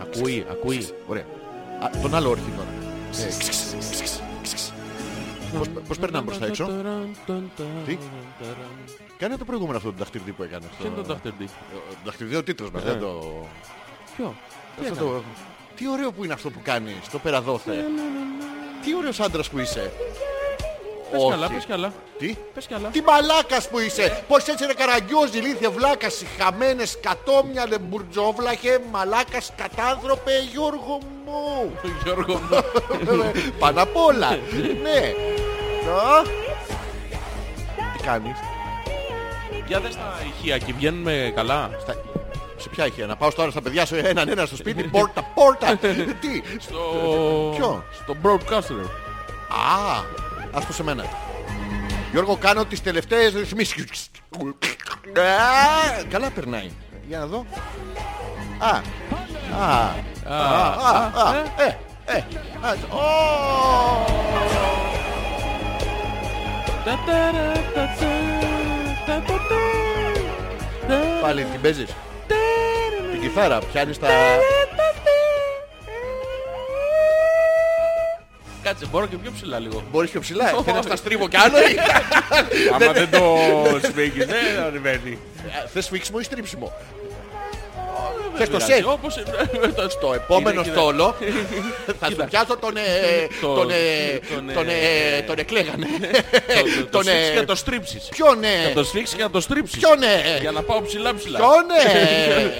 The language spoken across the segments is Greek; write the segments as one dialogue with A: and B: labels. A: Ακούει, ακούει. Ωραία. Α, τον άλλο όρχη τώρα. Ε, Πώς- πώς περνάμε προς τα έξω? Τι? Κάνε το προηγούμενο αυτό το δαχτυλίδι που έκανες.
B: Ποιο είναι το Dr. D.
A: Δαχτυλίδι ο τίτλος μας. Δεν το...
B: Ποιο. Τι
A: αυτό
B: έκανε?
A: το- Ε, Τι ωραίο που είναι αυτό που κάνεις. Το
B: Ναι.
A: περαδόθε. Τι ωραίος άντρας που είσαι.
B: Πες καλά, πες καλά.
A: Τι.
B: Πες καλά.
A: Τι μαλάκας που είσαι! Πως έτσι είναι καραγκιόζη, ηλίθεια, βλάκας, χαμένες, κατόμια, λεμπουρτζόβλαχε, μαλάκας, κατάνθρωπε, Γιώργο μου!
B: Γιώργο μου.
A: Πάνω απ' όλα! ναι! Να. Τι κάνεις?
B: Για δες τα ηχεία και βγαίνουμε καλά.
A: Στα- Σε ποια είχε, να πάω τώρα στα παιδιά σου έναν ένα στο σπίτι, πόρτα, πόρτα! Τι!
B: Στο...
A: Ποιο?
B: Στο broadcaster.
A: Α, ας το σε μένα. Γιώργο, κάνω τις τελευταίες ρυθμίσεις. Α, Καλά περνάει. Για να δω. Α, α, α, α, α, ε, ε, α, ω.
B: Τα ταρα, τα τσα, τα τα τα. Τα
A: Πάλι την παίζεις.
B: ταρα,
A: Την κιθάρα, πιάνεις τα...
B: τα τα. Κάτσε, μπορώ και πιο ψηλά λίγο.
A: Μπορείς πιο ψηλά, ε. θέλεις να στρίβω κι άλλο. ή- Ναι,
C: Άμα δεν το σφίγγεις,
B: ναι,
C: δεν ανεβαίνει.
A: Α, Ε, Θες σφίξιμο ή στρίψιμο. Θες
B: Δεν
A: το
B: πειράζει,
A: σετ.
B: Δηλαδή, Όπως... ε,
A: Το επόμενο
B: κοίτα.
A: στόλο θα σου πιάσω τον... ε,
B: Το-
A: τον, ε,
B: τον, ε,
A: τον, ε, Τον εκλέγανε.
B: Το- Το
A: Τον, ε,
B: σφίξεις και να το στρίψεις.
A: Ποιον ναι.
B: Να το σφίξεις και να το στρίψεις.
A: Ποιον ναι.
B: Για να πάω ψηλά ψηλά.
A: Ποιον ε, ναι.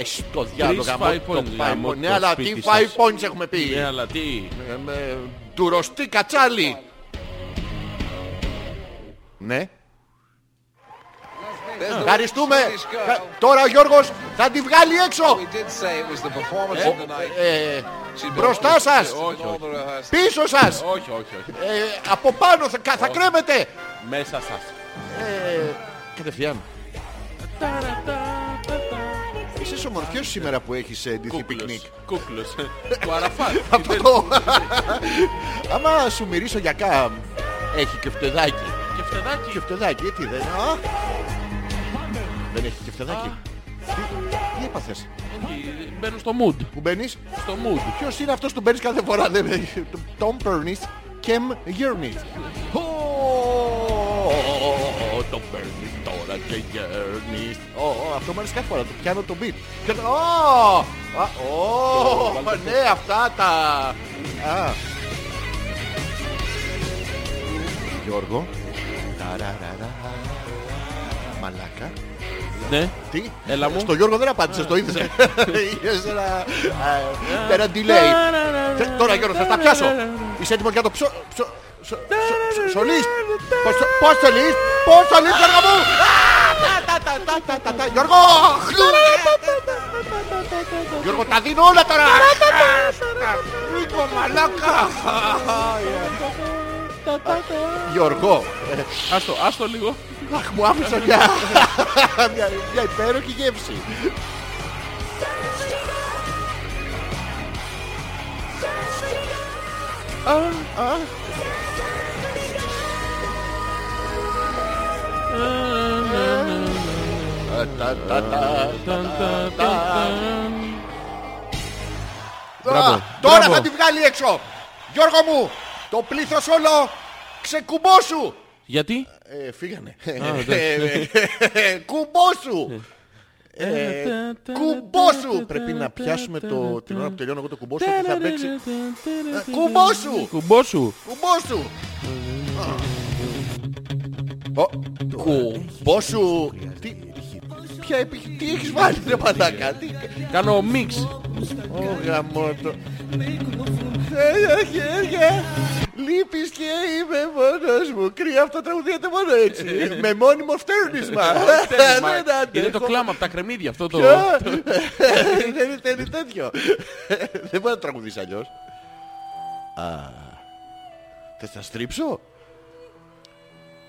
A: Ας το διάλογο.
B: Τρεις
A: γαμώ
B: five
A: το
B: points,
A: five
B: γαμώ
A: points.
B: το
A: Ναι, αλλά τι
B: σπίτι
A: five
B: σας.
A: points έχουμε πει.
B: Ναι, αλλά τι.
A: Ε, με- Τουροστή κατσάλι. Ναι. Ευχαριστούμε. Χα- Τώρα ο Γιώργος θα τη βγάλει έξω. Ο- ε, Μπροστά σας. Πίσω σας.
B: Όχι, όχι, όχι.
A: Ε, από πάνω θα, θα κρέμετε.
B: Μέσα σας.
A: Ε, κατευθείαν.
B: Ταρα, τα, τα, τα.
A: Είσαι ομορφιός σήμερα που έχεις ε, ντυθεί πικνίκ.
B: Κούκλος. Κούκλος. Του Αραφάτ.
A: Αυτό το... Άμα σου μυρίσω για κάμ, έχει και φτεδάκι.
B: Και φτεδάκι.
A: Και φτεδάκι, τι δεν... Α! Δεν έχει και φτεδάκι. Τι, τι έπαθες,
B: Όχι, Μπαίνω στο mood.
A: που μπαίνεις.
B: Στο mood.
A: Ποιος είναι αυτός που μπαίνεις κάθε φορά, δεν έχει. Το- Τον παίρνεις, κεμ γέρνεις. Ω, Τον παίρνεις τώρα και γέρνεις. Ω, ω, Αυτό μου αρέσει κάθε φορά, το πιάνω το beat. Και- Ω, α, ω, ναι, αυτά τα... Α. Γιώργο. Ταραραρα. Μαλάκα.
B: Ναι.
A: Τι?
B: Έλα μου.
A: Στο Γιώργο δεν απάντησες, το είδες. Είχες ένα, ε, ένα delay. Τε- Τώρα Γιώργο θα τα πιάσω. Είσαι έτοιμος για το ψω... ψω... ψω- ψω- Σολής. Πώς το- Πώς σολής. Πώς σολής Γιώργο μου. Α, τα- τα- τα- τα- τα- τα- Γιώργο. χλου. Γιώργο τα δίνω όλα τώρα. Ρίκο μαλάκα. Γιώργο. ε,
B: Άστο, άστο λίγο.
A: Αχ, μου άφησα μια, μια, μια υπέροχη γεύση. Α, α. Α, τα, τα, τα.
B: Ταν, ταν, ταν, ταν.
A: Α, Τώρα θα τη βγάλει έξω. Γιώργο μου, το πλήθος όλο ξεκουμπόσου.
B: Γιατί?
A: Ε, φύγανε.
B: εντάξει.
A: Ε, Κουμπόσου. Ε, Κουμπόσου! Πρέπει να πιάσουμε το, την ώρα που τελειώνω εγώ το κουμπόσου και θα παίξει. Ε, Κουμπόσου!
B: Κουμπό σου.
A: Κουμπόσου! Ω, Κουμπόσου! Τι, ποια επι- τι έχεις βάλει ρε μαλάκα, τι...
B: Κάνω μίξ.
A: Ω γαμότο. Λείπεις και είμαι μόνος μου. Κρύα αυτό τραγουδίεται μόνο έτσι. Με μόνιμο φτέρνισμα. Ναι, Δεν
B: Είναι το
A: αντέχω.
B: κλάμα από τα κρεμμύδια αυτό το.
A: Ποιο? Δεν είναι- δεν είναι τέτοιο. Δεν μπορεί να τραγουδείς αλλιώς. Α, Θες να στρίψω?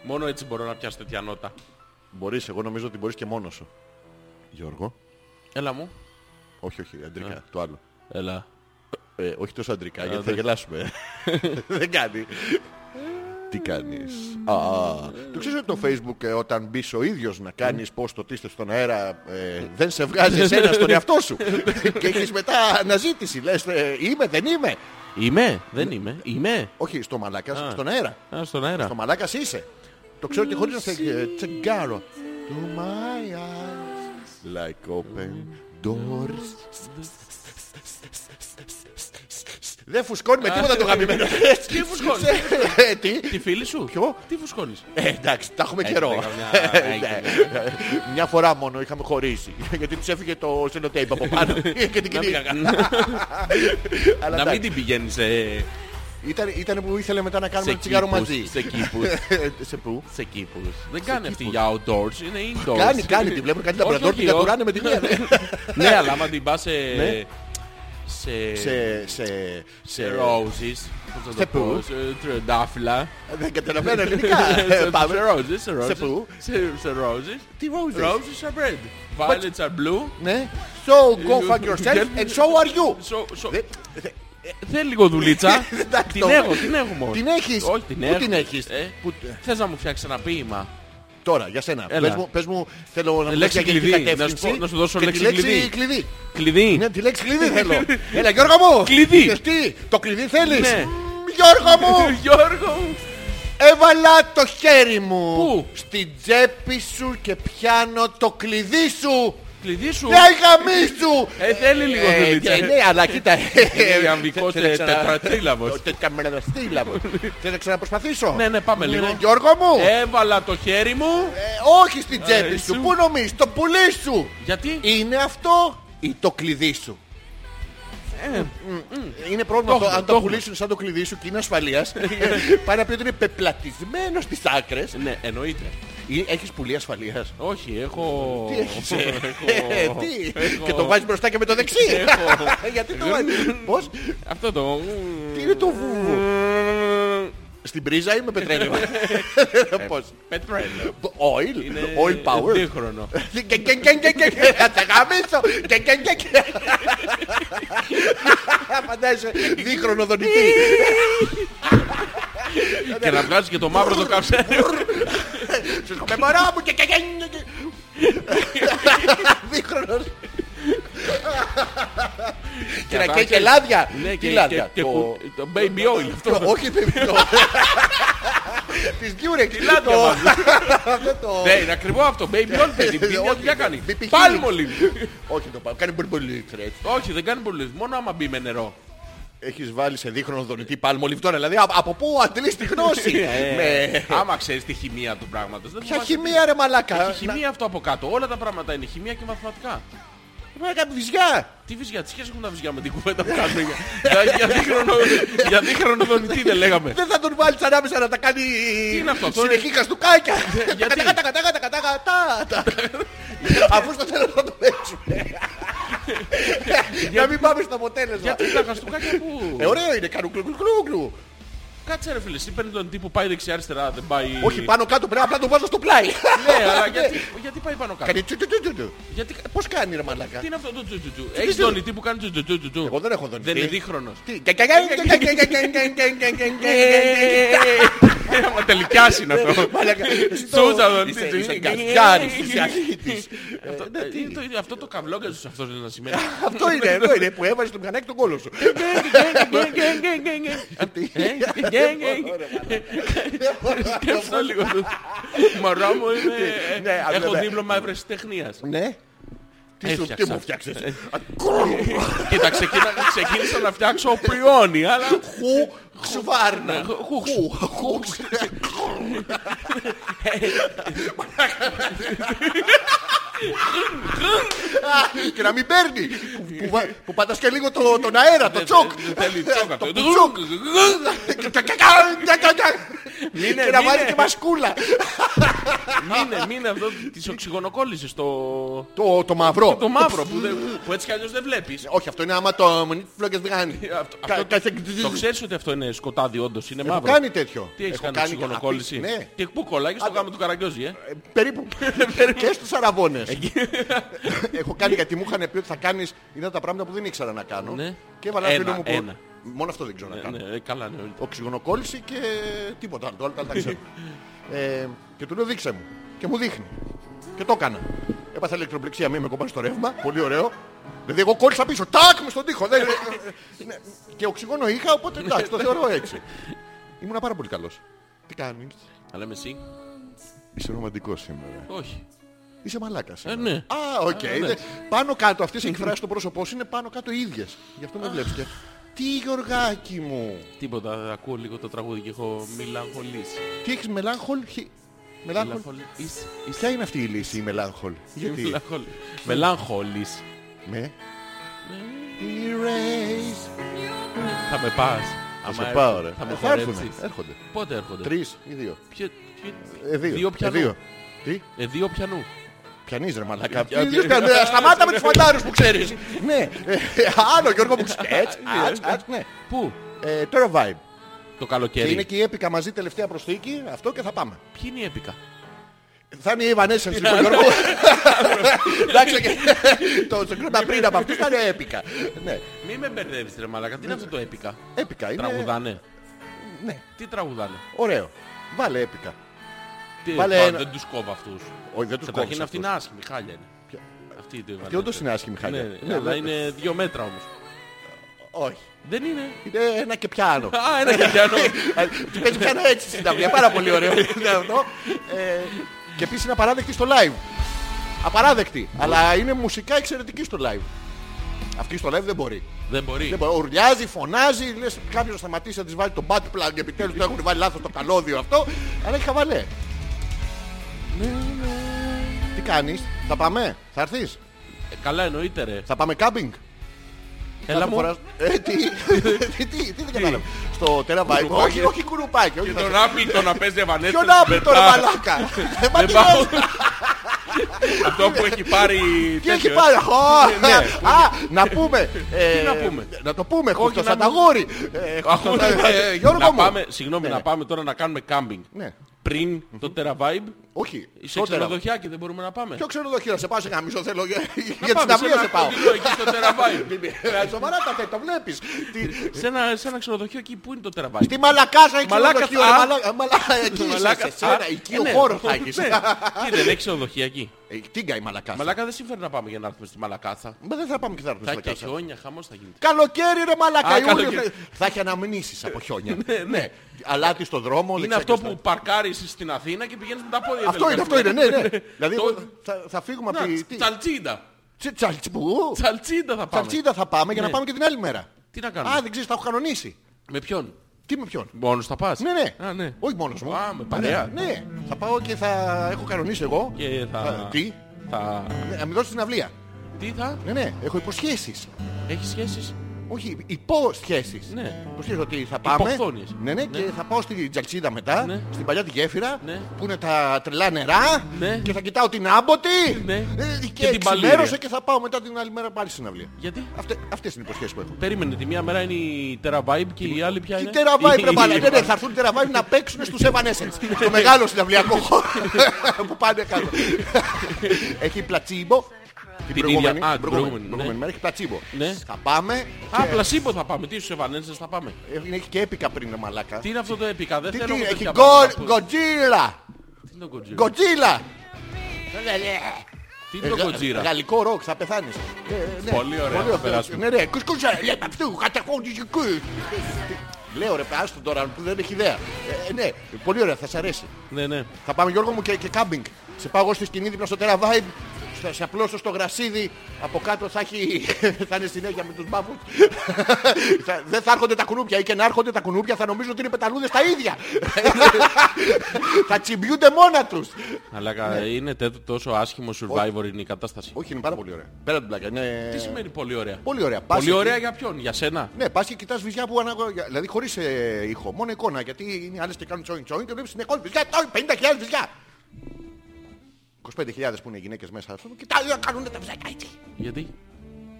B: Μόνο έτσι μπορώ να πιάσω τέτοια νότα.
A: Μπορείς, εγώ νομίζω ότι μπορείς και μόνος σου. Γιώργο.
B: Έλα μου.
A: Όχι, όχι, αντρικά, το άλλο.
B: Έλα.
A: Ε, όχι τόσο αντρικά, γιατί θα γελάσουμε. Δεν κάνει. Την κάνεις. Α, το ξέρεις ότι το facebook ε, όταν μπεις ο ίδιος να κάνεις πώς το τίστε στον αέρα ε, δεν σε βγάζει εσένα στον εαυτό σου. και έχεις μετά αναζήτηση. Λες ε, είμαι, δεν είμαι.
B: Είμαι, δεν είμαι. Είμαι.
A: Όχι, στο μαλάκα,
B: Α.
A: στον αέρα.
B: Α, στον αέρα.
A: Στο μαλάκας είσαι. Το ξέρω και χωρίς να σε ε, τσεγκάρω. To my eyes like open doors. Δεν φουσκώνει με τίποτα το γαμημένο.
B: Τι φουσκώνεις?
A: Ε, Τι.
B: Τη φίλη σου.
A: Ποιο?
B: Τι φουσκώνεις.
A: Ε, εντάξει, τα έχουμε
B: Έχετε
A: καιρό.
B: καμιά-
A: Ναι.
B: έχετε.
A: Μια φορά μόνο είχαμε χωρίσει. Γιατί τους έφυγε το σελοτέιπ από πάνω. Και την
B: Να μην-
A: κυρία. Αλλά
B: Να
A: εντάξει,
B: μην την πηγαίνεις ε,
A: ήταν- Ήταν που ήθελε μετά να κάνουμε
B: σε
A: το τσιγάρο
B: κήπους,
A: μαζί.
B: Σε κήπους.
A: Σε πού.
B: Σε κήπους. Δεν κάνει αυτή για outdoors, είναι indoors.
A: Κάνει, κάνει, τη βλέπουν, κάνει τα
B: Όχι,
A: μπραντόρ,
B: όχι,
A: την κατουράνε με τη μία. ναι.
B: Ναι, αλλά άμα την πας σε...
A: Ναι.
B: Σε...
A: Σε, σε,
B: σε
A: σε...
B: Roses, πώς
A: σε
B: να το
A: πού?
B: πω, σε τρεντάφυλλα.
A: Δεν καταλαβαίνω ελληνικά. Ε,
B: Σε-
A: Πάμε.
B: Σε Roses, σε Roses.
A: πού?
B: Σε- Σε Roses.
A: Τι roses.
B: Roses are red. Violets are blue.
A: Ναι. So go fuck yourself and so are you.
B: So- so-
A: Δε-
B: Ε, Θέλει λίγο δουλίτσα.
A: Εντάξει,
B: την
A: το-
B: έχω, την έχω μόνο.
A: Την έχεις.
B: Όχι, την
A: Πού
B: έχω.
A: την έχεις?
B: Ε,
A: Πού-
B: Θες να μου φτιάξεις ένα ποίημα.
A: Τώρα, για σένα.
B: Έλα.
A: Πες μου, πες μου, θέλω να μου
B: Λέξη
A: πεις για
B: κλειδί.
A: κατεύθυνση
B: Να σου πω- να σου δώσω
A: και τη
B: λέξη κλειδί.
A: κλειδί.
B: Κλειδί.
A: Ναι, τη λέξη κλειδί θέλω. Έλα, Γιώργο μου.
B: Κλειδί.
A: Και Τι, το κλειδί θέλεις.
B: Ναι.
A: Μμμ, Γιώργο μου,
B: Γιώργο μου.
A: έβαλα το χέρι μου
B: Πού?
A: στην τσέπη σου και πιάνω το κλειδί σου.
B: Κλειδί σου.
A: Ναι, γαμί σου.
B: Ε, θέλει λίγο Ε,
A: Ε,
B: δουλίτσα.
A: και Ναι, αλλά κοίτα.
B: Είναι αμβικός
A: Θέλω να ξανα-
B: τετρατσίλαβος.
A: Τε- καμεραδαστήλαβο. Θέλω να ξαναπροσπαθήσω.
B: Ναι, ναι, πάμε
A: Ναι,
B: λίγο.
A: ναι, Γιώργο μου,
B: Έβαλα το χέρι μου.
A: ε, όχι στην τσέπη
B: ε,
A: σου.
B: σου.
A: Πού νομίζεις, το πουλί σου.
B: Γιατί
A: Είναι αυτό ή το κλειδί σου. Ε, Είναι πρόβλημα
B: Ε, το
A: αυτό.
B: έχουμε,
A: Αν
B: το
A: το
B: έχουμε. Ε,
A: πουλήσουν σαν το κλειδί σου και είναι ασφαλείας, πάει να πει ότι είναι πεπλατισμένος στις άκρες.
B: Ναι, εννοείται.
A: Ή- Έχεις πουλί ασφαλείας.
B: Όχι, έχω.
A: Τι έχεις, ε? Ε,
B: Έχω.
A: Τι.
B: Έχω. Ε,
A: Και το βάζεις μπροστά και με το δεξί.
B: Έχω.
A: Γιατί το βάζεις. Πώς.
B: Αυτό το.
A: Τι είναι το βούβο. Στην πρίζα ή με πετρέλαιο. Πώς.
B: Πετρέλαιο.
A: Oil.
B: Ε, Είναι
A: Oil power.
B: Δίχρονο.
A: Και- και- και- και- και- και- Θα τα γαμίσω. Και- και- και- και. Φαντάζεσαι δίχρονο δονητή.
B: Και να βγάζεις και το μαύρο το
A: Ε,
B: καψέλι.
A: Σου έρχομαι, μωρό μου και και- και- και- Δίχρονος. Και να καίει και λάδια.
B: Ναι,
A: Τι
B: και,
A: λάδια.
B: και- και
A: Το-
B: κου- το baby oil. Αυτό.
A: το- Όχι παιδί. το- Της Durex.
B: λάδια
A: Το-
B: βάζουν.
A: Αυτό το...
B: Ναι, είναι ακριβό αυτό. Baby oil, παιδί.
A: Ε,
B: Ποια
A: όχι,
B: δουλειά κάνει.
A: BB
B: Πάλμολιν.
A: Όχι το πάω. Κάνει πολύ έτσι.
B: Όχι, δεν κάνει πολύ. Μόνο άμα μπει με νερό.
A: Έχεις βάλει σε δίχρονο δονητή πάλμολιβ τώρα. Δηλαδή α- από πού αντλείς τη γνώση.
B: Ε,
A: Με-
B: Άμα ξέρεις τη χημεία του πράγματος. δεν
A: Ποια
B: θυμάσαι
A: χημεία ρε
B: τι.
A: μαλάκα.
B: Έχει χημεία αυτό από κάτω. Όλα τα πράγματα είναι χημεία και μαθηματικά.
A: Να κάνει βυζιά.
B: Τι βυζιά, τι σχέση έχουν τα βυζιά με την κουβέντα που κάνουμε. για, για, δίχρονο, για δίχρονο δονητή δεν λέγαμε.
A: Δεν θα τον βάλεις ανάμεσα να τα κάνει
B: είναι αυτό, αυτό
A: συνεχή καστούκάκια.
B: γιατί?
A: Κατά, κατά, κατά, κατά, κατά, κατά, τα. Αφού στο τέλος θα το παίξουμε. Να μην πάμε στο αποτέλεσμα.
B: Γιατί τα χαστούκάκια που.
A: Ε, ωραίο είναι, κάνουν κλου κλου κλου κλου.
B: Κάτσε ρε φίλε, εσύ παίρνει τον τύπο πάει δεξιά-αριστερά, δεν πάει.
A: Όχι Ε, πάνω κάτω, πρέπει απλά να το βάζω στο πλάι.
B: Ε. Ναι, αλλά γιατί, γιατί πάει πάνω κάτω.
A: Κάνει τσου, τσου, τσου, τσου, τσου.
B: Γιατί...
A: Πώς κάνει ρε μαλάκα.
B: Τι είναι αυτό το τζουτζουτζου.
A: δεν
B: Έχεις
A: ξέρω.
B: δονητή που κάνει τζουτζουτζου.
A: Εγώ δεν έχω δονητή.
B: Δεν είναι δίχρονος.
A: Τι. κα- κα- κα- κα- κα- κα- κα- κα- κα- κα- κα- κα- κα-
B: Ε, Μα τελικά είναι αυτό.
A: Μαλάκα,
B: Σούζα
A: στο-
B: δονητή.
A: Είσαι- είσαι
B: Ε,
A: γκαζιάρης,
B: ε,
A: είσαι αρχίτης.
B: Αυτό-
A: ναι, τι
B: τι είναι το- Αυτό το καβλόγκα σου αυτός είναι να σημαίνει. Ναι,
A: Αυτό είναι, εδώ είναι που έβαζε το μηχανάκι τον κόλο σου. Ε,
B: Ε, Σκέψω Ε, λίγο. το- Μωρό μου είμαι...
A: Ναι, α,
B: Έχω
A: βέβαια.
B: δίπλωμα ευρεσιτεχνίας.
A: Ναι. Τι, σου, τι
B: Έφτιαξα.
A: μου φτιάξες.
B: Κοίτα, ξεκίνα- ξεκίνησα να φτιάξω πριόνι, αλλά...
A: Χου ξουβάρνα.
B: Ναι, Χου,
A: Χου. Χου. Και να μην παίρνει. Που- που- Που πατάς και λίγο το- τον αέρα, το τσόκ.
B: Δεν Ναι, Θέλει τσόκ αυτό.
A: τσόκ.
B: Μείνε,
A: Και να βάλει
B: μείνε.
A: και μασκούλα.
B: Μείνε, μείνε αυτό της οξυγονοκόλλησης το...
A: Το, το μαυρό.
B: Το μαύρο που, δεν, που έτσι κι αλλιώς δεν βλέπεις. Ε,
A: Όχι, αυτό είναι άμα το φλόγες βγάνει.
B: Αυτό-
A: Κα-
B: αυτό-
A: κάθε-
B: Το ξέρεις ότι αυτό είναι σκοτάδι όντως, είναι
A: Έχω
B: μαύρο.
A: κάνει τέτοιο.
B: Τι έχεις
A: Έχω
B: κάνει,
A: κάνει-
B: οξυγονοκόλληση.
A: Ναι.
B: Και πού κολλάγες στο γάμο του Καραγκιόζη, ε.
A: Ε, Περίπου. και στους αραβώνες. Έχω κάνει γιατί μου είχαν πει ότι θα κάνεις... Ήταν τα πράγματα που δεν ήξερα να κάνω.
B: Ναι.
A: Και έβαλα
B: Ένα,
A: φίλο μου που...
B: ένα.
A: Μόνο αυτό δεν ξέρω να κάνω.
B: Ναι, ε, καλά, ναι. όλοι.
A: Οξυγονοκόλληση και τίποτα άλλο. Το άλλο τα άλλα τα ξέρω. ε, και του λέω δείξε μου. Και μου δείχνει. Και το έκανα. Έπαθα ηλεκτροπληξία, μην με κομπάνε στο ρεύμα. Πολύ ωραίο. Δηλαδή εγώ κόλλησα πίσω. Τάκ μες στον τοίχο. Δεν... ναι. Και οξυγόνο είχα, οπότε εντάξει, το θεωρώ έτσι. Ήμουνα πάρα πολύ καλός. Τι κάνεις.
B: Αλλά με εσύ.
A: Είσαι ρομαντικός σήμερα.
B: Όχι.
A: Είσαι μαλάκας.
B: Ε, ναι.
A: Α, οκ. Είναι Πάνω κάτω αυτές οι εκφράσεις στο πρόσωπό σου είναι πάνω κάτω οι ίδιες. Γι' αυτό με βλέπεις και. Τι Γιωργάκι μου.
B: Τίποτα. Ακούω λίγο το τραγούδι και έχω μιλαγχολήσει.
A: Τι έχεις μελάγχολ. χι- Μελάγχολ.
B: Μιλαγχολήσει.
A: Ποια είναι αυτή η λύση η μελάγχολ. Γιατί.
B: Μελαγχολήσει.
A: Με. Erase.
B: Θα με πας.
A: Θα
B: Άμα
A: σε
B: έρθω,
A: πάω ρε.
B: Θα με
A: Ε, Θα έρθουνε.
B: χορέψεις.
A: Έρχονται.
B: Πότε έρχονται.
A: Τρεις ή δύο.
B: Ποιο- ποιο-
A: Ε, δύο.
B: Δύο
A: Ε,
B: πιανού.
A: δύο. Τι.
B: Ε, δύο πιανού.
A: Πιανείς ρε μαλακά.
B: Πια-
A: Τι- δεν- ε, Σταμάτα με τους φαντάρους που ξέρεις. Ναι. Ε, Άλλο Γιώργο που ξέρεις. Έτσι. έτσι, έτσι, Ναι.
B: Πού.
A: Ε, Τώρα vibe. Και
B: Το καλοκαίρι.
A: είναι και η έπικα μαζί τελευταία προσθήκη. Αυτό και θα πάμε.
B: Ποιοι είναι οι έπικα.
A: Θα είναι η Βανέσσα στην Γιώργο. Εντάξει, και- το συγκρίναμε πριν από αυτούς θα είναι έπικα. Ναι,
B: Μη με μπερδεύεις ρε μαλάκα.
A: Ε,
B: Τι είναι αυτό το έπικα.
A: έπικα είναι.
B: Τραγουδάνε.
A: Ναι,
B: Τι τραγουδάνε.
A: ωραίο. Βάλε έπικα.
B: Τι,
A: Βάλε
B: πα-
A: ένα-
B: Δεν τους κόβω αυτούς.
A: Όχι, δεν τους κόβεις
B: Καταρχήν αυτή είναι
A: αυτούς.
B: άσχημη. Χάλια είναι.
A: Ποια-
B: Αυτή η
A: Και όντως είναι άσχημη χάλια.
B: Ναι,
A: Ναι,
B: ναι, αλλά
A: δεν-
B: είναι δύο μέτρα όμως.
A: Όχι.
B: Δεν είναι.
A: Είναι ένα και πιάνο.
B: Α, ένα και πιάνω.
A: Του παίζει πιάνο έτσι στην ταυλία. Πάρα πολύ ωραίο είναι αυτό. Ε, Και επίσης είναι απαράδεκτη στο live. Απαράδεκτη. Αλλά είναι μουσικά εξαιρετική στο live. Αυτή στο live δεν μπορεί.
B: Δεν μπορεί.
A: Δεν μπορεί. Ουρλιάζει, φωνάζει, λες κάποιος να σταματήσει να της βάλει το butt plug. Επιτέλους το έχουν βάλει λάθος το καλώδιο αυτό. Αλλά έχει χαβαλέ.
B: Ναι,
A: Τι κάνεις, θα πάμε, θα έρθεις,
B: Ε, Καλά εννοείται ρε.
A: θα πάμε κάμπινγκ.
B: Έλα
A: Κάθε
B: μου.
A: φορά- Ε, τι, τι, τι, τι δεν κατάλαβα. Στο τεραβάι.
B: Κουρουπάκι.
A: Όχι, όχι κουρουπάκι. Όχι,
C: Και
A: θα
C: τον
A: σε-
C: άπειτο να παίζει Ευανέστη.
A: Ποιον άπλητο ρε μαλάκα. Ε, Μα τι
B: πάω.
A: λες,
C: Αυτό που έχει πάρει.
A: Τι έχει
C: τέτοιο,
A: πάρει. Ω, Α, να πούμε. ε,
B: Ναι, Τι να πούμε.
A: Να το πούμε.
B: Όχι,
A: Χουστο
B: να μην-
A: Σανταγόρι. Ε, Χουστο- ε, Γιώργο
B: να
A: μου.
B: πάμε, συγγνώμη,
A: Ναι.
B: να πάμε τώρα να κάνουμε κάμπινγκ.
A: Ναι.
B: Πριν το Terra Vibe,
A: Όχι.
B: σε
A: στο Terra-
B: ξενοδοχιά και δεν μπορούμε να πάμε.
A: Ποιο ξενοδοχείο να σε πάω σε γαμίζω θέλω για για
B: πάμε
A: την αυλία
B: σε
A: σε
B: ένα
A: πάω.
B: κοντινό εκεί στο Terra Vibe.
A: Ε, Σοβαρά τα θέτω, το βλέπεις. Τι-
B: σε, ένα, σε ένα ξενοδοχείο εκεί που είναι το Terra Vibe.
A: Τι μαλακάσα έχει
B: Μαλάκα,
A: ξενοδοχείο.
B: α.
A: ρε, μαλάκα- μαλάκα, ε, Εκεί είσαι,
B: Μαλάκα,
A: σε σένα,
B: α,
A: εκεί
B: ε,
A: ο
B: ναι.
A: χώρος θα έχεις.
B: Ναι. Τι δεν έχει ξενοδοχεία εκεί.
A: Ε, Τίγκα η μαλακάσα.
B: Μαλάκα δεν συμφέρει να πάμε για να έρθουμε στη Μαλακάθα.
A: Μα δεν θα πάμε και θα έρθουμε
B: Θα
A: στη
B: και
A: μαλακάσα.
B: χιόνια, χαμός θα γίνεται.
A: Καλοκαίρι ρε μαλακά,
B: Α,
A: Ιούλιο
B: καλοκαίρι.
A: θα- θα έχει αναμνήσεις από χιόνια. Ναι, αλάτι στο δρόμο.
B: Είναι
A: δεξιά
B: αυτό
A: και
B: που παρκάρεις στην Αθήνα και πηγαίνεις με τα πόδια.
A: Αυτό είναι, αυτό είναι, ναι, ναι. Δηλαδή
B: Το-
A: εγώ θα- θα φύγουμε από τη... τι-
B: Τσαλτσίντα.
A: Τσι- Τσαλτσπού.
B: Τσαλτσίντα θα πάμε.
A: Τσαλτσίδα θα πάμε για να
B: Ναι.
A: πάμε και την άλλη μέρα.
B: Τι να
A: Α,
B: κάνουμε.
A: δεν ξέρεις, τα έχω κανονίσει.
B: Με ποιον.
A: Τι με ποιον.
B: Μόνος θα πας.
A: Ναι, ναι.
B: Α, ναι.
A: Όχι μόνος μου.
B: Α, με παρέα.
A: Ναι. Θα πάω και θα έχω κανονίσει εγώ.
B: Και θα-
A: Α, Τι.
B: Θα...
A: Ναι, Να με δώσεις την αυλία.
B: Τι θα.
A: Ναι, ναι. Έχω υποσχέσεις.
B: Έχεις σχέσεις.
A: Όχι, υποσχέσεις.
B: Ναι.
A: Υποσχέσεις ότι θα πάμε.
B: Υποχθόνιες.
A: Ναι, ναι, και θα πάω στη Τζαξίδα μετά,
B: Ναι.
A: στην παλιά τη γέφυρα,
B: Ναι.
A: που είναι τα τρελά νερά.
B: Ναι.
A: Και θα κοιτάω την άμποτη.
B: Ναι.
A: Ε, Και,
B: Και την
A: ξημέρωσα
B: Παλήρια.
A: και θα πάω μετά την άλλη μέρα πάλι στην αυλία.
B: Γιατί.
A: Αυτέ αυτές είναι οι υποσχέσεις που έχω.
B: Περίμενε, τη μία μέρα είναι η Terra Vibe και η άλλη πια
A: Τι
B: είναι.
A: τεραβάι ρε μάλα.
B: η-
A: Ναι, ναι, θα έρθουν τεραβάι να παίξουν στους Evanescence. Το μεγάλο συναυλιακό χώρο που πάνε κάτω. Έχει πλατσίμπο. Την
B: Την
A: προηγούμενη,
B: ίδια- α,
A: την
B: την
A: προηγούμενη,
B: προηγούμενη,
A: προηγούμενη
B: ναι.
A: μέρα έχει πλατσίμπο.
B: Ναι.
A: Θα πάμε.
B: Α, πλασίμπο θα πάμε. Τι στους Ευανένσες θα πάμε.
A: και- ε, Έχει και έπικα πριν ρε μαλάκα.
B: Τι είναι αυτό το έπικα. Δεν
A: Τι- ε,
B: θέλω
A: τι,
B: τέτοια
A: έχει
B: πράγματα.
A: Go- Godzilla.
B: Τι είναι το Godzilla.
A: Godzilla.
B: Τι είναι το
A: Ε, γα-
B: Godzilla.
A: Γαλλικό ροκ, θα πεθάνεις. Ε, ναι.
B: Πολύ ωραία, θα περάσουμε.
A: Ναι, ναι, κουσκούσα, λέει αυτού, κατεχόντιζε κου. Λέω ρε, άστο τώρα που δεν έχει ιδέα. Ε, ναι, πολύ ωραία, θα σ' αρέσει.
B: Ναι, ναι.
A: Θα πάμε Γιώργο μου και, και κάμπινγκ. Σε πάω εγώ στη σκηνή δίπλα στο Terra Vibe. Θα σε απλώσω στο γρασίδι. Από κάτω θα, έχει... θα είναι συνέχεια με τους μπάφους. Θα- δεν θα έρχονται τα κουνούπια ή και να έρχονται τα κουνούπια θα νομίζω ότι είναι πεταλούδες τα ίδια. θα τσιμπιούνται μόνα τους.
B: Αλλά
A: Ναι.
B: είναι τέτοιο τόσο άσχημο survivor είναι η κατάσταση.
A: Όχι, είναι πάρα πολύ ωραία. Πέρα την πλάκα. Είναι...
B: Τι σημαίνει πολύ ωραία.
A: Πολύ ωραία. Πας
B: Πολύ
A: εκεί-
B: ωραία για ποιον, για σένα.
A: Ναι, πας και κοιτάς βυζιά που ανάγω. Δηλαδή χωρίς ε, ήχο, μόνο εικόνα. Γιατί είναι άλλες και κάνουν τσόιν τσόιν και βλέπεις συνεχώς βυζιά. τσόιν, 50.000 βυζιά. 25.000 που είναι γυναίκες μέσα. Κοιτάξτε, κάνουν τα βυζιά έτσι.
B: Γιατί.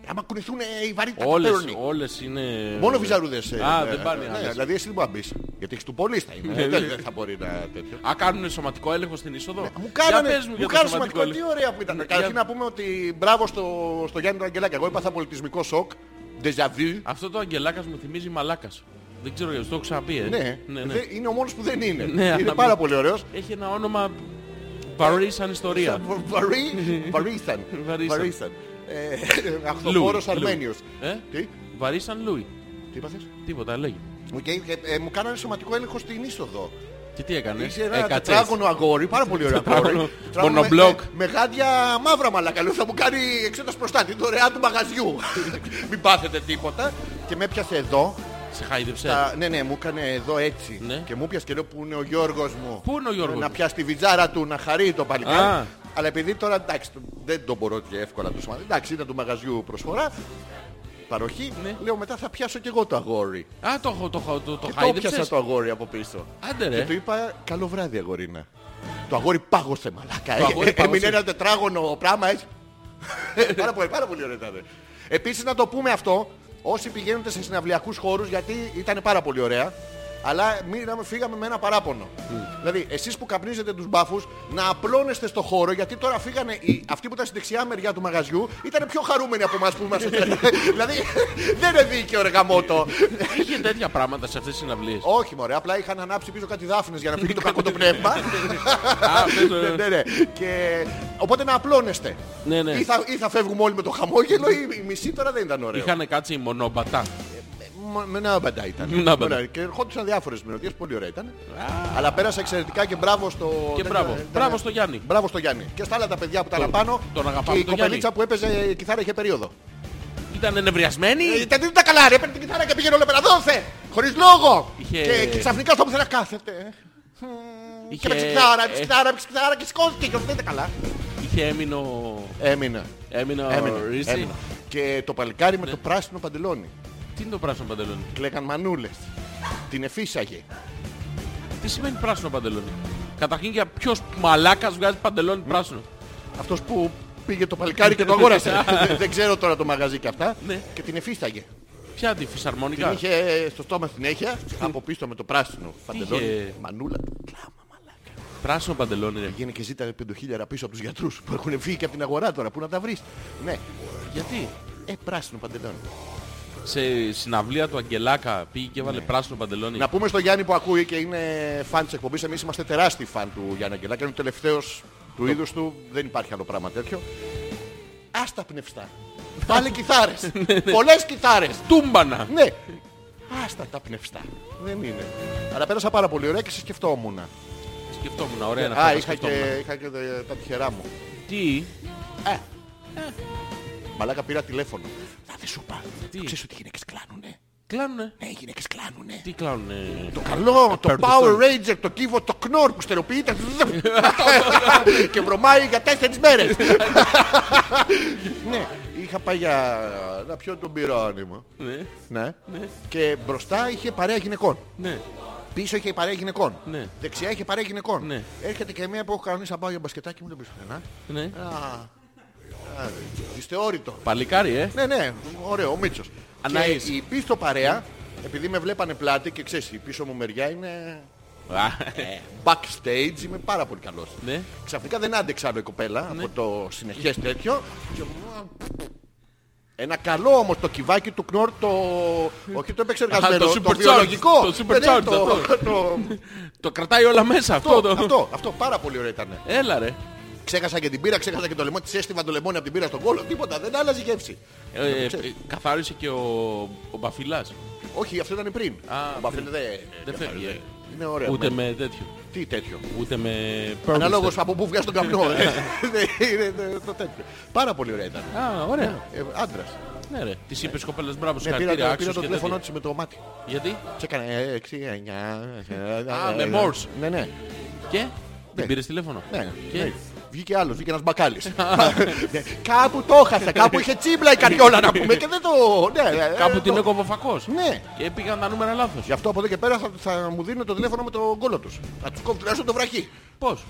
A: Άμα κουνηθούν ε, οι βαρύτητα
B: Όλε
A: παίρνει.
B: όλες είναι.
A: Μόνο βυζαρούδες. ε,
B: Α,
A: ε,
B: δεν πάνε
A: ναι,
B: άλλες.
A: Δηλαδή εσύ δεν μπορείς να μπεις. Γιατί έχεις του πολύ θα είναι.
B: Ναι,
A: δεν,
B: ναι.
A: δεν θα μπορεί να τέτοιο.
B: Α, κάνουν σωματικό έλεγχο στην είσοδο.
A: Ναι, Μου κάνανε,
B: Για πες μου
A: μου
B: για το
A: κάνανε
B: σωματικό
A: σημαντικό. Τι
B: έλεγχο.
A: ωραία που ήταν.
B: Ναι,
A: Καταρχήν
B: για-
A: να πούμε ότι μπράβο στο, στο Γιάννη τον Αγγελάκη. Εγώ έπαθα πολιτισμικό σοκ. Ντεζαβί.
B: Αυτό το αγγελάκας μου θυμίζει μαλάκας. Δεν ξέρω γιατί το έχω ξαναπεί. ε.
A: Ναι,
B: ναι, ναι.
A: Δε- είναι ο μόνος που δεν είναι.
B: Ναι,
A: είναι
B: αλλά-
A: πάρα πολύ ωραίος.
B: Έχει ένα όνομα βαρύ σαν ιστορία.
A: Βα- Βαρύ, βαρύσταν.
B: Βαρύσταν.
A: Βαρύσταν. Ε,
B: Λούι,
A: Αυτοφόρος
B: Λούι.
A: Αρμένιος.
B: Ε?
A: Τι,
B: Βαρύ σαν Λούι.
A: τι είπαθες.
B: Τίποτα λέγει.
A: Οκ, ε, ε, μου κάνανε σωματικό έλεγχο στην είσοδο.
B: Και τι έκανε.
A: Είσαι ένα
B: Ναι. Ε, κατσές.
A: τετράγωνο αγόρι, πάρα πολύ ωραίο αγόρι.
B: Τετράγωνο,
A: Τετράγωνο με-
B: μονομπλοκ.
A: με- Με γάντια μαύρα μαλακά. Λέω, θα μου κάνει εξέταση προστάτη, δωρεάν του μαγαζιού. Μην πάθετε τίποτα. Και με έπιασε εδώ.
B: Σε χάιδεψε.
A: τα- Ναι, ναι, μου έκανε εδώ έτσι.
B: Ναι.
A: Και μου πιάσε και λέω που είναι ο Γιώργος μου.
B: Πού είναι ο Γιώργος
A: Να
B: μου?
A: πιάσει τη βιτζάρα του, να χαρεί το παλικάρι.
B: Α.
A: Αλλά επειδή τώρα εντάξει, το- δεν το μπορώ και εύκολα το σωματικό. Εντάξει, ήταν του μαγαζιού προσφορά. Παροχή.
B: Ναι.
A: Λέω μετά θα πιάσω και εγώ το αγόρι.
B: Α, το, έχω- το, έχω- το,
A: Και
B: το
A: το πιάσα
B: χάιδεψες.
A: το αγόρι από πίσω.
B: Άντε
A: Και
B: ρε.
A: του είπα καλό βράδυ αγορίνα. Το αγόρι πάγωσε μαλάκα.
B: Το
A: Ε,
B: αγόρι
A: ε,
B: πάγωσε.
A: Έμεινε ένα τετράγωνο πράγμα έτσι. πάρα πολύ, πάρα πολύ ωραία ήταν. Επίσης να το πούμε αυτό, όσοι πηγαίνετε σε συναυλιακούς χώρους γιατί ήταν πάρα πολύ ωραία. Αλλά μείναμε, φύγαμε με ένα παράπονο.
B: Mm.
A: Δηλαδή, εσείς που καπνίζετε τους μπάφους, να απλώνεστε στο χώρο γιατί τώρα φύγανε οι, αυτοί που ήταν στη δεξιά μεριά του μαγαζιού, ήταν πιο χαρούμενοι από εμάς που είμαστε. δηλαδή, δεν είναι δίκαιο ρε γαμότο.
B: Είχε τέτοια πράγματα σε αυτές τις συναυλίες.
A: Όχι, μωρέ, απλά είχαν ανάψει πίσω κάτι δάφνες για να φύγει το κακό το
B: Ναι,
A: πνεύμα.
B: Α, αυτές το-
A: ναι, ναι, ναι. Και... Οπότε να απλώνεστε.
B: Ναι, ναι.
A: Ή, θα, ή θα φεύγουμε όλοι με το χαμόγελο ή η μισή τώρα δεν ήταν ωραίο.
B: Είχαν κάτσει μονομπατά.
A: Μ- Με ένα μπαντά ήταν.
B: Να μπαντά.
A: Ωραία, Και ερχόντουσαν διάφορες μυρωδιές, πολύ ωραία ήταν. Αλλά πέρασα εξαιρετικά και μπράβο στο...
B: Και
A: ήταν-
B: μπράβο.
A: ήταν-
B: Μπράβο στο Γιάννη.
A: Μπράβο στο Γιάννη. Και στα άλλα τα παιδιά που τα αναπάνω.
B: τον αγαπάμε
A: Και η
B: τον
A: κοπελίτσα που έπαιζε κιθάρα είχε περίοδο.
B: Ήταν ενευριασμένοι.
A: Ε, Ήταν δεν τα καλά, ρε, παίρνει την κιθάρα και πήγαινε όλα πέρα, δώσε! Χωρίς λόγο!
B: Είχε-
A: Και, και ξαφνικά στο πουθενά κάθεται. Και
B: Είχε-
A: έπαιξε κιθάρα, έπαιξε
B: ε,
A: κιθάρα, έπαιξε κιθάρα και σηκώθηκε και δεν τα καλά.
B: Είχε έμεινο.
A: Έμεινα.
B: Έμεινο.
A: Έμεινα.
B: Ρίση.
A: έμεινα. Και το παλικάρι με το
B: Ναι.
A: πράσινο παντελόνι.
B: Τι είναι το πράσινο παντελόνι.
A: Κλέγαν μανούλες. Την εφίσαγε.
B: Τι σημαίνει πράσινο παντελόνι. Καταρχήν για ποιος μαλάκας βγάζει παντελόνι πράσινο.
A: Αυτός που πήγε το παλικάρι και το αγόρασε. Δεν- Δεν ξέρω τώρα το μαγαζί και αυτά.
B: Ναι.
A: Και την εφίσταγε.
B: Ποια τη
A: Την
B: φυσαρμονικά.
A: είχε στο στόμα συνέχεια, από πίσω με το πράσινο παντελόνι.
B: είχε?
A: Μανούλα.
B: Πράσινο παντελόνι. Ρε.
A: Πήγαινε και ζήτα 5.000 πίσω από τους γιατρούς που έχουν φύγει και από την αγορά τώρα. Πού να τα βρεις. Ναι.
B: Γιατί.
A: Ε, πράσινο παντελόνι.
B: Σε συναυλία του Αγγελάκα πήγε και έβαλε πράσινο παντελόνι.
A: Ναι. Να πούμε στο Γιάννη που ακούει και είναι φαν της εκπομπής. Εμείς είμαστε τεράστιοι φαν του Γιάννη Αγγελάκη. Είναι ο τελευταίος του είδους του. Δεν υπάρχει άλλο πράγμα τέτοιο. Άστα πνευστά. Πάλι κιθάρες. Πολλές κιθάρες.
B: Τούμπανα.
A: Ναι. Άστα τα πνευστά. Δεν είναι. Αλλά πέρασα πάρα πολύ ωραία και σε σκεφτόμουν.
B: Σκεφτόμουν, ωραία να
A: Α,
B: φέρω,
A: είχα
B: σκεφτόμουν.
A: και, είχα και τα- τα τυχερά μου.
B: Τι.
A: Μαλάκα πήρα τηλέφωνο. Να δεν σου πάω.
B: Τι?
A: Ξέρεις ότι οι γυναίκες κλάνουνε.
B: Κλάνουνε.
A: Ναι, οι γυναίκες κλάνουνε.
B: Τι κλάνουνε.
A: Το καλό, το
B: παίρνω το
A: Power
B: στόμα.
A: Ranger, το κύβο, το κνόρ που στεροποιείται. και βρωμάει για τέσσερις μέρες. ναι, είχα πάει για να πιω τον πυράνημα.
B: Ναι.
A: Ναι.
B: Ναι.
A: Και μπροστά είχε παρέα γυναικών.
B: Ναι.
A: Πίσω είχε η παρέα γυναικών.
B: Ναι.
A: Δεξιά είχε παρέα γυναικών.
B: Ναι.
A: Έρχεται και μία που έχω κανονίσει να πάω για μπασκετάκι μου δεν πίσω πουθενά.
B: Ναι.
A: Δυστεώρητο.
B: Παλικάρι, ε.
A: Ναι, ναι, ωραίο, ο Μίτσος.
B: Αναείς.
A: Και η πίσω παρέα, επειδή με βλέπανε πλάτη και ξέρεις, η πίσω μου μεριά είναι
B: Α,
A: backstage, είμαι πάρα πολύ καλός.
B: Ε. Ναι.
A: Ξαφνικά δεν άντεξα άλλο η κοπέλα από το συνεχές τέτοιο. Και... Ένα καλό όμως το κυβάκι του Κνόρ το... Όχι το επεξεργασμένο,
B: Α, το
A: το,
B: supercharged,
A: βιολογικό.
B: το
A: Ναι, ναι,
B: supercharged
A: το-
B: αυτό.
A: το-
B: Το κρατάει όλα μέσα αυτό.
A: αυτό,
B: το-
A: αυτό, αυτό, πάρα πολύ ωραίο ήταν.
B: Έλα ρε.
A: Ξέχασα και την πύρα, ξέχασα και το λαιμό, της έστειβα το λεμόνι από την πύρα στον κόλλο, τίποτα, δεν άλλαζε η γεύση.
B: Ε,
A: Ναι, Ξέρεις.
B: ε, καθάρισε και ο, ο Μπαφυλάς.
A: Όχι, αυτό ήταν πριν.
B: Α,
A: Ο Μπαφέλ δεν
B: Δεν φεύγει. ε.
A: Είναι ωραίο.
B: Ούτε
A: Μα-
B: με τέτοιο.
A: Τι τέτοιο.
B: Ούτε με.
A: ναι. Αναλόγως από πού βγάζει τον καπνό. ε.
B: Ναι.
A: Δεν είναι το- το τέτοιο. Πάρα πολύ ωραία ήταν.
B: Α, ωραία.
A: Ε, Άντρας.
B: Ναι, ρε. Τη είπε κοπέλα μπράβο,
A: Ναι, πήρα,
B: συγχαρητήρια.
A: το, πήρα
B: άξιος
A: το
B: και
A: τηλέφωνο
B: τέτοια.
A: της με το μάτι. ε,
B: Γιατί
A: Τι έκανε, 6, 9...
B: Α, με Morse.
A: Ναι, ναι.
B: και. Την πήρες τηλέφωνο.
A: ναι,
B: Και.
A: ναι. Βγήκε άλλος, βγήκε ένας μπακάλις. Ναι, κάπου το έχασα, κάπου είχε τσίμπλα η καριόλα να πούμε και δεν το... ναι, ε,
B: Κάπου
A: το-
B: την έκοβε ο φακός.
A: Ναι.
B: Και πήγαν τα νούμερα λάθος.
A: Γι' αυτό από εδώ και πέρα θα, θα μου δίνουν το τηλέφωνο με τον κόλλο τους. Θα τους κόβω τουλάχιστον το βραχί.
B: Πώς.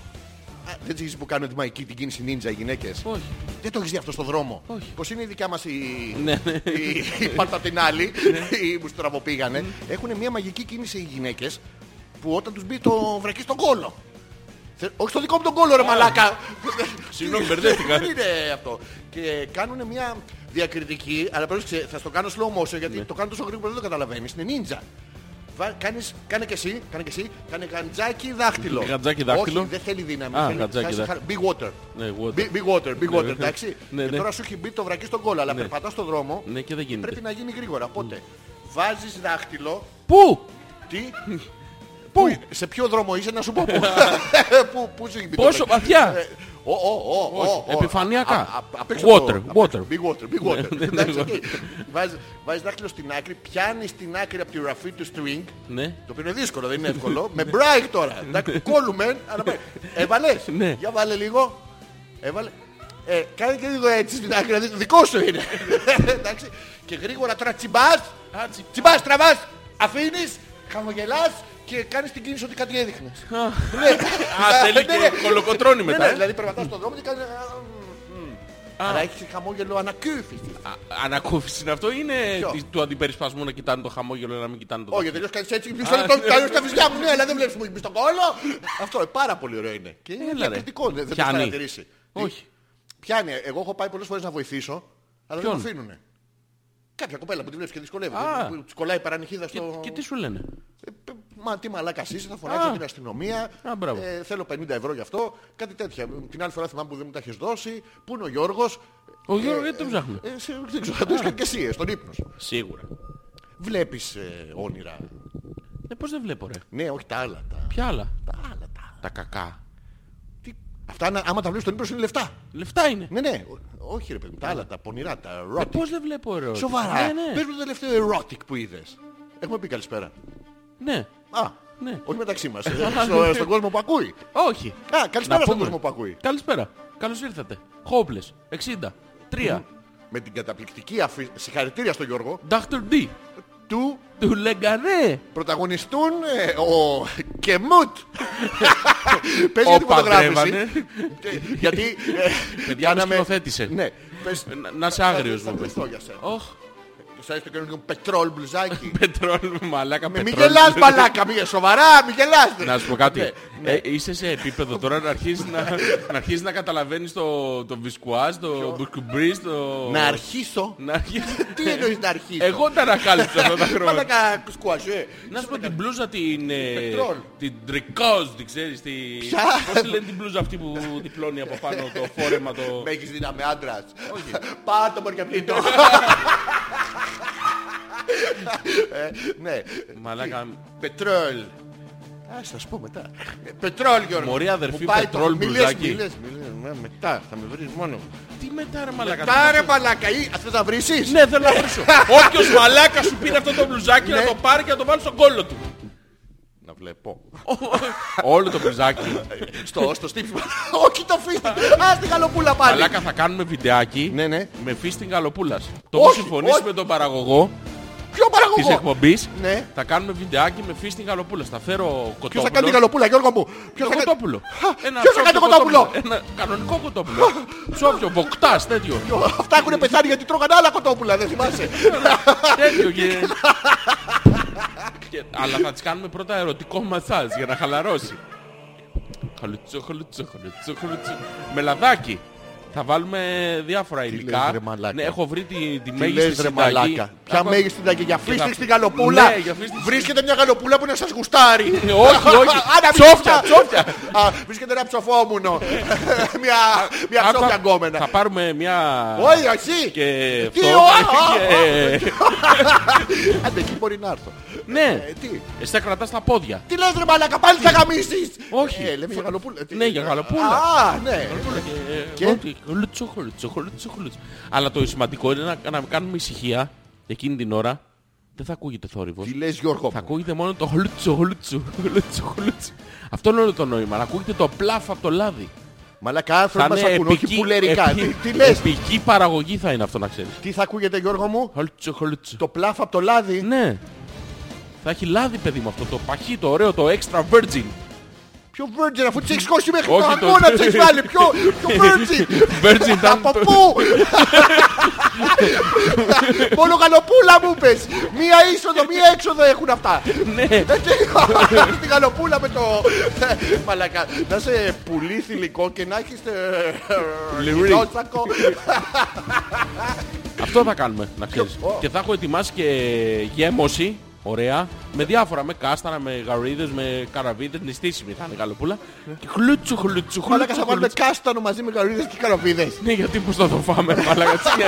A: Α, Δεν ξέρεις που κάνουν τη μαϊκή την κίνηση νίντζα οι γυναίκες.
B: Όχι.
A: Δεν το έχεις δει αυτό στον δρόμο.
B: Όχι.
A: Πως είναι η δικιά μας η,
B: Ναι, ναι.
A: η... η πάρτα την άλλη, οι που στραβοπήγανε. Έχουν μια μαγική κίνηση οι γυναίκες που όταν τους μπει το βρακί στον κόλο. Θε- Όχι στο δικό μου τον κόλλο, ρε μαλάκα.
B: Συγγνώμη, μπερδεύτηκα.
A: Δεν είναι αυτό. Και κάνουν μια διακριτική, αλλά πρόσεξε, θα στο κάνω slow motion γιατί
B: Ναι.
A: το κάνω τόσο γρήγορα δεν το καταλαβαίνεις. Είναι ninja. Βα- Κάνεις, κάνε και εσύ, κάνε και εσύ, κάνε γαντζάκι δάχτυλο.
B: Γαντζάκι δάχτυλο.
A: Όχι, δεν θέλει δύναμη.
B: Α,
A: θέλει-
B: γαντζάκι
A: χάσει
B: δάχτυλο.
A: χα- Big water.
B: Ναι, water.
A: Big, big water, big water, εντάξει.
B: Ναι,
A: και
B: ναι.
A: τώρα σου έχει μπει το βρακί στον κόλλο, αλλά περπατάς στον δρόμο.
B: Ναι, και δεν γίνεται.
A: Πρέπει να γίνει γρήγορα. Οπότε, βάζεις δάχτυλο,
B: Πού!
A: τι. Πού, σε ποιο δρόμο είσαι να σου πω πού. πού, πού σου έχει μπει το
B: Πόσο
A: βρακί.
B: βαθιά?
A: Ε, Ω, ω, ω, ω, ω.
B: επιφανειακά.
A: Α, α, απ' έξω
B: Water,
A: το- απ'
B: water. Ναι,
A: έξω. Big water, big water. Εντάξει, οκ. Βάζεις- Βάζεις δάχτυλο στην άκρη, πιάνεις την άκρη από τη ραφή του string.
B: Ναι.
A: Το οποίο είναι δύσκολο, δεν είναι εύκολο. με μπράικ τώρα. Εντάξει, κόλλουμε. αλλά με- Έβαλες.
B: Ναι.
A: Για βάλε λίγο. Έβαλε. Ε, κάνε και λίγο έτσι στην άκρη, να δεις, δικό σου είναι. Εντάξει. Και γρήγορα τώρα τσιμπάς, τσιμπάς, τραβάς, αφήνεις, χαμογελάς και κάνεις την κίνηση ότι κάτι έδειχνες.
B: Α, θέλει
A: Ναι, ναι.
B: και κολοκοτρώνει
A: Ναι,
B: μετά.
A: ναι,
B: ε.
A: δηλαδή περπατάς στον δρόμο και κάνεις... α, μ. Αλλά έχεις χαμόγελο ανακούφισης.
B: Α, Ανακούφισης είναι αυτό ή είναι
A: Ποιο?
B: της- του αντιπερισπασμού να κοιτάνε το χαμόγελο να μην κοιτάνε το
A: Όχι,
B: δάχτυλο.
A: τελείως κάνεις έτσι και πίσω το κάνω στα βυζιά μου. Ναι, αλλά δεν βλέπεις μου έχει μπει στον κόλλο. Ε, Αυτό ε, πάρα πολύ ωραίο είναι. Και είναι
B: Έλα, ρε.
A: διακριτικό, δεν δεν το
B: Πιάνει.
A: έχεις παρατηρήσει. Ε, Τι?
B: Όχι.
A: Πιάνει. Εγώ έχω πάει πολλές φορές να βοηθήσω, αλλά δεν
B: Ποιον?
A: μου αφήνουνε. Κάποια κοπέλα που τη βλέπεις και δυσκολεύει.
B: Α.
A: Της κολλάει η παρανυχίδα
B: Και,
A: στο...
B: και τι σου λένε.
A: Ε, π- Μα τι μαλάκα είσαι, θα φωνάξω
B: Α.
A: την αστυνομία.
B: Α, μπράβο.
A: ε, θέλω 50 ευρώ γι' αυτό. Κάτι τέτοια. Την άλλη φορά θυμάμαι που δεν μου τα έχεις δώσει. Πού είναι ο Γιώργος.
B: Ο Γιώργος, γιατί τον ψάχνουμε.
A: Ε, σε- δεν ξέρω, θα το έχεις κάνει και εσύ, ε, στον ύπνο σου.
B: Σίγουρα.
A: Βλέπεις ε, όνειρα.
B: Ναι, πώς δεν βλέπω ρε.
A: Ναι, όχι τα άλλα. Τα,
B: Ποια άλλα.
A: τα άλλα. Τα...
B: Τα κακά.
A: Τι... Αυτά να- άμα τα βλέπεις στον ύπνο σου είναι λεφτά.
B: Λεφτά είναι.
A: Ναι, ναι. Ο- Όχι ρε παιδί, μου, τα άλλα, τα πονηρά, τα
B: Ε,
A: erotic.
B: Πώς δεν βλέπω ρε.
A: Ναι. Σοβαρά.
B: Ναι, ναι.
A: Πες μου το τελευταίο erotic που είδες. Έχουμε πει καλησπέρα.
B: Ναι.
A: Α,
B: Ναι.
A: όχι μεταξύ μας. ε, στο, στον κόσμο που ακούει.
B: Όχι.
A: Α, καλησπέρα στον
B: πούμε.
A: κόσμο που ακούει.
B: Καλησπέρα. Καλώς ήρθατε. Χόπλες. 60. 3.
A: Με την καταπληκτική αφή... συγχαρητήρια στον Γιώργο
B: Dr. D.
A: του
B: Του Λεγκαρέ.
A: πρωταγωνιστούν ε, ο Κεμούτ. Πες για
B: Ο
A: την φωτογράφηση.
B: παντρεύανε.
A: Ε, Γιατί... ε,
B: Παιδιά,
A: κάναμε-
B: με σκηνοθέτησε.
A: Ναι. Πες...
B: Να- Να είσαι άγριος
A: θα
B: μου.
A: ευχαριστώ για σένα.
B: Όχι.
A: Σου αρέσει το καινούργιο πετρόλ μπλουζάκι.
B: Πετρόλ, μαλάκα,
A: Μη-
B: πετρόλ.
A: Μη γελάς μαλάκα, μη σοβαρά, μη γελάς.
B: Να σου πω κάτι.
A: Ναι,
B: Ε, είσαι σε επίπεδο τώρα να αρχίσεις να, να, αρχίσεις να καταλαβαίνεις το, το βισκουάζ, το μπουκουμπρίς, το...
A: Να αρχίσω.
B: να αρχίσεις-
A: Τι εννοείς να αρχίσω.
B: Ναι. Εγώ τα ανακάλυψα αυτά τα χρόνια.
A: Μαλάκα κουσκουαζέ.
B: Να σου πω την μπλούζα την... ε,
A: Πετρόλ.
B: Την τρικόζ, την ξέρεις. Την...
A: Ποια?
B: Πώς τη λένε την μπλούζα αυτή που διπλώνει από πάνω το φόρεμα το...
A: Με έχεις δει να είμαι άντρας. Πάρ' το
B: Ε,
A: μορκαπλίτο. Ναι.
B: Μαλάκα.
A: Πετρόλ. Ας, θα σου πω μετά. Ε, Πετρόλ, Γιώργο.
B: Μωρή αδερφή,
A: Μου πάει το-
B: πετρόλ,
A: μη λες,
B: μπλουζάκι.
A: μη λες, μη λες. Ναι, Μετά, θα με βρεις μόνο.
B: Τι μετά ρε μαλάκα.
A: Μετά ρε μαλάκα, ή ας θες να βρήσεις.
B: Ναι, θέλω να βρίσω. Όποιος μαλάκα σου πήρε αυτό το μπλουζάκι να
A: Ναι.
B: το πάρει και να το βάλει στον κόλλο του.
A: Να βλέπω.
B: Όλο το μπλουζάκι.
A: Στο, στο στύψιμο. Όχι το φίστη. Ας την γαλοπούλα πάλι.
B: Μαλάκα θα κάνουμε βιντεάκι
A: Ναι, ναι.
B: με φίστινγκ γαλοπούλας. Το
A: Όχι,
B: που συμφωνήσει
A: όχι.
B: με τον παραγωγό
A: Ποιο
B: της
A: παραγωγό.
B: εκπομπής
A: Ναι.
B: θα κάνουμε βιντεάκι με φίστινγκ γαλοπούλας. Θα φέρω κοτόπουλο.
A: Ποιος θα κάνει την γαλοπούλα, Γιώργο μου. Ποιος θα
B: Το
A: κάνει...
B: κοτόπουλο.
A: Χα, ποιος θα κάνει το
B: ψόφιο
A: κοτόπουλο?
B: Ένα κανονικό κοτόπουλο. Ψόφιο, βοκτάς, τέτοιο.
A: Αυτά έχουν πεθάνει γιατί τρώγανε άλλα κοτόπουλα, δεν θυμάσαι.
B: τέτοιο και... και- Αλλά θα της κάνουμε πρώτα ερωτικό μασάζ για να χαλαρώσει. Χαλουτσό, χαλουτσό, χαλουτσό, χαλουτσό. Με λαδάκι. Θα βάλουμε διάφορα
A: λες,
B: υλικά.
A: ρε μαλάκα.
B: Ναι, έχω βρει τη, τη
A: Τι λες
B: μέγιστη
A: ρε
B: συνταγή.
A: μαλάκα. Ποια
B: Ακόμα-
A: μέγιστη συνταγή για
B: θα-
A: φίστιξ στην γαλοπούλα.
B: Ναι, για φίστιξ.
A: Βρίσκεται μια γαλοπούλα που να σας γουστάρει.
B: Ναι, όχι, όχι.
A: Άρα, μην
B: Ψόφια,
A: γουστά-
B: ψόφια.
A: Α, Βρίσκεται ένα ψοφόμουνο. Μια- Μια
B: Άκου,
A: ψόφια
B: άκου.
A: γκόμενα.
B: Θα πάρουμε μια...
A: Όχι, εσύ.
B: Και
A: Τι,
B: αυτό.
A: α, α,
B: και-
A: Άντε, εκεί μπορεί να έρθω.
B: Ναι.
A: Ε, Τι.
B: Εσύ θα κρατάς τα πόδια.
A: Τι λες ρε μαλάκα, πάλι θα γαμίσεις.
B: Ε, Όχι.
A: Ε, λέμε για γαλοπούλα. Τι-
B: Ναι, για γαλοπούλα.
A: Α, ναι. Και?
B: Και... Ότι χλουτσο, χλουτσο, χλουτσο, χλουτσο. Αλλά το σημαντικό είναι να, να κάνουμε ησυχία εκείνη την ώρα. Δεν θα ακούγεται θόρυβος.
A: Τι λες Γιώργο
B: Θα
A: μου.
B: ακούγεται μόνο το χλουτσο, χλουτσο, χλουτσο, χλουτσο. Αυτό είναι όλο το νόημα. Να ακούγεται το πλάφ από το λάδι.
A: Μαλάκα άνθρωποι μας ακούν, όχι πουλερικά.
B: επι-
A: Τι- Τι λες.
B: επική παραγωγή θα είναι αυτό να ξέρεις.
A: Τι θα ακούγεται Γιώργο μου.
B: Χλουτσο, χλουτσο.
A: Το πλάφ από το λάδι.
B: Ναι. Θα έχει λάδι παιδί μου αυτό το παχύ, το ωραίο, το extra virgin.
A: Ποιο virgin, αφού τι έχει σηκώσει μέχρι το
B: Όχι, το-
A: αγώνα, τι έχεις βάλει. Ποιο ποιο virgin.
B: Virgin ήταν
A: Από
B: το-
A: πού. Μόνο γαλοπούλα μου πες. Μία είσοδο, μία έξοδο έχουν αυτά. Ναι. Τη γαλοπούλα με το. Μαλακά. Να σε πουλεί θηλυκό και να έχεις... ε,
B: Λιουρί.
A: λιθότσακο.
B: Αυτό θα κάνουμε, να ξέρεις. Και θα έχω ετοιμάσει και γέμωση, ωραία, με διάφορα, με κάστανα, με γαρίδες, με καραβίδες, νηστίσιμη θα είναι η γαλοπούλα. Και χλούτσου, χλούτσου,
A: Μαλακά
B: χλούτσου,
A: θα βάλουμε
B: χλούτσου.
A: κάστανο μαζί με καραβίδες και καραβίδες.
B: Ναι, γιατί πώς θα το φάμε, μαλάκα, τι είναι.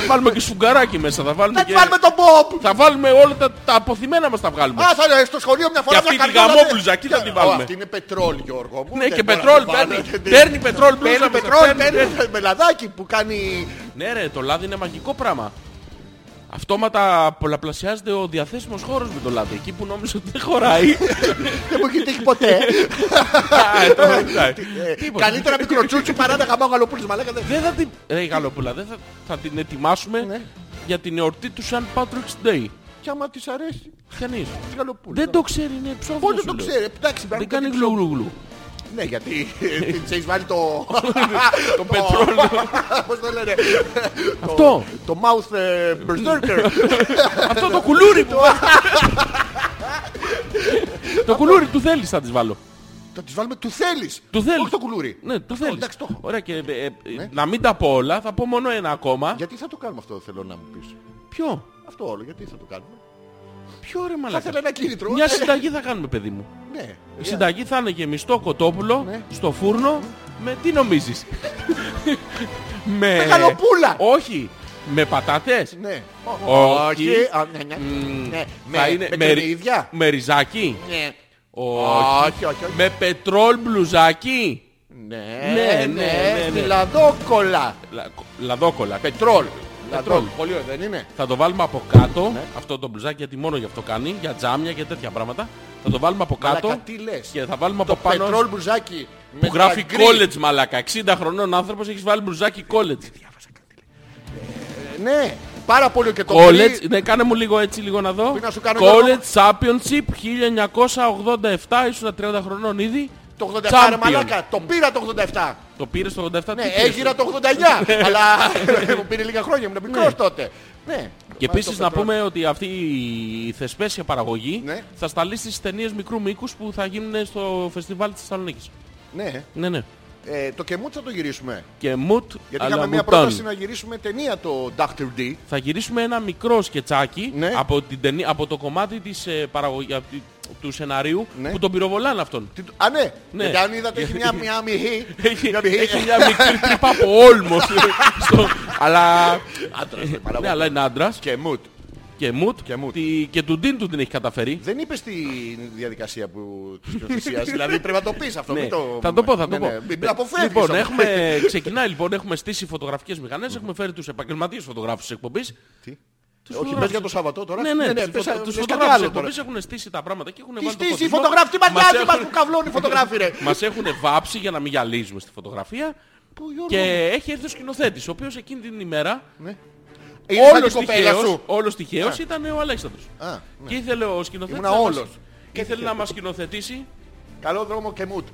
B: Θα βάλουμε και σουγκαράκι μέσα, θα βάλουμε
A: Θα τη
B: και...
A: βάλουμε τον Μπομπ.
B: Θα βάλουμε όλα τα, τα αποθυμένα μας τα βγάλουμε.
A: Α, θα, στο σχολείο μια φορά
B: Ναι. Και αυτή
A: θα
B: τη
A: καριόλα-
B: γαμόπλουζα, εκεί θα την
A: Ναι. Ω,
B: βάλουμε.
A: Αυτή είναι πετρόλ, Γιώργο μου.
B: Ναι,
A: Δεν
B: και
A: μπορώ να
B: πετρόλ
A: την βάλω.
B: παίρνει.
A: Δεν-
B: Παίρνει πετρόλ, μπλούζα,
A: Παίρνει
B: μέσα,
A: πετρόλ,
B: παίρνει.
A: παίρνει μελαδάκι που κάνει...
B: Ναι ρε, το λάδι είναι μαγικό πράγμα. Αυτόματα πολλαπλασιάζεται ο διαθέσιμος χώρος με το λάδι. Εκεί που νόμιζα ότι δεν χωράει.
A: Δεν μου έχει τύχει ποτέ.
B: Α, το- εντάξει.
A: Ε,
B: Τίποτα.
A: Καλύτερα μικροτσούτσι παρά να γαμάω γαλοπούλης μαλάκα. δεν-
B: Δεν θα την... Ρε η γαλοπούλα, δεν θα, θα την ετοιμάσουμε
A: Ναι.
B: για την εορτή του Σαν Patrick's Day.
A: Κι άμα της αρέσει,
B: Κανείς.
A: της γαλοπούλας.
B: Δεν το ξέρει, είναι ψόφιλο.
A: Πώς δεν το ξέρει, εντάξει.
B: Δεν
A: πρέπει να
B: κάνει
A: την-
B: γλουγλουγλου.
A: Ναι, γιατί την έχεις βάλει το... Το
B: πετρόλαιο.
A: Πώς το λένε.
B: Αυτό.
A: Το mouth ε, berserker.
B: Αυτό το κουλούρι που... Το κουλούρι του θέλεις θα της βάλω.
A: Θα τις βάλουμε του θέλεις.
B: Του θέλεις.
A: Όχι το κουλούρι.
B: Ναι, το
A: Αυτό,
B: θέλεις.
A: εντάξει, το έχω.
B: Ωραία και ε, ε, να μην τα πω όλα, θα πω μόνο ένα ακόμα.
A: Γιατί θα το κάνουμε αυτό, θέλω να μου πεις.
B: Ποιο?
A: Αυτό όλο, γιατί θα το κάνουμε.
B: Ποιο ρε
A: Θα
B: μαλάκα.
A: ήθελα ένα κίνητρο.
B: Μια
A: Ε,
B: συνταγή θα κάνουμε παιδί μου.
A: Ναι.
B: Η συνταγή θα είναι γεμιστό κοτόπουλο
A: Ναι.
B: στο φούρνο με τι νομίζεις. με...
A: Μεγαλοπούλα.
B: Όχι. Με πατάτες.
A: Ναι.
B: Όχι.
A: Α, ναι, ναι.
B: Μμμ,
A: Ναι.
B: θα
A: Με-
B: είναι
A: Με
B: με,
A: την ίδια.
B: με ριζάκι.
A: Ναι.
B: Όχι.
A: Όχι, όχι, όχι.
B: Με πετρόλ μπλουζάκι.
A: Ναι,
B: ναι,
A: ναι,
B: ναι,
A: ναι.
B: ναι.
A: Στη λαδόκολα.
B: Λα- λαδόκολλα.
A: Πετρόλ.
B: Πετρόλ.
A: Λαδόκολα. Πολύ ωραίο, δεν είναι.
B: Θα το βάλουμε από κάτω.
A: Ναι.
B: Αυτό το μπλουζάκι γιατί μόνο γι' αυτό κάνει. Για τζάμια και τέτοια πράγματα. Θα το βάλουμε από κάτω.
A: Μαλάκα, τι λες.
B: Και θα βάλουμε
A: Το
B: από πάνω.
A: πετρόλ μπουζάκι. με
B: Που γράφει
A: τα γκρι.
B: college μαλάκα. 60 χρονών άνθρωπος έχεις βάλει μπλουζάκι college.
A: Ναι. Πάρα πολύ και το
B: College,
A: γκρι.
B: ναι, κάνε μου λίγο έτσι, λίγο να δω.
A: Πριν να σου κάνω
B: College Championship 1987, ήσουν 30 χρονών ήδη.
A: Το 87 ρε
B: Champion.
A: μαλάκα. Το πήρα το 87.
B: Το πήρες το 87.
A: Ναι,
B: τι πήρες?
A: έγινα το 89. Αλλά μου πήρε λίγα χρόνια, ήμουν
B: Ναι.
A: μικρός τότε. Ναι.
B: Και
A: Μα, το
B: επίση να
A: πετρόλ.
B: πούμε ότι αυτή η θεσπέσια παραγωγή
A: Ναι.
B: θα σταλεί στις ταινίες μικρού μήκους που θα γίνουν στο φεστιβάλ της Θεσσαλονίκης.
A: Ναι.
B: Ναι, ναι.
A: Ε, το κεμούτ θα το γυρίσουμε.
B: Και Μουτ
A: Γιατί
B: αλλά
A: είχαμε μια
B: Μουτάν.
A: πρόταση να γυρίσουμε ταινία το Dr. D.
B: Θα γυρίσουμε ένα μικρό σκετσάκι
A: Ναι.
B: από, την ταινία- από το κομμάτι της, ε, παραγωγή, από τη- του σεναρίου
A: Ναι.
B: που τον πυροβολάνε αυτόν.
A: Τι το- Α, ναι.
B: Ναι.
A: Γιατί αν είδατε έχει μια, μια μυχή.
B: Έχει,
A: μια μυχή.
B: έχει μια μικρή τρύπα από όλμος. στο- αλλά.
A: Άντρας, ρε,
B: ναι,
A: παραγωγός.
B: αλλά είναι άντρας.
A: Και μουτ.
B: Και Μουτ.
A: Και Μουτ. Ναι.
B: Τη- και του Ντίν του την έχει καταφέρει.
A: Δεν είπες τη διαδικασία που... της σκηνοθεσίας. δηλαδή πρέπει να το πεις αυτό.
B: Ναι.
A: μην το...
B: Θα το πω, θα
A: Ναι,
B: το πω.
A: ναι, Μην μην αποφεύγεις.
B: Λοιπόν,
A: αυτό.
B: έχουμε, ξεκινάει λοιπόν, έχουμε στήσει φωτογραφικές μηχανές, έχουμε φέρει τους επαγγελματίες φωτογράφους της εκπομπής.
A: Τι?
B: Τους
A: Ε, Όχι,
B: φωτογράφους.
A: πες για το Σαββατό τώρα.
B: Ναι, ναι,
A: πες,
B: τους, τους
A: πες κάτι
B: φωτογράφους της
A: άλλο τώρα.
B: εκπομπής έχουν στήσει τα πράγματα και έχουν
A: Τι
B: βάλει το
A: στήσει η
B: φωτισμό.
A: φωτογράφη, τι
B: Μας
A: μαγιάζει μας
B: έχουν-
A: που καβλώνει η φωτογράφη ρε.
B: Μας έχουν βάψει για να μην γυαλίζουμε στη φωτογραφία.
A: Πού, Γιώργο
B: Και
A: μου.
B: έχει έρθει ο σκηνοθέτης, ο οποίος εκείνη την ημέρα
A: Είναι σαν
B: όλος
A: την κοπέλα
B: τυχαίος,
A: σου.
B: όλος τυχαίος ήταν ο Αλέξανδρος.
A: Α, ναι.
B: Και ήθελε ο σκηνοθέτης
A: Ήμουνα
B: να μας-
A: όλος.
B: Ήθελε να μας σκηνοθετήσει
A: Καλό δρόμο και μουτ.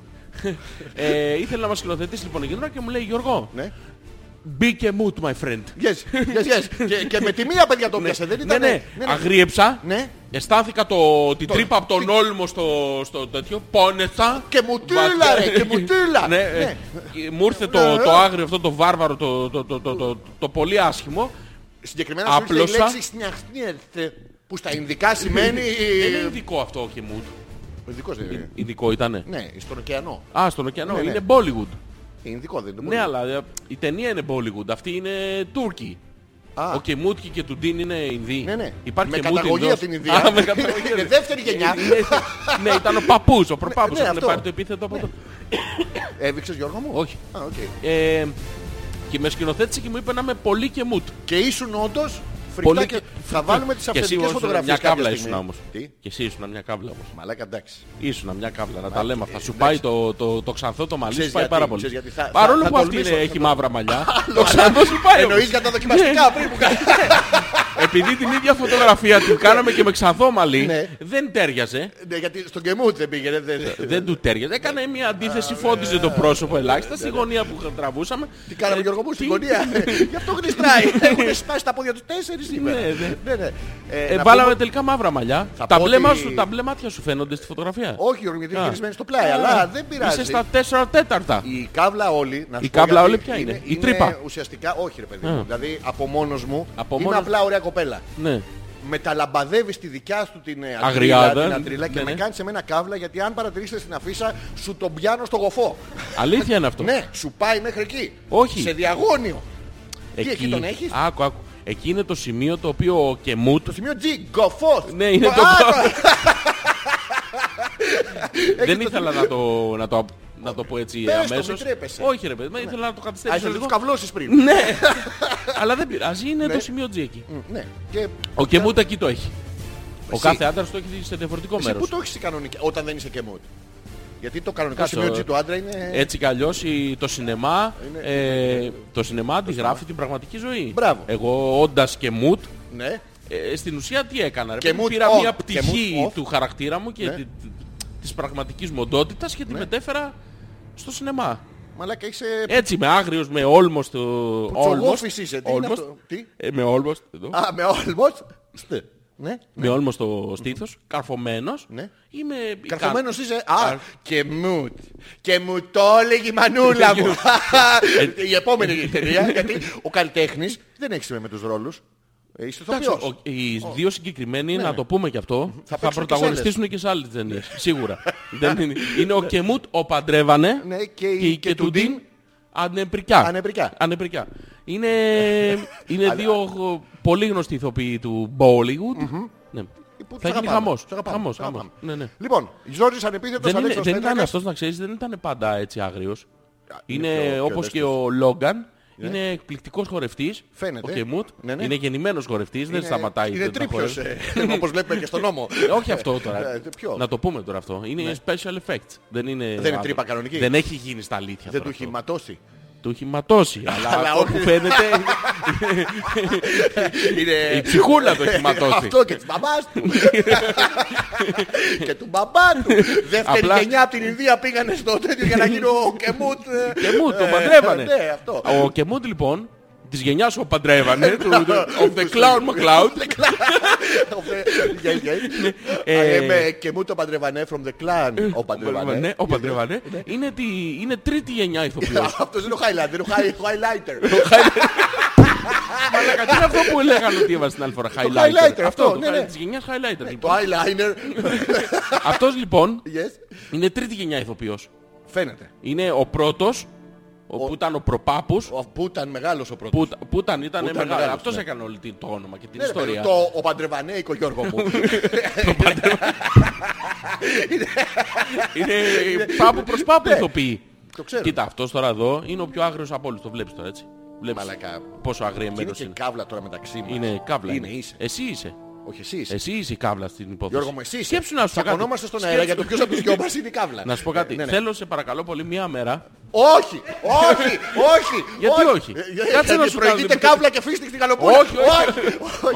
B: ε, ήθελε να μας σκηνοθετήσει λοιπόν η Γεωργό και μου λέει Γιώργο,
A: Ναι.
B: μπήκε mood my friend.
A: Yes, yes, yes. Και- Και με τη μία παιδιά το πιάσε. Δεν
B: Ναι,
A: ήταν...
B: ναι, αγρίεψα.
A: Ναι.
B: Αισθάνθηκα το, την
A: Το-
B: τρύπα από τον
A: τι-
B: όλμο στο, στο τέτοιο. Πόνεσα.
A: Και μου τύλα,
B: Βα-
A: ρε, και μου τύλα.
B: ναι, ε,
A: Ναι. ε.
B: και Μου ήρθε το, το άγριο αυτό, το βάρβαρο, το, το, το, το, το, το πολύ άσχημο.
A: Συγκεκριμένα σου ήρθε η
B: Άπλωσα.
A: λέξη «σνιαχτνιερθε», που στα Ινδικά σημαίνει...
B: Δεν Ε, είναι ειδικό αυτό ο Χιμούτ. ναι.
A: Ειδικό δεν είναι.
B: Ειδικό ήτανε.
A: Ναι, στον ωκεανό.
B: Α, στον ωκεανό.
A: Ε. Ναι, ναι.
B: Είναι Bollywood.
A: Ε, Ινδικό δεν είναι.
B: Ναι, αλλά ε, η ταινία είναι Bollywood. Αυτή είναι Τούρκοι.
A: Α.
B: Ο Κεμούτκι και του Ντίν είναι Ινδοί.
A: Ναι, ναι.
B: Υπάρχει
A: με
B: και Μούτ
A: καταγωγή
B: Ινδός.
A: από την Ινδία.
B: Α, με καταγωγή.
A: Είναι δεύτερη γενιά.
B: Είναι- ναι, ήταν ο παππούς, ο προπάππους.
A: Ναι, ναι,
B: Έχουν
A: αυτό.
B: πάρει το επίθετο από το...
A: Έβηξες Γιώργο μου.
B: Όχι.
A: Α, οκ.
B: Ε, και με σκηνοθέτησε και μου είπε να είμαι πολύ και μουτ.
A: Και ήσουν όντως
B: Πολύ
A: φρικτά και... Θα βάλουμε τις
B: Και εσύ
A: αυθεντικές
B: ήσουν
A: φωτογραφίες
B: Μια κάβλα
A: κάποια
B: ήσουν
A: στιγμή.
B: όμως.
A: Τι.
B: Και εσύ ήσουν μια κάβλα όμως.
A: Μαλάκα εντάξει.
B: Ήσουνα μια κάβλα, να τα λέμε αυτά. Σου πάει το, το, το ξανθό το μαλλί,
A: ε, Ξέρεις
B: σου πάει
A: γιατί,
B: πάρα πολύ.
A: ξέρεις γιατί θα-
B: Παρόλο
A: θα-
B: που
A: θα
B: αυτή είναι-
A: τολμήσω, θα
B: Ε, έχει μαύρα μαλλιά, το ξανθό σου πάει. όμως. Ναι. ε,
A: Εννοείς για τα δοκιμαστικά πριν που κάνεις.
B: επειδή την ίδια φωτογραφία την κάναμε και με ξανθόμαλη,
A: Ναι.
B: δεν τέριαζε.
A: Ναι, γιατί στον Κεμούτ δεν πήγαινε. δεν-
B: Δεν του τέριαζε. Έκανε μια αντίθεση, φώτιζε το πρόσωπο ελάχιστα στη γωνία που τραβούσαμε.
A: Τι κάναμε
B: Ε,
A: Γιώργο μου στην
B: τι-
A: γωνία. Γι' αυτό γλιστράει. Έχουν σπάσει τα πόδια τους τέσσερις σήμερα.
B: Ναι, ναι.
A: Ναι, ναι. Ε,
B: Ε,
A: να
B: βάλαμε
A: πούμε-
B: τελικά μαύρα μαλλιά.
A: Θα
B: Τα
A: πω
B: μπλε,
A: ότι-
B: μας- τα μπλε μάτια σου φαίνονται στη φωτογραφία.
A: Όχι Γιώργο, γιατί είναι
B: Α.
A: γυρισμένη στο πλάι, αλλά δεν
B: Είσαι
A: πειράζει.
B: στα 4 τέταρτα.
A: Η κάβλα όλη, να σου
B: Η
A: πω,
B: κάβλα
A: γιατί
B: όλη ποια είναι, η τρύπα.
A: Ουσιαστικά, όχι ρε παιδί μου. Δηλαδή από μόνος μου
B: Από
A: είμαι
B: μόνος-
A: απλά ωραία κοπέλα.
B: Ναι.
A: μεταλαμπαδεύεις τη δικιά σου την ε,
B: Αγριάδα.
A: ατρίλα, την ατρίλα και
B: Ναι,
A: με
B: ναι.
A: κάνει σε μένα καύλα γιατί αν παρατηρήσετε στην αφίσα σου τον πιάνω στο γοφό.
B: Αλήθεια είναι αυτό.
A: ναι, σου πάει μέχρι εκεί.
B: Όχι.
A: Σε διαγώνιο. Τι, εκεί τον έχεις?
B: Άκου, άκου. Εκεί είναι το σημείο το οποίο ο Κεμούτ.
A: Το σημείο G, γκοφός.
B: Ναι, είναι το.
A: Α,
B: Δεν ήθελα να το, να το, να το πω έτσι
A: Πες το,
B: αμέσως.
A: μην τρέπεσαι. Ναι.
B: Όχι, ρε παιδί, μου, ήθελα να το
A: Α,
B: καθυστερήσω
A: ήθελες
B: λίγο.
A: τους Ναι. καυλώσεις πριν.
B: Ναι, αλλά δεν πειράζει, είναι το σημείο G εκεί.
A: Μ, Ναι. Και
B: Ο Κεμούτ εκεί το έχει. Ο
A: Εσύ-
B: κάθε άντρας το έχει σε διαφορετικό
A: σε
B: μέρος.
A: πού το έχεις κανονικά όταν δεν είσαι και mood. Γιατί το κανονικό
B: Κάτσε,
A: σημείο
B: ε,
A: G του άντρα είναι...
B: Έτσι κι αλλιώς το σινεμά, ε, το σινεμά αντιγράφει την πραγματική ζωή.
A: Μπράβο.
B: Εγώ όντας και μουτ,
A: Ναι.
B: ε, στην ουσία τι έκανα. Ρε,
A: Και
B: παιδί μου,
A: mood
B: πήρα
A: off,
B: μια
A: και
B: πτυχή
A: mood off.
B: του χαρακτήρα μου και
A: Ναι.
B: τη- της πραγματικής μοντότητας και τη μετέφερα στο σινεμά.
A: Μαλάκα είσαι...
B: Έτσι με άγριος, με όλμος του...
A: Τσογόφης είσαι. Τι είναι
B: Όλμος.
A: αυτό. Τι.
B: Ε, με όλμος, εδώ.
A: Α, με όλμος. Στε. Ναι.
B: με όλμος το στήθος, καρφωμένος.
A: Ναι.
B: Είμαι...
A: Καρφωμένος είσαι. Α, και μου. Και μου το έλεγε η μανούλα μου.
B: Ε,
A: Η επόμενη ταινία. Γιατί ο καλλιτέχνης δεν έχει σημαίνει με τους ρόλους. Ε, Είσαι
B: Εντάξει,
A: ηθοποιός. Ναι.
B: ο- οι δύο συγκεκριμένοι, να το πούμε και αυτό, θα,
A: παίξουν και
B: πρωταγωνιστήσουν και σε άλλες ταινίες. Σίγουρα. Δεν είναι. είναι ο Κεμούτ, ο Παντρεύανε
A: Ναι, και η- και του Ντίν.
B: Ανεπρικιά.
A: Ανεπρικιά.
B: Ανεπρικιά. Είναι, είναι δύο ε, πολύ γνωστοί ηθοποιοί του Bollywood. Ναι.
A: Που τους
B: Θα γίνει
A: αγαπάμε.
B: χαμός.
A: Τους αγαπάμε,
B: Χαμός,
A: τους αγαπάμε.
B: χαμός. Ναι, ναι.
A: Λοιπόν, Ζόρις ανεπίθετος
B: Δεν, είναι,
A: Αλέξανδρος
B: δεν ήταν
A: Πέτρακας.
B: αυτός, να ξέρεις, δεν ήταν πάντα έτσι άγριος.
A: είναι
B: Είναι,
A: πιο- πιο
B: όπως και
A: ελεύθερος.
B: ο Λόγκαν. Είναι εκπληκτικός χορευτής.
A: Φαίνεται.
B: Ο Κεμούτ.
A: Ναι, ναι.
B: Είναι γεννημένος χορευτής. Δεν
A: Είναι-
B: σταματάει.
A: Είναι
B: να
A: τρίπιος,
B: χορεύει.
A: ε, όπως βλέπουμε και στον νόμο.
B: Ε, Όχι αυτό τώρα.
A: Ε, ποιο? Ναι.
B: Να το πούμε τώρα αυτό. Είναι special effects. Δεν είναι,
A: είναι τρύπα κανονική.
B: Δεν έχει γίνει στα
A: Δεν
B: αλήθεια. τώρα
A: του έχει
B: αυτό.
A: ματώσει.
B: Του έχει ματώσει. Αλλά
A: Αλλά
B: αυτό
A: όχι.
B: που φαίνεται.
A: Είναι-
B: η ψυχούλα το έχει ματώσει.
A: Αυτό και της μαμάς του. και του μπαμπά του. Δεύτερη
B: Απλά-
A: γενιά από την Ινδία πήγανε στο τέτοιο για να γίνω ο Κεμούτ. ε,
B: Κεμούτ, τον
A: ε,
B: παντρεύανε.
A: Ναι, αυτό. Ναι,
B: Ο Κεμούντ λοιπόν, της γενιάς ο παντρεύανε, του, of the clown McCloud.
A: Yes, yes.
B: Ε,
A: I am, ε, Κεμούτ ο παντρεβανέ from the clan. Ο παντρεβανέ.
B: Ναι, ο παντρεύανε. Είναι, τη- είναι τρίτη γενιά ηθοποιός.
A: Αυτός είναι ο highlighter. ο high- highlighter.
B: Μαλάκα, τι είναι αυτό που λέγανε ότι έβαζε την άλλη φορά.
A: highlighter,
B: Highlighter.
A: αυτό,
B: το
A: ναι, ναι.
B: χα- της γενιάς highlighter.
A: Το
B: λοιπόν.
A: eyeliner.
B: Αυτός λοιπόν
A: Yes.
B: είναι τρίτη γενιά ηθοποιός.
A: Φαίνεται.
B: Είναι ο πρώτος, ο, που ήταν ο προπάπους,
A: Ο- Που ήταν μεγάλος ο πρώτος.
B: που, που ήταν, ήταν
A: ήταν
B: μεγάλος.
A: μεγάλος,
B: Αυτός
A: ναι.
B: έκανε όλη την- το όνομα και την
A: Ναι, ρε παιδί,
B: ιστορία.
A: Το ο παντρεβανέικο Γιώργο μου.
B: Είναι πάπου προς πάπου ηθοποιοί.
A: Ναι, το ξέρω.
B: Κοίτα, αυτός τώρα εδώ είναι ο πιο άγριος από όλους. Το βλέπεις τώρα έτσι. Βλέπεις
A: Μαλακά.
B: πόσο
A: Και Είναι
B: αγριεμένος
A: και
B: είναι.
A: κάβλα τώρα μεταξύ μας.
B: Είναι κάβλα.
A: Είναι είσαι.
B: Εσύ είσαι.
A: Όχι εσύ είσαι.
B: Εσύ είσαι η κάβλα στην υπόθεση.
A: Γιώργο μου, εσύ είσαι.
B: Σκέψου να σου πω κάτι.
A: Τσακωνόμαστε στον αέρα
B: Σκέψου-
A: για το ποιος από τους δυο μας είναι η κάβλα.
B: Να σου πω κάτι.
A: Ε, ναι, ναι.
B: Θέλω σε παρακαλώ πολύ μία μέρα.
A: Όχι, όχι, όχι.
B: Γιατί όχι?
A: Ε,
B: Κάτσε
A: γιατί
B: να σου
A: προηγείται
B: κάνω-
A: κάβλα και φύστηκε στην καλοπούλα.
B: Όχι, όχι.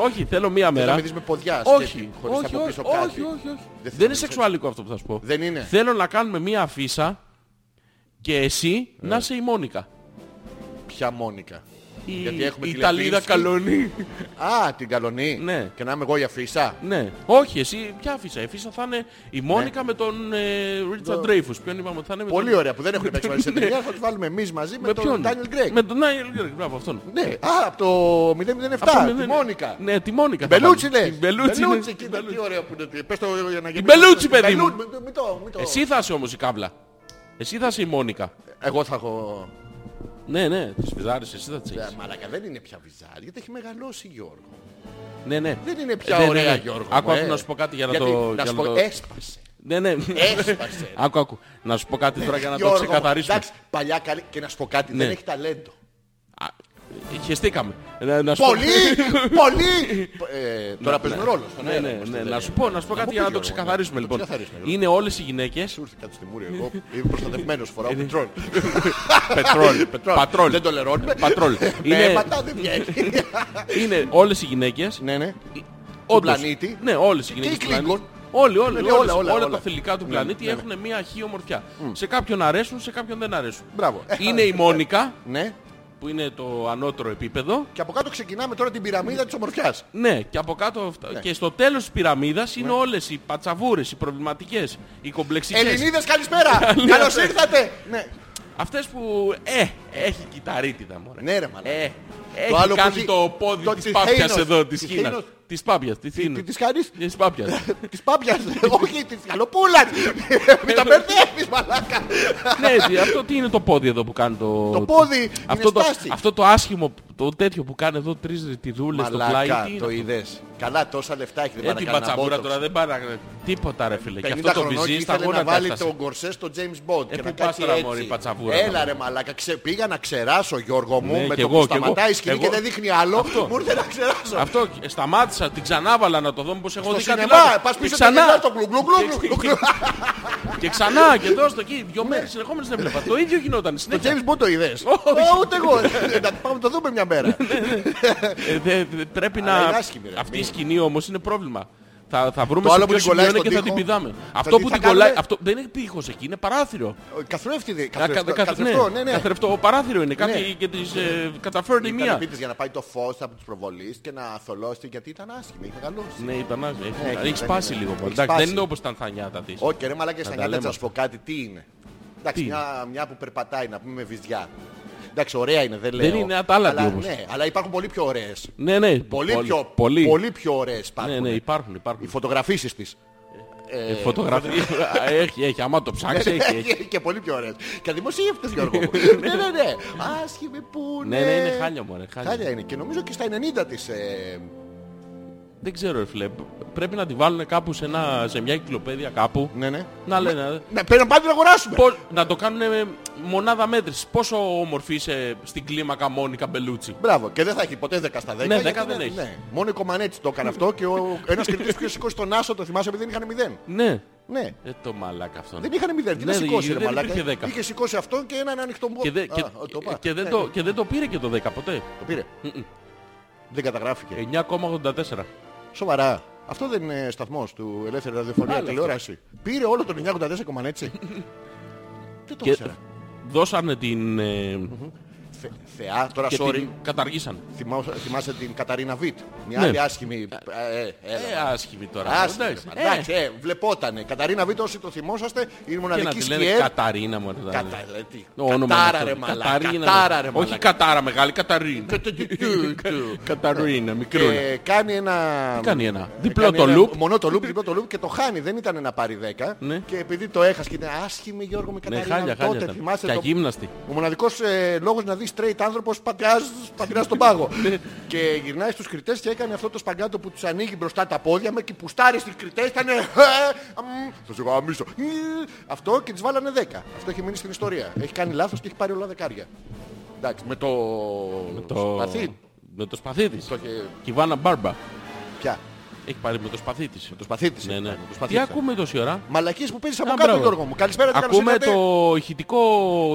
B: όχι, θέλω μία
A: Θες
B: μέρα.
A: να με δεις με ποδιά.
B: Όχι,
A: σκέφτη, χωρίς
B: όχι,
A: να
B: όχι,
A: αποκτήσω κάτι.
B: όχι, όχι.
A: Δεν
B: Δεν
A: θέλω
B: είναι
A: να
B: σεξουαλικό αυτό που θα σου πω.
A: Δεν είναι.
B: Θέλω να κάνουμε μία αφίσα και εσύ
A: Ναι.
B: να είσαι η Μόνικα.
A: Ποια Μόνικα.
B: Η
A: Γιατί έχουμε
B: η
A: τη
B: Ιταλίδα
A: Λεπίνσκι.
B: Καλονή.
A: Α, την καλονή.
B: Ναι.
A: Και να είμαι εγώ η αφίσα.
B: Ναι. Όχι, εσύ ποια αφίσα. Η αφίσα θα είναι η Μόνικα με τον Ρίτσαρντ Dreyfus. Ποιον είπαμε ότι θα είναι με
A: Ναι. Πολύ
B: τον-
A: ωραία που δεν έχουν παίξει μαζί σε ταινία. Θα τους βάλουμε εμείς μαζί με τον Daniel Γκρέκ.
B: Ναι. Με τον Daniel Γκρέκ, μπράβο αυτόν.
A: Ναι, α, από το 007,
B: Αυτόν, ναι,
A: τη
B: ναι.
A: Μόνικα.
B: Ναι, τη Μόνικα. θα
A: Μπελούτσι
B: βάλουμε.
A: λες.
B: Την Μπελούτσι, ναι.
A: κοίτα τι ωραίο που είναι. Πες το για να γεμίσει.
B: Μπελούτσι, παιδί
A: Μπελού-
B: μου.
A: μην το- μην το- μην το-
B: Εσύ θα είσαι όμως η κάβλα. Εσύ θα είσαι η Μόνικα.
A: Εγώ θα έχω...
B: Ναι, ναι, τις φυζάρεις, εσύ θα τις έχεις.
A: Ε, Μαλάκα δεν είναι πια βυζάρι, γιατί έχει μεγαλώσει Γιώργο.
B: Ναι, ναι.
A: Δεν είναι πια
B: Ε, ναι,
A: ωραία
B: ναι.
A: Γιώργο. μου,
B: Άκου,
A: ε.
B: άκου να σου πω κάτι για να
A: Γιατί,
B: το...
A: Να
B: για
A: σου
B: να
A: πω,
B: το-
A: έσπασε.
B: Ναι, ναι.
A: Έσπασε.
B: Άκου, άκου. Να σου πω κάτι τώρα για να το
A: Γιώργο μου,
B: ξεκαθαρίσουμε.
A: Εντάξει, παλιά καλή. Και να σου πω κάτι, δεν
B: Ναι.
A: έχει ταλέντο.
B: Χεστήκαμε. Να, να σου πω-
A: Πολύ! Πολύ! Ε, Τώρα
B: Ναι,
A: παίζουμε
B: ναι.
A: ρόλο. στον
B: Ναι,
A: αέρα
B: ναι,
A: είμαστε,
B: ναι.
A: δεν
B: Να
A: είναι.
B: σου πω, να σου πω
A: Να
B: κάτι
A: μου
B: για να
A: πεις, Γιώργο,
B: το ξεκαθαρίσουμε
A: να το
B: λοιπόν.
A: ξεκαθαρίσουμε, Γιώργο.
B: Είναι όλες οι γυναίκες
A: Σου ήρθε κάτι στη μούρη εγώ. Είμαι προστατευμένος, φοράω πετρόλ.
B: πετρόλ,
A: Πετρόλ.
B: πατρόλ.
A: Δεν το λερώνουμε.
B: Πατρόλ.
A: Ναι,
B: Είναι,
A: πατά δεν βγαίνει.
B: είναι όλες οι γυναίκες.
A: Ναι, ναι.
B: όντως.
A: πλανήτη.
B: Ναι, όλες οι γυναίκες.
A: οι
B: του πλανήτη.
A: Klingon.
B: Όλοι, όλοι,
A: Ναι, ναι,
B: όλες- όλα,
A: όλα, όλα, όλα.
B: τα θηλυκά του
A: Ναι,
B: πλανήτη
A: ναι, ναι.
B: έχουν μια αχή ομορφιά. Σε κάποιον αρέσουν, σε κάποιον δεν αρέσουν.
A: Μπράβο. Ε,
B: Είναι η Μόνικα,
A: Ναι.
B: που είναι το ανώτερο επίπεδο.
A: Και από κάτω ξεκινάμε τώρα την πυραμίδα της ομορφιάς.
B: Ναι, και από κάτω. αυτά- Και στο τέλος της πυραμίδας
A: Ναι.
B: είναι όλες οι πατσαβούρες, οι προβληματικές, οι κομπλεξικές.
A: Ελληνίδες καλησπέρα! Καλώς ήρθατε! Ναι.
B: Αυτές που... Ε, έχει κυταρίτιδα μωρέ.
A: Ναι, ρε μαλάκα.
B: Ε, έχει
A: Το άλλο που
B: κάνει
A: έχει-
B: το πόδι
A: το
B: της
A: της
B: πάπιας
A: Χέινος.
B: εδώ, της
A: Της
B: Κίνας.
A: Χέινος.
B: Της πάπιας, της
A: Τι
B: Κίνας.
A: της κάνεις?
B: Της πάπιας.
A: Της πάπιας, όχι της καλοπούλας!
B: Ε,
A: Μην τα μπερδεύεις μαλάκα!
B: ναι, έτσι, αυτό τι είναι το πόδι εδώ που κάνει το...
A: Το πόδι
B: αυτό,
A: είναι
B: το,
A: στάση.
B: αυτό το άσχημο, το τέτοιο που κάνει εδώ τρεις ρητιδούλες στο πλάι.
A: Μαλάκα,
B: τι είναι
A: το
B: αυτό?
A: είδες. Καλά, τόσα λεφτά έχει, δεν
B: Ε,
A: πάνε
B: την
A: να κάνει
B: πατσαβούρα
A: ένα
B: τώρα
A: τώρα.
B: δεν πάνε να- Τίποτα ρε φίλε. Και
A: 50
B: αυτό το
A: χρονών και
B: βυζί στα
A: ήθελε να
B: γόνα τα
A: βάλει
B: έφτασε.
A: τον κορσέ στο James Bond.
B: Ε,
A: και
B: πού
A: να
B: πας
A: κάτσει
B: τώρα,
A: έτσι.
B: μωρή, πατσαβούρα,
A: Έλα
B: τώρα.
A: ρε μαλάκα, ξε... πήγα να ξεράσω Γιώργο μου
B: Ναι,
A: με
B: κι
A: το
B: εγώ,
A: που
B: κι εγώ.
A: σταματάει η σκηνή
B: Εγώ-
A: και δεν δείχνει άλλο.
B: Αυτό.
A: Μου ήρθε να ξεράσω.
B: Αυτό ε, σταμάτησα, την ξανάβαλα να το δω μήπως έχω
A: Στο
B: δει κάτι
A: σινεμά,
B: λάθος.
A: πας
B: Και
A: πίσω
B: ξανά.
A: και γυρνάς το γκλουγκλουγκλουγκλου.
B: Και ξανά και εδώ στο εκεί, δυο μέρες συνεχόμενες δεν βλέπα. Το ίδιο γινόταν
A: Ναι. Το
B: συνέχεια.
A: James Bond το είδες. Ω, Ούτε εγώ. Ε, Να πάμε να το δούμε μια μέρα.
B: Ε, δε- δε- πρέπει
A: Αλλά
B: να...
A: είναι άσχημη, ρε.
B: Αυτή η
A: Μην-
B: σκηνή όμως είναι πρόβλημα. Θα, θα βρούμε
A: Το
B: σε
A: άλλο που
B: ποιο
A: την κολλάει
B: σημείο είναι και
A: στον
B: θα την
A: τοίχο.
B: πηδάμε.
A: τι
B: Αυτό που
A: θα
B: την κολλάει...
A: κάνουμε?
B: Αυτό δεν είναι τείχος εκεί, είναι παράθυρο.
A: Καθρέφτη.
B: Κα- κα-
A: καθρεφτό-
B: καθ- ναι,
A: Καθρεφτό, ναι, ναι.
B: Καθρεφτό, παράθυρο είναι.
A: Ναι.
B: Κάτι και της ε, καταφέρνει
A: Ήταν
B: μία.
A: επίτης για να πάει το φως από τις προβολείς και να θολώσει γιατί ήταν άσχημη, είχε μεγαλώσει.
B: Ναι, ήταν άσχημο. Έχει-
A: Ναι,
B: Έχει
A: δεν
B: σπάσει
A: είναι.
B: λίγο.
A: Έχει
B: Εντάξει,
A: σπάσει.
B: Δεν είναι όπως ήταν τα νιάτα της.
A: Όχι, ρε Μαλάκα, στα
B: τα
A: νιάτα
B: λέμε
A: θα σου πω κάτι, τι είναι. Εντάξει,
B: Τι
A: μια, μια που περπατάει, να πούμε με βυζιά. Εντάξει, ωραία είναι, δεν λέω.
B: Δεν είναι ατάλλαντη
A: Αλλά,
B: όμως.
A: Ναι, αλλά υπάρχουν πολύ πιο ωραίες.
B: Ναι, ναι.
A: Πολύ, πιο, πολύ.
B: Πολύ.
A: πιο ωραίες υπάρχουν.
B: Ναι, ναι, υπάρχουν,
A: Οι
B: υπάρχουν.
A: φωτογραφίσεις της.
B: Ε, Φωτογραφία. Έχει, έχει. Άμα το ψάξεις, έχει. Ναι, έχει.
A: και πολύ πιο ωραίες. Και δημοσίευτες, Γιώργο μου. ναι, ναι, ναι. Άσχημη που
B: Ναι, ναι, είναι χάλια μωρέ, χάλια.
A: Χάλια είναι και νομίζω και στα 90 της. ε,
B: Δεν ξέρω, ρε φίλε. Πρέπει να τη βάλουν κάπου σε, ένα, σε μια κυκλοπαίδεια κάπου.
A: ναι, ναι.
B: Να λένε.
A: Ναι, πρέπει να πάμε να αγοράσουμε.
B: Πώς, να το κάνουν μονάδα μέτρηση. Πόσο όμορφη είσαι στην κλίμακα Μόνικα Μπελούτσι.
A: Μπράβο, και δεν θα έχει ποτέ 10 στα 10.
B: Ναι, 10
A: γιατί
B: δεν έχει.
A: Μόνο η Κομανέτσι το έκανε αυτό και ο... ένας κριτής που είχε σηκώσει τον Άσο το θυμάσαι επειδή δεν είχαν 0.
B: Ναι.
A: Ναι,
B: Ε, το μαλάκα αυτό.
A: δεν είχαν 0. Τι
B: Ναι,
A: να σηκώσει,
B: δεν
A: ρε Μαλάκα.
B: υπήρχε 10.
A: Είχε σηκώσει αυτόν και έναν ανοιχτό μπο...
B: Και, δεν-
A: Α,
B: και,
A: ο, το,
B: και-
A: πά.
B: και δεν
A: Ναι,
B: το,
A: ναι,
B: και δεν το πήρε και το 10 ποτέ.
A: το πήρε. Δεν
B: Ε-
A: καταγράφηκε.
B: 9,84.
A: Σοβαρά. Αυτό δεν είναι σταθμός του ελεύθερη ραδιοφωνία
B: Άλλο
A: τηλεόραση. Πήρε όλο τον 984 Κομανέτσι. Δεν το
B: Και
A: ήξερα.
B: δώσανε την... ε,
A: Θε- Θεά, τώρα
B: και
A: sorry.
B: την καταργήσαν.
A: Θυμάσαι- Θυμάσαι την Καταρίνα Βιτ. Μια
B: Ναι.
A: άλλη άσχημη. ε, ε, έλα,
B: Ε, άσχημη τώρα.
A: Άσχημα,
B: Εντάξει. Ε,
A: Εντάξει, ε, βλεπότανε. Καταρίνα Βίτο, όσοι το θυμόσαστε, η
B: Και να
A: μοναδική
B: τη λένε
A: σκιέρ.
B: Καταρίνα μου. ρε,
A: Κατα...
B: δηλαδή.
A: ε, τι,
B: Το όνομα
A: Κατάρα
B: είναι
A: ρε
B: αυτό.
A: μαλάκα.
B: Καταρίνα,
A: Κατάρα ρε
B: Όχι
A: μαλάκα.
B: κατάρα μεγάλη, Καταρίνα.
A: Ε,
B: Καταρίνα, μικρούλα.
A: Και κάνει ένα...
B: Τι κάνει ένα,
A: ε,
B: διπλό
A: κάνει
B: το
A: ένα
B: loop.
A: Μονό το loop, διπλό το loop και το χάνει. Δεν ήταν να πάρει 10.
B: Ναι.
A: Και επειδή το έχασε και ήταν άσχημη Γιώργο με
B: Ναι,
A: Καταρίνα
B: χάλια, χάλια.
A: τότε.
B: ήταν.
A: Θυμάσαι
B: Και
A: το...
B: αγύμναστη.
A: Ο μοναδικός ε, λόγος να δεις straight άνθρωπος πατράς, πατράς στον πάγο. και γυρνάει στους κριτές και έκανε αυτό το σπαγκάτο που τους ανοίγει μπροστά τα πόδια με και πουστάρει στις κριτές. Ήταν ε, αμ, θα σε γαμίσω. Ε, Αυτό και τις βάλανε 10. Αυτό έχει μείνει στην ιστορία. Έχει κάνει λάθος και έχει πάρει όλα δεκάρια. Εντάξει, με το,
B: Το-
A: σπαθί.
B: Με το σπαθί της.
A: Το είχε...
B: Και η Βάνα Μπάρμπα.
A: Πια.
B: Έχει πάρει με το σπαθί της.
A: Το σπαθί της.
B: Ναι,
A: έχει
B: ναι.
A: κάνει, το σπαθί
B: Τι
A: της.
B: ακούμε τόση ώρα.
A: Μαλακίες που παίζεις από
B: Α,
A: κάτω
B: μπράβο.
A: Γιώργο μου. Καλησπέρα τι καλώς
B: Ακούμε
A: ήρθατε.
B: το ηχητικό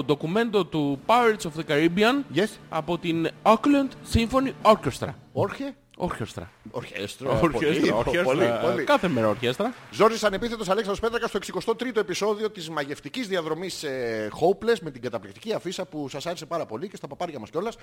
B: ντοκουμέντο του Pirates of the Caribbean
A: Yes.
B: από την Auckland Symphony Orchestra.
A: Όρχε.
B: Orchestra.
A: Ορχέστρο.
B: Orchestra,
A: Ε, Πολύ,
B: orchestra.
A: πολύ, πολύ.
B: Κάθε μέρα ορχέστρα.
A: Ζόρις Ανεπίθετος Αλέξανδρος Πέτρακας στο 63ο επεισόδιο της μαγευτικής διαδρομής ε, Hopeless με την καταπληκτική αφίσα που σας άρεσε πάρα πολύ και στα παπάρια μας κιόλας.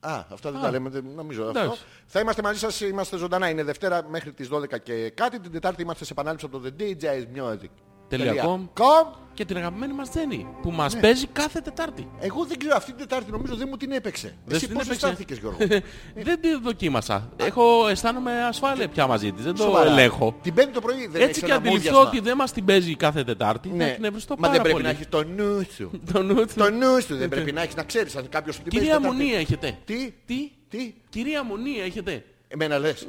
A: Α, αυτά δεν τα λέμε, δεν νομίζω αυτό.
B: Εντάξει.
A: Θα είμαστε μαζί σας, είμαστε ζωντανά. Είναι Δευτέρα μέχρι τις 12 και κάτι. Την Τετάρτη είμαστε σε επανάληψη από το The DJ's Music.
B: Τελεία.
A: Com.
B: Και την αγαπημένη μας Τζέννη που
A: Ναι.
B: μας παίζει κάθε Τετάρτη.
A: Εγώ δεν ξέρω, αυτή την Τετάρτη νομίζω δεν μου την έπαιξε.
B: Δεν
A: Εσύ
B: την
A: πώς
B: έπαιξε.
A: αισθάνθηκες Γιώργο.
B: δεν τη δοκίμασα. Έχω, αισθάνομαι ασφάλεια πια μαζί της. Δεν το
A: Σοβαρά.
B: ελέγχω.
A: Την πέμπτη το πρωί δεν έχεις
B: Έτσι και
A: ένα
B: αντιληφθώ
A: μούδιασμα.
B: ότι δεν μας την παίζει κάθε Τετάρτη.
A: Ναι.
B: Θα εκνευριστώ
A: Μα
B: πάρα
A: δεν πρέπει
B: πολύ.
A: να έχεις το νου σου.
B: Το νου της.
A: Το νου σου δεν πρέπει να έχεις να ξέρεις αν κάποιος σου την παίζει
B: Κυρία
A: Τετάρτη.
B: Μουνή έχετε.
A: Τι?
B: Τι?
A: Τι?
B: Κυρία Μουνή έχετε.
A: Εμένα λες.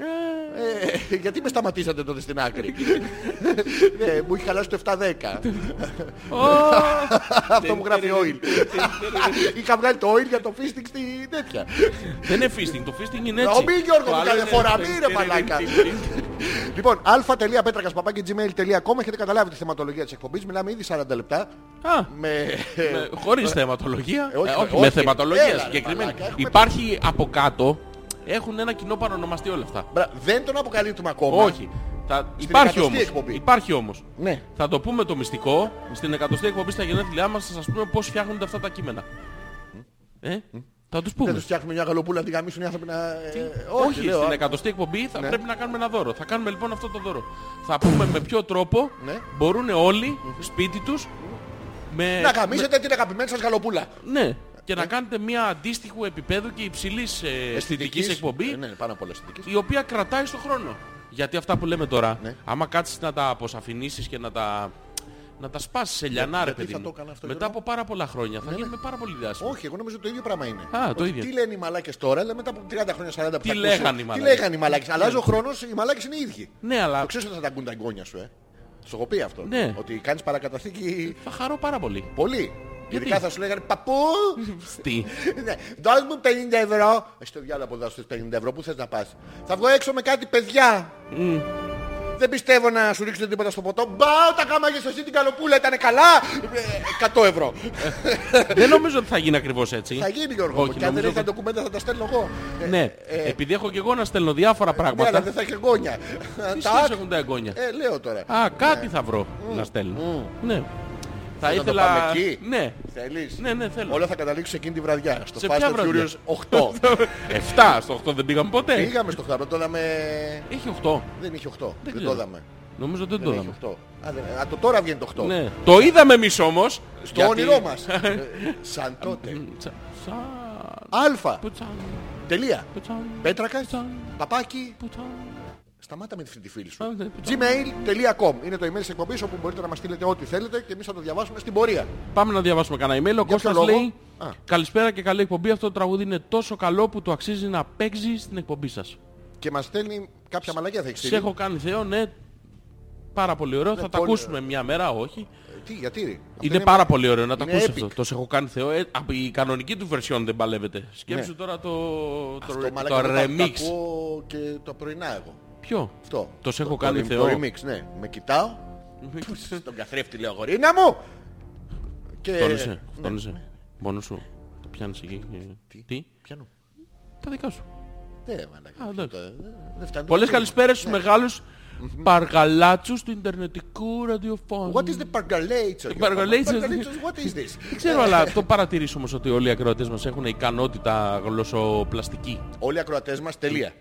A: Ε, γιατί με σταματήσατε τότε στην άκρη. ναι, μου έχει χαλάσει το 7-10. Αυτό μου γράφει oil. Είχα βγάλει το oil για το fisting στη τέτοια.
B: Δεν είναι fisting, το fisting είναι
A: Ο
B: έτσι.
A: μη Γιώργο
B: Το
A: μου
B: άλλο
A: κάθε
B: είναι-
A: φορά, μη ρε μαλάκα. Λοιπόν, α.πέτρακα.gmail.com έχετε καταλάβει τη θεματολογία της εκπομπής. Μιλάμε ήδη 40 λεπτά.
B: Α,
A: Με...
B: με- χωρίς θεματολογία.
A: Ε, όχι,
B: Ε,
A: με-
B: όχι,
A: όχι.
B: με
A: Έλα,
B: θεματολογία
A: ρε,
B: συγκεκριμένη.
A: μαλάκα, έχουμε-
B: Υπάρχει από κάτω, έχουν ένα κοινό παρονομαστή όλα αυτά.
A: Μπρα- Δεν τον αποκαλύπτουμε ακόμα.
B: Όχι. Θα... Υπάρχει
A: εκατοστή
B: όμως.
A: εκπομπή.
B: Υπάρχει όμως.
A: Ναι.
B: Θα το πούμε το μυστικό στην εκατοστή εκπομπή στα γενέθλιά μας θα σας πούμε πώς φτιάχνονται αυτά τα κείμενα. Ε, θα τους πούμε.
A: Δεν τους φτιάχνουμε μια γαλοπούλα να τη γαμίσουν οι άνθρωποι να... ε,
B: Όχι,
A: λέω,
B: στην
A: α-
B: εκατοστή εκπομπή θα
A: Ναι.
B: πρέπει να κάνουμε ένα δώρο. Θα κάνουμε λοιπόν αυτό το δώρο. Θα πούμε με ποιο τρόπο
A: Ναι.
B: μπορούν όλοι σπίτι τους με...
A: Να Ε. γαμίσετε την αγαπημένη σας γαλοπούλα.
B: με- Ναι. Και να κάνετε μια αντίστοιχου επίπεδου και υψηλής ε, αισθητικής εκπομπή
A: Ε, Ναι, πάνω από όλα αισθητικής.
B: η οποία κρατάει στον χρόνο. Γιατί αυτά που λέμε τώρα,
A: Ναι.
B: άμα κάτσεις να τα αποσαφηνίσεις και να τα, να τα σπάσεις σε λιανά, ρε
A: γιατί
B: παιδί
A: θα
B: μου,
A: το έκανα αυτό,
B: μετά
A: Γιώργο?
B: από πάρα πολλά χρόνια θα γίνουμε πάρα πολύ διάσημοι.
A: Όχι, εγώ νομίζω το ίδιο πράγμα είναι.
B: Α,
A: Ότι
B: το ίδιο.
A: Τι λένε οι μαλάκες τώρα, αλλά μετά από 30 χρόνια, 40 που
B: Τι
A: θα ακούσει,
B: λέγανε οι
A: Τι
B: μαλάκες.
A: λέγανε οι μαλάκες. Αλλάζει ο χρόνος, οι μαλάκες είναι οι ίδιοι.
B: Ναι, αλλά
A: Το ξέρεις ότι θα τα ακούν τα εγγόνια σου, ε. Στο έχω πει αυτό.
B: Ναι.
A: Ότι κάνεις παρακαταθήκη
B: θα χαρώ πάρα πολύ.
A: πολύ. Ειδικά θα σου λέγανε παππού,
B: Τι.
A: ναι, δώσ' μου 50 ευρώ. Ε, Στο διάλογο από εδώ στους 50 ευρώ, πού θες να πας. Θα βγω έξω με κάτι παιδιά. Δεν πιστεύω να σου ρίξουν τίποτα στο ποτό. Μπα, τα γάμαγες εσύ την καλοπούλα, ήταν καλά. Ε, 100 ευρώ.
B: Δεν νομίζω ότι θα γίνει ακριβώς έτσι.
A: Θα γίνει Γιώργο. μου.
B: Ε, Όχι,
A: και αν δεν
B: νομίζω
A: έχεις τα
B: ότι-
A: ντοκουμέντα θα τα στέλνω εγώ. Ε,
B: Ναι,
A: ε,
B: επειδή έχω και εγώ να στέλνω διάφορα
A: ναι, αλλά
B: πράγματα.
A: δεν θα έχει γόνια.
B: Τι
A: Τα-
B: σχέση έχουν τα εγγόνια.
A: Ε, λέω τώρα.
B: Α, κάτι θα βρω να στέλνω. Ναι. Θα
A: να το
B: ήθελα...
A: πάμε εκεί?
B: Ναι.
A: Θέλεις.
B: Ναι, ναι, θέλω.
A: Όλα θα καταλήξουν εκείνη τη βραδιά. Στο
B: Σε
A: Fast
B: ποια
A: and
B: βραδιά?
A: Furious 8.
B: 7 στο 8 δεν πήγαμε ποτέ.
A: Πήγαμε στο χαρό, το είδαμε-
B: Έχει 8.
A: Δεν είχε 8. Δεν,
B: ξέρω.
A: το είδαμε.
B: Νομίζω δεν το
A: Δεν είχε
B: είδαμε.
A: 8. Α, δεν- Α, το τώρα βγαίνει το 8.
B: Ναι. Το είδαμε εμείς όμως.
A: Στο όνειρό μας. Ε, Σαν τότε. Αλφα. Τελεία. Πέτρακα. Παπάκι. Σταμάτα με τη φίλη σου. gmail.com είναι το email της εκπομπής όπου μπορείτε να μας στείλετε ό,τι θέλετε και εμείς θα το διαβάσουμε στην πορεία.
B: Πάμε να διαβάσουμε κανένα email. Ο
A: Για ποιο
B: Κώστας
A: λόγο?
B: λέει
A: Α.
B: Καλησπέρα και καλή εκπομπή. Αυτό το τραγούδι είναι τόσο καλό που το αξίζει να παίξει στην εκπομπή σας.
A: Και μας στέλνει κάποια μαλακία θα έχεις
B: Σε
A: στείλει.
B: έχω κάνει θεό, ναι. Πάρα πολύ ωραίο. θα τα
A: Ναι, πολύ
B: ακούσουμε μια μέρα, όχι.
A: Ε, Τι, γιατί ρε. Αυτό
B: είναι, πάρα πολύ ωραίο να τα
A: είναι
B: ακούσει
A: epic.
B: αυτό. Το σε έχω κάνει θεό. Ε, από η κανονική του version δεν παλεύεται. Σκέψου
A: Ναι.
B: τώρα το, το,
A: Αυτό,
B: re-
A: μαλάκα,
B: το
A: εγώ τα-
B: remix.
A: τα ακούω και το πρωινά εγώ.
B: Ποιο?
A: Αυτό.
B: Το σε έχω
A: το
B: κάνει
A: rem-
B: θεό.
A: Το remix, ναι. Με κοιτάω. Στον καθρέφτη λέω γορίνα μου. Και...
B: Τόνισε.
A: ναι,
B: Τόνισε. Μόνο σου. Το πιάνεις εκεί. Τι. Τι.
A: Πιάνω.
B: Τα δικά σου.
A: Ναι, μαλάκα.
B: Α, εντάξει.
A: Ε, Δεν φτάνει.
B: Πολλές καλησπέρε
A: Ναι.
B: στου μεγάλου παργαλάτσους του Ιντερνετικού ραδιοφώνου.
A: What is the pergolator? Γιώργο?
B: pergolator-
A: Pergolator, What is this? Ε,
B: Δεν ξέρω, αλλά το παρατηρήσω όμως ότι όλοι οι ακροατές μας έχουν ικανότητα γλωσσοπλαστική.
A: Όλοι οι ακροατές μας, τελεία.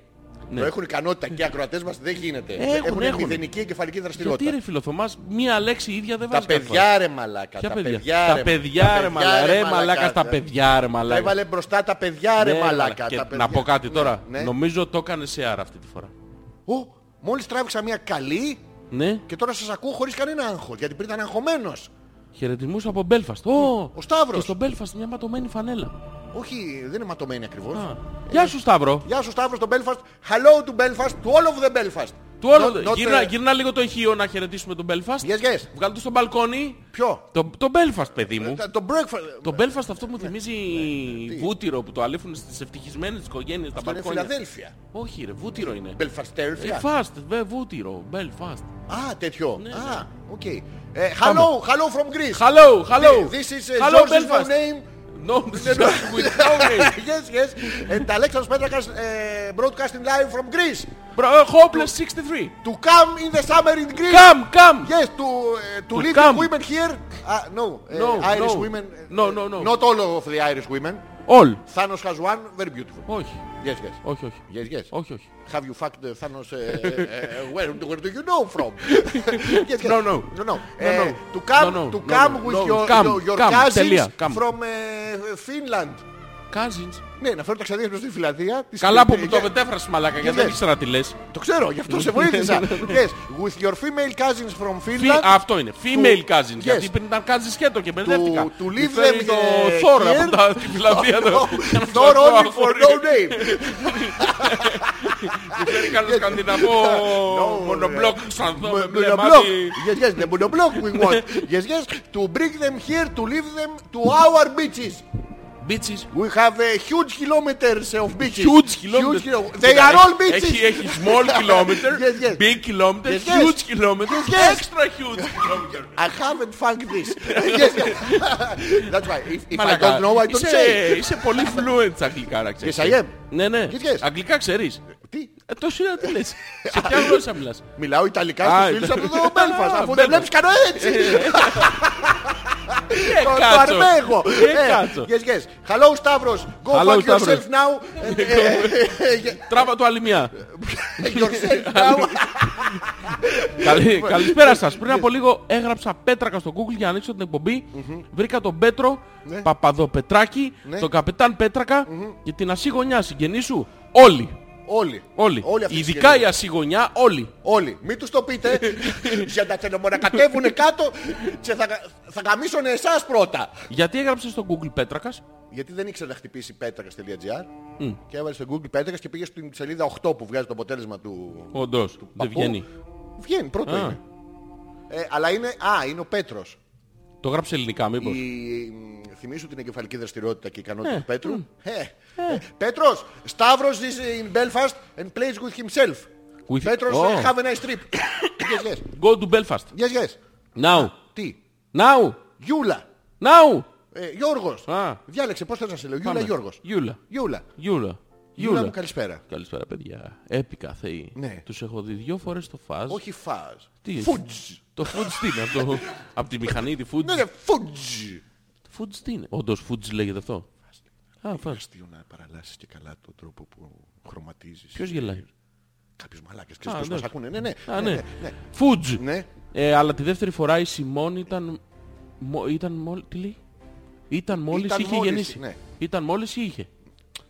B: Ναι.
A: Το έχουν ικανότητα και οι ακροατές μας δεν γίνεται.
B: Έχουν, έχουν.
A: μηδενική εγκεφαλική
B: Γιατί
A: δραστηριότητα.
B: ρε φιλοθωμάς, μία λέξη ίδια δεν
A: Τα
B: βάζει κάθε φορά.
A: παιδιά ρε μαλάκα.
B: Ποια
A: Τα
B: παιδιά.
A: παιδιά
B: Τα παιδιά ρε μαλάκα. Ρε μαλάκα στα
A: τα-
B: παιδιά ρε
A: Τα
B: μαλάκα.
A: έβαλε μπροστά τα παιδιά ρε
B: Ναι,
A: μαλάκα.
B: και
A: τα παιδιά.
B: Να πω κάτι
A: Ναι,
B: τώρα.
A: ναι.
B: Νομίζω το έκανε σε άρα αυτή τη φορά.
A: Ω, μόλις τράβηξα μια καλή
B: Ναι.
A: και τώρα σας ακούω χωρίς κανένα άγχος. Γιατί πριν ήταν αγχωμένος.
B: Χαιρετισμούς από Belfast. Ω,
A: Ο Σταύρος.
B: Και στο Belfast μια ματωμένη φανέλα.
A: Όχι, δεν είναι ματωμένη ακριβώς.
B: Α. Γεια σου Σταύρο.
A: Γεια σου Σταύρος στο Belfast. Hello to Belfast. To all of the Belfast.
B: Του όλου-
A: Not- not,
B: γυρνά,
A: uh,
B: γυρνά λίγο το ηχείο να χαιρετήσουμε τον Belfast.
A: Yes, yes.
B: Βγάλω το στο μπαλκόνι.
A: Ποιο?
B: Το, το Belfast παιδί μου.
A: Τα- Το breakfast.
B: Το Belfast αυτό μου θυμίζει
A: Ναι. Τι?
B: βούτυρο που το αλήφουν στις ευτυχισμένες οικογένειες τα
A: Αυτό είναι
B: μπαλκόνια. Ε,
A: Φιλαδέλφια.
B: Όχι ρε, βούτυρο είναι.
A: Belfastέρφια.
B: Belfast, βε, βούτυρο, Belfast.
A: Α, τέτοιο. Α, οκ. Ε,
B: Ναι, Πάμε.
A: Hello, hello from Greece.
B: Hello, hello.
A: This is uh,
B: hello,
A: George's
B: Belfast.
A: name. Ναι,
B: No, this is not with no name.
A: yes, yes. And Alexandros Petrakas uh, broadcasting live from Greece.
B: Bro, hopeless 63.
A: To come in the summer in Greece.
B: Come, come.
A: Yes, to, uh, to,
B: To
A: live
B: come.
A: with women here. Uh, no, uh,
B: No,
A: Irish
B: no.
A: women. uh,
B: No, no, no.
A: Not all of the Irish women.
B: All.
A: Thanos has one, very beautiful.
B: Όχι,
A: Yes, yes.
B: όχι, όχι.
A: Yes, yes.
B: Όχι, όχι.
A: Have you fucked uh, Thanos? Uh, uh, where, where do you know from? yes, yes.
B: No, no.
A: no, no.
B: No,
A: Uh,
B: no.
A: To come,
B: No, no.
A: to
B: No,
A: come
B: no.
A: with
B: No.
A: your,
B: Come,
A: your, your
B: come.
A: cousins
B: Τελεία. Come.
A: from uh, Finland.
B: Cousins.
A: Ναι, να φέρω τα ξαδέρφια στη Φιλανδία. της-
B: Καλά που μου το
A: για-
B: μετέφρασες μαλάκα,
A: λες.
B: γιατί δεν ήξερα τι λες.
A: Το ξέρω, γι' αυτό σε βοήθησα. yes, with your female cousins from
B: Ναι, Φι-
A: Finland.
B: Αυτό είναι. Female
A: To-
B: cousins. Γιατί
A: Yes.
B: πριν ήταν cousins σκέτο και μπερδεύτηκα.
A: To- to
B: Μου
A: leave
B: φέρνει
A: them,
B: το
A: ε,
B: Thor
A: here.
B: από τα- τη Φιλανδία. εδώ.
A: No, Not only for no name.
B: Φέρει καλό σκανδιναβό
A: No,
B: μονομπλοκ ξανθό με μπλε
A: Μονοπλοκ.
B: μάτι.
A: Yes, yes, the monoblock we want. Yes, yes, to bring them here, to leave them to our beaches.
B: Bitches.
A: We have uh, huge kilometers of beaches.
B: Huge kilometers.
A: kilo- They are all beaches.
B: Έχει, έχει small kilometer,
A: Yes, yes.
B: big kilometer,
A: Yes, yes.
B: huge kilometer,
A: Yes, yes.
B: extra huge kilometer.
A: I haven't funked this. yes, yes. That's why. If, if I
B: Μαλάκα,
A: don't know, I don't
B: είσαι-
A: say.
B: Είσαι πολύ fluent στα αγγλικά, να ξέρεις.
A: Yes, I am.
B: Ναι, ναι.
A: Yes, yes.
B: Αγγλικά ξέρεις.
A: Τι,
B: Ε, τόσο είναι να τι λες. Σε ποια γλώσσα μιλάς.
A: μιλάω Ιταλικά
B: Α, ε,
A: στους φίλους
B: Ιταλικά.
A: από το Μπέλφας,
B: Α,
A: αφού δεν
B: Belfast.
A: βλέπεις κανένα έτσι.
B: Ε,
A: Το το
B: κάτσο.
A: αρμέγω.
B: Ε,
A: Ε,
B: κάτσο.
A: Yes, yes. Hello, Stavros. Go
B: Hello,
A: fuck yourself
B: Stavros.
A: now. And, uh,
B: Τράβα του άλλη μια.
A: Yourself now.
B: Καλη-
A: Λοιπόν,
B: Καλησπέρα σας. Πριν από λίγο έγραψα πέτρακα στο Google για να ανοίξω την εκπομπή. Βρήκα τον Πέτρο
A: Ναι.
B: Παπαδοπετράκη, τον καπετάν Πέτρακα και την ασύγωνιά συγγενή σου. Όλοι.
A: Όλοι.
B: Όλοι.
A: Όλοι αυτοί οι
B: Ειδικά
A: συγγενείς.
B: η ασύγωνιά, όλοι.
A: Όλοι. Μην τους το πείτε. για να τσενομονακατεύουν κάτω και θα, θα γαμίσουν εσάς πρώτα.
B: Γιατί έγραψες στο Google Πέτρακας.
A: Γιατί δεν ήξερε να χτυπήσει πέτρακα.gr και έβαλες στο Google πέτρακας και πήγες στην σελίδα 8 που βγάζει το αποτέλεσμα του.
B: Όντως. Δεν
A: παππού.
B: βγαίνει.
A: Βγαίνει, πρώτο
B: Α.
A: είναι. Ε, αλλά είναι. Α, είναι ο Πέτρος.
B: Το γράψε ελληνικά μήπως.
A: Η... μ, Θυμήσου την εγκεφαλική δραστηριότητα και ικανότητα του Πέτρου. Ε. Πέτρος, Σταύρος is in Belfast and plays with himself.
B: With-
A: Πέτρος, ε,
B: Oh.
A: have a nice trip. yes, yes.
B: Go to Belfast.
A: Yes, yes.
B: Now.
A: Τι.
B: Now.
A: Γιούλα.
B: Now.
A: Ε, Γιώργος.
B: Α.
A: Διάλεξε, πώς θες να σε λέω. Γιούλα,
B: Πάμε.
A: Γιώργος.
B: Γιούλα.
A: Γιούλα.
B: Γιούλα.
A: Γιούλα
B: Γιούλα.
A: μου, καλησπέρα.
B: Καλησπέρα παιδιά. Έπικα θεοί.
A: Ναι.
B: Τους έχω δει δυο φορές στο φάζ.
A: Όχι φάζ.
B: Τι είναι?
A: Φουτζ.
B: Το φουτζ τι είναι αυτό. Από τη μηχανή τη φουτζ.
A: Ναι, ναι, φουτζ.
B: Φουτζ τι είναι. Όντως φουτζ λέγεται αυτό. Α, φας.
A: Αστείο να παραλάσεις και καλά τον τρόπο που χρωματίζεις.
B: Ποιος γελάει.
A: Κάποιος μαλάκες. Ξέρεις
B: Α,
A: πώς μας
B: ναι.
A: ακούνε. Ναι, ναι.
B: Α, ναι.
A: ναι.
B: Φουτζ.
A: Ναι.
B: Ε, αλλά τη δεύτερη φορά η Σιμών ήταν... Μο, ήταν μόλι... Τι λέει? Ήταν μόλις
A: Ήταν
B: είχε
A: μόλις,
B: γεννήσει.
A: ναι.
B: Ήταν μόλις ή είχε.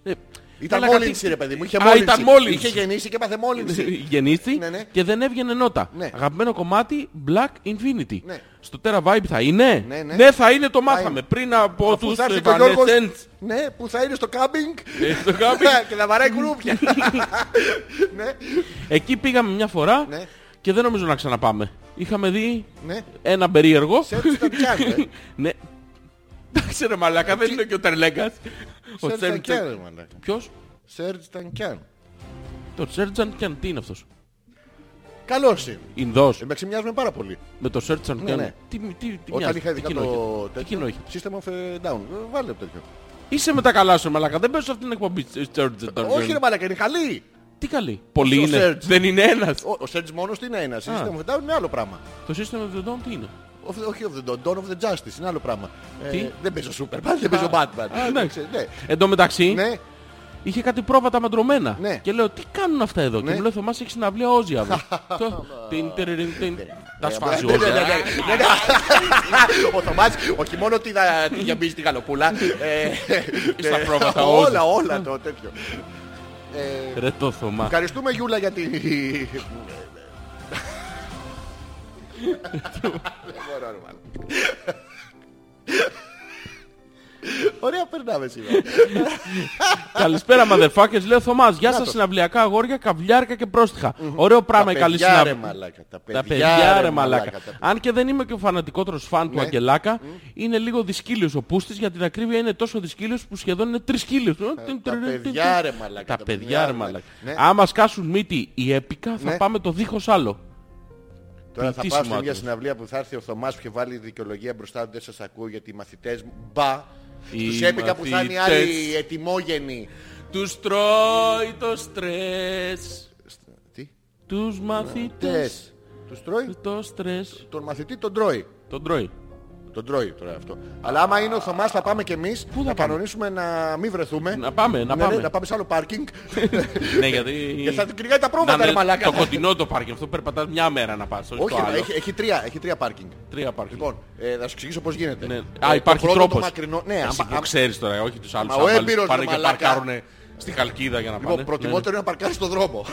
B: Ε,
A: Ήταν
B: μαλάκα, τι-
A: μόλυνση ρε παιδί μου, είχε
B: Α,
A: μόλυνση.
B: ήταν μόλυνση.
A: Είχε γεννήσει και έπαθε μόλυνση.
B: γεννήθη
A: Ναι, ναι.
B: και δεν έβγαινε νότα.
A: Ναι.
B: Αγαπημένο κομμάτι Black Infinity.
A: Ναι.
B: Στο Terra Vibe θα είναι.
A: Ναι, ναι.
B: θα είναι, το μάθαμε.
A: είναι.
B: Πριν από
A: Που
B: τους
A: θα έρθει και ο Γιώργος,
B: Evanescence.
A: ναι, που θα είναι στο κάμπινγκ
B: Ε, στο κάμπινγκ.
A: και θα βαράει κουρούπια. ναι,
B: Εκεί πήγαμε μια φορά
A: Ναι.
B: και δεν νομίζω να ξαναπάμε. Είχαμε δει
A: ναι.
B: ένα περίεργο.
A: Σερτς ήταν Κιάν, ε.
B: ναι. Εντάξει ρε μαλάκα, δεν είναι και ο Τερλέγκας. Ο
A: Σερτ ήταν
B: Σέρτζαν
A: Κιάν, ρε μαλάκα.
B: Ποιος?
A: Σερτ ήταν Κιάν.
B: Το Σέρτζαν Κιαν. Τι είναι αυτός.
A: Καλός είναι.
B: Ινδός.
A: Ε, Με ξεμοιάζουμε πάρα πολύ.
B: Με το Σέρτζαν Κιαν.
A: ναι.
B: Τι, τι, τι, τι
A: Όταν
B: μοιάζει,
A: είχα
B: τι
A: ειδικά
B: κοινό
A: το
B: έχει. Τι κοινό
A: τέτοιο.
B: έχει.
A: System of a Down. Ε, Βάλε το τέτοιο.
B: Είσαι με τα καλά σου, μαλάκα. Δεν πες σε αυτήν την εκπομπή. ε, Σέρτζαν Κιαν.
A: Όχι ρε μαλάκα, είναι χαλή.
B: Τι καλή. Πολλοί
A: ο
B: είναι.
A: Σέρτζ.
B: Δεν είναι ένας.
A: Ο- Ο Σερτ μόνος τι είναι ένα. System of a Down είναι άλλο πράγμα.
B: Το σύστημα του Ντόμ τι είναι.
A: Of- Όχι of the Dawn, Dawn of the Justice είναι άλλο πράγμα. Ε,
B: Τι?
A: Δεν παίζω Superman, δεν παίζω Batman.
B: Α, εντάξει.
A: Ε, ναι.
B: Εν τω μεταξύ,
A: Ναι,
B: είχε κάτι πρόβατα μαντρωμένα.
A: Ναι.
B: Και λέω, τι κάνουν αυτά εδώ. Και
A: Ναι.
B: μου λέει, Θωμάς έχεις συναυλία Όζη αύριο. Το- Τιν, τιριριν, τιν. Τα σφάζει
A: Ναι, ναι,
B: Όζη.
A: ναι,
B: α.
A: ναι, ναι. Ο Θωμάς, όχι μόνο τη δα- τη γεμίζει τη γαλοπούλα. ε,
B: Στα
A: ε,
B: πρόβατα,
A: Όλα, όλα το τέτοιο.
B: Ρε το Θωμά.
A: Ευχαριστούμε Γιούλα για την... Δεν μπορώ ρε μάλλον. Ωραία περνάμε σήμερα.
B: Καλησπέρα, motherfuckers. Λέω Θωμάς, γεια σας συναυλιακά αγόρια, καβλιάρικα και πρόστιχα. Ωραίο πράγμα η
A: Τα
B: καλή
A: παιδιά, ρε
B: συναυλία.
A: μαλάκα.
B: Τα παιδιά ρε μαλάκα.
A: τα- Ναι.
B: Αν και δεν είμαι και ο φανατικότερος φαν του Αγγελάκα, είναι λίγο δυσκύλιος ο πούστης, για την ακρίβεια είναι τόσο δυσκύλιος που σχεδόν είναι Ε, τρισκύλιος.
A: τα παιδιά, ρε μαλάκα,
B: Τα παιδιά ρε μαλάκα.
A: Ναι.
B: Άμα σκάσουν μύτη οι έπικα θα
A: Ναι.
B: πάμε το δίχως άλλο.
A: Τώρα θα
B: τι
A: πάω σε
B: σημάδι.
A: μια συναυλία που θα έρθει ο Θωμάς που είχε βάλει δικαιολογία μπροστά του, δεν σας ακούω γιατί οι μαθητές μου, μπα,
B: Οι
A: στους έπικα που θα είναι οι άλλοι
B: μαθητές.
A: ετοιμόγενοι.
B: Τους τρώει το στρες,
A: Τι,
B: τους μαθητές
A: τες, τους τρώει,
B: το στρες.
A: τον μαθητή τον τρώει.
B: Τον τρώει.
A: Τον τρώει τώρα αυτό. Αλλά άμα είναι ο Θωμάς θα πάμε κι εμείς,
B: θα
A: να
B: πάμε?
A: κανονίσουμε να μην βρεθούμε.
B: Να πάμε, να
A: Ναι, ναι,
B: πάμε.
A: να πάμε σε άλλο πάρκινγκ
B: Ναι, γιατί...
A: και θα την κυνηγάει τα
B: Να
A: πρόβατα ρε
B: είναι
A: μαλάκα.
B: Το κοντινό το πάρκινγκ, αυτό περπατάς μια μέρα να πας, όχι
A: Όχι,
B: το
A: ρε,
B: άλλο.
A: έχει, έχει τρία, έχει τρία πάρκινγκ.
B: Τρία πάρκινγκ.
A: Λοιπόν, ε, θα σου εξηγήσω πώς γίνεται.
B: Ναι.
A: Ε,
B: Α,
A: το
B: υπάρχει
A: πρώτο, το
B: τρόπος.
A: μακρινό- Ναι,
B: Εσύ
A: άμα-
B: που
A: άμα-
B: ξέρεις τώρα, όχι τους άλλους
A: Μα ο
B: άπαλους
A: έμπειρος,
B: που πάνε
A: ρε
B: και
A: μαλάκα.
B: παρκάρουνε στη Χαλκίδα για να πάνε.
A: Λοιπόν, προτιμότερο είναι να παρκάρεις στον δρόμο.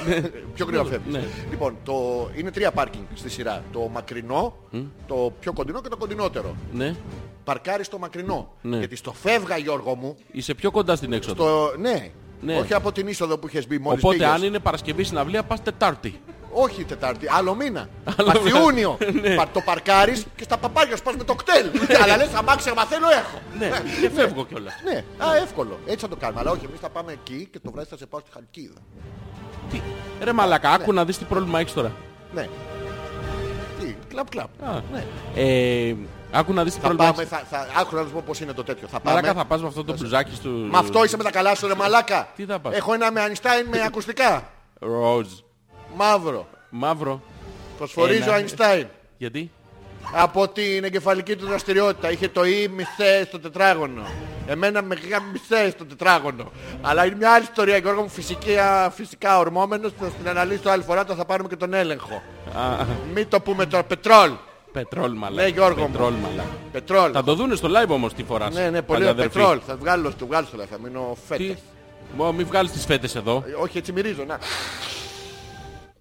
A: πιο γρήγορα φεύγεις.
B: Ναι.
A: Λοιπόν, το... είναι τρία πάρκινγκ στη σειρά. Το μακρινό, το πιο κοντινό και το κοντινότερο.
B: Ναι.
A: Παρκάρεις στο μακρινό.
B: Ναι.
A: Γιατί στο φεύγα, Γιώργο μου,
B: Είσαι πιο κοντά στην έξοδο.
A: το... ναι,
B: Ναι.
A: Όχι από την είσοδο που είχες μπει μόλις.
B: Οπότε αν είναι Παρασκευή συναυλία πας Τετάρτη.
A: Όχι Τετάρτη, άλλο μήνα.
B: Άλλο
A: Πας
B: μήνα. Ναι.
A: Ιούνιο. Πα- Το παρκάρεις και στα παπάρια σου πας με το κτέλ. Αλλά λες, αμάξι, άμα θέλω, έχω.
B: Ναι, και φεύγω κιόλας.
A: Ναι, α, εύκολο. Έτσι θα το κάνουμε. Αλλά όχι, εμείς θα πάμε εκεί και το βράδυ θα σε πάω στη Χαλκίδα.
B: Τι. Ρε μαλακά, άκου να δεις τι πρόβλημα έχεις τώρα.
A: Ναι. Τι, κλαπ κλαπ.
B: Α,
A: Ναι.
B: Ε, άκου να δεις τι
A: Θα
B: πρόβλημα
A: πάμε,
B: έχεις.
A: θα, θα, άκου να σου πω πώς είναι το τέτοιο. Θα πάμε.
B: Μαλακά θα πας με αυτό το μπλουζάκι του...
A: Με αυτό είσαι με τα καλά σου ρε μαλάκα.
B: Τι θα πας?
A: Έχω ένα με Einstein με ακουστικά.
B: Ροζ.
A: Μαύρο.
B: Μαύρο.
A: Προσφορίζω
B: Ένα.
A: Einstein.
B: Γιατί.
A: Από την εγκεφαλική του δραστηριότητα. Είχε το E μισέ στο τετράγωνο. Εμένα με γίγα μισέ στο τετράγωνο. Αλλά είναι μια άλλη ιστορία. Γιώργο μου φυσική, α, φυσικά ορμόμενος. Θα την αναλύσω άλλη φορά. Όταν θα πάρουμε και τον έλεγχο. Μην το πούμε τώρα. Πετρόλ.
B: Πετρόλ μαλακά.
A: Ναι, Γιώργο μου.
B: Πετρόλ μαλακά.
A: Πετρόλ.
B: Θα το δούνε στο live όμως τι φοράς.
A: Ναι, ναι, πολύ
B: παλιαδερφή.
A: πετρόλ. Θα βγάλω στο βγάλω στο λεφτά. Θα μείνω
B: Τι.
A: φέτες.
B: Μα μην βγάλεις τις φέτες εδώ.
A: Ε, Όχι, έτσι μυρίζω. Να.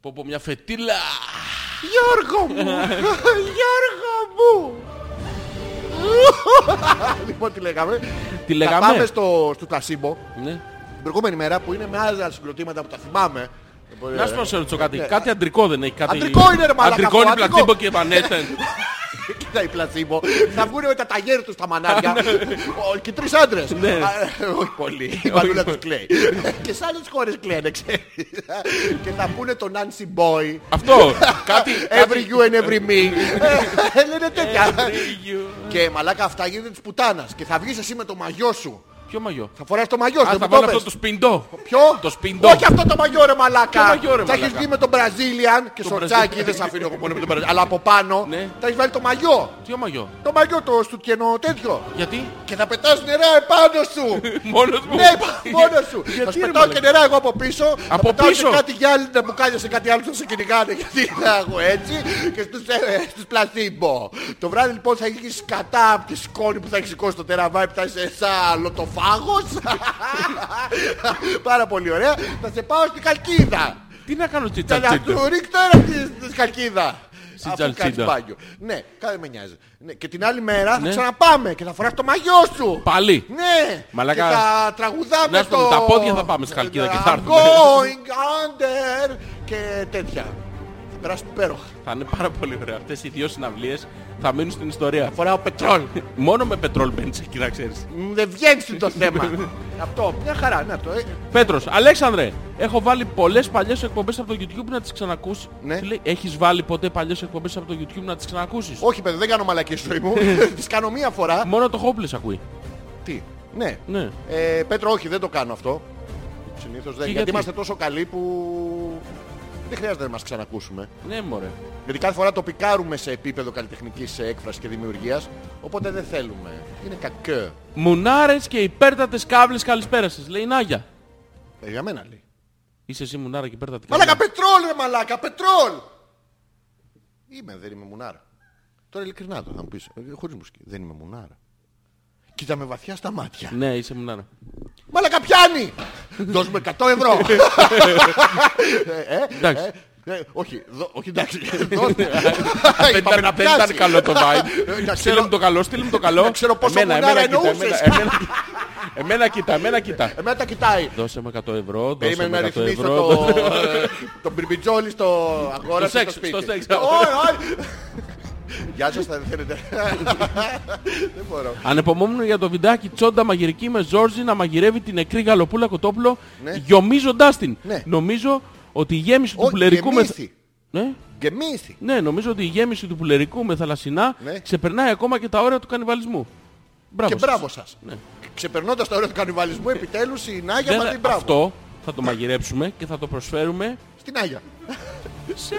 B: Πω πω μια φετίλα.
A: Γιώργο μου! Γιώργο μου! λοιπόν, τι λέγαμε.
B: Τι
A: Θα
B: λέγαμε?
A: πάμε στο, στο Τασίμπο
B: Ναι.
A: την προηγούμενη μέρα που είναι με άλλα συγκροτήματα που τα θυμάμαι.
B: Να σου πω σε ρωτήσω κάτι.
A: Ναι.
B: Κάτι αντρικό δεν έχει. Κάτι...
A: Αντρικό είναι, ρε μαλάκα,
B: Αντρικό
A: αυτό,
B: είναι
A: αντρικό.
B: πλατίμπο και βανέτεν.
A: Κοίτα η πλασίμπο. Θα βγουν με τα ταγέρια τους στα μανάρια.
B: Ναι.
A: Ο- Και τρεις άντρες. Α, ε, Όχι πολύ. Η μανούλα τους κλαίει. Και σε άλλες χώρες κλαίνε, ξέρεις. Και θα πούνε το Nancy Boy.
B: Αυτό. Κάτι.
A: Every you and every me. Ε, Λένε τέτοια. Και μαλάκα αυτά γίνεται της πουτάνας. Και θα βγεις εσύ με το μαγιό σου.
B: Ποιο μαγιό.
A: Θα φοράς το μαγιό σου.
B: Α,
A: δεν
B: θα
A: μου το
B: βάλω
A: πες.
B: αυτό το σπιντό.
A: Ποιο?
B: Το σπιντό.
A: Όχι αυτό το μαγιό ρε μαλάκα.
B: Ποιο μαγιό, ρε,
A: Τα έχεις
B: μαλάκα?
A: βγει με τον Brazilian και σορτσάκι.
B: Brazilian.
A: Δεν σε αφήνω εγώ μόνο με τον Brazilian. Αλλά από πάνω
B: Ναι.
A: θα έχεις βάλει το μαγιό.
B: Ποιο μαγιό.
A: Το μαγιό το στουτιανό τέτοιο.
B: Γιατί.
A: Και θα πετάς νερά επάνω σου.
B: Μόνος μου.
A: ναι, μόνος σου. θα σου
B: ρε,
A: πετάω και
B: μαλάκα?
A: νερά εγώ από πίσω. θα
B: Από
A: πετάω
B: πίσω?
A: Και κάτι γυάλι να μου κάνεις σε κάτι άλλο που θα σε κυνηγάνε. Γιατί θα έχω έτσι. Και στους, ε, στους πλασίμπο. Το βράδυ λοιπόν θα έχεις σκατά από τη σκόνη που θα έχεις σηκώσει το τεραβάι που θα είσαι σαν λωτοφάγος. Πάρα πολύ ωραία. Θα σε πάω στην Καλκίδα.
B: Τι να κάνω στη
A: Θα να
B: τσατσίτα.
A: του ρίξω ένα στη- στη σκαλκίδα.
B: Στην
A: Αφού κάνεις
B: τσαλτσίδα.
A: μπάνιο. Ναι, κάτι με νοιάζει. Ναι, Και την άλλη μέρα θα
B: Ναι.
A: ξαναπάμε και θα φοράς το μαγιό σου.
B: Πάλι.
A: Ναι,
B: Μαλάκα.
A: και θα τραγουδάμε
B: Να έρθουμε
A: το...
B: με τα πόδια, θα πάμε στη Χαλκίδα και θα
A: I'm
B: έρθουμε.
A: going under και τέτοια. Θα περάσει υπέροχα.
B: Θα είναι πάρα πολύ ωραία. Αυτές οι δύο συναυλίες θα μείνουν στην ιστορία.
A: Φοράω πετρόλ.
B: Μόνο με πετρόλ μπαίνεις εκεί να ξέρεις.
A: Μ, Δεν βγαίνεις το θέμα. Αυτό, μια χαρά. Να το. ε.
B: Πέτρος, Αλέξανδρε, έχω βάλει πολλές παλιές εκπομπές από το YouTube να τις ξανακούσεις.
A: Ναι.
B: Τι λέει, έχεις βάλει ποτέ παλιές εκπομπές από το YouTube να τις ξανακούσεις.
A: Όχι, παιδί, δεν κάνω μαλακή ζωή μου. Τις κάνω μία φορά.
B: Μόνο το Hopeless ακούει.
A: Τι. Ναι.
B: Ναι.
A: Ε, Πέτρο, όχι, δεν το κάνω αυτό. Συνήθως δεν.
B: Και
A: Γιατί,
B: γιατί?
A: είμαστε τόσο καλοί που δεν χρειάζεται να μας ξανακούσουμε.
B: Ναι, μωρέ.
A: Γιατί κάθε φορά το πικάρουμε σε επίπεδο καλλιτεχνικής έκφρασης και δημιουργίας, οπότε δεν θέλουμε. Είναι κακό.
B: Μουνάρες και υπέρτατες κάβλες καλησπέρα σας. Λέει η Νάγια.
A: Ε, για μένα λέει.
B: Είσαι εσύ μουνάρα και υπέρτατη
A: Μαλάκα
B: κάβλα.
A: πετρόλ, ρε μαλάκα, πετρόλ! Είμαι, δεν είμαι μουνάρα. Τώρα ειλικρινά το θα μου πεις, ε, χωρίς μουσική, δεν είμαι μουνάρα. Κοίτα με βαθιά στα μάτια.
B: Ναι, είσαι μουνάρα.
A: Μαλάκα πιάνει! Δώσ' μου 100 ευρώ! Ε, ε,
B: Εντάξει.
A: ε, ε, όχι, δω- όχι εντάξει. Δώσ' μου. Είπαμε να
B: Δεν ήταν
A: πιάσει.
B: καλό το
A: Ε,
B: vibe.
A: να
B: Στείλε
A: ξέρω-
B: μου το καλό, στείλε μου το καλό.
A: Να ξέρω πόσο μουνάρα εννοούσες.
B: εμένα, εμένα, εμένα κοίτα, εμένα κοίτα.
A: Εμένα τα Ε, κοιτάει.
B: Δώσε με 100 ευρώ, δώσε
A: Περίμενε
B: με
A: να
B: 100
A: ρυθμίσω
B: ευρώ.
A: το,
B: δώσε-
A: ε, τον μπιρμπιτζόλι στο αγόρα
B: Στο
A: και
B: σεξ,
A: σπίτι.
B: στο σεξ.
A: Όχι, όχι. Γεια σας, θα θέλετε. Δεν μπορώ.
B: Ανεπομόμουν για το βιντεάκι τσόντα μαγειρική με Ζόρζι να μαγειρεύει την νεκρή γαλοπούλα κοτόπουλο
A: Ναι.
B: γιομίζοντάς την.
A: Ναι.
B: Νομίζω ότι η γέμιση του
A: Ω,
B: πουλερικού με...
A: γεμίσει.
B: Ναι.
A: Γεμίσει.
B: ναι, νομίζω ότι η γέμιση του πουλερικού με θαλασσινά
A: Ναι.
B: ξεπερνάει ακόμα και τα όρια του κανιβαλισμού. Μπράβο.
A: Και
B: σας. Ναι.
A: μπράβο σας. Ξεπερνώντας τα όρια του κανιβαλισμού, επιτέλους η Νάγια
B: Δεν-
A: μας λέει μπράβο.
B: Αυτό θα το μαγειρέψουμε και θα το προσφέρουμε
A: Στην Νάγια.
B: σε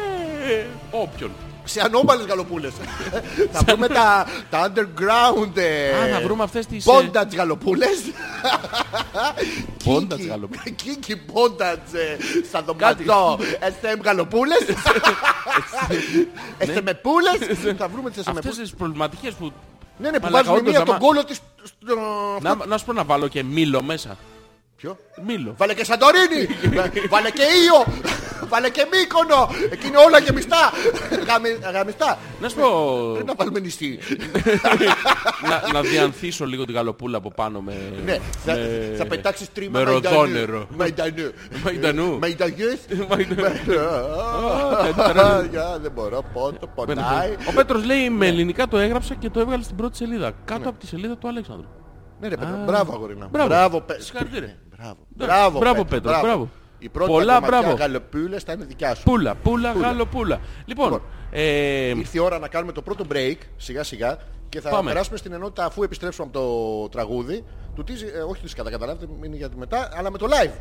B: όποιον.
A: σε ανώμαλες γαλοπούλες. θα βρούμε τα, τα underground ε,
B: Α, θα βρούμε αυτές τις... ε,
A: bondage γαλοπούλες.
B: Bondage
A: Kinky-
B: γαλοπούλες.
A: Kinky bondage ε, στα δωματό. SM γαλοπούλες. SM πούλες. Θα βρούμε τις SM
B: Ναι. Αυτές
A: πούλες.
B: τις προβληματικές που...
A: Ναι, ναι, που
B: Μαλάκα,
A: βάζουμε
B: όντως,
A: μία
B: άμα-
A: τον κόλο της... στο-
B: Να, να σου πω να βάλω και μήλο μέσα.
A: Ποιο?
B: Μήλο.
A: Βάλε και Σαντορίνη! Βάλε και Ίο! Βάλε και μήκονο. Εκεί είναι όλα και μιστά. Γαμι- Γαμιστά.
B: Να σου πω.
A: Πρέπει να βάλουμε νηστή.
B: να, να διανθίσω λίγο την γαλοπούλα από πάνω με.
A: Ναι, θα,
B: με-
A: θα πετάξεις τρίμα
B: με
A: μαϊντανού.
B: ροδόνερο.
A: Μαϊντανού. Ε,
B: Μαϊντανού.
A: Μαϊντανιούς. Γεια, Δεν μπορώ, πόντο, πονάει.
B: Ο Πέτρος
A: Ναι.
B: λέει με ελληνικά το έγραψα και το έβγαλε στην πρώτη σελίδα. Κάτω από τη σελίδα του Αλέξανδρου.
A: Ναι ρε Πέτρο,
B: Α,
A: μπράβο αγορίνα. μου.
B: μπράβο.
A: Μπράβο Πέτρο.
B: Συγχαρητήρια.
A: Μπράβο.
B: Εντάξει, μπράβο, Πέτρο, μπράβο.
A: Η πρώτη
B: Πολλά
A: Πολλά μπράβο.
B: μπράβο.
A: γαλοπούλες θα είναι δικιά σου.
B: Πούλα, πούλα, γαλοπούλα. Λοιπόν, ε,
A: Ήρθε η ώρα να κάνουμε το πρώτο break σιγά σιγά και θα
B: Πάμε.
A: περάσουμε στην ενότητα αφού επιστρέψουμε από το τραγούδι. Του τι, ζει- ε, όχι τη καταλαβαίνετε, είναι για τη μετά, αλλά με το live.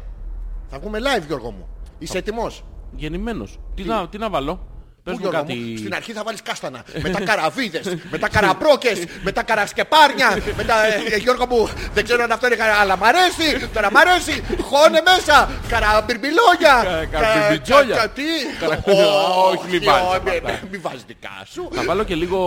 A: Θα βγούμε live Γιώργο μου. Είσαι έτοιμος.
B: γεννημένος. Τι, να, τι να βάλω. Πες
A: Πού,
B: μου
A: Γιώργο μου,
B: κάτι.
A: Στην αρχή θα βάλεις κάστανα. μετά καραβίδες, μετά καραπρόκες, μετά καρασκεπάρνια. μετά, ε, ε, Γιώργο μου, δεν ξέρω αν αυτό είναι καρα... Αλλά μ' αρέσει, τώρα μ' αρέσει. Χώνε μέσα, καραμπιρμπιλόγια.
B: Κα- καραμπιρμπιτζόλια.
A: κα- Τι.
B: Καρα-
A: Όχι,
B: Όχι, μη
A: όχι,
B: βάζεις
A: μη-
B: αυτά.
A: μη βάζεις δικά σου.
B: Θα βάλω και λίγο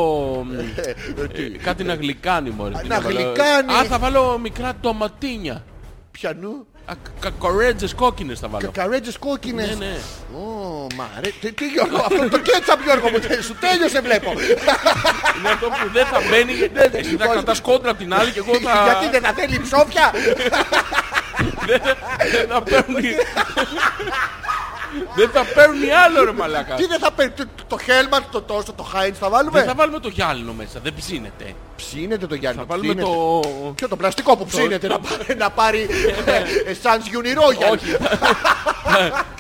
B: μ,
A: Ε, τι.
B: ε, κάτι να γλυκάνει μόλις.
A: να γλυκάνει.
B: Α, θα βάλω μικρά τοματίνια.
A: Πιανού,
B: Α, κα- Κακορέτζες κόκκινες θα βάλω.
A: κακαρέτζες κόκκινες.
B: Ναι, ναι.
A: Ω, μ' αρέσει. Τι- Τι Γιώργο, αυτό το κέτσαπ Γιώργο μου, σου τέλειωσε βλέπω.
B: Είναι αυτό που δεν θα μπαίνει. Εσύ θα κρατάς κόντρα από την άλλη και εγώ θα...
A: Ναι, λοιπόν. Γιατί δεν θα θέλει ψόφια.
B: Δεν θα παίρνει... Δεν θα παίρνει άλλο ρε μαλάκα.
A: Τι δεν θα παίρνει, το- το Χέλμαντ, το Τόστο, το Χάιντ θα
B: Δεν
A: βάλουμε.
B: θα βάλουμε το γυάλινο μέσα, δεν ψήνεται.
A: Ψήνεται το Γιάννη.
B: Θα βάλουμε
A: ψήνεται.
B: το...
A: Ποιο το πλαστικό που ψήνεται να πάρει, να πάρει ε, σαν γιουνιρόγια.
B: Όχι.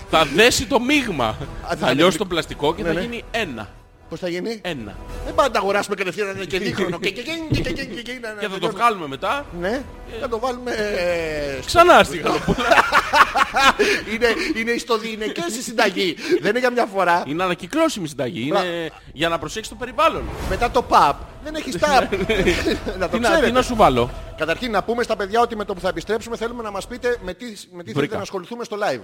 B: θα δέσει το μείγμα.
A: δεν
B: θα
A: θα
B: λιώσει
A: είναι-
B: το πλαστικό και
A: Ναι,
B: θα
A: ναι.
B: γίνει ένα.
A: Πώς θα γίνει.
B: Ένα.
A: Δεν πάμε να αγοράσουμε κατευθείαν ένα και δίχρονο. Και- και- και- και- και- και- και- και- να-
B: Και θα
A: να-
B: το βγάλουμε μετά.
A: Ναι, θα το βάλουμε... ε,
B: Ξανά στη γαλοπούλα.
A: είναι, είναι ιστοδιειναικές η συνταγή. Δεν είναι για μια φορά.
B: Είναι ανακυκλώσιμη συνταγή. Είναι για να προσέξει το περιβάλλον.
A: Μετά το pub. Δεν έχεις τάπ. να το
B: Τι Ναι. να, τι
A: ξέρετε.
B: να σου βάλω.
A: Καταρχήν να πούμε στα παιδιά ότι με το που θα επιστρέψουμε θέλουμε να μας πείτε με τι, με τι θέλετε
B: Βρήκα.
A: να ασχοληθούμε στο live.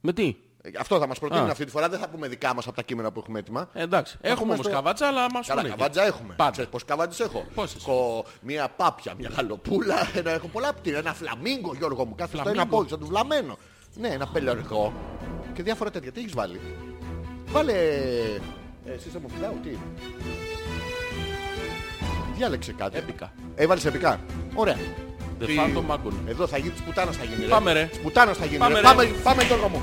B: Με τι.
A: Ε, Αυτό θα μας προτείνουν
B: Α.
A: αυτή τη φορά. Δεν θα πούμε δικά μας από τα κείμενα που έχουμε έτοιμα.
B: Ε, εντάξει. Έχουμε
A: πούμε
B: όμως
A: στο-
B: καβάτσα, αλλά μας
A: Καλά,
B: φωνεί.
A: καβάτζα έχουμε.
B: Πάντα.
A: Ξέρεις πόσες καβάτζες έχω.
B: Πόσες.
A: Έχω μία πάπια, μία γαλοπούλα, ένα, έχω πολλά πτήρια. Ένα φλαμίγκο, Γιώργο μου. Κάθε στο ένα
B: Φλαμίγκο.
A: πόδι, σαν τους βλαμμένο. Ναι, ένα πελωρικό. Και διάφορα τέτοια. Τι έχεις βάλει. Βάλε... Ε, Σύστα μου φυλάω, τι. Διάλεξε κάτι.
B: Έπικα.
A: Έβαλες επικά. Ωραία.
B: Δε
A: Τι-
B: φάρτο μάγκον.
A: Εδώ θα γίνει της πουτάνας θα γίνει. ρε.
B: Πάμε, ρε.
A: Της πουτάνας θα γίνει.
B: Πάμε,
A: ρε.
B: ρε.
A: Πάμε, πάμε Γιώργο μου.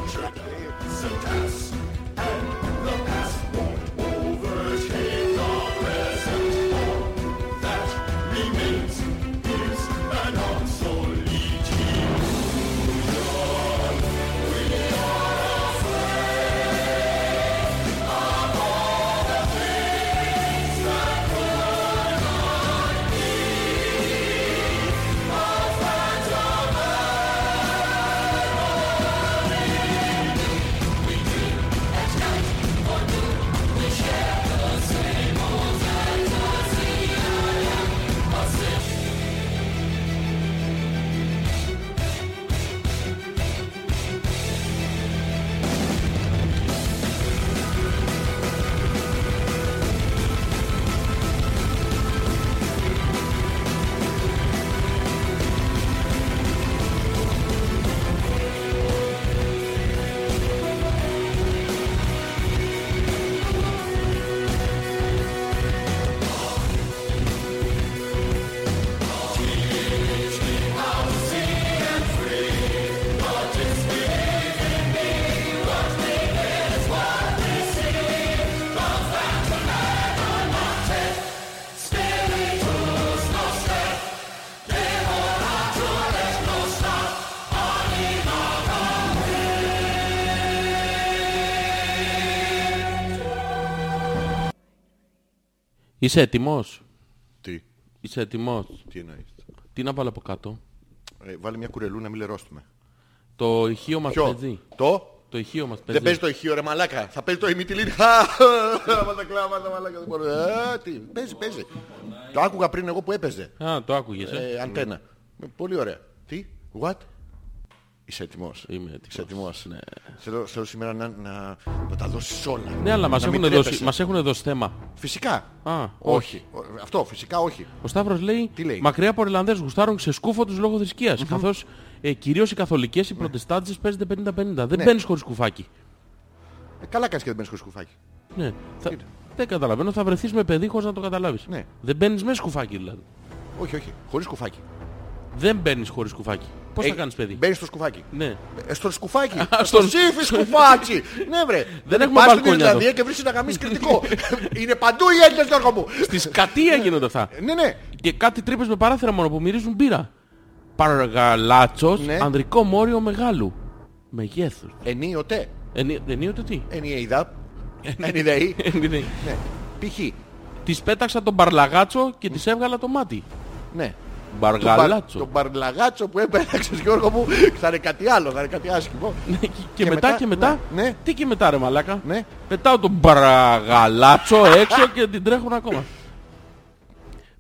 B: Είσαι έτοιμος.
A: Τι,
B: Είσαι έτοιμος.
A: τι εννοείς.
B: Τι να βάλω από κάτω.
A: Ε, βάλε μια κουρελού να μην λερώσουμε.
B: Το ηχείο μας
A: Ποιο.
B: παίζει.
A: Το.
B: Το ηχείο μας παίζει.
A: Δεν παίζει το ηχείο ρε μαλάκα. Θα παίζει το ημιτιλίν. Άμα τα κλάματα μαλάκα δεν μπορώ. Ε, τι. Παίζει, παίζει. Το άκουγα πριν εγώ που έπαιζε.
B: Α, το άκουγες. ε.
A: Ε, Αντένα. Ε, Πολύ ωραία. Τι. What. Είσαι έτοιμος.
B: Είμαι έτοιμος.
A: Ε, Είσαι έτοιμος. ναι. Θέλω, θέλω σήμερα να, να, να τα δώσεις όλα.
B: Ναι, αλλά μας
A: Να μην
B: έχουν, δώσει,
A: τρέπεσαι.
B: μας έχουν δώσει θέμα.
A: Φυσικά.
B: Α,
A: όχι. Ο- Αυτό, φυσικά όχι.
B: Ο Σταύρος λέει,
A: Τι λέει?
B: μακριά από Ιρλανδές γουστάρουν σε σκούφο τους λόγω θρησκείας,
A: Ναι.
B: καθώς ε, κυρίως οι καθολικές, οι προτεστάντζες παίζονται 50-50. Δεν μπαίνεις χωρίς κουφάκι.
A: Ε, καλά κάνεις και δεν μπαίνεις χωρίς κουφάκι.
B: Ναι. Θα... Δεν καταλαβαίνω, θα βρεθείς με παιδί χωρίς να το καταλάβεις.
A: Ναι.
B: Δεν μπαίνεις μέσα σκουφάκι δηλαδή.
A: Όχι, όχι. Χωρίς κουφάκι.
B: Δεν μπαίνεις χωρίς σκουφάκι. Πώς
A: Ε,
B: θα κάνεις παιδί.
A: Μπαίνεις στο σκουφάκι.
B: Ναι.
A: Ε, στο σκουφάκι.
B: Α,
A: στο
B: στο-
A: ψήφι σκουφάκι. ναι, βρε.
B: έχουμε
A: πας στην
B: μπαλκόνια
A: Ιρλανδία και βρίσκεις να γαμίσεις κριτικό. Είναι παντού οι Έλληνες, Γιώργο μου.
B: Στις κατία γίνονται αυτά.
A: Ναι, ναι.
B: Και κάτι τρύπες με παράθυρα μόνο που μυρίζουν μπύρα. Παραγαλάτσος,
A: Ναι.
B: ανδρικό μόριο μεγάλου. Μεγέθους.
A: Ενίοτε.
B: Ενι- Ενίοτε τι. Ε,
A: Ενιεϊδά. Ενιδεή.
B: Ενιδεή.
A: Ναι. Π.χ.
B: Της πέταξα τον παρλαγάτσο και της έβγαλα το μάτι.
A: Ναι. Το μπαρ- Το
B: Μπαργαλάτσο.
A: μπαρλαγάτσο που έπαιραξες Γιώργο μου θα είναι κάτι άλλο, θα είναι κάτι άσχημο.
B: Ναι, και- Και
A: μετά,
B: μετά και μετά.
A: ναι, ναι.
B: Τι και μετά ρε μαλάκα.
A: Ναι.
B: Πετάω τον παραγαλάτσο έξω και την τρέχουν ακόμα.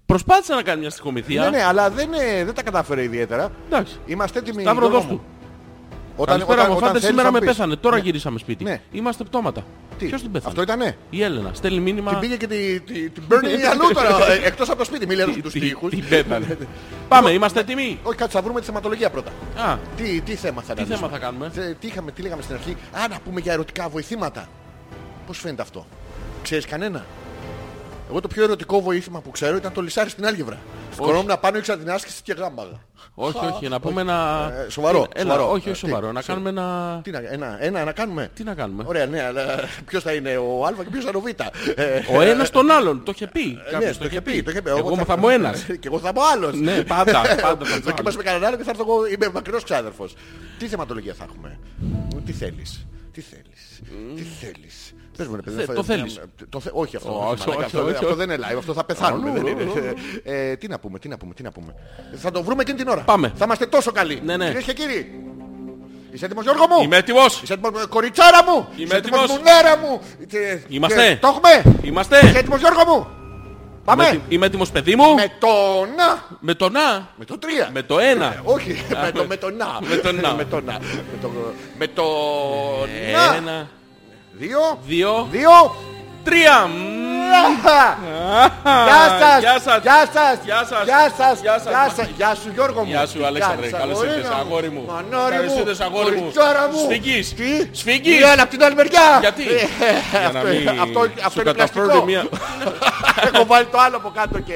B: Προσπάθησα να κάνει μια
A: Ναι,
B: στοιχομηθεία.
A: ναι, αλλά δεν, ε, δεν τα κατάφερε ιδιαίτερα.
B: Εντάξει.
A: Είμαστε έτοιμοι.
B: Σταύρο
A: Γιώργο
B: δώσ' του.
A: μου. Όταν,
B: Καλησπέρα μου, φάντε
A: θέλεις
B: σήμερα
A: να
B: με
A: πεις.
B: πέθανε. Τώρα
A: Ναι.
B: γυρίσαμε σπίτι.
A: Ναι.
B: Είμαστε πτώματα.
A: Τι,
B: Ποιος την πέθανε.
A: Αυτό ήτανε.
B: Η Έλενα. Στέλνει
A: Την
B: μήνυμα.
A: πήγε και την τη, την παίρνει η αλλού τώρα. ε, Εκτός από το σπίτι, μιλάει στους
B: Ναι. Τι-
A: τοίχους.
B: Την πέθανε. Πάμε, είμαστε έτοιμοι.
A: Όχι, κάτσε, θα βρούμε τη θεματολογία πρώτα.
B: Α,
A: Τι, τι θέμα θα
B: τι
A: αναλύσουμε.
B: θέμα θα κάνουμε.
A: Θε- Τι, είχαμε, τι λέγαμε στην αρχή. Α, να πούμε για ερωτικά βοηθήματα. Πώς φαίνεται αυτό. Ξέρεις κανένα. Εγώ το πιο ερωτικό βοήθημα που ξέρω ήταν το λυσάρι στην άλγευρα. Σκορόμουν πάνω, ήξερα την άσκηση και γάμπαγα.
B: Όχι, όχι, να πούμε ένα.
A: Ε, σοβαρό,
B: Έλα,
A: σοβαρό.
B: Όχι, όχι,
A: Ε, τι,
B: σοβαρό. Να
A: σε-
B: κάνουμε ένα.
A: Τι να, ένα, ένα να κάνουμε.
B: Τι να κάνουμε.
A: Ωραία, ναι, αλλά ποιος θα είναι ο Α και ποιος θα είναι ο Β. Ε,
B: Ο ένας τον άλλον. Το είχε πει.
A: ναι,
B: Κάποιος
A: το είχε πει. το είχε πει. Ε,
B: Εγώ θα είμαι ο ένας.
A: Και εγώ θα είμαι ο άλλος.
B: Ναι, πάντα.
A: ε,
B: πάντα θα τσάλω.
A: Δοκίμασε με κανέναν άλλο και θα έρθω εγώ. Είμαι μακρινός ξάδερφος. Τι θεματολογία θα έχουμε. Τι θέλεις. Τι θέλεις. Τι θέλεις. Πες μου, ρε παιδί,
B: Θε-
A: θα-
B: το θέλεις.
A: το θε- Όχι αυτό.
B: Όχι,
A: μαλάκα,
B: όχι,
A: αυτό-
B: όχι,
A: Αυτό
B: όχι.
A: δεν είναι live. Αυτό θα πεθάνουμε. δεν είναι. Ε, Τι να πούμε, τι να πούμε, τι να πούμε. Θα το βρούμε εκείνη την ώρα.
B: Πάμε.
A: Θα είμαστε τόσο καλοί.
B: Ναι, ναι.
A: Κυρίες και κύριοι. Είσαι έτοιμος Γιώργο μου.
B: Είμαι έτοιμος.
A: Είσαι έτοιμος ε, κοριτσάρα μου. Είσαι
B: έτοιμος.
A: έτοιμος μουνάρα μου. Ε,
B: Είμαστε.
A: ε, Το έχουμε. Είσαι
B: Είμαστε.
A: έτοιμος Γιώργο μου.
B: Είμαι
A: Πάμε.
B: έτι- Είμαι έτοιμος παιδί μου.
A: Με το να.
B: Με το να.
A: Με το τρία.
B: Με το ένα.
A: Ε, Όχι, με το, με το να.
B: με το να.
A: με το να. Με το, με το να.
B: Ένα,
A: Δύο.
B: δύο,
A: ε, Δύο.
B: τρία.
A: Γεια σας.
B: Γεια σας.
A: Γεια σας.
B: Γεια σας.
A: Γεια σας.
B: Γεια σας.
A: Γεια σας. Γεια σου Γιώργο μου.
B: Γεια σου, Αλέξανδρε.
A: Γεια
B: Καλώς
A: σας,
B: ήρθες, αγόρι μου.
A: Μανώρι
B: Καλώς
A: μου.
B: ήρθες, αγόρι μου.
A: κοριτσάρα μου.
B: Σφυγγείς.
A: Τι.
B: Σφυγγείς.
A: Έλα από την άλλη μεριά.
B: Γιατί?
A: Ε,
B: Για να
A: αυτό-
B: μην
A: αυτό-
B: σου
A: Αυτό είναι
B: καταφέρνει
A: πλαστικό.
B: μία-
A: Έχω βάλει το άλλο από κάτω και...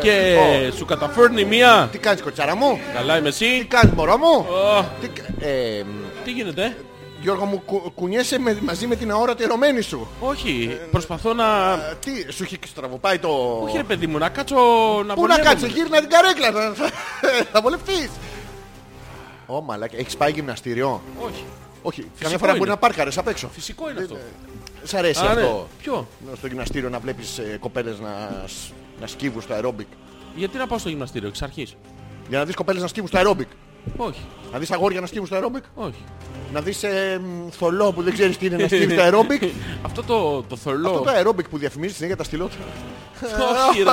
A: ε,
B: Και
A: ω.
B: σου καταφέρνει μία.
A: Τι κάνεις κοριτσάρα μου.
B: Καλά είμαι
A: Τι
B: εσύ.
A: κάνεις μωρό μου.
B: Ω,
A: Τι κα- ε, μ,
B: Τι γίνεται.
A: Γιώργο μου, κου- κουνιέσαι με- μαζί με την αόρατη ερωμένη σου.
B: Όχι. Προσπαθώ να.
A: Ε, Τι, σου έχει στραβοπάει το...
B: Όχι ρε παιδί μου, να κάτσω να
A: Πού να
B: βολεύομαι.
A: κάτσε, γύρνα την καρέκλα, θα, θα, θα βολευτείς. Ω μαλάκα, έχεις πάει γυμναστήριο.
B: Όχι.
A: Όχι, καμιά φορά
B: είναι.
A: μπορεί να πάρκαρες απ' έξω.
B: Φυσικό είναι αυτό.
A: Σ' αρέσει
B: Α,
A: αυτό.
B: ναι. Ποιο.
A: Στο γυμναστήριο να βλέπεις ε, κοπέλες να, σ- να σκύβουν στο αερόμπικ.
B: Γιατί να πάω στο γυμναστήριο εξ αρχής.
A: Για να δεις κοπέλες να σκύβουν στο αερόμπικ.
B: Όχι.
A: Να δεις αγόρια να σκύβουν στο αερόμπικ.
B: Όχι.
A: Να δεις ε, μ, θολό που δεν ξέρεις τι είναι να σκύβει στο αερόμπικ.
B: Αυτό το, το θολό.
A: Αυτό το αερόμπικ που διαφημίζεις είναι για τα στυλότερα.
B: Όχι ρε.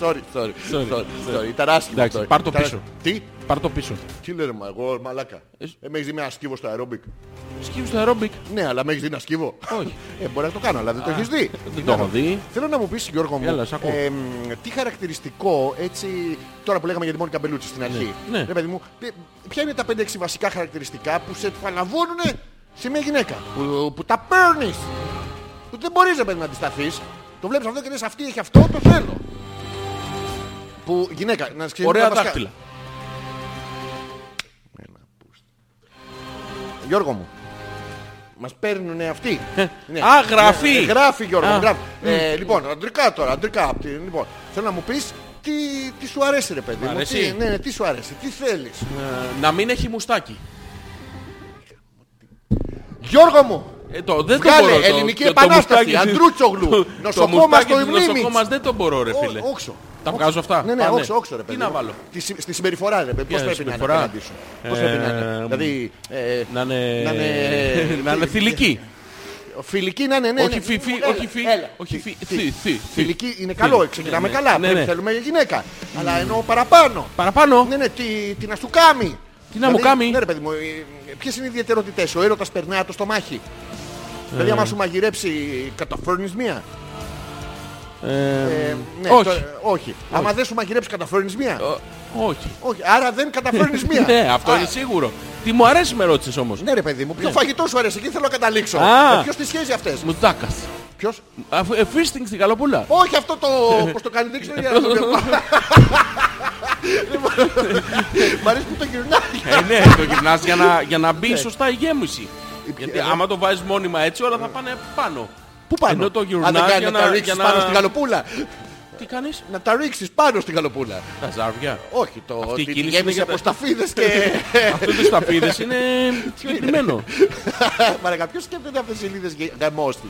A: Sorry, sorry,
B: Sorry,
A: sorry,
B: sorry.
A: sorry. Ήταν άσχημο.
B: Εντάξει,
A: sorry.
B: πάρ' το
A: Ήταν-
B: πίσω.
A: Τι,
B: Πάρ το πίσω.
A: τι λένε μα, εγώ μαλάκα. Ε,
B: Εσύ-
A: με έχεις δει με ένα σκύβο στο αερόμπικ.
B: Σκύβει στο αερόμπικ.
A: Ναι, αλλά με έχεις δει ένα σκύβο.
B: Όχι.
A: Ε, μπορεί να το κάνω, αλλά δεν το έχεις δει.
B: Δεν το έχω δει.
A: Θέλω να μου πεις Γιώργο μου,
B: Έλα, σ' ακούω.
A: ε, μ, τι χαρακτηριστικό έτσι, τώρα που λέγαμε για τη Μόνικα Μπελούτση στην αρχή.
B: Ναι, ναι.
A: Ρε παιδί μου, τι- ποια είναι τα 5-6 βασικά χαρακτηριστικά που σε φαλαβώνουν σε μια γυναίκα. Που, που τα παίρνεις. Που δεν μπορείς ρε παιδί να αντισταθείς. Το βλέπεις αυτό και λες αυτή έχει αυτό, το θέλω. Που γυναίκα, να σκεφτεί.
B: Ωραία δάχτυλα.
A: Γιώργο μου. Μας παίρνουν αυτοί. Ναι.
B: Ε. Α, γραφεί.
A: Ναι, γράφει Γιώργο.
B: Α.
A: Γράφει. Ε, λοιπόν, αντρικά τώρα, αντρικά. απ' την- Λοιπόν, θέλω να μου πεις τι, τι σου αρέσει ρε παιδί μου.
B: αρέσει.
A: Τι, ναι, ναι, τι σου αρέσει, τι θέλεις.
B: Ε, να μην έχει μουστάκι.
A: Γιώργο μου,
B: Ε, το, δεν
A: Βγάλε
B: το μπορώ. το-
A: ελληνική
B: το- το
A: επανάσταση,
B: μουστάκι της-
A: Αντρούτσογλου,
B: το-
A: νοσοκόμα
B: το μουστάκι
A: στο
B: της
A: Ιβλίμιτς.
B: νοσοκόμας δεν το μπορώ ρε
A: Ό,
B: Ε, φίλε.
A: όξο.
B: Τα
A: Όξο.
B: βγάζω αυτά.
A: Ναι, ναι,
B: Α, ναι.
A: όξο, όξο, ρε
B: Τι
A: παιδί.
B: να
A: μου.
B: βάλω.
A: Τη, συ- στη συμπεριφορά, ρε παιδί. Πώ
B: Ποια
A: πρέπει να είναι
B: συμπεριφορά?
A: απέναντί σου. Πώς πρέπει να είναι.
B: Ε,
A: Δηλαδή. ε,
B: Να είναι,
A: Να είναι-
B: να είναι θηλυκή.
A: Φιλική να είναι, ναι.
B: όχι
A: ναι.
B: φι, φι,
A: Έλα,
B: όχι φι,
A: έλα.
B: όχι
A: Θη-
B: φι,
A: θη-
B: θη, θη,
A: Φιλική είναι
B: θη.
A: καλό, ξεκινάμε
B: Ναι,
A: καλά.
B: ναι,
A: πρέπει-
B: ναι.
A: Θέλουμε για γυναίκα. Αλλά εννοώ παραπάνω.
B: Παραπάνω.
A: Ναι, ναι, τι, τι να σου κάνει.
B: Τι να μου κάνει.
A: Ναι, ρε παιδί μου, ποιες είναι οι ιδιαιτερότητες. Ο έρωτας περνάει
B: Ε.
A: το στομάχι. Δηλαδή, άμα σου μαγειρέψει, καταφέρνεις μία. Ε, ναι,
B: όχι.
A: το- όχι. Άμα δεν σου μαγειρέψει καταφέρνεις μία.
B: Ε, όχι.
A: Όχι. Άρα δεν καταφέρνεις μία.
B: ναι, αυτό
A: Α,
B: είναι σίγουρο. Τι μου αρέσει με ρώτησες όμως.
A: Ναι ρε παιδί μου, ποιο
B: Ναι.
A: φαγητό σου αρέσει, εκεί θέλω να καταλήξω.
B: Α.
A: Με ποιος τις σχέζει αυτές.
B: Μουτάκα.
A: Ποιος.
B: ε, Φίστινγκ στην καλοπούλα.
A: Όχι αυτό το. Πώς το κάνει, δεν ξέρω για να το κάνω. Λοιπόν, Μ' αρέσει που το γυρνάει.
B: Ε, ναι, το γυρνάς για να, για να μπει σωστά η γέμιση.
A: Ναι.
B: Γιατί
A: ε,
B: άμα το βάζεις μόνιμα έτσι, όλα θα πάνε πάνω.
A: Πού πάνω.
B: Ενώ το
A: Αν δεν
B: γυρνά
A: κάνει
B: για
A: να τα
B: να.
A: ρίξεις
B: Για
A: πάνω στην
B: να...
A: καλοπούλα.
B: Τι κάνεις,
A: Να τα ρίξεις πάνω στην καλοπούλα.
B: τα ζάρια.
A: Όχι, το
B: Αυτή η
A: ότι τη
B: κίνηση είναι
A: γέμισε
B: για τα-
A: από σταφίδες και.
B: Αυτό το σταφίδες είναι συγκεκριμένο.
A: Μαρακα, ποιος σκέφτεται αυτές τις σελίδες γαμόστη.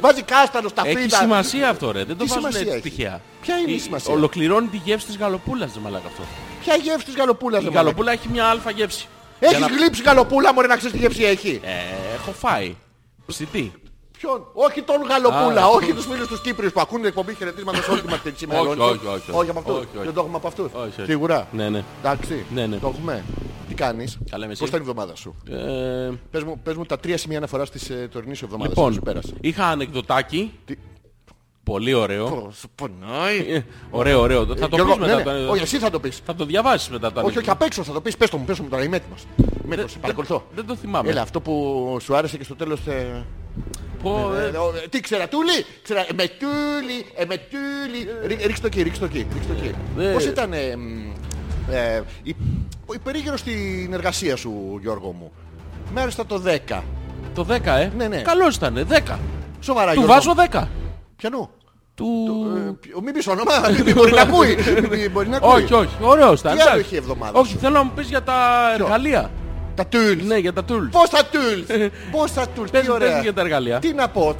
A: Βάζει κάστανο
B: Έχει
A: σταφίδα.
B: σημασία αυτό ρε, δεν το
A: Τι
B: βάζουν
A: σημασία
B: έτσι
A: έχει?
B: τυχαία.
A: Ποια είναι η σημασία?
B: Ολοκληρώνει τη γεύση της γαλοπούλας, δε μαλάκα αυτό.
A: Ποια γεύση της γαλοπούλας
B: Η
A: δεν
B: γαλοπούλα έχει μια αλφα γεύση.
A: Έχει
B: Για να-
A: γλύψει γαλοπούλα, μπορεί να ξέρεις τι γεύση έχει.
B: Ε, έχω φάει. Ψητή.
A: Ποιον, όχι τον Γαλοπούλα,
B: Α.
A: όχι τους φίλους τους Κύπριους που ακούνε την εκπομπή χαιρετίσματο όλη τη μαρτυρική σήμερα.
B: Όχι, όχι, όχι, όχι.
A: Όχι από αυτούς.
B: Όχι, όχι.
A: Δεν το έχουμε από αυτούς.
B: Όχι, όχι.
A: Σίγουρα.
B: Ναι, ναι.
A: Εντάξει.
B: Ναι, ναι.
A: Το έχουμε. Τι κάνεις,
B: Καλά είμαι εσύ.
A: Πώς ήταν η εβδομάδα σου.
B: Ε,
A: Πες μου, πες μου τα τρία σημεία αναφοράς της ε, τωρινής σου εβδομάδας.
B: Λοιπόν,
A: Σου πέρασε.
B: είχα ανεκδοτάκι.
A: Τι-
B: Πολύ ωραίο.
A: Ω, Σου πονάει.
B: Ε, Ωραίο, ωραίο. Θα το
A: Γιώργο,
B: πεις
A: ναι,
B: μετά.
A: ναι.
B: το ανεκδοτάκι.
A: Όχι, εσύ θα το πεις.
B: Θα το διαβάσεις μετά το
A: Όχι, όχι, απ'
B: ανεκδοτάκι.
A: έξω θα το πεις. Πες το μου, πες το μου τώρα, είμαι έτοιμος. Είμαι έτοιμος,
B: Δεν-
A: παρακολουθώ.
B: Δεν το θυμάμαι.
A: Έλα, αυτό που σου άρεσε και στο τέλος... ε,
B: Πω, ε,
A: ε, ε, Τι ξέρα, τούλι, ξέρα, ε, με τούλι, ε, με τούλι. Ρί- Ρίξ' το εκεί, ρίξ' το εκεί, ρίξ' το εκεί.
B: Ε,
A: Πώς ήταν ε, μ, ε, η, η περίγυρος στην εργασία σου, Γιώργο μου. Με άρεστα το 10.
B: Το 10, ε.
A: Ναι, ναι.
B: Καλός ήταν, 10.
A: Σοβαρά,
B: Του
A: Γιώργο. Ε,
B: βάζω 10.
A: Πιανού.
B: Του...
A: Ε, ποιο- Μην πεις όνομα, μην μπορεί να ακούει. Μην μπορεί να ακούει.
B: όχι, όχι, ωραίος ήταν.
A: Τι άλλο
B: εντάξει.
A: είχε η εβδομάδα
B: Όχι, θέλω να μου πεις για τα εργαλεία.
A: Τα τούλ.
B: Ναι, για τα tools.
A: Πώς τα τούλ. Πώς τα τούλ.
B: Πες
A: Τι
B: μου, πες μου
A: ωραία.
B: για τα εργαλεία.
A: Τι να πω,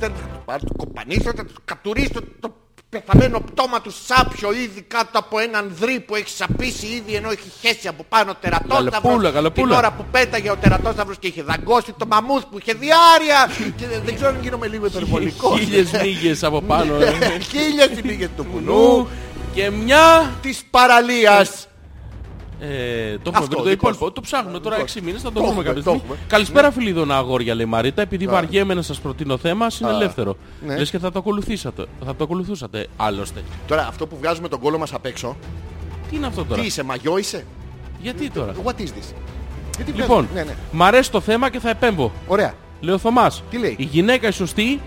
A: θα το κοπανίσω, θα το κατουρίσω το πεθαμένο πτώμα του σάπιο ήδη κάτω από έναν δρύ που έχει σαπίσει ήδη ενώ έχει χέσει από πάνω
B: Γαλοπούλα,
A: τερατόσταυρος την
B: γαλοπούλα.
A: ώρα που πέταγε ο τερατόσταυρος και είχε δαγκώσει το μαμούθ που είχε διάρκεια και δεν- δεν ξέρω αν γίνομαι λίγο υπερβολικός
B: Χίλιες μύγες από
A: Ναι.
B: πάνω. ε.
A: Χίλιες την πήγε του
B: Νου
A: βουνού
B: και μια...
A: της παραλίας
B: Ε,
A: Αυτό,
B: το έχουμε βρει το
A: δικό
B: υπόλοιπο.
A: σου. Λοιπόν,
B: Το ψάχνουμε τώρα 6 μήνες, θα το
A: Το
B: βρούμε
A: έχουμε, το
B: κάποια στιγμή.
A: έχουμε. Ναι.
B: Καλησπέρα φιλίδωνα αγόρια, λέει η Μαρίτα. Επειδή βαριέμαι να σας προτείνω θέμα, είναι ελεύθερο.
A: ναι.
B: Λες και θα το ακολουθήσατε. Θα το ακολουθούσατε άλλωστε.
A: Τώρα αυτό που βγάζουμε τον κόλο μας απ' έξω
B: Τι είναι αυτό τώρα.
A: Τι είσαι, μαγιό είσαι
B: Γιατί τώρα.
A: What is this Γιατί
B: Λοιπόν,
A: βγάζουμε- ναι, ναι.
B: μ' αρέσει το θέμα και θα επέμβω.
A: Ωραία
B: Λέω Θωμάς,
A: Τι λέει?
B: η γυναίκα η σωστή,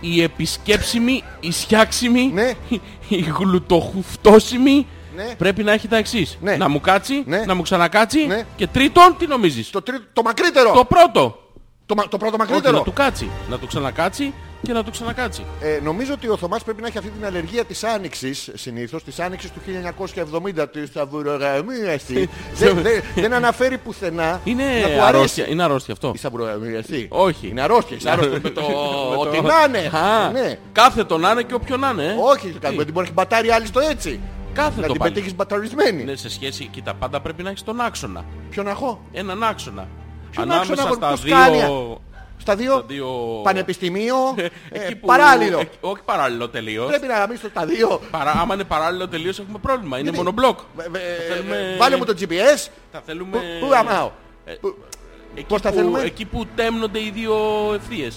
B: η επισκέψιμη, η σιάξιμη,
A: Ναι.
B: η γλουτοχουφτώσιμη,
A: Ναι.
B: πρέπει να έχει τα εξής.
A: Ναι.
B: Να μου κάτσει,
A: Ναι.
B: να μου ξανακάτσει
A: Ναι.
B: και τρίτον, τι νομίζεις.
A: Το, τρίτο, το μακρύτερο!
B: Το πρώτο.
A: Το, μα- το πρώτο
B: Όχι,
A: μακρύτερο.
B: να του κάτσει. Να του ξανακάτσει και να του ξανακάτσει.
A: Ε, νομίζω ότι ο Θωμάς πρέπει να έχει αυτή την αλλεργία της άνοιξης συνήθως, της άνοιξης του 1970, της σαβουρογαμίας της. δεν, δεν, δεν αναφέρει πουθενά
B: Είναι
A: να του αρέσει.
B: αρρώστια, είναι αρρώστια αυτό.
A: Η σαβουρογαμία, εσύ.
B: Όχι.
A: Είναι αρρώστια. Είσαι άρρωστος με το...
B: Με το-
A: Ότι να είναι.
B: Α,
A: Ναι.
B: Κάθε τον να είναι και όποιον να είναι. ε.
A: Όχι, γιατί μπορεί να έχει μπατάρει άλλη στο έτσι.
B: Κάθε
A: Να
B: το
A: την
B: πάλι.
A: πετύχεις μπαταρισμένη.
B: Ναι, σε σχέση, κοίτα, πάντα πρέπει να έχεις τον άξονα.
A: Ποιον αχώ.
B: Έναν άξονα.
A: Ποιον
B: Ανάμεσα
A: άξονα,
B: στα
A: πώς
B: δύο...
A: κάνει. Στα δύο.
B: Στα δύο-
A: Πανεπιστημίο. ε,
B: Εκεί που-
A: παράλληλο.
B: εκ- όχι παράλληλο τελείως.
A: Πρέπει να γαμίσω τα δύο.
B: Παρά, άμα είναι παράλληλο τελείως έχουμε πρόβλημα. Είναι
A: Γιατί?
B: μονομπλοκ.
A: Ε, ε, ε,
B: θέλουμε-
A: Βάλε μου το GPS.
B: Τα θέλουμε.
A: Πού γαμάω. Πού-
B: Εκεί
A: πώς τα
B: που-
A: θέλουμε?
B: Εκεί που τέμνονται οι δύο ευθείες.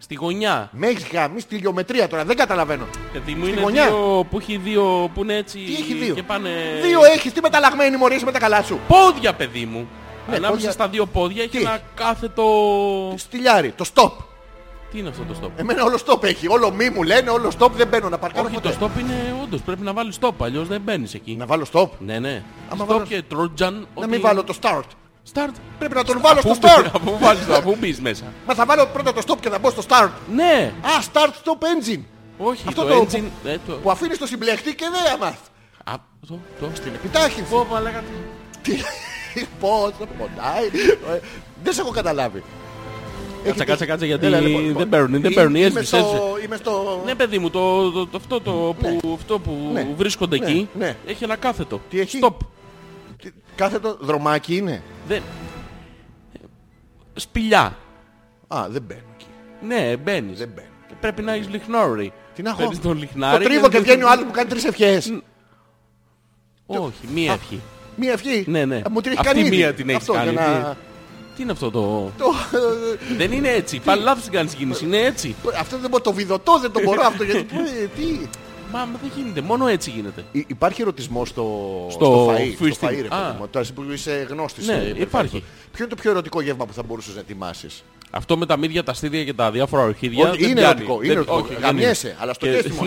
B: Στη γωνιά.
A: Με έχεις γαμίσει τη γεωμετρία τώρα, δεν καταλαβαίνω.
B: Γιατί μου
A: Στη
B: είναι
A: γωνιά.
B: δύο που έχει δύο που είναι έτσι.
A: Τι έχει δύο.
B: Και πάνε.
A: Δύο ε- έχεις, τι μεταλλαγμένη μωρείς με τα καλά σου.
B: Πόδια, παιδί μου.
A: Ναι,
B: Ανάμεσα
A: πόδια.
B: στα δύο πόδια έχει
A: Τι
B: ένα
A: έχει?
B: κάθετο.
A: Στυλιάρι, το stop.
B: Τι είναι αυτό το stop.
A: Εμένα όλο stop έχει. Όλο μη μου λένε, όλο stop δεν μπαίνω να παρκάρω
B: Όχι,
A: ποτέ.
B: το stop είναι όντως. Πρέπει να βάλεις stop, αλλιώς δεν μπαίνεις εκεί.
A: Να βάλω stop.
B: Ναι, ναι.
A: Άμα
B: stop
A: βάλω-
B: και Trojan.
A: Να μην βάλω το start.
B: Start.
A: Πρέπει να τον βάλω στο
B: Αφού-
A: start.
B: Αφού βάλεις το, αφού μπεις μέσα.
A: Μα θα βάλω πρώτα το stop και θα μπω στο start.
B: Ναι,
A: Α, start stop engine.
B: όχι,
A: Αυτό
B: το,
A: το-
B: engine... ε, το...
A: Που αφήνεις το συμπλεχτή και δεν αμάθ.
B: Α, το, το, στην
A: Επιτάχυνση.
B: Πω, μαλάκα, τι-
A: Τι- Πώς, πονάει. Ε, Δεν σε έχω καταλάβει. Έχετε-
B: κάτσε, κάτσε, γιατί
A: Έλα, λοιπόν,
B: δεν παίρνει, δεν
A: Εί-
B: παίρνει,
A: είμαι
B: έσβησε,
A: στο- Είμαι στο...
B: Ναι, παιδί μου, το, το, το- αυτό, το που, αυτό που
A: Ναι.
B: βρίσκονται
A: Ναι,
B: εκεί
A: ναι.
B: έχει ένα κάθετο.
A: Τι έχει?
B: Stop.
A: Τι- Κάθετο δρομάκι είναι.
B: Δεν... Σπηλιά.
A: Α, δεν μπαίνω εκεί.
B: Ναι, μπαίνεις.
A: Δεν μπαίνω.
B: Πρέπει να έχεις λιχνάρι.
A: Τι να έχω.
B: Παίρνεις τον
A: Το
B: λιχνάρι.
A: τρίβω και βγαίνει ο άλλος που κάνει τρεις ευχές.
B: Όχι, μία ευχή.
A: Μία ευχή.
B: Ναι, ναι.
A: Α, Μου την έχει
B: Αυτή
A: κάνει ήδη.
B: μία την έχεις
A: Αυτό,
B: κάνει, ναι.
A: για να-
B: Τι είναι αυτό το...
A: Το-
B: Δεν είναι έτσι. Παλάψιγκαν κίνηση είναι έτσι.
A: Αυτό δεν μπορώ, το βιδωτό δεν το μπορώ αυτό. Γιατί, ε, τι.
B: Μα μα δεν γίνεται. Μόνο έτσι γίνεται.
A: Υ- Υπάρχει ερωτισμός στο,
B: Στο
A: στο φαΐ, στο
B: φουστί.
A: φαΐ, ρε
B: Α.
A: παιδί μου. Τώρα εσύ που είσαι γνώστης.
B: Ναι,
A: ε, περιβάλλοντος.
B: υπάρχει.
A: Ποιο είναι το πιο ερωτικό γεύμα που θα μπορούσες να ετοιμάσεις.
B: Αυτό με τα μύδια, τα στίδια και τα διάφορα ορχίδια.
A: Όχι,
B: δεν
A: είναι
B: πιάνει.
A: ερωτικό.
B: Δεν-
A: Είναι ερωτικό.
B: όχι, δεν
A: Γαμιέσαι,
B: είναι.
A: αλλά στο
B: Και-
A: κέστημα.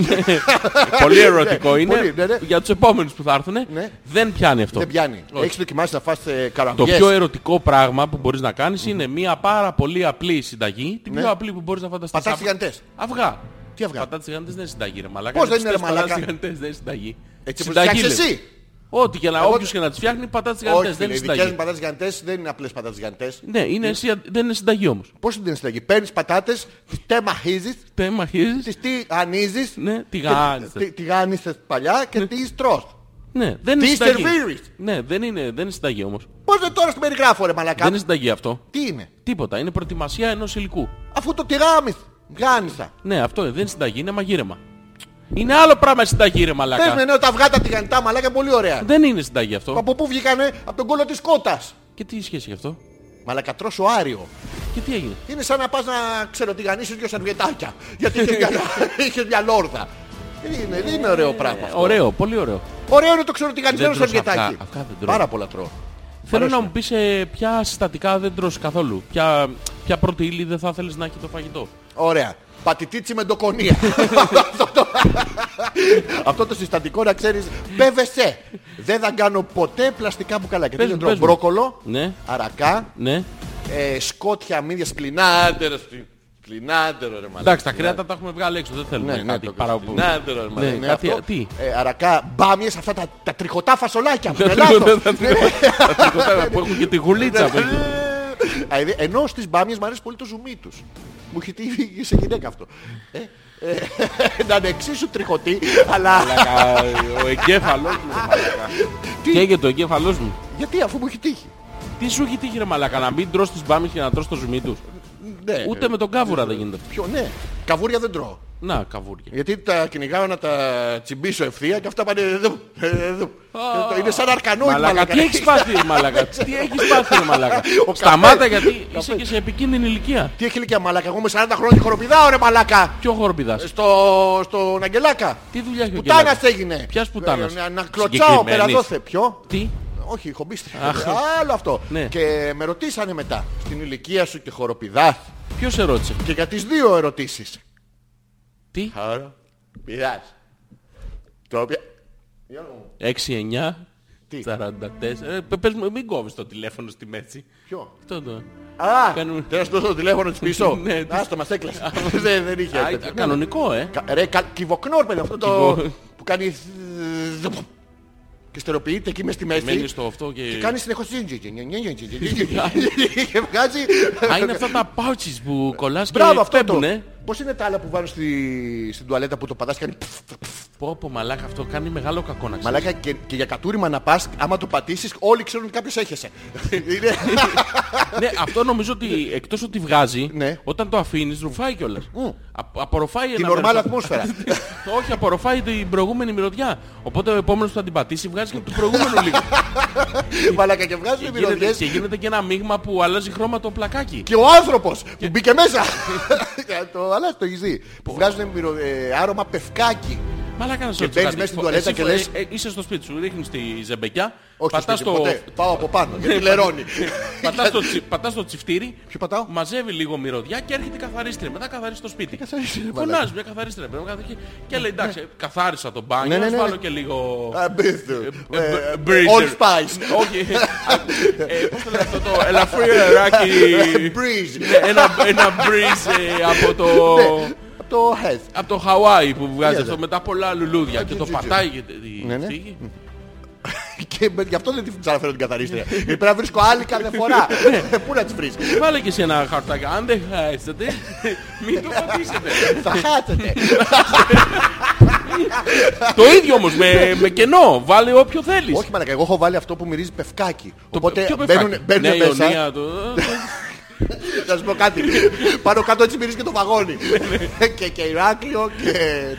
B: Πολύ ερωτικό
A: Ναι,
B: είναι.
A: πολύ, ναι, ναι.
B: Για τους επόμενους που θα έρθουν
A: Ναι.
B: δεν πιάνει αυτό.
A: Δεν πιάνει.
B: Όχι.
A: Έχεις δοκιμάσει να φας ε,
B: Το
A: καραβιές.
B: πιο ερωτικό πράγμα που μπορείς να κάνεις είναι μια πάρα πολύ απλή συνταγή. Την
A: Ναι.
B: πιο απλή που μπορείς να φανταστείς.
A: Πατάτες τηγανιτές.
B: Αυγά.
A: Τι αυγά?
B: Πατάτες τηγανιτές δεν είναι συνταγή ρε μαλάκα.
A: Πώς δεν είναι, ρε
B: Πατάτες
A: μαλάκα?
B: τηγανιτές δεν είναι συνταγή.
A: Έτσι που
B: Συνταγή
A: φτιάξεις
B: λέμε.
A: εσύ.
B: Ό,τι και να,
A: Εγώ-
B: όποιος και να τις φτιάχνει, πατάτες
A: Όχι,
B: τηγανιτές
A: φίλε,
B: δεν είναι
A: οι δικές μου
B: συνταγή.
A: πατάτες γιγαντές δεν είναι απλές πατάτες γιγαντές.
B: Ναι, είναι, εσύ- δεν είναι συνταγή όμως.
A: Πώς την συνταγή. Παίρνεις πατάτες, τις τεμαχίζεις,
B: Τε μαχίζεις,
A: τις τι ανίζεις,
B: ναι, τηγάνιστε.
A: τι γάνισες παλιά και τις τρως.
B: Ναι, δεν είναι
A: Τι
B: συνταγή.
A: σερβίρεις.
B: Ναι, δεν είναι, δεν είναι συνταγή όμως.
A: Πώς δεν τώρα στην περιγράφω ρε
B: Δεν είναι
A: μαλακά.
B: συνταγή αυτό.
A: Τι είναι.
B: Τίποτα. Είναι προετοιμασία ενός υλικού.
A: Αφού το τηγάμεις. Γάνισα.
B: Ναι, αυτό δεν είναι συνταγή, είναι μαγείρεμα. Είναι άλλο πράγμα η συνταγή, ρε
A: Πες με
B: μαλάκα.
A: ναι, τα αυγά τα τηγανιτά μαλάκα πολύ ωραία.
B: Δεν είναι συνταγή αυτό.
A: Από πού βγήκανε, από τον κόλο της κότας.
B: Και τι σχέση έχει αυτό.
A: Μαλακατρός ο Άριο.
B: Και τι έγινε.
A: Είναι σαν να πας να ξέρω τι γανίσεις δυο σερβιετάκια. Γιατί είχες μια, είχες μια λόρδα. Είναι, δεν είναι
B: Ε,
A: ωραίο πράγμα. αυτό.
B: Ωραίο, πολύ ωραίο.
A: Ωραίο είναι το ξέρω τι γανισμένο
B: Δεν τρως
A: σερβιετάκι.
B: αυγά, αυγά δεν τρώω.
A: Πάρα πολλά τρώω.
B: Θέλω να μου πεις ε, ποια συστατικά δεν τρως καθόλου. Ποια, ποια πρώτη ύλη δεν θα ήθελες να έχει το φαγητό.
A: Ωραία. Πατητίτσι με ντοκονία. Αυτό το- Αυτό το συστατικό να ξέρεις Μπέβεσαι. Δεν θα κάνω ποτέ πλαστικά μπουκαλάκια.
B: Πες
A: Δεν
B: μου,
A: τρώω
B: πες μου.
A: μπρόκολο,
B: Ναι,
A: αρακά,
B: ναι.
A: ε, σκότια, μύδια, σπλινάτερο. Σπλινάτερο ρε μαλάκα.
B: Εντάξει, τα κρέατα τα έχουμε βγάλει έξω. Δεν θέλουμε
A: Ναι, ναι,
B: κάτι
A: το
B: παραπάνω.
A: καστινάτερο, ρε μαλάκα.
B: Ναι,
A: Ναι,
B: κάτι-
A: αυτό,
B: τι?
A: ε, αρακά, μπάμιες, αυτά τα, τα τριχωτά φασολάκια.
B: Τα
A: με λάδο.
B: τριχωτά- τα τριχωτά ναι, που έχουν και τη γουλίτσα
A: Ναι.
B: που έχουν.
A: Α, ε, Ενώ στις μπάμιες μου αρέσει πολύ το ζουμί τους. Μου έχει τύχει σε γυναίκα αυτό. Ε, ε, Να είναι εξίσου τριχωτή, αλλά
B: Ο εγκέφαλος μου.
A: Τι?
B: Καίγεται το εγκέφαλός μου.
A: γιατί αφού μου έχει τύχει.
B: Τι σου έχει τύχει ρε μαλάκα, να μην τρως τις μπάμες και να τρως το ζουμί τους.
A: Ναι.
B: Ούτε με τον κάβουρα δεν γίνεται.
A: Ποιο, ναι. Καβούρια δεν τρώω.
B: Να, καβούρια.
A: Γιατί τα κυνηγάω να τα τσιμπήσω ευθεία και αυτά πάνε εδώ. εδώ. Ε, το- Είναι σαν αρκανόητ
B: Μαλάκα, τι έχεις πάθει ρε μαλάκα. Τι έχεις πάθει ρε μαλάκα.
A: Ο καφές.
B: Σταμάτα γιατί είσαι και σε επικίνδυνη ηλικία.
A: Τι έχει ηλικία μαλάκα. Εγώ με 40 χρόνια χοροπηδάω ρε μαλάκα.
B: Ποιο χοροπηδάς.
A: Στο, στον Αγγελάκα.
B: Τι δουλειά έχει ο
A: Ε, Πουτάνας
B: Κελάκης?
A: έγινε.
B: Ποιας πουτάνας?
A: Ε, Να, να κλωτσάω
B: Συγκεκριμένης.
A: πέρα δόθε. Ποιο.
B: Τι.
A: Όχι, χομπίστρια.
B: Αχ.
A: Άλλο αυτό.
B: Ναι.
A: Και με ρωτήσανε μετά. Στην ηλικία σου και χοροπηδάς.
B: Ποιος σε ρώτησε.
A: Και για τις δύο ερωτήσεις.
B: Τι.
A: Χοροπηδάς. Το οποία...
B: 6-9.
A: Τι.
B: 44. Ε, πε- πες μου, μην κόβεις το τηλέφωνο στη μέση.
A: Ποιο.
B: Αυτό το.
A: Α,
B: Κάνουμε-
A: θέλω να σου δώσω το τηλέφωνο της πίσω.
B: Ναι, της-
A: Άστα, μας έκλασες. Δεν δεν είχε.
B: Α,
A: τέτοιο.
B: ήταν Κανονικό, ε.
A: Κα- Ρε, κα- κυβοκνόρ, παιδί, αυτό το...
B: Κυβο-
A: που κάνει... Και στεροποιείται εκεί μες στη μέση.
B: Μένει στο αυτό και.
A: Και κάνει συνεχώς... Και βγάζει...
B: Α, είναι αυτά τα pouches που κολλάς και
A: Μπράβο αυτό το.
B: πέμπουνε.
A: Πώς είναι τα άλλα που βάζουν στη... στην τουαλέτα που το πατάς και κάνει... πφ, πφ, πφ.
B: Πω πω μαλάκα αυτό κάνει μεγάλο κακό να ξέρεις.
A: Μαλάκα και, και για κατούριμα να πας, άμα το πατήσεις όλοι ξέρουν ότι κάποιος έχεσαι. Είναι-
B: ναι, αυτό νομίζω ότι εκτός ότι βγάζει,
A: Ναι.
B: όταν το αφήνεις ρουφάει κιόλας.
A: Μμ.
B: Α- απορροφάει
A: Την
B: ένα
A: ορμάλα
B: μέρος.
A: ατμόσφαιρα.
B: Όχι, απορροφάει την προηγούμενη μυρωδιά. Οπότε ο επόμενος που θα την πατήσει βγάζει και από το προηγούμενο λίγο.
A: Μαλάκα και βγάζουν
B: και, γίνεται,
A: μυρωδιές
B: και γίνεται και ένα μείγμα που αλλάζει χρώμα το πλακάκι.
A: Και ο άνθρωπος που μπήκε μέσα. το αλλά το έχεις δει. Που βγάζουν μυρο- ε, άρωμα πευκάκι.
B: Μαλάκα να σου ρωτήσω
A: μπαίνεις
B: κάτι.
A: μέσα στην
B: Φο-
A: τουαλέτα
B: εσύ
A: και
B: φο-
A: λες-
B: ε, ε, είσαι στο σπίτι σου, ρίχνεις τη ζεμπεκιά,
A: Όχι στο
B: πατάς,
A: σπίτι,
B: το,
A: ποτέ. Πάω από πάνω γιατί λερώνει.
B: πατάς, το, τσι- πατάς το τσιφτήρι,
A: Ποιο πατάω?
B: μαζεύει λίγο μυρωδιά και έρχεται η καθαρίστρια. Μετά καθαρίζει το σπίτι.
A: καθαρίστρια, μαλάκα.
B: Φωνάζει μια καθαρίστρια. πρέπει να καθαρίσει. Και λέει εντάξει, καθάρισα τον μπάνιο,
A: Ναι, ναι,
B: ας
A: ναι,
B: βάλω
A: ναι.
B: και λίγο...
A: Α, μπήθου.
B: ε,
A: Ε,
B: breather.
A: Old Spice.
B: Όχι. Ε, Πώς το λένε αυτό το ελαφρύ αεράκι.
A: Breeze.
B: Ένα, ένα breeze ε, από το...
A: Ναι, απ' Το head.
B: Από το Χαουάι που βγάζει
A: Ναι,
B: αυτό
A: ναι.
B: με τα πολλά λουλούδια και
A: τζι,
B: το
A: τζι, τζι.
B: πατάει και τη-
A: Ναι, ναι.
B: φύγει.
A: Και με- γι' αυτό δεν την ξαναφέρω την καθαρίστρια. Γιατί Πρέπει να βρίσκω άλλη κάθε φορά. Πού να τις βρεις.
B: Βάλε και σε ένα χαρτάκι. Αν δεν χάσετε, μην το πατήσετε.
A: Θα χάσετε.
B: το ίδιο όμως με, με κενό. Βάλε όποιο θέλεις.
A: Όχι μαλακά, εγώ έχω βάλει αυτό που μυρίζει πευκάκι. Οπότε
B: Ποιο
A: μπαίνουν,
B: πεφτάκι?
A: μπαίνουν
B: Νέα
A: μέσα.
B: Ναι, Ιωνία, το-
A: Θα σου πω κάτι. Πάνω κάτω έτσι μυρίζει και το βαγόνι. και, και Ηράκλειο και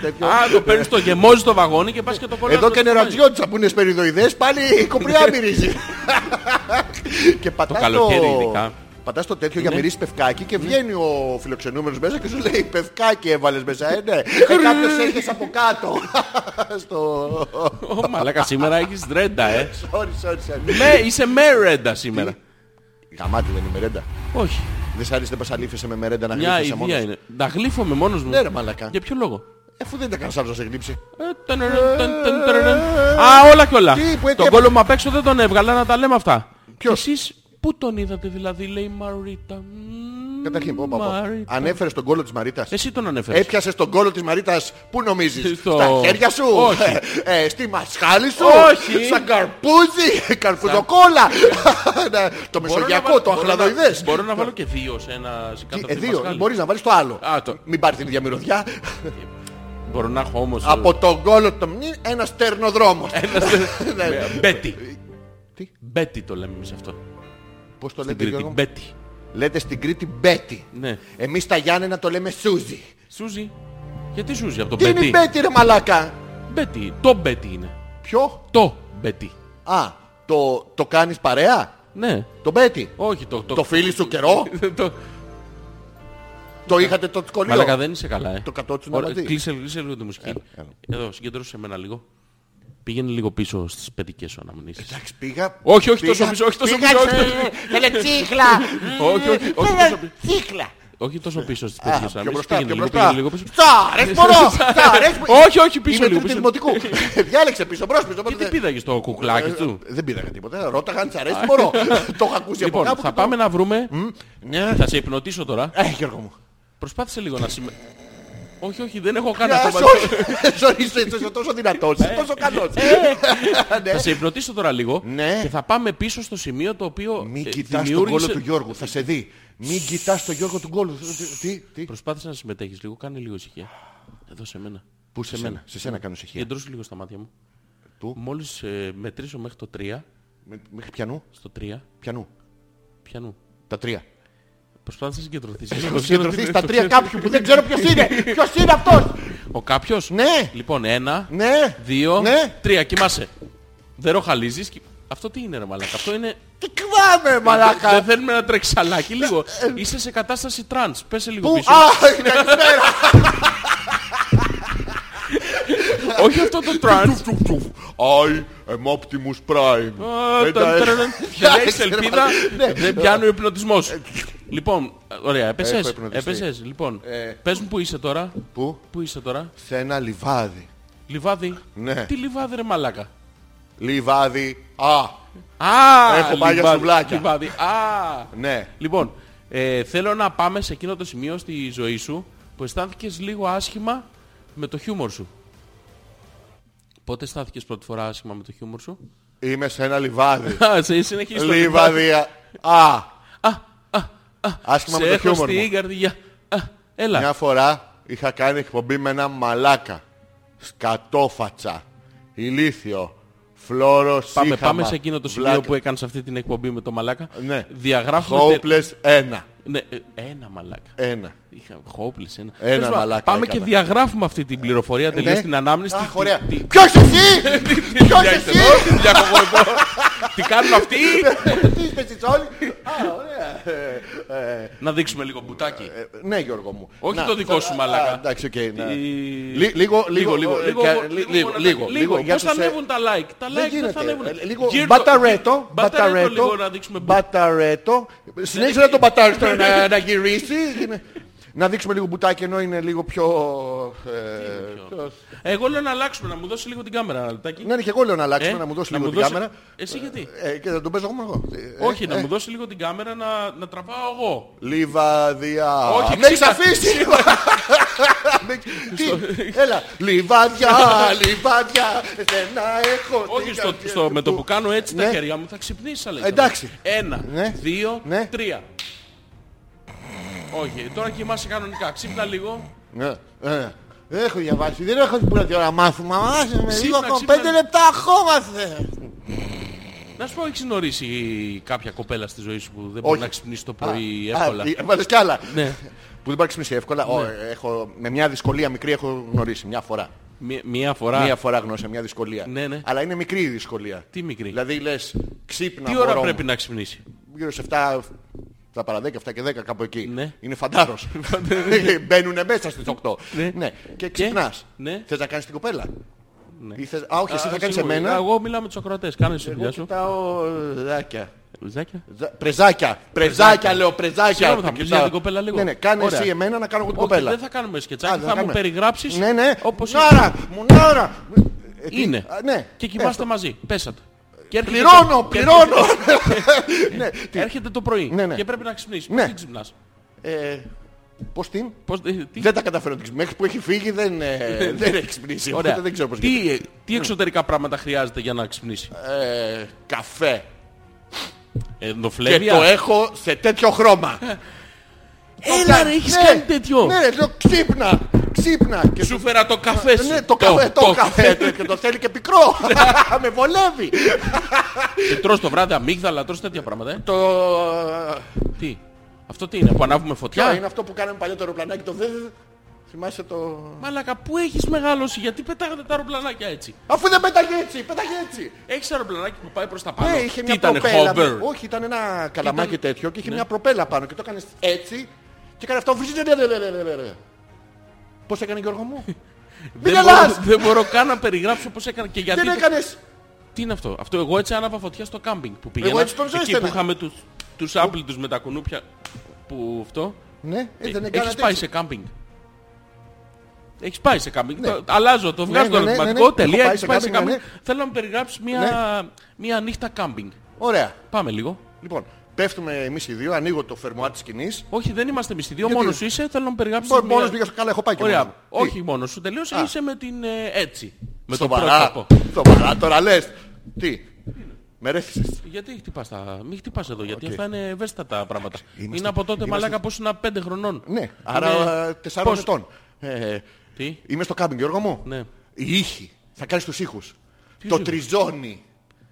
A: τέτοιο.
B: Ναι, Α, το παίρνεις το γεμόζεις στο βαγόνι και πας και το κολλάς.
A: Εδώ
B: στο
A: και
B: τσιπάκι.
A: νερατζιώτησα που είναι σπεριδοειδές πάλι η κοπριά μυρίζει. και πατάς
B: καλοκαίρι ειδικά. Ναι.
A: πατάς το τέτοιο για μυρίσει πευκάκι και βγαίνει ο φιλοξενούμενος μέσα και σου λέει πευκάκι έβαλες μέσα. Ε, ναι. Ε, κάποιος έρχεσαι από κάτω. Στο...
B: Ω, Μαλάκα, σήμερα έχεις ρέντα, ε.
A: Sorry, sorry, sorry.
B: Με, είσαι με ρέντα σήμερα.
A: Γαμάτι δεν είναι μερέντα.
B: Όχι.
A: Δεν σ' άρεσε να πασαλήφεσαι με μερέντα να
B: Μια
A: γλύφεσαι
B: ιδέα
A: μόνος.
B: είναι. Τα γλύφω με μόνος μου.
A: Ναι, ρε, μαλάκα.
B: Για ποιο λόγο.
A: Ε, Αφού δεν τα κάνεις άλλος να σε γλύψει.
B: Ε, τενερεν, τεν, τεν, τενερεν. Α, όλα και όλα.
A: ε, Τι, που έτσι
B: Τον
A: έπα-
B: κόλλο μου απ' έξω δεν τον έβγαλα να τα λέμε αυτά.
A: Ποιος?
B: Εσείς πού τον είδατε δηλαδή, λέει Μαρίτα. Μμμ,
A: Καταρχήν, πω, Ε, πω, πω.
B: Μαρίτα.
A: Ανέφερες τον κόλλο της Μαρίτας.
B: Εσύ τον ανέφερες.
A: Έπιασες τον κόλλο της Μαρίτας, πού νομίζεις,
B: Στο-
A: στα χέρια σου,
B: Όχι.
A: Ε, στη μασχάλη σου,
B: Όχι.
A: σαν καρπούζι, καρπουζοκόλα, Ναι, το μεσογειακό,
B: βάλω-
A: το
B: μπορώ να-
A: αχλαδοειδές.
B: Μπορώ να βάλω και δύο σε ένα σε κάτω
A: Ε,
B: από τη
A: δύο,
B: Πασχάλη.
A: μπορείς να βάλεις το άλλο.
B: Α, το-
A: Μην πάρεις την ίδια μυρωδιά.
B: Μπορώ να έχω όμως...
A: Από τον κόλλο του μνη, ένα στερνοδρόμο. Ναι.
B: ε, Μπέτι.
A: Τι? Ε,
B: Μπέτι το λέμε εμείς αυτό.
A: Πώς το
B: Στην
A: λέτε,
B: Κρήτη.
A: Γιώργο μου?
B: Μπέτι.
A: Λέτε στην Κρήτη Μπέτη.
B: Ναι.
A: Εμείς τα Γιάννενα το λέμε Σούζι.
B: Σούζι. Γιατί Σούζι από το
A: Τι είναι
B: Μπέτι.
A: η Μπέτη ρε μαλάκα.
B: Μπέτι. Το Μπέτι είναι.
A: Ποιο?
B: Το Μπέτι.
A: Α, το, το κάνεις παρέα.
B: Ναι.
A: Το Μπέτη.
B: Όχι το...
A: Το φίλι σου καιρό.
B: το...
A: Το είχατε το σχολείο.
B: Μαλάκα δεν είσαι καλά, ε.
A: Το κατότσου
B: Ωραία,
A: να δει.
B: Κλείσε, κλείσε λίγο τη μουσική.
A: έλα.
B: Εδώ, συγκεντρώσε εμένα λίγο. Πήγαινε λίγο πίσω στις παιδικές σου αναμνήσεις.
A: Εντάξει, πήγα.
B: Όχι, όχι
A: πήγα-
B: τόσο πίσω, όχι τόσο
A: πήγα-
B: πίσω. όχι τόσο-
A: Θέλε τσίχλα.
B: Όχι, όχι, όχι τόσο πίσω.
A: Τσίχλα.
B: Όχι τόσο πίσω στις
A: Α,
B: παιδικές σου
A: Πιο
B: αναμνήσεις.
A: μπροστά,
B: Πήγαινε
A: πιο
B: λίγο,
A: μπροστά.
B: πήγαινε λίγο πίσω.
A: Τσάρες μωρό, τσάρες.
B: Όχι, όχι, πίσω
A: Είμαι
B: λίγο.
A: τρίτη
B: πίσω.
A: δημοτικού. Διάλεξε πίσω, μπρος πίσω.
B: Και
A: οπότε
B: τι
A: δεν-
B: πήδαγες το κουκλάκι του.
A: Ε, Δεν πήραγα τίποτα. Ρώταγα αν τσαρές μωρό. Το είχα ακούσει από
B: Λοιπόν,
A: κάπου.
B: θα
A: και το-
B: πάμε να βρούμε.
A: Ναι.
B: Θα σε υπνοτήσω τώρα.
A: Ε, Γιώργο μου.
B: Προσπάθησε λίγο να συμμε... Όχι, όχι, δεν έχω κάνει
A: Α,
B: ακόμα.
A: Ε, sorry. Sorry, είσαι- είσαι τόσο δυνατός, είσαι τόσο καλός. Ναι.
B: Ε, Θα σε υπνοτήσω τώρα λίγο
A: Ναι.
B: και θα πάμε πίσω στο σημείο το οποίο
A: Μην
B: ε,
A: κοιτάς τον κόλλο του Γιώργου, θα σε δει. Μην κοιτάς τον Γιώργο του κόλλου. Τι, τι.
B: Προσπάθησε να συμμετέχεις λίγο, κάνε λίγο ησυχία. Εδώ σε μένα.
A: Πού σε μένα, σε σένα κάνω ησυχία.
B: Κεντρώσου λίγο στα μάτια μου.
A: Του.
B: Μόλις ε, μετρήσω μέχρι το 3,
A: Με- Μέχρι πιανού,
B: στο 3,
A: πιανού.
B: πιανού.
A: Τα τρία.
B: Προσπάθησε να συγκεντρωθείς.
A: Έχω συγκεντρωθείς στα τρία κάποιου που δεν ξέρω ποιος είναι. Ποιος είναι αυτός.
B: Ο κάποιος.
A: Ναι.
B: Λοιπόν, ένα,
A: Ναι.
B: δύο,
A: Ναι.
B: τρία. Κοιμάσαι. Δεν ροχαλίζεις. κι- Αυτό τι είναι ρε μαλάκα. Αυτό είναι...
A: Τι κβάμε μαλάκα. Ε,
B: Δεν θέλουμε ένα τρεξαλάκι λίγο. Είσαι σε κατάσταση τρανς. Πέσε λίγο
A: Πού,
B: πίσω.
A: α, είναι καλησπέρα.
B: Όχι αυτό το τρανς.
A: I am Optimus Prime. Ε,
B: Α, τα- τραναν. Διαλέξεις ελπίδα.
A: Ναι.
B: Δεν πιάνω υπνοτισμός. Λοιπόν, ωραία,
A: Ε, Έχω
B: έπεσες.
A: υπνοτιστεί.
B: Έπεσες, λοιπόν.
A: Ε.
B: Πες μου που είσαι τώρα.
A: Πού,
B: Πού είσαι τώρα.
A: σε ένα λιβάδι.
B: Λιβάδι.
A: Ναι.
B: Τι λιβάδι ρε μαλάκα.
A: Λιβάδι, α,
B: Α,
A: Έχω πάει για
B: λιβάδι,
A: σουβλάκια.
B: λιβάδι. Α.
A: ναι.
B: Λοιπόν, ε, θέλω να πάμε σε εκείνο το σημείο στη ζωή σου που αισθάνθηκες λίγο άσχημα με το χιούμορ σου. Πότε αισθάνθηκες πρώτη φορά άσχημα με το χιούμορ σου.
A: Είμαι σε ένα λιβάδι.
B: Α, σε συνεχίζει το λιβάδι.
A: Λιβαδία. Α,
B: Α, α, α.
A: άσχημα
B: σε
A: με το
B: έχω
A: χιούμορ
B: στην
A: μου.
B: καρδιά. Α, έλα.
A: Μια φορά είχα κάνει εκπομπή με ένα μαλάκα. Σκατόφατσα. Ηλίθιο. Φλόρος
B: Πάμε, πάμε σε εκείνο το σημείο που έκανες αυτή την εκπομπή με το μαλάκα.
A: Ναι.
B: Διαγράφουμε... τε-
A: Hopeless ένα.
B: Ναι, ε, ένα μαλάκα.
A: Ένα.
B: Είχα χόπλες ένα.
A: Ένα
B: Τέλος πάντων,
A: μαλάκα
B: Πάμε
A: έκανα.
B: και διαγράφουμε αυτή την πληροφορία τελείως
A: Ναι.
B: την ανάμνηση.
A: Αχ,
B: τη-
A: ωραία.
B: τη- τη-
A: Ποιος εσύ!
B: Τι
A: Ποιος
B: δουλειά έχετε
A: εσύ!
B: εδώ, τι δουλειά έχω εγώ εδώ. Τι κάνουν αυτοί.
A: Τι είστε εσείς όλοι! Α, ωραία. Ε, ε,
B: Να δείξουμε λίγο μπουτάκι.
A: ε, Ναι, Γιώργο μου.
B: Όχι
A: Να,
B: το δικό σου,
A: α,
B: μαλάκα.
A: α, Εντάξει, οκ. ναι.
B: Τι-
A: Λι- Λίγο, λίγο, ε,
B: λίγο,
A: κα- λι-
B: λίγο,
A: λίγο, λίγο. για
B: Πώς θα
A: τους, ε,
B: ανέβουν τα like. Τα
A: Δεν
B: like δεν θα
A: γίνεται.
B: ανέβουν.
A: Ε, Λίγο
B: Γύρω-
A: μπαταρέτο.
B: Μπαταρέτο λίγο
A: Μπαταρέτο.
B: να δείξουμε μπουτάκι.
A: Μπαταρέτο. Συνέχισε να τον μπατάρεις τώρα να- να γυρίσεις. Είναι- Να δείξουμε λίγο μπουτάκι ενώ είναι λίγο πιο... ε,
B: Εγώ λέω να αλλάξουμε, να μου δώσει λίγο την κάμερα ένα λεπτάκι.
A: Ναι, ναι, και εγώ λέω να
B: Ε,
A: αλλάξουμε, να μου δώσει λίγο την κάμερα.
B: Εσύ γιατί.
A: Ε, Και θα τον παίζω εγώ Ε, μόνο εγώ.
B: Όχι, να μου δώσει λίγο την κάμερα να, να τραβάω εγώ.
A: Λιβαδιά.
B: Όχι,
A: με έχεις
B: ξύπνα.
A: αφήσει. Με έχεις- Τι, έλα. Λιβαδιά, λιβαδιά. Δεν να έχω.
B: Όχι,
A: την
B: στο,
A: καρδιά
B: στο,
A: του.
B: με το που κάνω έτσι τα
A: ε, Ναι.
B: χέρια μου θα ξυπνήσεις, Αλέξανδρο.
A: Εντάξει.
B: Ένα,
A: Ναι.
B: δύο,
A: Ναι.
B: τρία. Όχι, τώρα κοιμάσαι κανονικά. Ξύπνα λίγο.
A: Ναι, ναι. Δεν έχω διαβάσει, δεν έχω την πρώτη ώρα μάθημα. Άσε με λίγο
B: Ξύπνα,
A: ακόμα.
B: ξύπνα.
A: Πέντε λεπτά ακόμα θε.
B: Να σου πω, έχεις γνωρίσει κάποια κοπέλα στη ζωή σου που δεν μπορεί να ξυπνήσει το πρωί εύκολα.
A: Έβαλες ε, κι άλλα.
B: Ναι.
A: Που δεν μπορεί να ξυπνήσει εύκολα. Ω, έχω, με μια δυσκολία μικρή έχω γνωρίσει μια φορά.
B: Μία, μία φορά.
A: Μια φορά γνώρισα μια δυσκολία.
B: Ναι, ναι.
A: Αλλά είναι μικρή η δυσκολία.
B: Τι μικρή.
A: Δηλαδή λες ξύπνα.
B: Τι ώρα
A: μωρό μου.
B: πρέπει να ξυπνήσει.
A: Γύρω σε 7 Τα παρά 10, 7 και 10 κάπου εκεί.
B: Ναι.
A: Είναι φαντάρος. Μπαίνουν μέσα στις 8.
B: Ναι.
A: Και ξυπνάς.
B: Ναι.
A: Θες να κάνεις την κοπέλα.
B: Ναι.
A: Ή θες... Α, όχι, εσύ
B: Α,
A: θα κάνει
B: συγγνώμη.
A: εμένα.
B: Εγώ μιλάω με τους ακροατές. Κάνε τη δουλειά
A: Εγώ
B: σου.
A: κοιτάω ε, δάκια.
B: Ζάκια.
A: Ζα- Πρεζάκια. Πρεζάκια λέω, πρεζάκια.
B: Συγγνώμη, θα πεις
A: Κοιτάω.
B: για την κοπέλα λίγο.
A: Ναι, ναι, κάνε
B: Ωραία.
A: εσύ εμένα να κάνω εγώ την
B: Όχι,
A: κοπέλα.
B: δεν θα κάνουμε
A: Α,
B: σκετσάκι.
A: δεν
B: Θα μου
A: κάνουμε.
B: περιγράψεις
A: Ναι, ναι.
B: όπως
A: Μουνάρα, μουνάρα. Ε, τι-
B: είναι.
A: Α, Ναι.
B: Και
A: Ε,
B: κοιμάστε μαζί. Πέσατε. Και έρχεται
A: Πληρώνω,
B: το-
A: πληρώνω. Ναι,
B: και
A: τι-
B: Έρχεται το πρωί
A: Ναι, ναι.
B: και πρέπει να ξυπνήσεις.
A: Ναι.
B: Πώς δεν ξυπνάς.
A: ε, Πώς την.
B: Πώς, ε, τι,
A: Δεν τα καταφέρω. να την ξυπνήσω. Μέχρι που έχει φύγει δεν, ε, δεν έχει ξυπνήσει. Οπότε
B: ναι. Ωραία.
A: δεν ξέρω πώς γίνεται. Ναι.
B: τι, ε, τι εξωτερικά πράγματα χρειάζεται για να ξυπνήσει.
A: Ε, Καφέ. Και
B: Ενδοφλέβια.
A: το έχω σε τέτοιο χρώμα.
B: Ε, Έλα ρε, έχεις κάνει τέτοιο.
A: Ναι, ρε, λέω ξύπνα. Ξύπνα. Και
B: Σου φέρα το καφέ σου.
A: Ναι, το καφέ, το, καφέ.
B: το-
A: και το θέλει και πικρό. με βολεύει.
B: Και τρως το βράδυ αμύγδαλα, τρως τέτοια πράγματα. ε.
A: το.
B: Τι. Αυτό τι είναι, που ανάβουμε
A: Ποιο
B: φωτιά.
A: είναι αυτό που κάναμε παλιό το αεροπλανάκι, το δε. Θυμάσαι το.
B: Μαλάκα, πού έχεις μεγαλώσει, γιατί πετάγανε τα αεροπλανάκια έτσι.
A: Αφού δεν πέταγε έτσι, πέταγε έτσι.
B: Έχεις αεροπλανάκι που πάει προς τα πάνω.
A: Ναι, είχε
B: Τι
A: μια
B: ήτανε,
A: προπέλα. ναι.
B: hover?
A: Όχι, ήταν ένα καλαμάκι
B: Ήταν-
A: τέτοιο και είχε
B: Ναι.
A: μια προπέλα πάνω και το έκανες έτσι και έκανε αυτό. Πώς έκανε Γιώργο μου. Μην
B: Δεν μπορώ,
A: γελάς!
B: δεν μπορώ καν να περιγράψω πώς έκανα και γιατί.
A: Δεν έκανες.
B: Τι είναι αυτό. Αυτό εγώ έτσι άναβα φωτιά στο κάμπινγκ που πήγαινα.
A: Εγώ έτσι τον
B: εκεί
A: ζέστανα.
B: που είχαμε τους, τους άπλητους με τα κουνούπια. Που αυτό.
A: Ναι, ε, δεν έκανε.
B: Έχεις πάει σε κάμπινγκ. Έχεις πάει σε κάμπινγκ. Το- Αλλάζω, το
A: Ναι,
B: βγάζω
A: ναι,
B: το
A: ναι, ναι,
B: ερωτηματικό.
A: ναι.
B: Τελεία.
A: Έχω
B: Έχεις πάει σε κάμπινγκ.
A: ναι.
B: Θέλω να μου περιγράψεις μια, μια νύχτα κάμπινγκ.
A: Ωραία.
B: Πάμε λίγο.
A: Λοιπόν, πέφτουμε εμείς οι δύο, ανοίγω το φερμοά της σκηνής.
B: Όχι, δεν είμαστε εμείς οι δύο.
A: Γιατί?
B: Μόνος σου είσαι. Θέλω να μου περιγράψεις. μια-
A: Μόνος πήγα στο καλά, έχω πάει και μόνος
B: Ωραία.
A: μου. Τι,
B: Όχι μόνος σου. Τελείωσε.
A: Α.
B: Είσαι με την ε, έτσι. Με το
A: Σοβαρά.
B: πρόσωπο.
A: Σοβαρά, τώρα λες. Τι. Με ρέθισες.
B: Γιατί χτυπάς τα... Μην χτυπάς εδώ, γιατί αυτά είναι ευαίσθητα τα πράγματα.
A: Είμαστε-
B: Είναι από τότε
A: είμαστε-
B: μαλάκα πώς ήμουν πέντε χρονών.
A: Ναι, άρα ε, τεσσάρων
B: Πώς-
A: ετών. Ε,
B: Τι,
A: Είμαι στο κάμπινγκ, Γιώργο μου.
B: ναι.
A: Οι ήχοι. Θα κάνεις τους ήχους. Το
B: ήχους?
A: τριζόνι.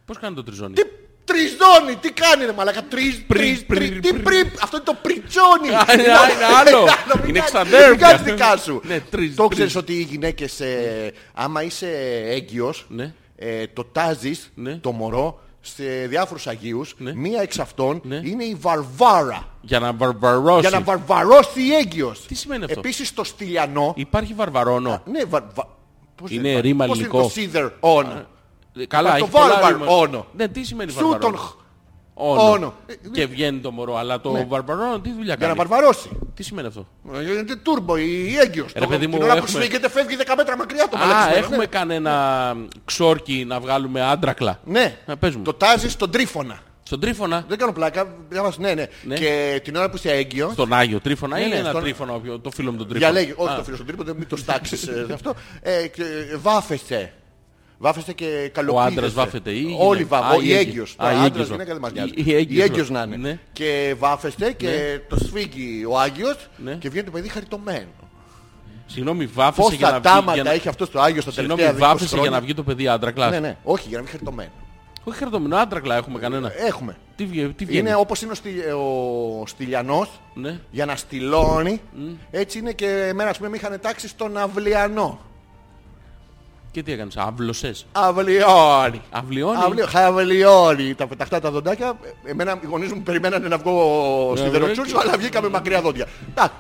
B: Πώς κάνει το τριζόνι.
A: Τι τριζόνι, τι κάνει ρε μαλάκα. Τριζ,
B: Πρι-
A: τριζ,
B: πρι-
A: τρι- Τι
B: πρι-
A: πρι, αυτό είναι το πριτσόνι.
B: Α, είναι- α, είναι άλλο.
A: μην
B: Είναι
A: κάνεις-
B: ξαδέρφια.
A: Μην κάνεις δικά σου.
B: Ναι, τριζ,
A: Το
B: τριζ.
A: ξέρεις ότι οι γυναίκες, ε, άμα είσαι έγκυος,
B: Ναι.
A: ε, το τάζεις
B: Ναι.
A: το μωρό σε διάφορους αγίους.
B: Ναι.
A: Μία εξ αυτών
B: Ναι.
A: είναι η Βαρβάρα.
B: Για να βαρβαρώσει.
A: Για να βαρβαρώσει η έγκυος.
B: Τι σημαίνει αυτό?
A: Επίσης στο στυλιανό.
B: Υπάρχει βαρβαρώνο.
A: Ναι, βα- βα- πώς
B: Είναι
A: το-
B: ρήμα
A: πώς
B: ελληνικό.
A: είναι το σίδερ on.
B: Ε, Καλά,
A: το
B: έχει πολλά
A: βαρβαρώνο.
B: ρήμα. Ναι, τι σημαίνει
A: Σου τον
B: βαρβαρώνο.
A: χ-
B: Όνο. Ε,
A: όνο. Ναι.
B: Και βγαίνει το μωρό, αλλά το βαρβαρώνο τι δουλειά
A: Για να
B: κάνει.
A: βαρβαρώσει.
B: Τι σημαίνει αυτό.
A: Γίνεται τούρμπο ή έγκυος.
B: Ρε,
A: Το-
B: παιδί
A: την
B: μου,
A: ώρα που
B: έχουμε-
A: σφίγγεται φεύγει 10 μέτρα μακριά το
B: Α,
A: μαλακισμένο.
B: έχουμε κανένα ξόρκι να βγάλουμε άντρακλα.
A: Ναι,
B: Να παίζουμε.
A: το τάζεις στον τρίφωνα.
B: Στον τρίφωνα.
A: Δεν κάνω πλάκα. διάβασα- Ναι, ναι.
B: Ναι.
A: Και την ώρα που είσαι έγκυος.
B: Στον Άγιο τρίφωνα
A: Ναι,
B: ή
A: ναι,
B: ένα
A: στον-
B: τρίφωνα, όποιο- το φίλο μου τον τρίφωνα.
A: Διαλέγει. Όχι το φίλο στον τρίφωνα, μην το στάξεις ε, αυτό. Ε, και, ε, Βάφεσαι. Βάφεστε και καλοποιείτε.
B: άντρας βάφεται ή η γυναίκα?
A: Όλοι
B: Α,
A: βάφονται.
B: η
A: Η
B: έγκυος.
A: έγκυος.
B: Α, η
A: Ο άντρας
B: έγκυος.
A: γυναίκα δεν μας
B: Η-
A: νοιάζει.
B: η έγκυος.
A: Η έγκυος να είναι.
B: Ναι.
A: Και βάφεστε και το σφίγγει ο Άγιος
B: Ναι.
A: και βγαίνει το παιδί χαριτωμένο.
B: Συγγνώμη, βάφεσαι για να
A: Πόσα
B: βγει. για
A: τάματα
B: να-
A: έχει αυτός το Άγιο στα τελευταία
B: Συγγνώμη,
A: 20
B: βάφεσαι για
A: χρόνια.
B: να βγει το παιδί άντρακλα.
A: Ναι, ναι. Όχι, για να μην χαριτωμένο.
B: Όχι χαρτομινό, άντρακλα έχουμε κανένα.
A: Έχουμε.
B: Τι, βγε- τι Ναι. βγαίνει.
A: Ε, Είναι όπως είναι ο, στι, ο Στυλιανός
B: Ναι.
A: για να στυλώνει. Έτσι είναι και εμένα, ας πούμε, με είχαν τάξει στον Αυλιανό.
B: Και τι έκανες, άβλωσες.
A: Αυλιώνει.
B: Αυλιώνει.
A: Αυλιώνει. Χαβελιώνει. Τα πεταχτά τα δοντάκια. Εμένα οι γονείς μου περιμένανε να βγω
B: Ναι,
A: σιδεροτσούτσο,
B: ναι.
A: αλλά βγήκαμε μακριά δόντια. Τάκ.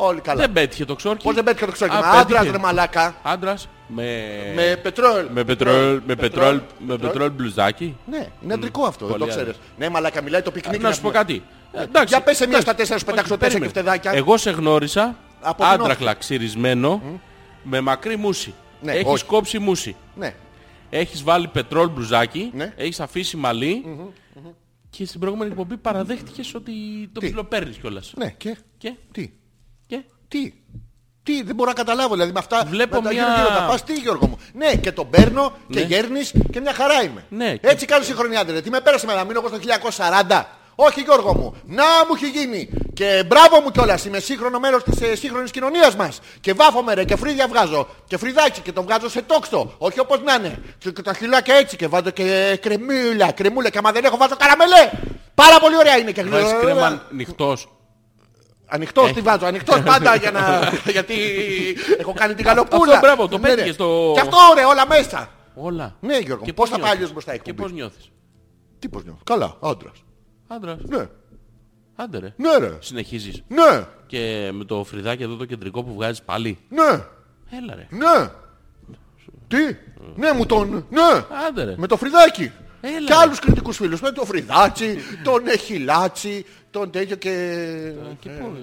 A: Όλοι καλά.
B: Δεν πέτυχε το ξόρκι.
A: Πώς δεν πέτυχα το ξόρκι.
B: Α,
A: Μα Άντρας
B: πέτυχε.
A: ρε μαλάκα.
B: Άντρας με...
A: Με πετρόλ.
B: Ε, Με πετρόλ, με πετρόλ, με πετρόλ μπλουζάκι.
A: Ναι, είναι αντρικό αυτό, δεν το
B: Πολύ
A: ξέρεις. Ναι, μαλάκα, μιλάει το πικνίκι.
B: Να σου πω
A: πούμε.
B: κάτι. Ε, εντάξει.
A: Για πες σε μία
B: Εντάξει.
A: στα τέσσερα, σου
B: Όχι,
A: πετάξω τέσσερα
B: περίμενε.
A: κεφτεδάκια.
B: Εγώ σε γνώρισα,
A: Από την
B: άντρακλα ξυρισμένο, με μακρύ μουσι.
A: Ναι,
B: Έχεις
A: όχι.
B: κόψει μουσι.
A: Ναι.
B: Έχεις βάλει πετρόλ μπλουζάκι,
A: Ναι.
B: έχεις αφήσει μαλλί και στην προηγούμενη εκπομπή παραδέχτηκες ότι το
A: Τι?
B: ψιλοπαίρνεις κιόλας.
A: Ναι, και.
B: Και,
A: Τι.
B: και,
A: Τι. Τι, δεν μπορώ να καταλάβω. Δηλαδή με αυτά
B: Βλέπω
A: με τα
B: μια-
A: γύρω-γύρω τα πας, τι Γιώργο μου. Ναι, και τον παίρνω και
B: Ναι.
A: γέρνεις και μια χαρά είμαι.
B: Ναι, και-
A: Έτσι κάνω συγχρονιά. Δηλαδή, τι με πέρασε με να μείνω εγώ στο 1940. Όχι Γιώργο μου, να μου έχει γίνει. Και μπράβο μου κιόλας, είμαι σύγχρονο μέλο της ε, σύγχρονης κοινωνίας μας. Και βάφομαι ρε, και φρύδια βγάζω. Και φρυδάκι και τον βγάζω σε τόξο. Όχι όπως να είναι. Και και τα χυλάκια έτσι και βάζω και κρεμούλα, κρεμούλα. Και άμα δεν έχω βάζω καραμελέ. Πάρα πολύ Ε, ωραία είναι και
B: βάζεις κρέμα νυχτός.
A: Ανοιχτό
B: Ε.
A: τι βάζω, ανοιχτός πάντα για να. γιατί έχω κάνει την καλοπούλα.
B: Αυτό, μπράβο, το
A: Ναι, ναι.
B: πέτυχες, το-
A: Και αυτό ρε, όλα μέσα.
B: Όλα.
A: Ναι, Γιώργο,
B: Και
A: πώς θα πάει
B: νιώθεις?
A: αλλιώς μπροστά η
B: Και
A: εκπομπή.
B: πώς νιώθεις.
A: Τι πώς νιώθω. Καλά, άντρα.
B: Άντρας.
A: Ναι.
B: Άντε ρε.
A: Ναι, ρε.
B: Συνεχίζεις.
A: Ναι,
B: Και με το φρυδάκι εδώ το κεντρικό που βγάζεις πάλι.
A: ναι,
B: Έλα ρε.
A: ναι. Τι, ναι μου τον, ναι.
B: Άντε ρε.
A: Με το φρυδάκι.
B: Έλα.
A: Και άλλους κριτικούς φίλους. Με το φρυδάτσι, τον εχιλάτσι, τον τέτοιο και...
B: Και
A: ε,
B: πού.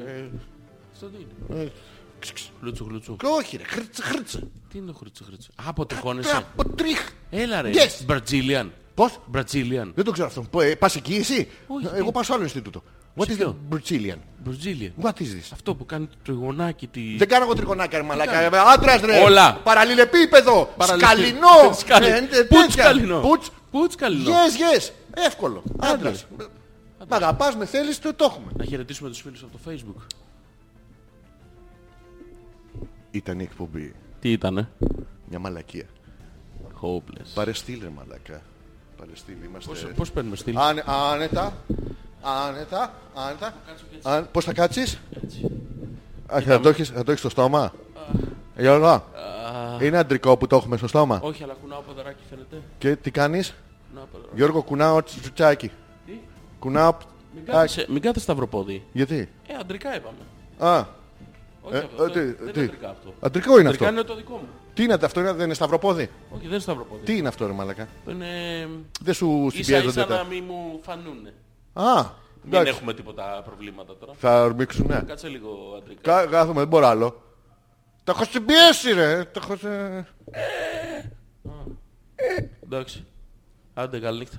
B: Αυτό τι είναι.
A: Ξ, ξ.
B: Χλούτσου χλούτσου.
A: Και όχι ρε, χρύτσε, χρύτσε.
B: Τι είναι το χλούτσου χλούτσου. Α, αποτυχώνεσαι.
A: Τραπο, τρίχ.
B: Έλα ρε.
A: Yes.
B: Brazilian.
A: Πώς,
B: Brazilian.
A: δεν το ξέρω αυτό. Πο- ε, Πας εκεί εσύ.
B: Όχι,
A: Εγώ
B: τι.
A: πάω σε άλλο Ινστιτούτο. What
B: Σε
A: is the
B: ποιο?
A: Brazilian?
B: Brazilian.
A: What is this?
B: Αυτό που κάνει το τριγωνάκι τη...
A: Δεν κάνω εγώ τρικονάκια, ρε μαλάκα. Άντρας ρε.
B: Όλα.
A: Παραλληλεπίπεδο.
B: Παραλυφθεί.
A: Σκαλινό.
B: Σκαλι-
A: Ε, ε,
B: Πουτς
A: τέτοια.
B: σκαλινό.
A: Πουτς.
B: Πουτς σκαλινό.
A: Yes, yes. Εύκολο. Άντρας.
B: Άντρας.
A: Μ' αγαπάς, με θέλεις, το το έχουμε.
B: Να χαιρετήσουμε τους φίλους από το facebook.
A: Ήταν η εκπομπή.
B: Τι ήτανε.
A: Μια μαλακία.
B: Hopeless.
A: Παρεστήλε μαλακά. Παρεστήλε, είμαστε...
B: Πώς, Ε, πώς παίρνουμε στυλ.
A: Άνε, άνετα, άνετα, άνετα. Αν, πώς θα κάτσεις? Α, θα το έχεις, θα το έχεις στο στόμα. Γιώργο, είναι αντρικό που το έχουμε στο στόμα.
B: Όχι, αλλά κουνάω ποδαράκι φαίνεται.
A: Και τι κάνεις?
B: Κουνάω ποδαράκι.
A: Γιώργο, κουνάω τσ- τσουτσάκι.
B: Τι?
A: Κουνάω...
B: Μην
A: Α,
B: κάθεσαι, μην κάθεσαι σταυροπόδι.
A: Γιατί?
B: Ε, αντρικά είπαμε.
A: Α,
B: Όχι
A: Ε,
B: αυτό.
A: ε, τι,
B: δεν δεν
A: τι.
B: είναι αντρικά αυτό.
A: αντρικό είναι
B: Αντρικά
A: αυτό.
B: είναι το δικό μου.
A: Τι είναι αυτό, είναι- δεν είναι σταυροπόδι.
B: Όχι, δεν είναι σταυροπόδι.
A: Τι είναι αυτό ρε μαλακά.
B: Αυτό είναι... ε,
A: Δεν σου
B: Ίσα ίσα
A: συμπιέζονται
B: να
A: τα...
B: μην μου φανούνε.
A: Α,
B: Μην
A: εντάξει.
B: έχουμε τίποτα προβλήματα τώρα.
A: Θα ορμήξουν, ναι.
B: Κάτσε λίγο αντρικά.
A: Κα- Κάθομαι, δεν μπορώ άλλο. Τα έχω συμπιέσει ρε. Τα έχω... σε-
B: Εντάξει. Άντε, καλή νύχτα.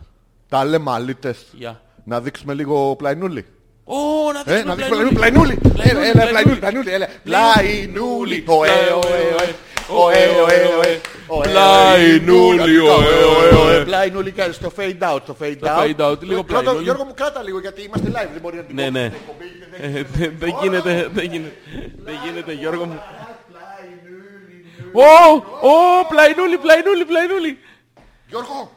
A: Τα λέμε αλήτες.
B: Γεια.
A: Να δείξουμε λίγο πλαϊνούλι.
B: Ω, να
A: Ε,
B: δείξουμε
A: να Ε, δείξουμε πλαϊνούλι. Έλα,
B: Πλαϊνούλι,
A: έλα, πλαϊνούλι,
B: πλαϊνούλι.
A: πλαϊνούλι, έλα. Πλαϊνούλι. Ωε,
B: Πλαϊνούλι.
A: ωε, ωε. Ωε, ωε, ωε. Ωε,
B: Πλαϊνούλι,
A: ωε,
B: ωε,
A: ωε, ωε.
B: ωε.
A: Πλαϊνούλι, κάνεις το fade out, το fade
B: Το
A: out.
B: fade out, λίγο
A: Κράτα-
B: πλαϊνούλι.
A: Γιώργο μου κράτα λίγο γιατί είμαστε live, δεν μπορεί να την
B: Ναι,
A: κόψουμε
B: ναι.
A: την εκπομπή.
B: Ε, Δεν δεν γίνεται, δεν γίνεται, δεν γίνεται Γιώργο μου. Ω, ω, πλαϊνούλι, πλαϊνούλι, πλαϊνούλι.
A: Γιώργο,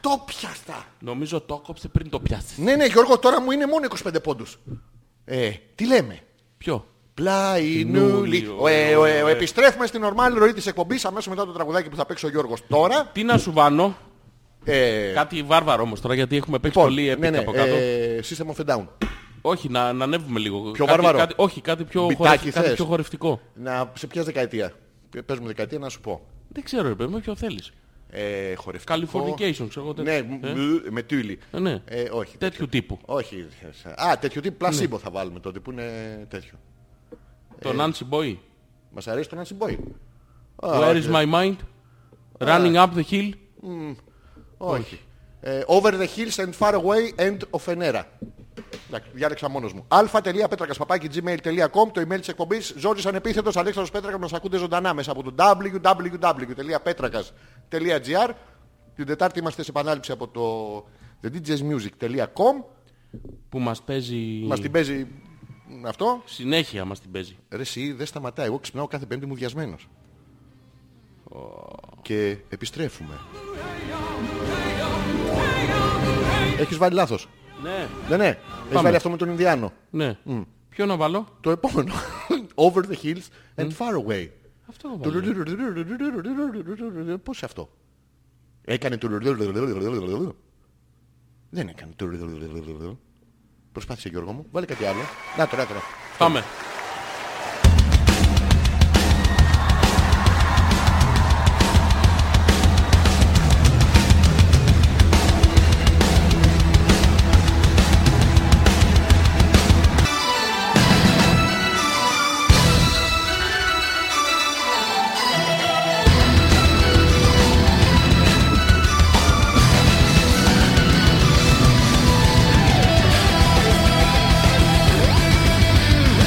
A: το πιάστα.
B: Νομίζω το έκοψε πριν το πιάσεις.
A: Ναι, ναι, Γιώργο, τώρα μου είναι μόνο 25 πόντους. Ε, τι λέμε.
B: Ποιο.
A: Πλαϊνούλι. Ωε, ωε, ωε. Επιστρέφουμε στην ορμάλη ροή της εκπομπής αμέσως μετά το τραγουδάκι που θα παίξει ο Γιώργος τώρα.
B: Τι να σου βάνω.
A: Ε,
B: Κάτι βάρβαρο όμως τώρα γιατί έχουμε παίξει
A: Λοιπόν,
B: πολύ
A: ναι,
B: έπικα
A: ναι,
B: από κάτω.
A: ε, System of a Down.
B: Όχι, να, να ανέβουμε λίγο.
A: Πιο
B: Κάτι-
A: βάρβαρο.
B: κάτι- όχι, κάτι πιο,
A: Μπιτάκι
B: χορευτικό, κάτι
A: θες?
B: πιο χορευτικό.
A: Να, σε ποια δεκαετία. Πε- Πες μου δεκαετία να σου πω.
B: Δεν ξέρω, ρε παιδί μου, ποιο θέλεις.
A: Ε, χορευτικό.
B: Californication, ξέρω εγώ.
A: Ναι,
B: τέτοιο.
A: μ-
B: Ε,
A: μ- με τύλι.
B: ε, ναι.
A: Ε, όχι.
B: Τέτοιου τύπου.
A: Όχι. Α, τέτοιο τι πλασίμπο
B: Ναι.
A: θα βάλουμε τότε που είναι τέτοιο. Ε,
B: Το Nancy Boy.
A: Μας αρέσει το Nancy Boy. Α, ναι.
B: Where
A: όχι.
B: is my mind? Running up the hill.
A: Όχι. Ε, over the hills and far away and of an era. Εντάξει, Διάλεξα μόνος μου. α.πέτρακας.gmail.com Το email της εκπομπής Ζόρις Ανεπίθετος Αλέξανδρος Πέτρακας μας ακούτε ζωντανά μέσα από το www.petrakas.gr Την Τετάρτη είμαστε σε επανάληψη από το thedjazzmusic.com
B: Που μας παίζει...
A: Μας την παίζει αυτό.
B: Συνέχεια μας την παίζει.
A: Ρε εσύ δεν σταματάει. Εγώ ξυπνάω κάθε πέμπτη μου βιασμένος. Και επιστρέφουμε. Έχεις βάλει λάθος.
B: Ναι.
A: Ναι, ναι. Έχεις βάλει αυτό με τον Ινδιάνο.
B: Ναι. Ποιο να βάλω.
A: Το επόμενο. Over the hills and far away.
B: Αυτό να βάλω.
A: Του- Πώς είναι αυτό. Έκανε του... Δεν έκανε του... Προσπάθησε Γιώργο μου. Βάλε κάτι άλλο. Να τώρα, τώρα. Ναι,
B: Πάμε.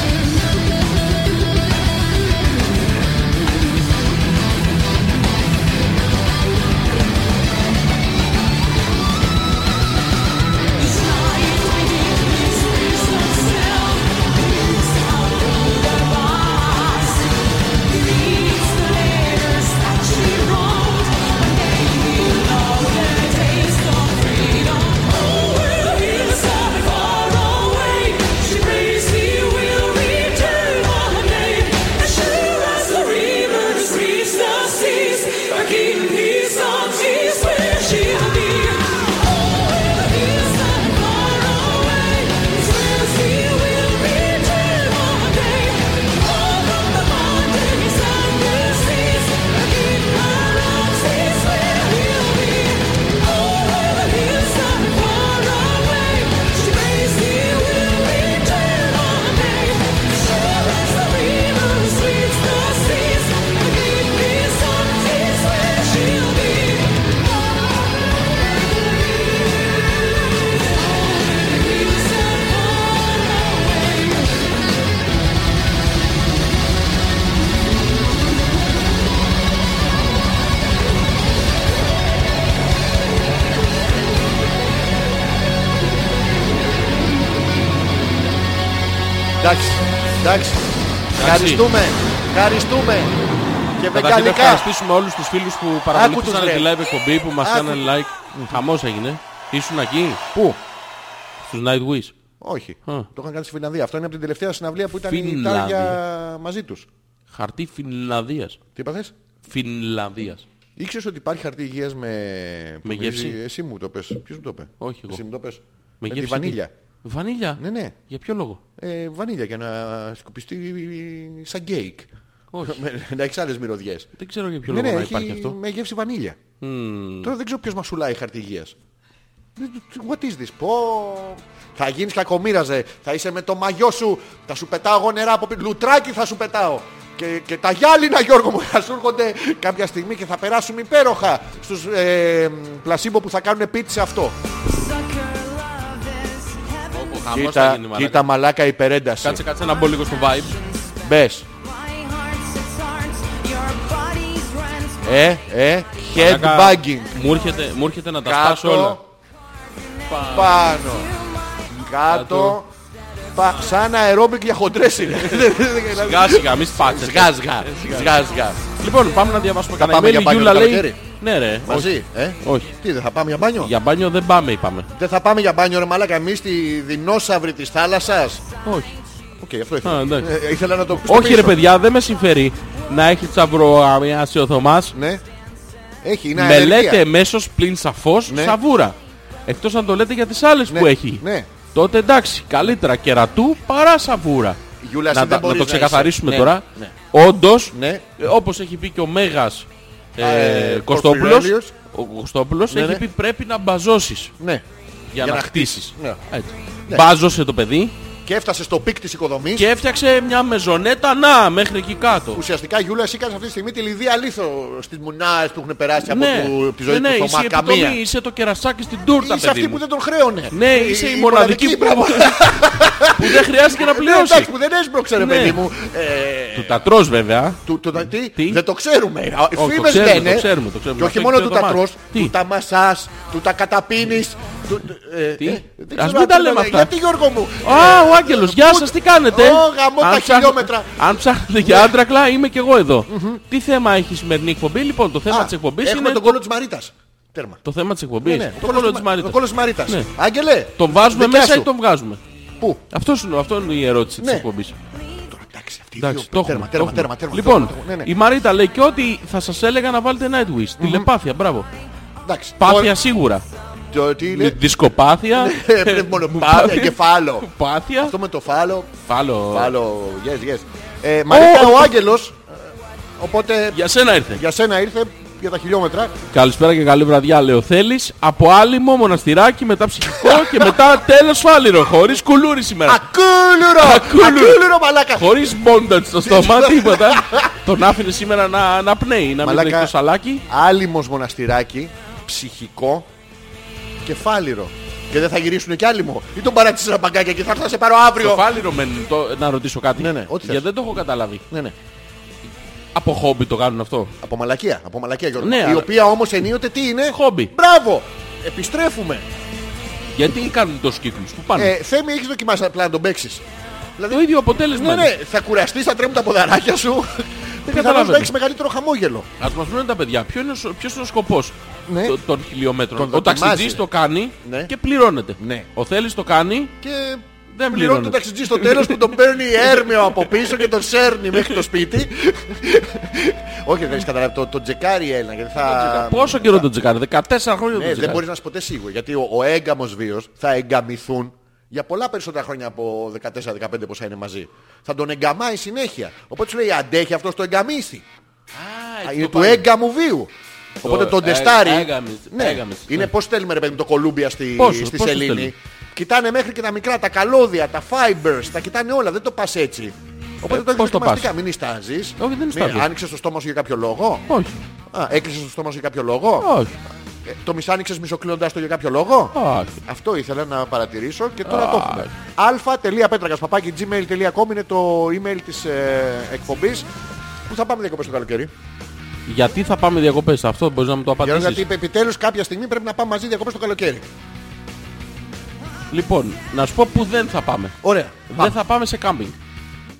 D: Over
A: Εντάξει, εντάξει. Ευχαριστούμε. Ευχαριστούμε. Και
B: Καταρχήν να
A: βεγγαλικά.
B: ευχαριστήσουμε όλους τους φίλους που
A: τους,
B: παρακολουθούσαν
A: ρε.
B: τη live εκπομπή που μας
A: Άκου.
B: κάνανε like. Χαμός έγινε. Ήσουν εκεί.
A: Πού?
B: Στους Nightwish.
A: Όχι.
B: Α.
A: Το είχαν κάνει στη Φινλανδία. Αυτό είναι από την τελευταία συναυλία που ήταν η
B: Φινλανδία.
A: Ιταλία μαζί τους.
B: Χαρτί Φινλανδίας.
A: Τι είπα θες?
B: Φινλανδίας.
A: Ήξερες ότι υπάρχει χαρτί υγείας με... που
B: Με
A: μυρίζει-
B: γεύση.
A: Εσύ μου το πες. Ποιος μου το είπε.
B: Όχι εγώ.
A: Εσύ μου το πες. Με
B: Με
A: τη
B: γεύση τι?
A: Ε, βανίλια.
B: Βανίλια.
A: Ναι, ναι.
B: Για ποιο λόγο.
A: Ε, βανίλια για να σκουπιστεί σαν γκέικ.
B: Όχι.
A: Με- να έχεις άλλες μυρωδιές.
B: Δεν ξέρω για ποιο
A: Ναι,
B: λόγο
A: ναι,
B: να
A: έχει
B: υπάρχει αυτό.
A: με γεύση βανίλια.
B: Μμμ.
A: Τώρα δεν ξέρω ποιος μασουλάει χαρτί υγείας. Δεν- What is this, πω... Θα γίνεις κακομήραζε, θα είσαι με το μαγιό σου, θα σου πετάω εγώ νερά από πίσω, λουτράκι θα σου πετάω. Και, και τα γυάλινα Γιώργο μου θα σου έρχονται κάποια στιγμή και θα περάσουν υπέροχα στους ε, πλασίμπο που θα κάνουν πίτσα αυτό.
B: Όπου χαμός θα
A: Κοίτα,
B: γίνει μαλάκα.
A: κοίτα μαλάκα υπερένταση.
B: Κάτσε, κάτσε να μπω λίγο στο vibe.
A: Μπες. Ε, ε, headbanging.
B: Μου έρχεται, μου έρχεται να τα σπάσω όλα.
A: Κάτω. Πάνω. Κάτω. Πα- Σαν αερόμπικ για χοντρές είναι.
B: Σιγά σιγά, μη σπάτε.
A: Σιγά σιγά. Σιγά σιγά.
B: Λοιπόν, πάμε να διαβάσουμε κανένα
A: πάμε
B: email.
A: για
B: Η
A: μπάνιο
B: Γιούλα
A: το
B: λέει...
A: καλοκαίρι.
B: Ναι ρε, όχι.
A: Μαζί, ε.
B: όχι.
A: Τι δεν θα πάμε για μπάνιο.
B: Για μπάνιο δεν πάμε, είπαμε.
A: Δεν θα πάμε για μπάνιο ρε μαλάκα εμείς στη δεινόσαυρη της θάλασσας.
B: Όχι.
A: Οκ, αυτό
B: Α,
A: ήθελα.
B: εντάξει.
A: Ε, Ήθελα να το
B: Όχι ρε
A: πιστοποιήσω.
B: παιδιά, δεν με συμφέρει να έχει τσαβροαμιάσει ο Θωμάς.
A: Ναι. Έχει, είναι
B: Με
A: αερεργία.
B: λέτε εμέσως πλην σαφώς
A: Ναι.
B: σαβούρα. Εκτός αν το λέτε για τις άλλες
A: Ναι,
B: που έχει.
A: ναι.
B: Τότε εντάξει, καλύτερα κερατού παρά σαβούρα.
A: Γιούλα, εσύ
B: να, τα-
A: δεν
B: να
A: μπορείς
B: το
A: να
B: ξεκαθαρίσουμε
A: είσαι.
B: τώρα.
A: Ναι,
B: Όντως,
A: Ναι.
B: ε, όπως έχει πει και ο Μέγας ε,
A: ε,
B: Κωστόπουλος,
A: Πορφυρέλιος.
B: ο Κωστόπουλος
A: Ναι,
B: έχει
A: ναι.
B: πει πρέπει να μπαζώσεις
A: Ναι.
B: για,
A: Για
B: να
A: να
B: χτίσεις.
A: Ναι.
B: Έτσι. Μπάζωσε το παιδί
A: Και έφτασε στο πικ της οικοδομής.
B: και έφτιαξε μια μεζονέτα να μέχρι εκεί κάτω.
A: Ουσιαστικά Γιούλα εσύ κάνεις αυτή τη στιγμή τη λιδία λίθο στις μουνάες που έχουν περάσει από
B: Ναι,
A: του- τη ζωή
B: ναι,
A: του
B: είσαι,
A: Θωμά.
B: η επιτομή,
A: Καμία.
B: είσαι το κερασάκι στην
A: Είσαι
B: τούρτα, παιδί
A: αυτή
B: μου.
A: που δεν τον χρέωνε.
B: Ναι, είσαι η, μοναδική που,
A: μπράβο.
B: που δεν χρειάζεται να
A: Ναι, εντάξει,
B: πληρώσει.
A: που δεν έσπρωξε, ρε
B: Ναι.
A: παιδί μου. Ε,
B: Του τα τρως βέβαια.
A: Του, του, τα- τι,
B: Τι?
A: Δεν το ξέρουμε. Οι
B: το
A: φήμες
B: ξέρουμε,
A: λένε.
B: το ξέρουμε, το ξέρουμε.
A: Και όχι
B: Αυτό
A: μόνο
B: είναι
A: του τα
B: το δωμάτι.
A: τρως,
B: Τι?
A: του τα μασάς, του τα καταπίνεις. Του, ε,
B: Τι?
A: ε,
B: Ας
A: δεν ξέρω
B: μην
A: αν
B: τα
A: το
B: λέμε
A: λένε.
B: αυτά.
A: Γιατί Γιώργο μου. Ε,
B: Α, ο Άγγελος, γεια σας, τι κάνετε.
A: Ω, γαμώ
B: Αν
A: τα
B: ψάχνετε-
A: χιλιόμετρα. Ναι.
B: Αν ψάχνετε για άντρακλα, είμαι και εγώ εδώ. Τι θέμα έχει η σημερινή εκπομπή, λοιπόν, το θέμα
A: Α,
B: της εκπομπής
A: Έχουμε
B: είναι...
A: τον κόλλο της Μαρίτας. Τέρμα.
B: Το θέμα της
A: Ναι,
B: εκπομπής,
A: ναι,
B: το κόλλο της
A: Το
B: Μαρίτας.
A: κόλλο της Μαρίτας.
B: Ναι.
A: Άγγελε.
B: Τον βάζουμε
A: δικιά
B: μέσα
A: σου.
B: ή τον βγάζουμε.
A: Πού.
B: Αυτός είναι- Αυτό είναι η ερώτηση της
A: Ναι.
B: εκπομπής.
A: Τώρα, Εντάξει, αυτή η
B: Εντάξει, το
A: δύο.
B: έχουμε,
A: Τέρμα,
B: το
A: τέρμα,
B: έχουμε.
A: τέρμα, τέρμα.
B: Λοιπόν,
A: τέρμα, ναι, ναι.
B: η Μαρίτα λέει και ότι θα σας έλεγα να βάλετε Nightwish. Τηλεπάθεια, μπράβο.
A: Εντάξει.
B: Πάθεια σίγουρα.
A: Το- το- τι είναι.
B: Δισκοπάθεια.
A: Ε, Πνευμονοπάθεια, κεφάλαιο.
B: Πάθεια.
A: Αυτό με το φάλο.
B: Φάλο.
A: Φάλο, yes, yes. Ε, Μαρίτα,
B: Ε. Ω,
A: ο Άγγελος. ε, Οπότε
B: Για σένα ήρθε.
A: για σένα ήρθε για τα χιλιόμετρα.
B: Καλησπέρα και καλή βραδιά, λέω θέλεις. Από άλυμο, μοναστηράκι, μετά ψυχικό και μετά τέλος φάλιρο. Χωρίς κουλούρι σήμερα.
A: Ακούλουρο!
B: Ακούλουρο.
A: Ακούλουρο, μαλάκα!
B: Χωρίς μπόντατ στο στόμα, τίποτα. Τον άφηνε σήμερα να, να πνέει, να μην
A: Μαλάκα.
B: τρέχει το σαλάκι.
A: Άλυμος μοναστηράκι, ψυχικό, κεφάλιρο. Και δεν θα γυρίσουν κι άλυμο. Ή τον παράτησε ένα μπαγκάκι και θα έρθω να σε πάρω
B: Το
A: αύριο.
B: φάλιρο μεν, το- να ρωτήσω κάτι.
A: Ναι, ναι, ό,τι
B: Γιατί
A: θες.
B: δεν το έχω καταλάβει.
A: Ναι, ναι.
B: Από χόμπι το κάνουν αυτό.
A: Από μαλακία, από μαλακία Γιώργο.
B: Ναι,
A: Η
B: αλλά-
A: οποία όμως ενίοτε τι είναι.
B: Χόμπι.
A: Μπράβο! Επιστρέφουμε.
B: Γιατί κάνουν τόσους κύκλους, που πάνε.
A: Ε, Θέμη, έχεις δοκιμάσει απλά να τον παίξεις.
B: το ίδιο αποτέλεσμα.
A: Ναι,
B: είναι.
A: ναι, θα κουραστείς, θα τρέμουν τα ποδαράκια σου. Πιθανώς
B: καταλαβαίνω.
A: να έχεις μεγαλύτερο χαμόγελο.
B: Ας μας πούνε τα παιδιά, ποιο είναι, ο σο- ποιος είναι ο σκοπός
A: Ναι.
B: το- των χιλιόμετρων.
A: Τον
B: ο
A: δοκιμάζει.
B: ταξιτζής το κάνει
A: Ναι.
B: και πληρώνεται.
A: Ναι.
B: Ο θέλεις το κάνει,
A: Και
B: δεν
A: πληρώνει
B: πληρώνεται.
A: τον ταξιτζή στο τέλος που τον παίρνει η έρμεο από πίσω και τον σέρνει μέχρι το σπίτι. Όχι, δεν έχεις καταλάβει. Το, το τζεκάρι Έλληνα. Γιατί θα...
B: Πόσο καιρό τον τσεκάρει, 14 χρόνια
A: Ναι,
B: τον
A: δεν
B: τσεκάρει.
A: μπορείς να είσαι ποτέ σίγουρο. Γιατί ο, ο έγκαμος βίος θα εγκαμηθούν για πολλά περισσότερα χρόνια από 14-15 πόσα είναι μαζί. Θα τον εγκαμάει συνέχεια. Οπότε σου λέει αντέχει αυτός το εγκαμίσει.
B: Α,
A: Είναι
B: το
A: του
B: πάει.
A: έγκαμου βίου. Οπότε
B: Το
A: τον τεστάρι.
B: έ- έγαμις,
A: Ναι,
B: έγαμις, ναι.
A: είναι πώς θέλουμε ρε παιδί μου το κολούμπια στη,
B: Πόσο,
A: στη
B: πόσο
A: σελήνη.
B: θέλουμε.
A: Κοιτάνε μέχρι και τα μικρά, τα καλώδια, τα fibers, τα κοιτάνε όλα. Δεν το πας έτσι. Οπότε
B: Ε,
A: το έχεις
B: πώς το πας?
A: δοκιμαστικά, μην ιστάζεις.
B: Όχι, δεν
A: Μην-
B: νιστάζω.
A: Άνοιξες το στόμα σου για κάποιο λόγο.
B: Όχι,
A: Α, έκλεισες το στόμα σου για κάποιο λόγο.
B: όχι,
A: Ε, το μισάνοιξες μισοκλίνοντας το για κάποιο λόγο.
B: όχι.
A: Αυτό ήθελα να παρατηρήσω και τώρα το έχουμε. α.πέτρακα.gmail.com είναι το email της ε, εκπομπής που θα πάμε διακοπές το καλοκαίρι.
B: Γιατί θα πάμε διακοπές, αυτό μπορείς να μου το
A: Γιώργο,
B: απαντήσεις.
A: γιατί επιτέλους κάποια στιγμή πρέπει να πάμε μαζί διακοπές το καλοκαίρι.
B: Λοιπόν, να σου πω που δεν θα πάμε.
A: Ωραία.
B: Δεν θα πάμε σε κάμπινγκ.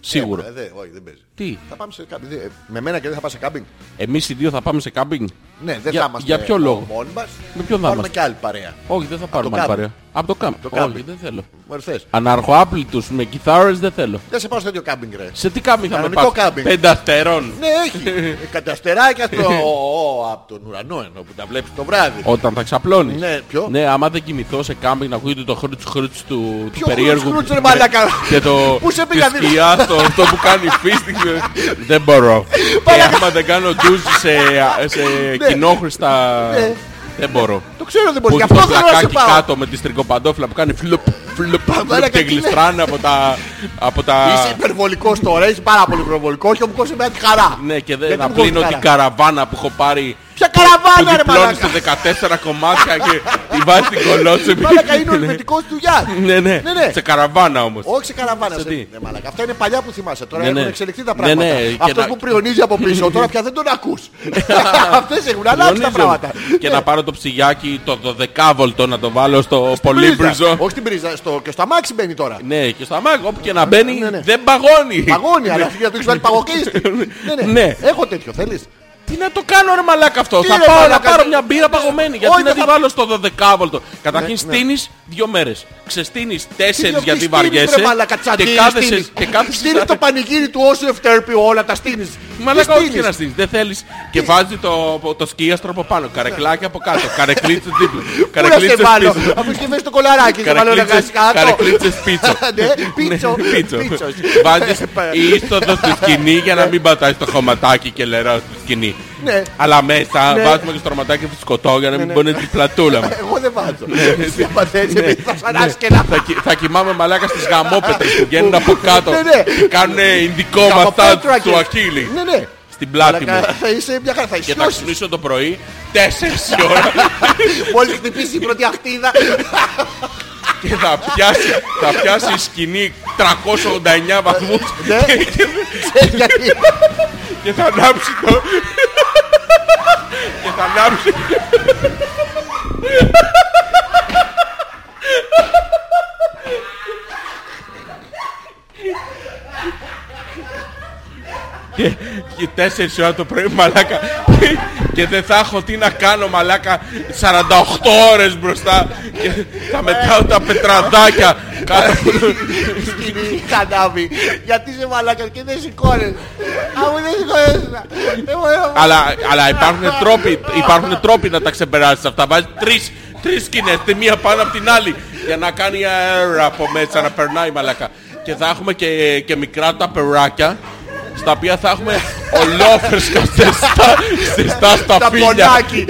B: Σίγουρο.
A: Ε, δε, όχι, δεν παίζει.
B: Τι,
A: Θα πάμε σε κάμπινγκ. Δε, Με μένα και δεν θα πάμε σε κάμπινγκ.
B: εμείς οι δύο θα πάμε σε κάμπινγκ.
A: Ναι, δεν
B: Για-
A: θα είμαστε
B: για ποιο λόγο?
A: μόνοι μας.
B: Με ποιον θα
A: Πάρουμε
B: είμαστε?
A: και άλλη παρέα.
B: Όχι, δεν θα πάρουμε
A: το
B: άλλη
A: κάμπινγκ.
B: παρέα. Από το κάμπινγκ.
A: Το
B: Όχι,
A: κάμπινγκ.
B: δεν θέλω.
A: Μωρέ, θες.
B: Αναρχοάπλητους με κιθάρες δεν θέλω.
A: Δεν σε πάω στο τέτοιο κάμπινγκ, ρε.
B: Σε τι κάμπινγκ θα με
A: Κανονικό
B: πας.
A: κάμπινγκ.
B: Πέντε αστερών.
A: Ναι, έχει. Ε, Καταστεράκια στο.
B: Ε.
A: από τον ουρανό ενώ που τα βλέπεις το βράδυ.
B: Όταν θα ξαπλώνεις.
A: Ναι, ποιο?
B: Ναι, άμα δεν κοιμηθώ σε κάμπινγκ να ακούγεται το χρούτς χρούτς του, του
A: Ποιο
B: περίεργου.
A: χρούτς, ρε μαλάκα.
B: Και το
A: Πού σε
B: τη
A: πήγα, δηλαδή?
B: σκιά, το, αυτό που κάνει φίστινγκ. δεν μπορώ. και άμα δεν κάνω ντουζ σε, σε κοινόχρηστα...
A: Ναι.
B: δεν μπορώ.
A: Το ξέρω δεν μπορεί.
B: Που
A: Γι'
B: το
A: αυτό θέλω να σε
B: πλακάκι
A: πάω.
B: κάτω με τη στριγκοπαντόφυλλα που κάνει φλουπ, φλουπ, φλουπ
A: μαλάκα,
B: και
A: τι λες.
B: γλιστράνε από τα... Από τα...
A: Είσαι υπερβολικός τώρα, είσαι πάρα πολύ υπερβολικός και μου κόψε μια τη χαρά.
B: Ναι, και δεν
A: Γιατί
B: να
A: μου κόβεις
B: πλύνω
A: τη
B: την
A: χαρά.
B: καραβάνα που έχω πάρει
A: Ποια
B: που
A: καραβάνα, ρε
B: διπλώνεις
A: μαλάκα.
B: σε 14 κομμάτια και τη βάζεις την κολότσεπη.
A: Μαλάκα είναι ο ελβετικό του Γιάννη.
B: Ναι, ναι.
A: Ναι, ναι.
B: Σε καραβάνα όμως.
A: Όχι σε καραβάνα.
B: Σε
A: Σε...
B: τι?
A: Ναι, μαλάκα. Αυτά είναι παλιά που θυμάσαι. Τώρα
B: Ναι, ναι.
A: έχουν εξελιχθεί τα
B: Ναι,
A: πράγματα.
B: ναι, και
A: Αυτός
B: να-
A: που πριονίζει από πίσω τώρα πια δεν τον ακούς. Αυτές έχουν αλλάξει τα
B: Συντονίζομαι.
A: πράγματα.
B: Και
A: Ναι.
B: να πάρω το ψυγιάκι το 12 βολτό να το βάλω στο
A: Πρίζα.
B: πολύπριζο.
A: Όχι στην πρίζα, στο... και στο αμάξι μπαίνει τώρα.
B: Ναι, και στα μάγκα όπου και να μπαίνει
A: Ναι, ναι.
B: δεν παγώνει.
A: Παγώνει, αλλά για να το έχεις βάλει παγωκίστη. ναι,
B: Ναι.
A: ναι. Έχω τέτοιο, θέλεις.
B: Τι να το κάνω ρε μαλάκα αυτό.
A: Τι
B: θα
A: ρε
B: πάω να
A: μαλάκα,
B: πάρω
A: τι- Ναι.
B: μια μπύρα παγωμένη. Γιατί
A: Όχι,
B: να
A: δεν
B: τη
A: θα-
B: βάλω στο 12 βολτό. Καταρχήν
A: ναι.
B: στείνεις δύο μέρες. Ξεστείνεις τέσσερις
A: Τι
B: γιατί
A: στείνεις,
B: βαριέσαι.
A: Ρε, μαλακα,
B: Και
A: τσαντίνι,
B: κάθεσαι.
A: στείνεις.
B: Και κάθεσαι.
A: Στείνεις το πανηγύρι του όσου ευτέρπει όλα, τα στείνεις.
B: Μαλάκα
A: Τι
B: όχι και
A: στείνεις.
B: να στείλει. Δεν θέλεις. Και βάζει το, το σκίαστρο από πάνω. Καρεκλάκι από κάτω. Καρεκλίτσες δίπλα.
A: Πού να σε
B: Καρεκλίτσες
A: βάλω,
B: πίσω.
A: αφού είχε μέσα το κολαράκι, σε βάλω ένα
B: Καρεκλίτσες-
A: κάτω.
B: Καρεκλίτσες πίτσο.
A: Ναι, πίτσο,
B: Ναι,
A: πίτσος.
B: Βάζεις
A: Ε, πα-
B: η είσοδος στη σκηνή για να μην πατάει το χωματάκι και λερά στη σκηνή.
A: Ναι.
B: Αλλά μέσα
A: Ναι.
B: βάζουμε και στο ρωματάκι φουσκωτό για να μην μπώνει την πλατούλα μας.
A: Εγώ δεν βάζω.
B: Ναι,
A: Εσύ άμα θες, επειδή θα σαράσει και
B: Θα,
A: να
B: κι- θα κοιμάμαι μαλάκα στις γαμόπετρες που βγαίνουν από κάτω
A: Ναι, ναι.
B: και κάνουν ειδικό μαθά
A: Καπαπέτρα και-
B: του Αχίλη
A: Ναι, ναι.
B: στην πλάτη μου.
A: Μαλάκα, Θα είσαι μια χαρά, θα
B: Και θα
A: ισιώσεις.
B: ξυπνήσω το πρωί 4 η ώρα
A: Μόλις χτυπήσει η πρώτη αχτίδα,
B: και θα πιάσει, θα πιάσει η σκηνή 389 βαθμούς
A: Ναι.
B: και, και-
A: ξέρεις γιατί.
B: και θα ανάψει το... και θα ανάψει... Και, και 4 ώρα το πρωί μαλάκα και, και δεν θα έχω τι να κάνω μαλάκα 48 ώρες μπροστά και θα μετράω τα πετραδάκια κάτω από-
A: Η σκηνή χανάβη. Γιατί είσαι μαλάκα και δεν σηκώνεσαι. Αφού δεν σηκώνεσαι. δεν μπορώ.
B: Αλλά, αλλά υπάρχουν, τρόποι, υπάρχουν τρόποι να τα ξεπεράσεις αυτά. Βάζεις τρεις τρεις σκηνές, τη μία πάνω από την άλλη. Για να κάνει αέρα από μέσα να περνάει μαλακά. Και θα έχουμε και, και μικρά τα περάκια. Στα οποία θα έχουμε ολόφρεσκα ζεστά, ζεστά στα
A: Τα
B: φύλλα.
A: πονάκι.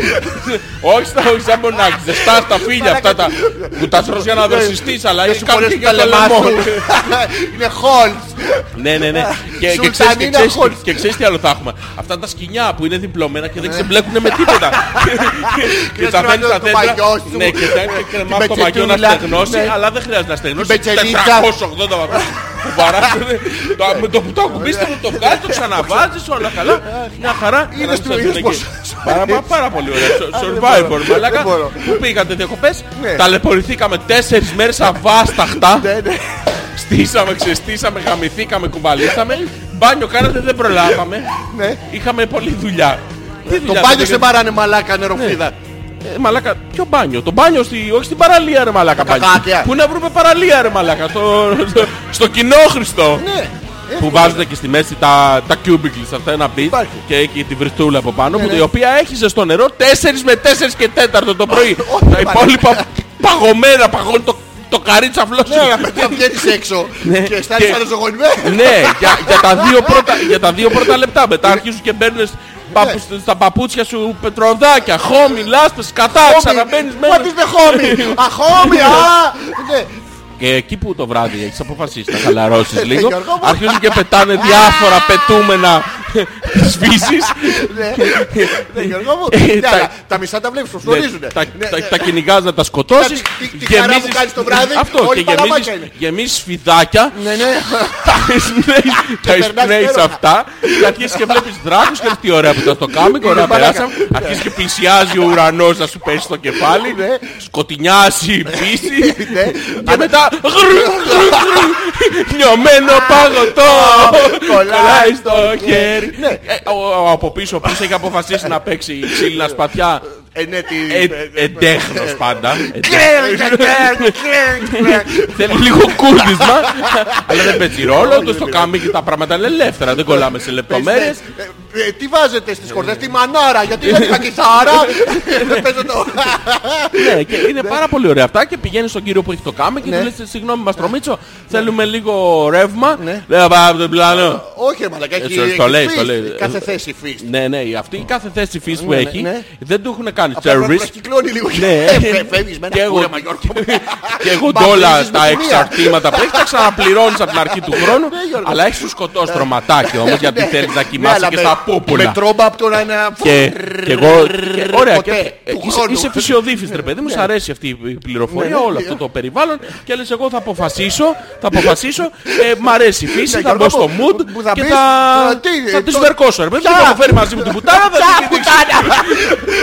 B: όχι, στα, όχι σαν μονάκι, ζεστά στα φύλλα αυτά τα. που τα τρως για να δροσιστείς αλλά
A: Δεν
B: είναι
A: Ναι. σου
B: κάτι
A: πονέσουν
B: για
A: τα
B: το
A: λεμά σου.
B: λαιμό.
A: Είναι χόλτς.
B: Ναι, ναι, ναι. και, και,
A: Σουλτανίνα
B: ξέρεις, και, ξέρεις,
A: χωρίς. Ναι.
B: και ξέρεις τι άλλο θα έχουμε. Αυτά τα σκοινιά που είναι διπλωμένα και δεν ξεμπλέκουν με τίποτα. και
A: Και
B: τα
A: σου
B: φέρνεις
A: να
B: στα
A: το μαγιό
B: δέντρα.
A: σου.
B: Ναι, και φέρνεις και κρεμάς το μαγιό να
A: πετσετούλα.
B: στεγνώσει,
A: Ναι.
B: αλλά δεν χρειάζεται να στεγνώσεις. 480
A: πετσελίτσα.
B: βαθμούς. Που βαράζουνε. Το- Με το που το ακουμπήσεις το- το βγάζεις, το ξαναβάζεις, όλα καλά.
A: Ναι.
B: Μια χαρά.
A: Είδες
B: Καλά,
A: του-
B: σας
A: είδες
B: δίνω
A: πως-
B: και- Πάρα, πάρα, πάρα πολύ ωραία. Sur- Survivor,
A: μπορώ.
B: μαλάκα.
A: Δεν μπορώ.
B: Πού πήγατε διακοπές,
A: Ναι.
B: ταλαιπωρηθήκαμε τέσσερις μέρες αβάσταχτα.
A: Ναι, ναι.
B: Στήσαμε, ξεστήσαμε, γαμηθήκαμε, κουβαλήσαμε. Μπάνιο κάνατε, δεν προλάβαμε.
A: Ναι. Ε,
B: Είχαμε πολλή δουλειά. Τι
A: Το
B: δουλειά
A: μπάνιο
B: δεν
A: σε μπαράνε μαλάκα νεροφίδα.
B: έκανε? Ε, μαλάκα, ποιο μπάνιο, το μπάνιο, στη, όχι στην παραλία ρε μαλάκα.
A: Τα
B: μπάνιο.
A: κάκια.
B: Πού να βρούμε παραλία ρε μαλάκα, στο, στο, στο κοινόχρηστο.
A: Ναι.
B: Που βάζετε και στη μέση τα, τα cubicles αυτά ένα μπιτ
A: Υπάρχει. Ναι,
B: και έχει τη βρυστούλα από πάνω που η οποία έχει ζεστό νερό 4 με 4 και 4 το πρωί.
A: Όχι,
B: τα
A: μαλάκα.
B: υπόλοιπα παγωμένα παγώνει το, το καρίτσα φλόσι.
A: Ναι, αλλά μετά βγαίνεις έξω και αισθάνεσαι
B: Ναι. Και-
A: αναζωογονημένος.
B: Ναι, για, για, τα δύο πρώτα, για τα δύο πρώτα λεπτά. Μετά αρχίζουν και μπαίνουν
A: Ναι.
B: στα παπούτσια σου πετροδάκια, χόμι, λάσπες, κατά, ξαναμπαίνεις μέσα.
A: Πατήστε χόμι. Αχόμι, α. Ναι.
B: Και εκεί που το βράδυ έχεις αποφασίσει να χαλαρώσεις
A: Ε,
B: λίγο,
A: Γιώργο μου.
B: αρχίζουν και πετάνε διάφορα πετούμενα σβήσεις.
A: Ναι, ναι, Γιώργο μου. Ναι,
B: Τα-
A: αλλά τα μισά τα βλέπεις, το
B: Ναι,
A: γνωρίζουνε.
B: τα-
A: Ναι,
B: τα-
A: ναι.
B: Τα κυνηγάς να τα σκοτώσεις.
A: Τα- τη- τη χαρά που
B: γεμίζεις-
A: κάνεις το βράδυ,
B: Αυτό
A: όλοι
B: και
A: παλαμάκια
B: γεμίζεις-
A: είναι.
B: γεμίζεις φιδάκια.
A: Ναι, ναι.
B: Τα
A: περνάς
B: εισπνέεις
A: υπέροχα.
B: αυτά και αρχίζεις και βλέπεις δράκους και λες τι ωραία που ήταν το κάμικ, ωραία
A: Είναι μαλάκα.
B: περάσαμε. Αρχίζεις και πλησιάζει ο ουρανός να σου πέσει στο κεφάλι,
A: Ναι.
B: σκοτεινιάσει η πίση
A: Ναι.
B: και μετά γρου, γρου, γρου, λιωμένο παγωτό κολλάει στο χέρι.
A: Ναι.
B: Ε, ο- ο- Από πίσω πίσω έχει αποφασίσει να παίξει ξύλινα σπαθιά
A: Ε, ναι, τι...
B: ε, εντέχνος πάντα.
A: Κλαίν, κλαίν, κλαίν, κλαίν.
B: Θέλει λίγο κούρδισμα, αλλά δεν παίζει ρόλο. Όντως το κάνουμε και τα πράγματα είναι ελεύθερα. Δεν κολλάμε σε λεπτομέρειες.
A: Ε, ε, Τι βάζετε στις χορδές, τη μανάρα, γιατί δεν είχα κιθάρα. Παίζω το...
B: Ναι, και είναι πάρα πολύ ωραία αυτά και πηγαίνει στον κύριο που έχει το κάμε και
A: Ναι.
B: του λες συγγνώμη Μαστρομίτσο, θέλουμε λίγο ρεύμα. Ε,
A: Ναι.
B: Δεν πάει από τον πλάνο.
A: Όχι, ρε μαλακά, έχει
B: Ε, στο-
A: έχει
B: στο λέει,
A: fist.
B: στο λέει.
A: Κάθε θέση φίστ.
B: Ναι, ναι, αυτή η κάθε θέση φύση που
A: Ναι, ναι,
B: έχει
A: ναι.
B: δεν του έχουν κάνει
A: Απλά πρέπει να
B: service.
A: κυκλώνει λίγο.
B: Ναι.
A: Ε, φε- Φεύγεις με
B: Και
A: ένα
B: εγώ-
A: κούρεμα, Γιώργο μου.
B: Και εγώ
A: Μπαμπίζεις
B: όλα
A: με
B: τα
A: τη μία.
B: εξαρτήματα που έχεις τα ξαναπληρώνεις από την αρχή του χρόνου.
A: Ναι, Γιώργο.
B: αλλά έχεις σου σκοτώσει τροματάκι όμως γιατί
A: Ναι.
B: θέλεις να
A: Ναι,
B: κοιμάσαι
A: αλλά
B: και
A: με-
B: στα πούπουλα.
A: Με τρόμπα από το να είναι...
B: Και, και εγώ. και- ωραία,
A: ποτέ,
B: και,
A: του
B: είσαι,
A: χρόνου.
B: είσαι φυσιοδίφης, ρε παιδί μου, σ' αρέσει αυτή η πληροφορία,
A: Ναι, ναι.
B: όλο αυτό το περιβάλλον. Και λες εγώ θα αποφασίσω, θα αποφασίσω, ε, μ' αρέσει η φύση,
A: Ναι,
B: θα μπω
A: Γιώργο
B: στο
A: μου,
B: mood
A: που θα
B: και
A: πεις,
B: θα,
A: ε, τι,
B: θα
A: ε,
B: τη
A: το-
B: σβερκώσω, ρε παιδί μου,
A: Ποια?
B: θα μου φέρει μαζί μου την πουτάνα, θα
A: Ποια
B: την
A: πουτάνα!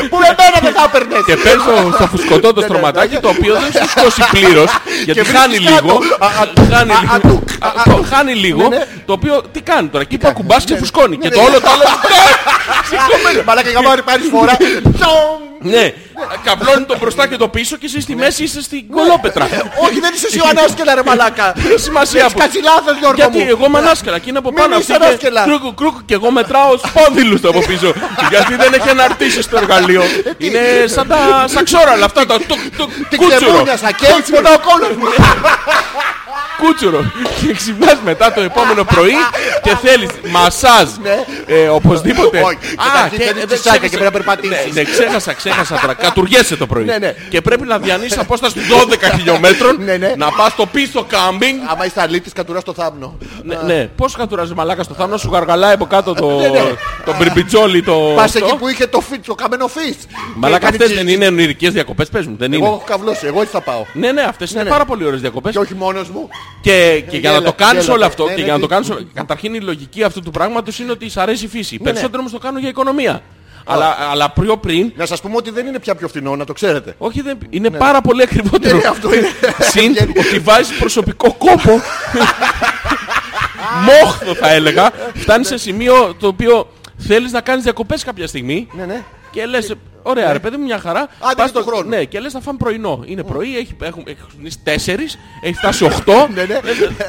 A: Που με μένα δεν θα έπαιρνες.
B: Και παίρνει στο, στο φουσκωτό το
A: Ναι, ναι,
B: στρωματάκι
A: ναι.
B: το οποίο δεν σου σκώσει πλήρω. Γιατί
A: βρίσκεις
B: χάνει
A: κάτω.
B: λίγο.
A: Α, α,
B: Χάνει
A: α, α,
B: λίγο.
A: του.
B: α, το- Χάνει λίγο.
A: ναι.
B: Το οποίο τι κάνεις τώρα. Εκεί που ακουμπάς και φουσκώνει. Και
A: ναι,
B: το
A: ναι.
B: όλο το άλλο.
A: Μαλάκα για μάρι πάρεις φορά. Τσομ.
B: Ναι. Καπλώνει το μπροστά και το πίσω και εσύ στη
A: Ναι.
B: μέση είσαι στην κολόπετρα.
A: Όχι, δεν είσαι Ιωαννάσκελα ρε μαλάκα.
B: Έχει σημασία
A: Έχεις
B: που.
A: κάτσει λάθος Γιώργο
B: Γιατί
A: μου.
B: εγώ είμαι ανάσκελα και είναι από
A: Μην
B: πάνω
A: είσαι
B: αυτή και
A: ανάσκελα.
B: Κρούκου, κρούκου και εγώ μετράω σπόδιλους το από πίσω. Γιατί δεν έχει αναρτήσει το εργαλείο. Είναι σαν τα σαξόραλα αυτά τα τουκ, τουκ,
A: Ε, Την
B: κούτσουρο.
A: ξεμούνιασα και έτσι πονά ο κόλλος μου.
B: κούτσουρο. Και ξυπνάς μετά το επόμενο πρωί και θέλεις μασάζ.
A: Ναι.
B: ε, οπωσδíποτε.
A: Όχι, καταρχήν θέλεις τσισάκια και πρέπει να περπατήσεις.
B: Ναι, ναι, ξέχασα, ξέχασα τώρα. Κατουργέσαι το πρωί.
A: Ναι, ναι.
B: Και πρέπει να διανύσεις απόσταση 12 χιλιόμετρων.
A: Ναι, ναι.
B: Να πας στο πίσω κάμπινγκ.
A: Άμα είσαι αλήτης κατουράς το θάμνο.
B: Ναι, ναι. Πώς κατουράζει μαλάκα στο θάμνο σου γαργαλάει από κάτω το,
A: Ναι, ναι.
B: το μπριμπιτζόλι το...
A: Πας
B: αυτό.
A: εκεί που είχε το φιτ, το καμένο φιτ.
B: Μαλάκα αυτές δεν είναι ονειρικές διακοπές, πες μου. Δεν
A: Εγώ
B: είναι.
A: έχω καβλώσει, εγώ έτσι θα πάω.
B: Ναι, ναι, αυτές είναι
A: ναι.
B: πάρα πολύ ωραίες διακοπές.
A: Και όχι μόνος μου.
B: Και, και για να
A: γέλα,
B: το κάνεις
A: γέλα,
B: όλο
A: ναι,
B: αυτό,
A: ναι,
B: και
A: ναι,
B: για να το
A: τι-
B: κάνεις όλο- Καταρχήν η λογική αυτού του πράγματος είναι ότι σ' αρέσει η
A: Ναι,
B: φύση. Περισσότερο όμως το κάνω για οικονομία. Αλλά, αλλά πιο πριν,
A: Να σας πούμε ότι δεν είναι πια πιο φθηνό, να το ξέρετε.
B: όχι δεν, είναι πάρα πολύ ακριβότερο.
A: Ναι, αυτό είναι.
B: Συν
A: Βγαίνει.
B: ότι βάζεις προσωπικό κόπο. Μόχθο θα έλεγα.
A: Ναι.
B: Φτάνεις σε σημείο το οποίο θέλεις να κάνεις διακοπές κάποια στιγμή.
A: Ναι, ναι.
B: Και λες, ωραία, ρε παιδί μου, μια χαρά.
A: Άντε
B: Πας
A: και του χρόνου.
B: Ναι, και λες να φάμε πρωινό. Είναι πρωί, έχει, έχουν, έχουν ξυπνήσει 4, έχει φτάσει 8.
A: Ναι, ναι.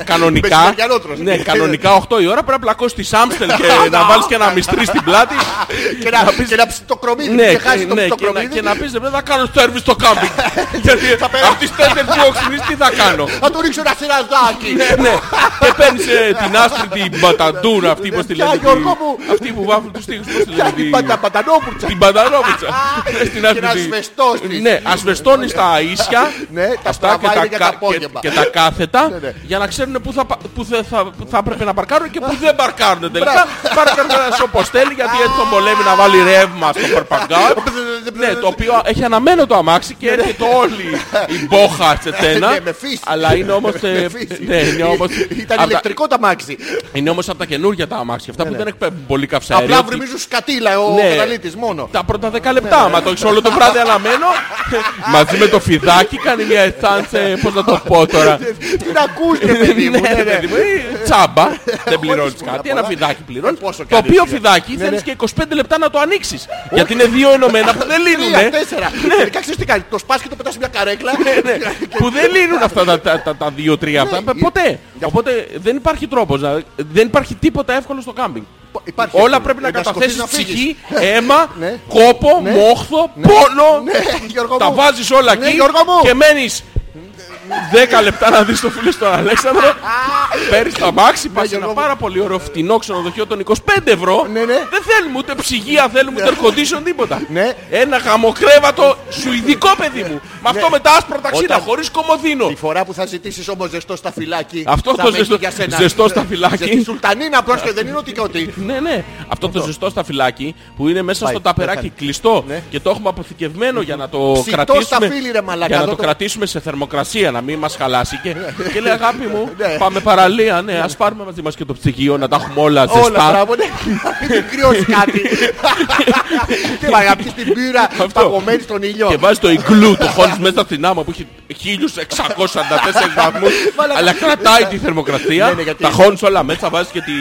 B: κανονικά.
A: Μεσημεριανότρος.
B: ναι, κανονικά 8 η ώρα πρέπει να πλακώσεις τη Σάμστελ και να βάλεις και ένα μυστρί στην πλάτη.
A: Και να, και να ψ- το κρομίδι,
B: Ναι,
A: και χάσεις το,
B: ναι,
A: το
B: και, να,
A: κρομίδι.
B: και να πεις ρε παιδί, θα κάνω service στο κάμπινγκ. Γιατί από τις 4 που έχω ξυπνήσει τι θα κάνω.
A: Θα του ρίξω ένα σειραζάκι.
B: ναι, και παίρνεις ε, την άστρη την μπαταντούρα αυτή πως τη
A: Ποια,
B: λένε. τη-
A: Γιώργο μου?
B: Αυτή που βάφουν τους τείχους πως τη λένε.
A: Πιάνει
B: τη-
A: πάντα πατανόπουρτσα.
B: Δηλαδή, την Πανταρόβιτσα. Στην άκρη
A: να
B: τη-
A: ασβεστώνεις.
B: Ναι, ασβεστώνεις τα ίσια.
A: Ναι, τα
B: αυτά και
A: στραβάει
B: τα,
A: για
B: κα-
A: τα απόγευμα.
B: και, και τα κάθετα.
A: Ναι, ναι.
B: για να ξέρουν πού θα, πα- πού θα, θα, που θα έπρεπε να παρκάρουν και πού δεν παρκάρουν τελικά.
A: Μπράβο.
B: Παρκάρουν ένας όπως θέλει γιατί έτσι τον βολεύει να βάλει ρεύμα στο παρπαγκάρ. ναι, το οποίο έχει αναμένο το αμάξι και έρχεται όλη η μπόχα σε τένα.
A: Ναι, με φύση.
B: Αλλά είναι όμως... ε,
A: Με φύση.
B: ναι, είναι όμως...
A: Ήταν
B: απ' τα-
A: ηλεκτρικό τα μάξι.
B: Είναι όμως από τα καινούργια τα αμάξια. Αυτά που δεν εκπέμπουν πολύ καυσαέριο.
A: Ναι, Απλά Ναι,
B: ότι-
A: βρυμίζουν σκατήλα ο
B: ναι.
A: καταλήτης μόνο.
B: τα πρώτα 10 λεπτά. Άμα το έχεις όλο το βράδυ αναμένο, μαζί με το φιδάκι κάνει μια αισθάνσε, πώς να το πω τώρα.
A: Τι να ακούς ρε παιδί μου. ναι,
B: Ναι,
A: ναι.
B: παιδί μου, ε, τσάμπα. Δεν πληρώνεις
A: πολλά,
B: κάτι.
A: πολλά.
B: Ένα φιδάκι πληρώνεις.
A: Ε, πόσο
B: Το
A: κάνει
B: οποίο
A: φιδάκι.
B: φιδάκι θέλεις
A: ναι.
B: και 25 λεπτά να το ανοίξεις. Γιατί είναι δύο ενωμένα που δεν
A: Τρία,
B: λύνουνε. Ναι.
A: τέσσερα. Τελικά ξέρεις τι κάνει. Το σπάς και το πετάς σε μια καρέκλα.
B: Που δεν λύνουν αυτά τα- τα- τα- τα δύο-τρία αυτά.
A: Ναι,
B: Ποτέ. Οπότε δεν υπάρχει τρόπος. να- Δεν υπάρχει τίποτα εύκολο στο κάμπινγκ.
A: Υπάρχει
B: Όλα
A: αυτό.
B: πρέπει να
A: Ε, σκοτήσεις
B: καταθέσεις
A: να φύγεις.
B: ψυχή, αίμα,
A: Ναι.
B: κόπο, μόχθο, πόνο.
A: Ναι, Γιώργο
B: Τα
A: μου.
B: βάζεις όλα
A: Ναι,
B: εκεί
A: Γιώργο μου.
B: και μένεις 10 λεπτά να δεις το φίλο στον Αλέξανδρο Παίρνεις τα μάξι, πας σε
A: Ναι, Γιώργο
B: ένα
A: μου.
B: πάρα πολύ ωραίο φτηνό ξενοδοχείο των 25 ευρώ.
A: Ναι, ναι.
B: Δεν θέλουμε ούτε ψυγεία, θέλουμε ούτε air condition, τίποτα.
A: Ναι.
B: Ένα γαμοκρέβατο σουηδικό παιδί μου. Με αυτό με τα άσπρα ταξίδα,
A: Όταν-
B: χωρίς κομμωδίνο.
A: Τη φορά που θα ζητήσεις όμως ζεστό σταφυλάκι.
B: Αυτό
A: θα
B: το
A: με έχει
B: ζεστό-
A: για σένα.
B: ζεστό σταφυλάκι.
A: Ζεστή Σουλτανίνα πρόσχε, δεν είναι ότι και ότι.
B: Ναι, ναι. Αυτό το ζεστό σταφυλάκι που είναι μέσα
A: Πάει,
B: στο ταπεράκι
A: πέθανε.
B: κλειστό
A: Ναι.
B: και το έχουμε αποθηκευμένο για να το
A: Ψητό
B: κρατήσουμε.
A: σταφύλι, ρε μαλάκα,
B: για να
A: εδώ
B: το
A: το-
B: κρατήσουμε σε θερμοκρασία, να μην μας χαλάσει. Και, και λέει αγάπη μου,
A: Ναι.
B: πάμε παραλία. Ναι, ας πάρουμε μαζί μας και το ψυγείο να τα έχουμε όλα
A: Όλα
B: ζεστά.
A: μπράβο, ναι. Να μην κρυώσεις κάτι. Και πάει να πεις την πύρα
B: Αυτό.
A: παγωμένη στον
B: Και
A: ήλιο.
B: βάζει το ιγκλού, το χώνεις μέσα στην άμα που έχει 1644 βαθμούς
A: Μαλάκα.
B: αλλά κρατάει τη θερμοκρασία,
A: Ναι, ναι, γιατί-
B: τα χώνεις όλα μέσα, βάζεις και τη...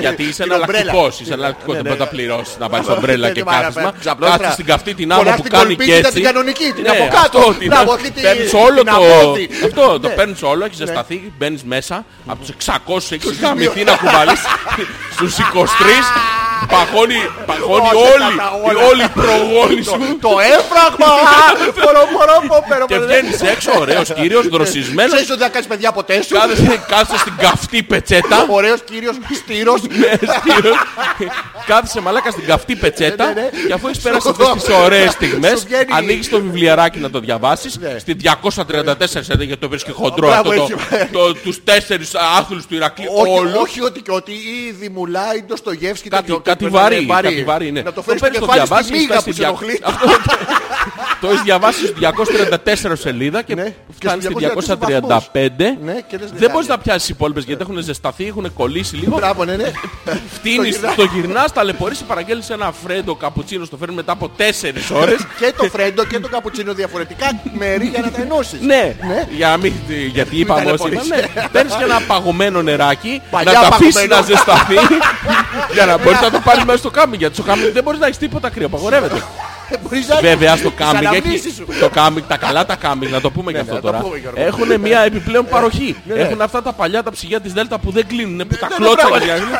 B: γιατί είσαι
A: την ομπρέλα.
B: εναλλακτικός, είσαι εναλλακτικός, δεν
A: ναι,
B: πρέπει να
A: ναι.
B: πληρώσεις να πάρεις ομπρέλα
A: Δεν
B: και
A: θυμάμαι,
B: κάθισμα,
A: πέρα, ξαπλώστρα.
B: κάτσεις στην καυτή την άμα
A: Φοράς
B: που
A: την
B: κάνει
A: κολπίτιδα
B: και έτσι.
A: την κανονική, την
B: Ναι,
A: από κάτω,
B: αυτό, την-
A: μπράβο, αυτή τη-
B: Παίρνεις όλο
A: την
B: το...
A: απόδη.
B: Αυτό, το
A: Ναι.
B: παίρνεις όλο, έχεις ζεσταθεί, μπαίνεις μέσα, από τους 600 έχεις γαμηθεί να κουβάλεις, στους 23 Παγώνει, παγώνει
A: Όχι, κατά
B: όλη,
A: όλα.
B: όλη η προγόνη σου.
A: Το έφραγμα! Πορο, πορο, πορο, πορο,
B: Και
A: πορο.
B: βγαίνεις έξω, ωραίος κύριος, δροσισμένος.
A: Ξέρεις ότι δεν θα κάνεις παιδιά ποτέ σου.
B: Κάθεσαι, κάθεσαι στην καυτή πετσέτα.
A: Ωραίος κύριος
B: Ναι.
A: στήρος.
B: Στήρος. Κάθεσαι μαλάκα στην καυτή πετσέτα
A: Ναι, ναι, ναι.
B: και αφού έχεις πέρασει
A: Σου-
B: αυτές τις ωραίες στιγμές
A: Σου βγαίνει-
B: ανοίγεις το βιβλιαράκι να το διαβάσεις
A: Ναι.
B: στη 234 σελίδα γιατί το βρεις και χοντρό
A: Μπράβο,
B: αυτό το,
A: έτσι.
B: το, τους τέσσερις άθλους του Ηρακλή
A: Όχι,
B: όλους
A: όχι ότι και ότι ή δημουλάει το στο γεύσκι
B: Κάτι,
A: τέτοιο-
B: κάτι
A: τέτοιο-
B: βαρύ,
A: βαρύ.
B: κάτι βαρύ είναι.
A: ναι, Να το φέρεις
B: Το
A: το
B: παίρνεις, το
A: κεφάλι στη
B: διαβάζεις,
A: μύγα
B: φτάσεις
A: που
B: στη
A: σε
B: δια-
A: ενοχλεί.
B: το έχεις διαβάσει στους 234 σελίδα και
A: Ναι, και
B: φτάνεις στη
A: στους
B: 235
A: Ναι, και λες,
B: δεν
A: κάνει.
B: μπορείς να πιάσεις τις υπόλοιπες γιατί έχουν ζεσταθεί, έχουν κολλήσει λίγο
A: Μπράβο, ναι, ναι.
B: Φτύνεις,
A: Το γυρνά-
B: το γυρνάς, ταλαιπωρείς, παραγγέλνεις ένα φρέντο καπουτσίνο, στο φέρνει μετά από 4 ώρες.
A: Και το φρέντο και το καπουτσίνο διαφορετικά μέρη για να τα ενώσεις.
B: Ναι,
A: Ναι.
B: Για να μην, γιατί είπαμε όσοι
A: ταλαιπωρείς.
B: είπαμε, ναι. παίρνεις και ένα παγωμένο νεράκι,
A: Παλιά
B: να τα αφήσεις
A: παγωμένο.
B: να ζεσταθεί, για να μπορείς να το πάρεις μέσα στο κάμπινγκ. Γιατί στο κάμπινγκ δεν μπορείς να έχεις τίποτα κρύο, απαγορεύεται.
A: Μπορείς να-
B: Βέβαια στο
A: τις
B: κάμπινγκ
A: αναμνήσεις
B: έχει
A: σου.
B: το κάμπινγκ, τα καλά τα κάμπινγκ, να το πούμε και
A: ναι,
B: αυτό
A: να το
B: τώρα.
A: πούμε, Γιώργο.
B: Έχουν μια επιπλέον παροχή.
A: ναι.
B: Έχουν αυτά τα παλιά τα ψυγεία της Δέλτα που δεν κλείνουν, που τα
A: ναι,
B: κλώτσα
A: μπράβο.
B: Έχουν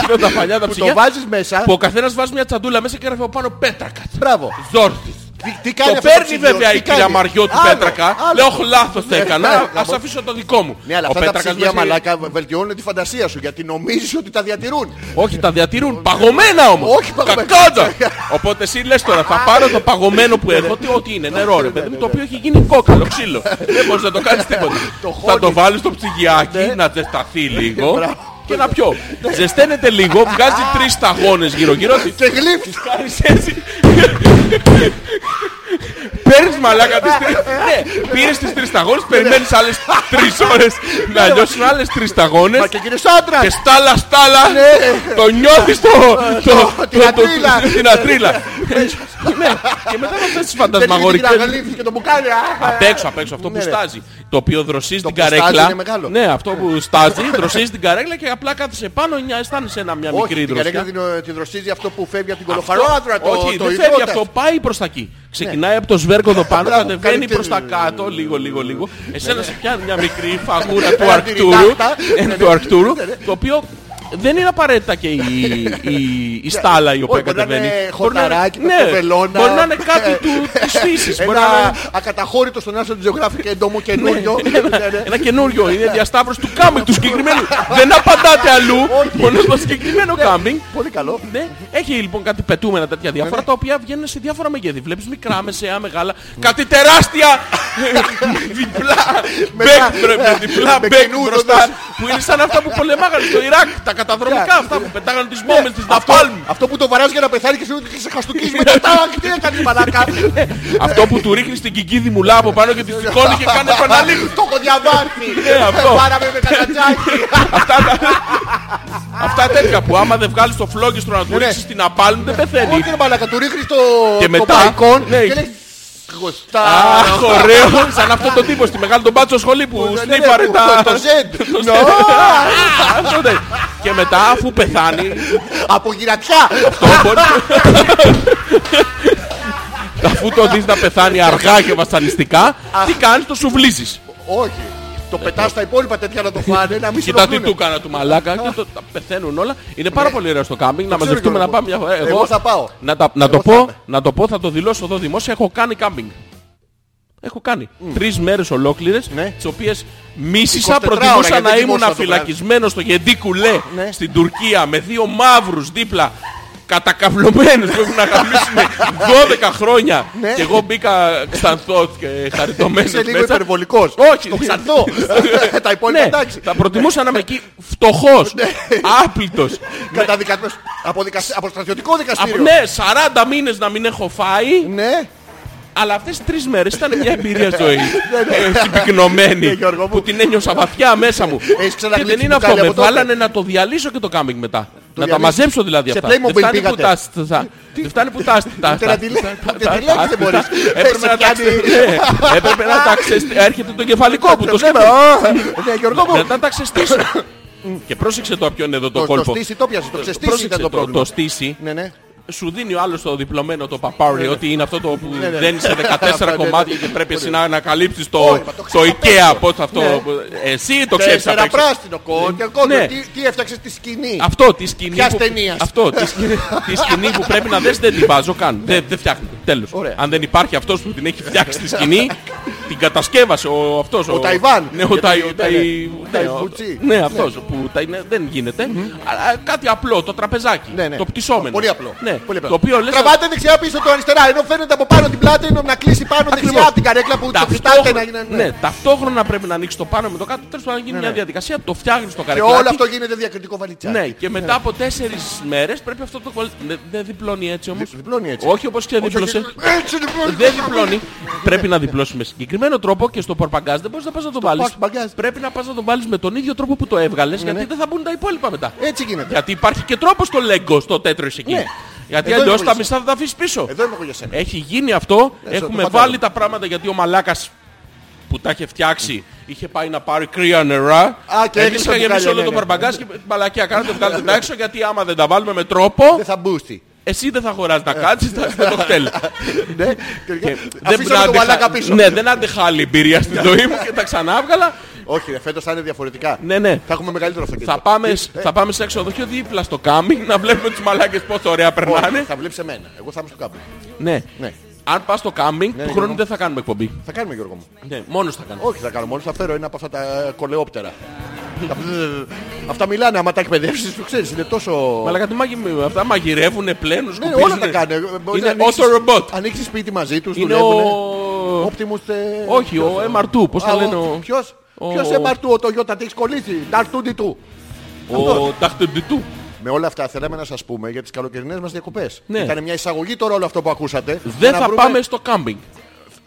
B: αυτά τα παλιά τα
A: Που το
B: ψυγεία
A: βάζεις μέσα.
B: που ο καθένας βάζει μια τσαντούλα μέσα και γράφει από πάνω πέτρακας.
A: Μπράβο.
B: Ζόρτης.
A: Τι- Τι
B: Το
A: κάνει αυτός
B: παίρνει
A: ψυγείο,
B: βέβαια
A: τι
B: η κυρία
A: κάνει.
B: Μαριώτη
A: Άλλο,
B: Πέτρακα.
A: άλλο.
B: Λέω λάθος το
A: Ναι,
B: έκανα.
A: ναι,
B: Ας
A: ναι.
B: αφήσω το δικό μου.
A: Ναι, αλλά
B: Ο
A: αυτά τα
B: Πέτρακας
A: ψυγεία
B: μέσα είναι-
A: μαλάκα βελτιώνουν τη φαντασία σου γιατί νομίζεις ότι τα διατηρούν.
B: Όχι, τα διατηρούν παγωμένα όμως.
A: Όχι παγωμένα.
B: Κακάτσα. Οπότε εσύ λες τώρα, θα πάρω το παγωμένο που έχω, τι ό,τι είναι, νερό ρε παιδί μου, το οποίο έχει γίνει κόκαλο, ξύλο. Δεν μπορείς να το κάνεις τίποτα.
A: Το
B: Θα το
A: χώνεις. Ναι.
B: βάλω στο ψυγιάκι να ζεσταθεί λίγο
A: Μπράβο. Ναι.
B: και να πιω. Ζεσταίνεται λίγο, βγάζει τρεις σταγόνες γύρω-γύρω,
A: Και γλύφεις.
B: κάνεις έτσι. Παίρνεις μαλάκα τις
A: Ε,
B: τρεις. Ναι, πήρες τις τρεις σταγόνες, περιμένεις άλλες τρεις ώρες να λιώσουν άλλες τρεις σταγόνες
A: Ναι, Μα και κύριε Σάντρα.
B: και στάλα στάλα
A: Ναι.
B: το νιώθεις το... το-
A: την
B: το-
A: ατρίλα.
B: το- Την ατρίλα. Ναι, και μετά με αυτές
A: Μαγορικές.
B: τις φαντασμαγορικές...
A: και το μπουκάλι. α, ε. α,
B: Απ' έξω, απ' έξω, αυτό που
A: Ναι, ρε.
B: στάζει. Το οποίο δροσίζει την
A: που στάζει
B: καρέκλα.
A: είναι μεγάλο.
B: Ναι, αυτό που στάζει, δροσίζει την καρέκλα και απλά κάθεσαι πάνω, νιά- αισθάνεσαι ένα μια
A: Όχι,
B: μικρή
A: την
B: δροσιά.
A: καρέκλα την, ε, τη δροσίζει αυτό που φεύγει από την κολοφαρόδρα. Το,
B: Όχι,
A: το
B: δεν φεύγει
A: υδρότα.
B: αυτό, πάει προς τα εκεί. Ξεκινάει από το σβέρκο εδώ πάνω,
A: Μπράβο,
B: κατεβαίνει
A: καλύτερη.
B: προς τα κάτω, λίγο, λίγο, λίγο. Εσένα σε πιάνει μια μικρή φαγούρα του
A: Ένα
B: Αρκτούρου,
A: τυριτάχτα.
B: ε,
A: Ναι,
B: του
A: ναι.
B: Αρκτούρου, το οποίο δεν είναι απαραίτητα και η, η, η στάλα η οποία
A: Ναι. μπορεί να
B: κατεβαίνει.
A: είναι
B: Μπορεί να είναι-
A: χορταράκι με
B: ναι,
A: κοπελώνα.
B: Μπορεί να είναι κάτι του, της φύσης. μπορεί να
A: Ναι. Ε, Ένα
B: είναι-
A: ακαταχώρητο στον National Geographic έντομο καινούριο. Ναι, ναι.
B: ένα καινούριο, είναι διασταύρωση του κάμπινγκ του συγκεκριμένου. Δεν απαντάτε αλλού, μόνο στο συγκεκριμένο
A: Ναι.
B: κάμπινγκ.
A: Πολύ καλό.
B: Ναι, έχει λοιπόν κάτι πετούμενα τέτοια
A: Ναι,
B: διάφορα τα οποία βγαίνουν σε διάφορα μεγέθη. Βλέπεις μικρά, μεσαία, μεγάλα. Κάτι τεράστια! με διπλά
A: Μετά,
B: μπέκ, μπρο- με διπλά
A: με
B: μπέκ
A: καινούριο
B: μπροστά.
A: δώσε.
B: Που είναι σαν αυτά που πολεμάγανε στο Ιράκ. Τα καταδρομικά αυτά που πετάγανε τις μπόμπες της
A: Ναι, Αυτό,
B: Ναπάλμ.
A: αυτό που το βαράζει για να πεθάνει και σου λέει ότι σε χαστούκίζει με
B: Ναι.
A: τα τάκ, τι έκανε μαλακά.
B: Αυτό που του ρίχνεις την κικίδη μουλά από πάνω
A: Ναι.
B: και τη σηκώνει και κάνει επαναλήψη.
A: Το έχω διαβάσει.
B: Ναι, αυτό.
A: Πάραμε με κατατζάκι.
B: Αυτά, τα- αυτά τέτοια που άμα δεν βγάλεις το φλόγιστρο να του
A: Ναι.
B: ρίξεις την απάλμ δεν πεθαίνει.
A: Όχι ρε μαλακά, του ρίχνεις το
B: Και
A: το
B: μετά,
A: μπαϊκόν
B: ναι.
A: και λέει Γοστά.
B: Αχ, ωραίο! Σαν αυτό το τύπο στη μεγάλη τον μπάτσο σχολή που
A: Ναι, ναι,
B: σνίφαρε
A: που-
B: τα.
A: Το Z.
B: Ναι. Αυτό, ναι. Και μετά αφού πεθάνει,
A: Από γυρατιά.
B: το μπορεί. Αφού το δεις να πεθάνει αργά και βασανιστικά, τι κάνεις, το σουβλίζεις.
A: Όχι. Το πετάς στα υπόλοιπα τέτοια να το φάνε, να μην
B: Ε, Κοίτα τι
A: συνοχλούν.
B: του έκανα του μαλάκα και το, τα πεθαίνουν όλα. Είναι πάρα πολύ ωραίο στο κάμπινγκ να
A: Ναι. ξέρω,
B: μαζευτούμε να
A: Γιώργο.
B: πάμε μια φορά.
A: Εγώ θα πάω.
B: Να, τα- να το
A: Εγώ θα
B: πω,
A: είμαι.
B: να το πω, θα το δηλώσω εδώ δημόσια. Έχω κάνει κάμπινγκ. Έχω κάνει τρεις μέρες ολόκληρες,
A: Ναι.
B: τις οποίες
A: 24
B: μίσησα.
A: ώρα,
B: Προτιμούσα
A: γιατί
B: να
A: δεν
B: ήμουν
A: κοιμόσασταν το βράδυ.
B: φυλακισμένο στο γεντί κουλέ
A: Ναι.
B: στην Τουρκία με δύο μαύρους δίπλα κατακαυλωμένου που έχουν να γαμίσουν 12 χρόνια.
A: Ναι.
B: Και εγώ μπήκα ξανθό και χαριτωμένος.
A: Είσαι λίγο υπερβολικός.
B: Όχι,
A: Το ξανθό. Τα υπόλοιπα
B: Ναι,
A: εντάξει. Ναι.
B: θα προτιμούσα να είμαι εκεί φτωχός, άπλητος.
A: Καταδικασμένος από, δικασ- από στρατιωτικό δικαστήριο.
B: Ναι, 40 μήνες να μην έχω φάει.
A: Ναι.
B: Αλλά αυτές τις τρεις μέρες ήταν μια εμπειρία ζωή. Ε, Συμπυκνωμένη.
A: Ναι, Γιώργο μου.
B: Που την ένιωσα βαθιά μέσα μου. Και
A: ξαναγλύψει
B: δεν είναι
A: μπουκάλι
B: αυτό.
A: από
B: Με
A: τότε.
B: βάλανε να το διαλύσω και το κάμινγκ μετά. Να τα
A: διαλύσεις.
B: μαζέψω δηλαδή
A: Σε
B: αυτά.
A: Playmobil
B: Δεν φτάνει που
A: πήγατε.
B: τα. στ- τα- Δεν φτάνει που τα. τα-
A: Ούτε
B: τα-
A: να τη λέ-
B: τα-
A: ούτε
B: τα-
A: τη λέξη
B: τα-
A: δεν μπορείς.
B: τα- Έπρεπε
A: Σε
B: να τα
A: πιάνει.
B: ξεστήσω. Έπρεπε να τα ξεστη- Έρχεται το κεφαλικό που το
A: Ναι,
B: σκέφτομαι.
A: α, Ναι, Γιώργο μου.
B: Μετά τα ξεστήσω. Και πρόσεξε το ποιο είναι εδώ το
A: Το- Το
B: κόλπο. Ε,
A: στήσι το πιασε. Το ξεστήσι
B: Πρόσεξε,
A: ήταν το
B: το- Το
A: πρόβλημα.
B: στήσι
A: Ναι, ναι.
B: σου δίνει ο άλλος το διπλωμένο το παπάρι, ότι είναι αυτό το που
A: ναι.
B: δένει σε 14 κομμάτια και πρέπει εσύ να ανακαλύψεις το,
A: Όχι, μα το
B: το
A: ξέρεις απ'
B: IKEA. Πώς αυτό. Εσύ το ξέρεις απ'
A: Τέσσερα
B: έξω.
A: πράσινο κόκκινο.
B: Ναι.
A: κόκκινο. Τι- Τι έφτιαξες στη σκηνή.
B: Αυτό τη σκηνή.
A: Ποιας
B: που-
A: ταινίας?
B: Αυτό τη σκηνή, τη σκηνή που πρέπει να δες δεν την βάζω καν. δεν δεν φτιάχνεται. Τέλος.
A: Ναι. Ωραία.
B: Αν δεν υπάρχει αυτός που την έχει φτιάξει τη σκηνή, την κατασκεύασε ο αυτός. Ο,
A: Ταϊβάν.
B: Ναι, ο
A: Γιατί
B: Ταϊ-
A: ήταν,
B: Ταϊ-
A: ναι,
B: ναι,
A: ο
B: ο-
A: Φουτσί.
B: Ναι, αυτός που τα είναι- δεν γίνεται. Αλλά κάτι απλό, το τραπεζάκι.
A: Ναι, ναι.
B: Το πτυσσόμενο.
A: Πολύ απλό.
B: Ναι,
A: Πολύ απλό.
B: Το οποίο λες,
A: Τραβάτε δεξιά πίσω το αριστερά. Ενώ φαίνεται από πάνω την πλάτη ενώ να κλείσει πάνω δεξιά
B: Ακριβώς.
A: την καρέκλα που το κοιτάτε να
B: Ταυτόχρονα,
A: γίνει. Ναι,
B: ναι, ταυτόχρονα πρέπει να ανοίξει το πάνω με το κάτω. Τέλος πάντων, να γίνει μια διαδικασία. Το φτιάχνεις το
A: Και
B: καρεκλάκι.
A: όλο αυτό γίνεται διακριτικό βαλιτσάκι.
B: Ναι, και μετά από τέσσερις μέρες πρέπει αυτό το κολλ- Δεν δεν διπλώνει έτσι όμως.
A: διπλώνει έτσι.
B: Όχι όπως και διπλώσε.
A: Έτσι λοιπόν.
B: Δεν διπλώνει. Πρέπει να διπλώσει με συγκεκριμένο τρόπο και στο πορπαγκάζ δεν μπορείς να πας να το βάλει.
A: pork bagage.
B: Πρέπει να πας να το βάλεις με τον ίδιο τρόπο που το έβγαλες
A: Ναι,
B: γιατί δεν θα μπουν τα υπόλοιπα μετά.
A: Έτσι γίνεται.
B: Γιατί υπάρχει και τρόπος στο Lego, στο τέτοιο εκεί.
A: Ναι. Εδώ
B: Γιατί
A: είναι
B: αλλιώ
A: πολύ
B: τα
A: σαν-
B: μισά θα τα αφήσεις πίσω.
A: Εδώ είμαι εγώ για σένα.
B: Έχει γίνει αυτό. Έχουμε
A: Ε, το
B: βάλει τα πράγματα γιατί ο Μαλάκας που τα είχε φτιάξει είχε πάει να πάρει κρύα νερά.
A: Α, και
B: Εμείς
A: έκλεισε
B: είχα
A: το
B: γεμίσει
A: μπουκάλι,
B: όλο
A: ναι,
B: το
A: ναι.
B: μπαρμπαγκάζ και μαλακιά. Κάνατε βγάλετε τα έξω γιατί άμα δεν τα βάλουμε με τρόπο,
A: Δεν θα μπούστη.
B: εσύ δεν θα αγοράζεις να κάτσει, θα έχεις το κοκτέιλ.
A: Ε. Ναι.
B: Και
A: Αφήσαμε το
B: άντεχα-
A: μαλάκα πίσω. Ναι.
B: Ναι, δεν άντεχα άλλη εμπειρία στη ζωή μου και τα ξανάβγαλα.
A: Όχι, ρε, φέτος θα είναι διαφορετικά.
B: Ναι, ναι.
A: Θα έχουμε μεγαλύτερο αυτοκίνητο.
B: Θα πάμε,
A: Ε.
B: θα πάμε σε εξοδοχείο δίπλα στο κάμινγκ να βλέπουμε τους μαλάκες πόσο ωραία
A: Όχι,
B: περνάνε.
A: Λοιπόν, Θα βλέπεις εμένα. Εγώ θα είμαι στο κάμπινγκ.
B: Ναι.
A: Ναι.
B: Αν πας στο κάμινγκ, του
A: Γιώργο.
B: χρόνου δεν θα κάνουμε εκπομπή.
A: Θα κάνουμε Γιώργο μου.
B: Ναι, μόνος θα κάνουμε.
A: Όχι, θα κάνω μόνος. Θα φέρω ένα από αυτά τα ε, κολεόπτερα. Τα- Αυτά μιλάνε άμα τα εκπαιδεύσεις, το ξέρεις. Είναι τόσο...
B: Μαλάκα τι μαγει... αυτά μαγειρεύουνε, πλένουν,
A: Ναι,
B: σκουπίζουνε.
A: όλα τα κάνει. Μπορείς
B: Είναι
A: να ανοίξεις-
B: auto robot.
A: Ανοίξεις σπίτι μαζί τους,
B: Είναι
A: δουλεύουνε.
B: ο...
A: Optimus... ε,
B: Όχι, ο MR2, πώς
A: Α,
B: θα
A: ο-
B: λένε ο...
A: Ποιος?
B: ο-
A: Ποιος MR2, το γιο, τα έχεις κολλήσει. Dark 2D2.
B: Ο Ταχτεντιτού.
A: Με όλα αυτά θέλαμε να σας πούμε για τις καλοκαιρινές μας διακοπές.
B: Ναι.
A: Ήταν μια εισαγωγή τώρα όλο αυτό που ακούσατε.
B: Δεν
A: Να
B: θα
A: βρούμε-
B: πάμε στο κάμπινγκ.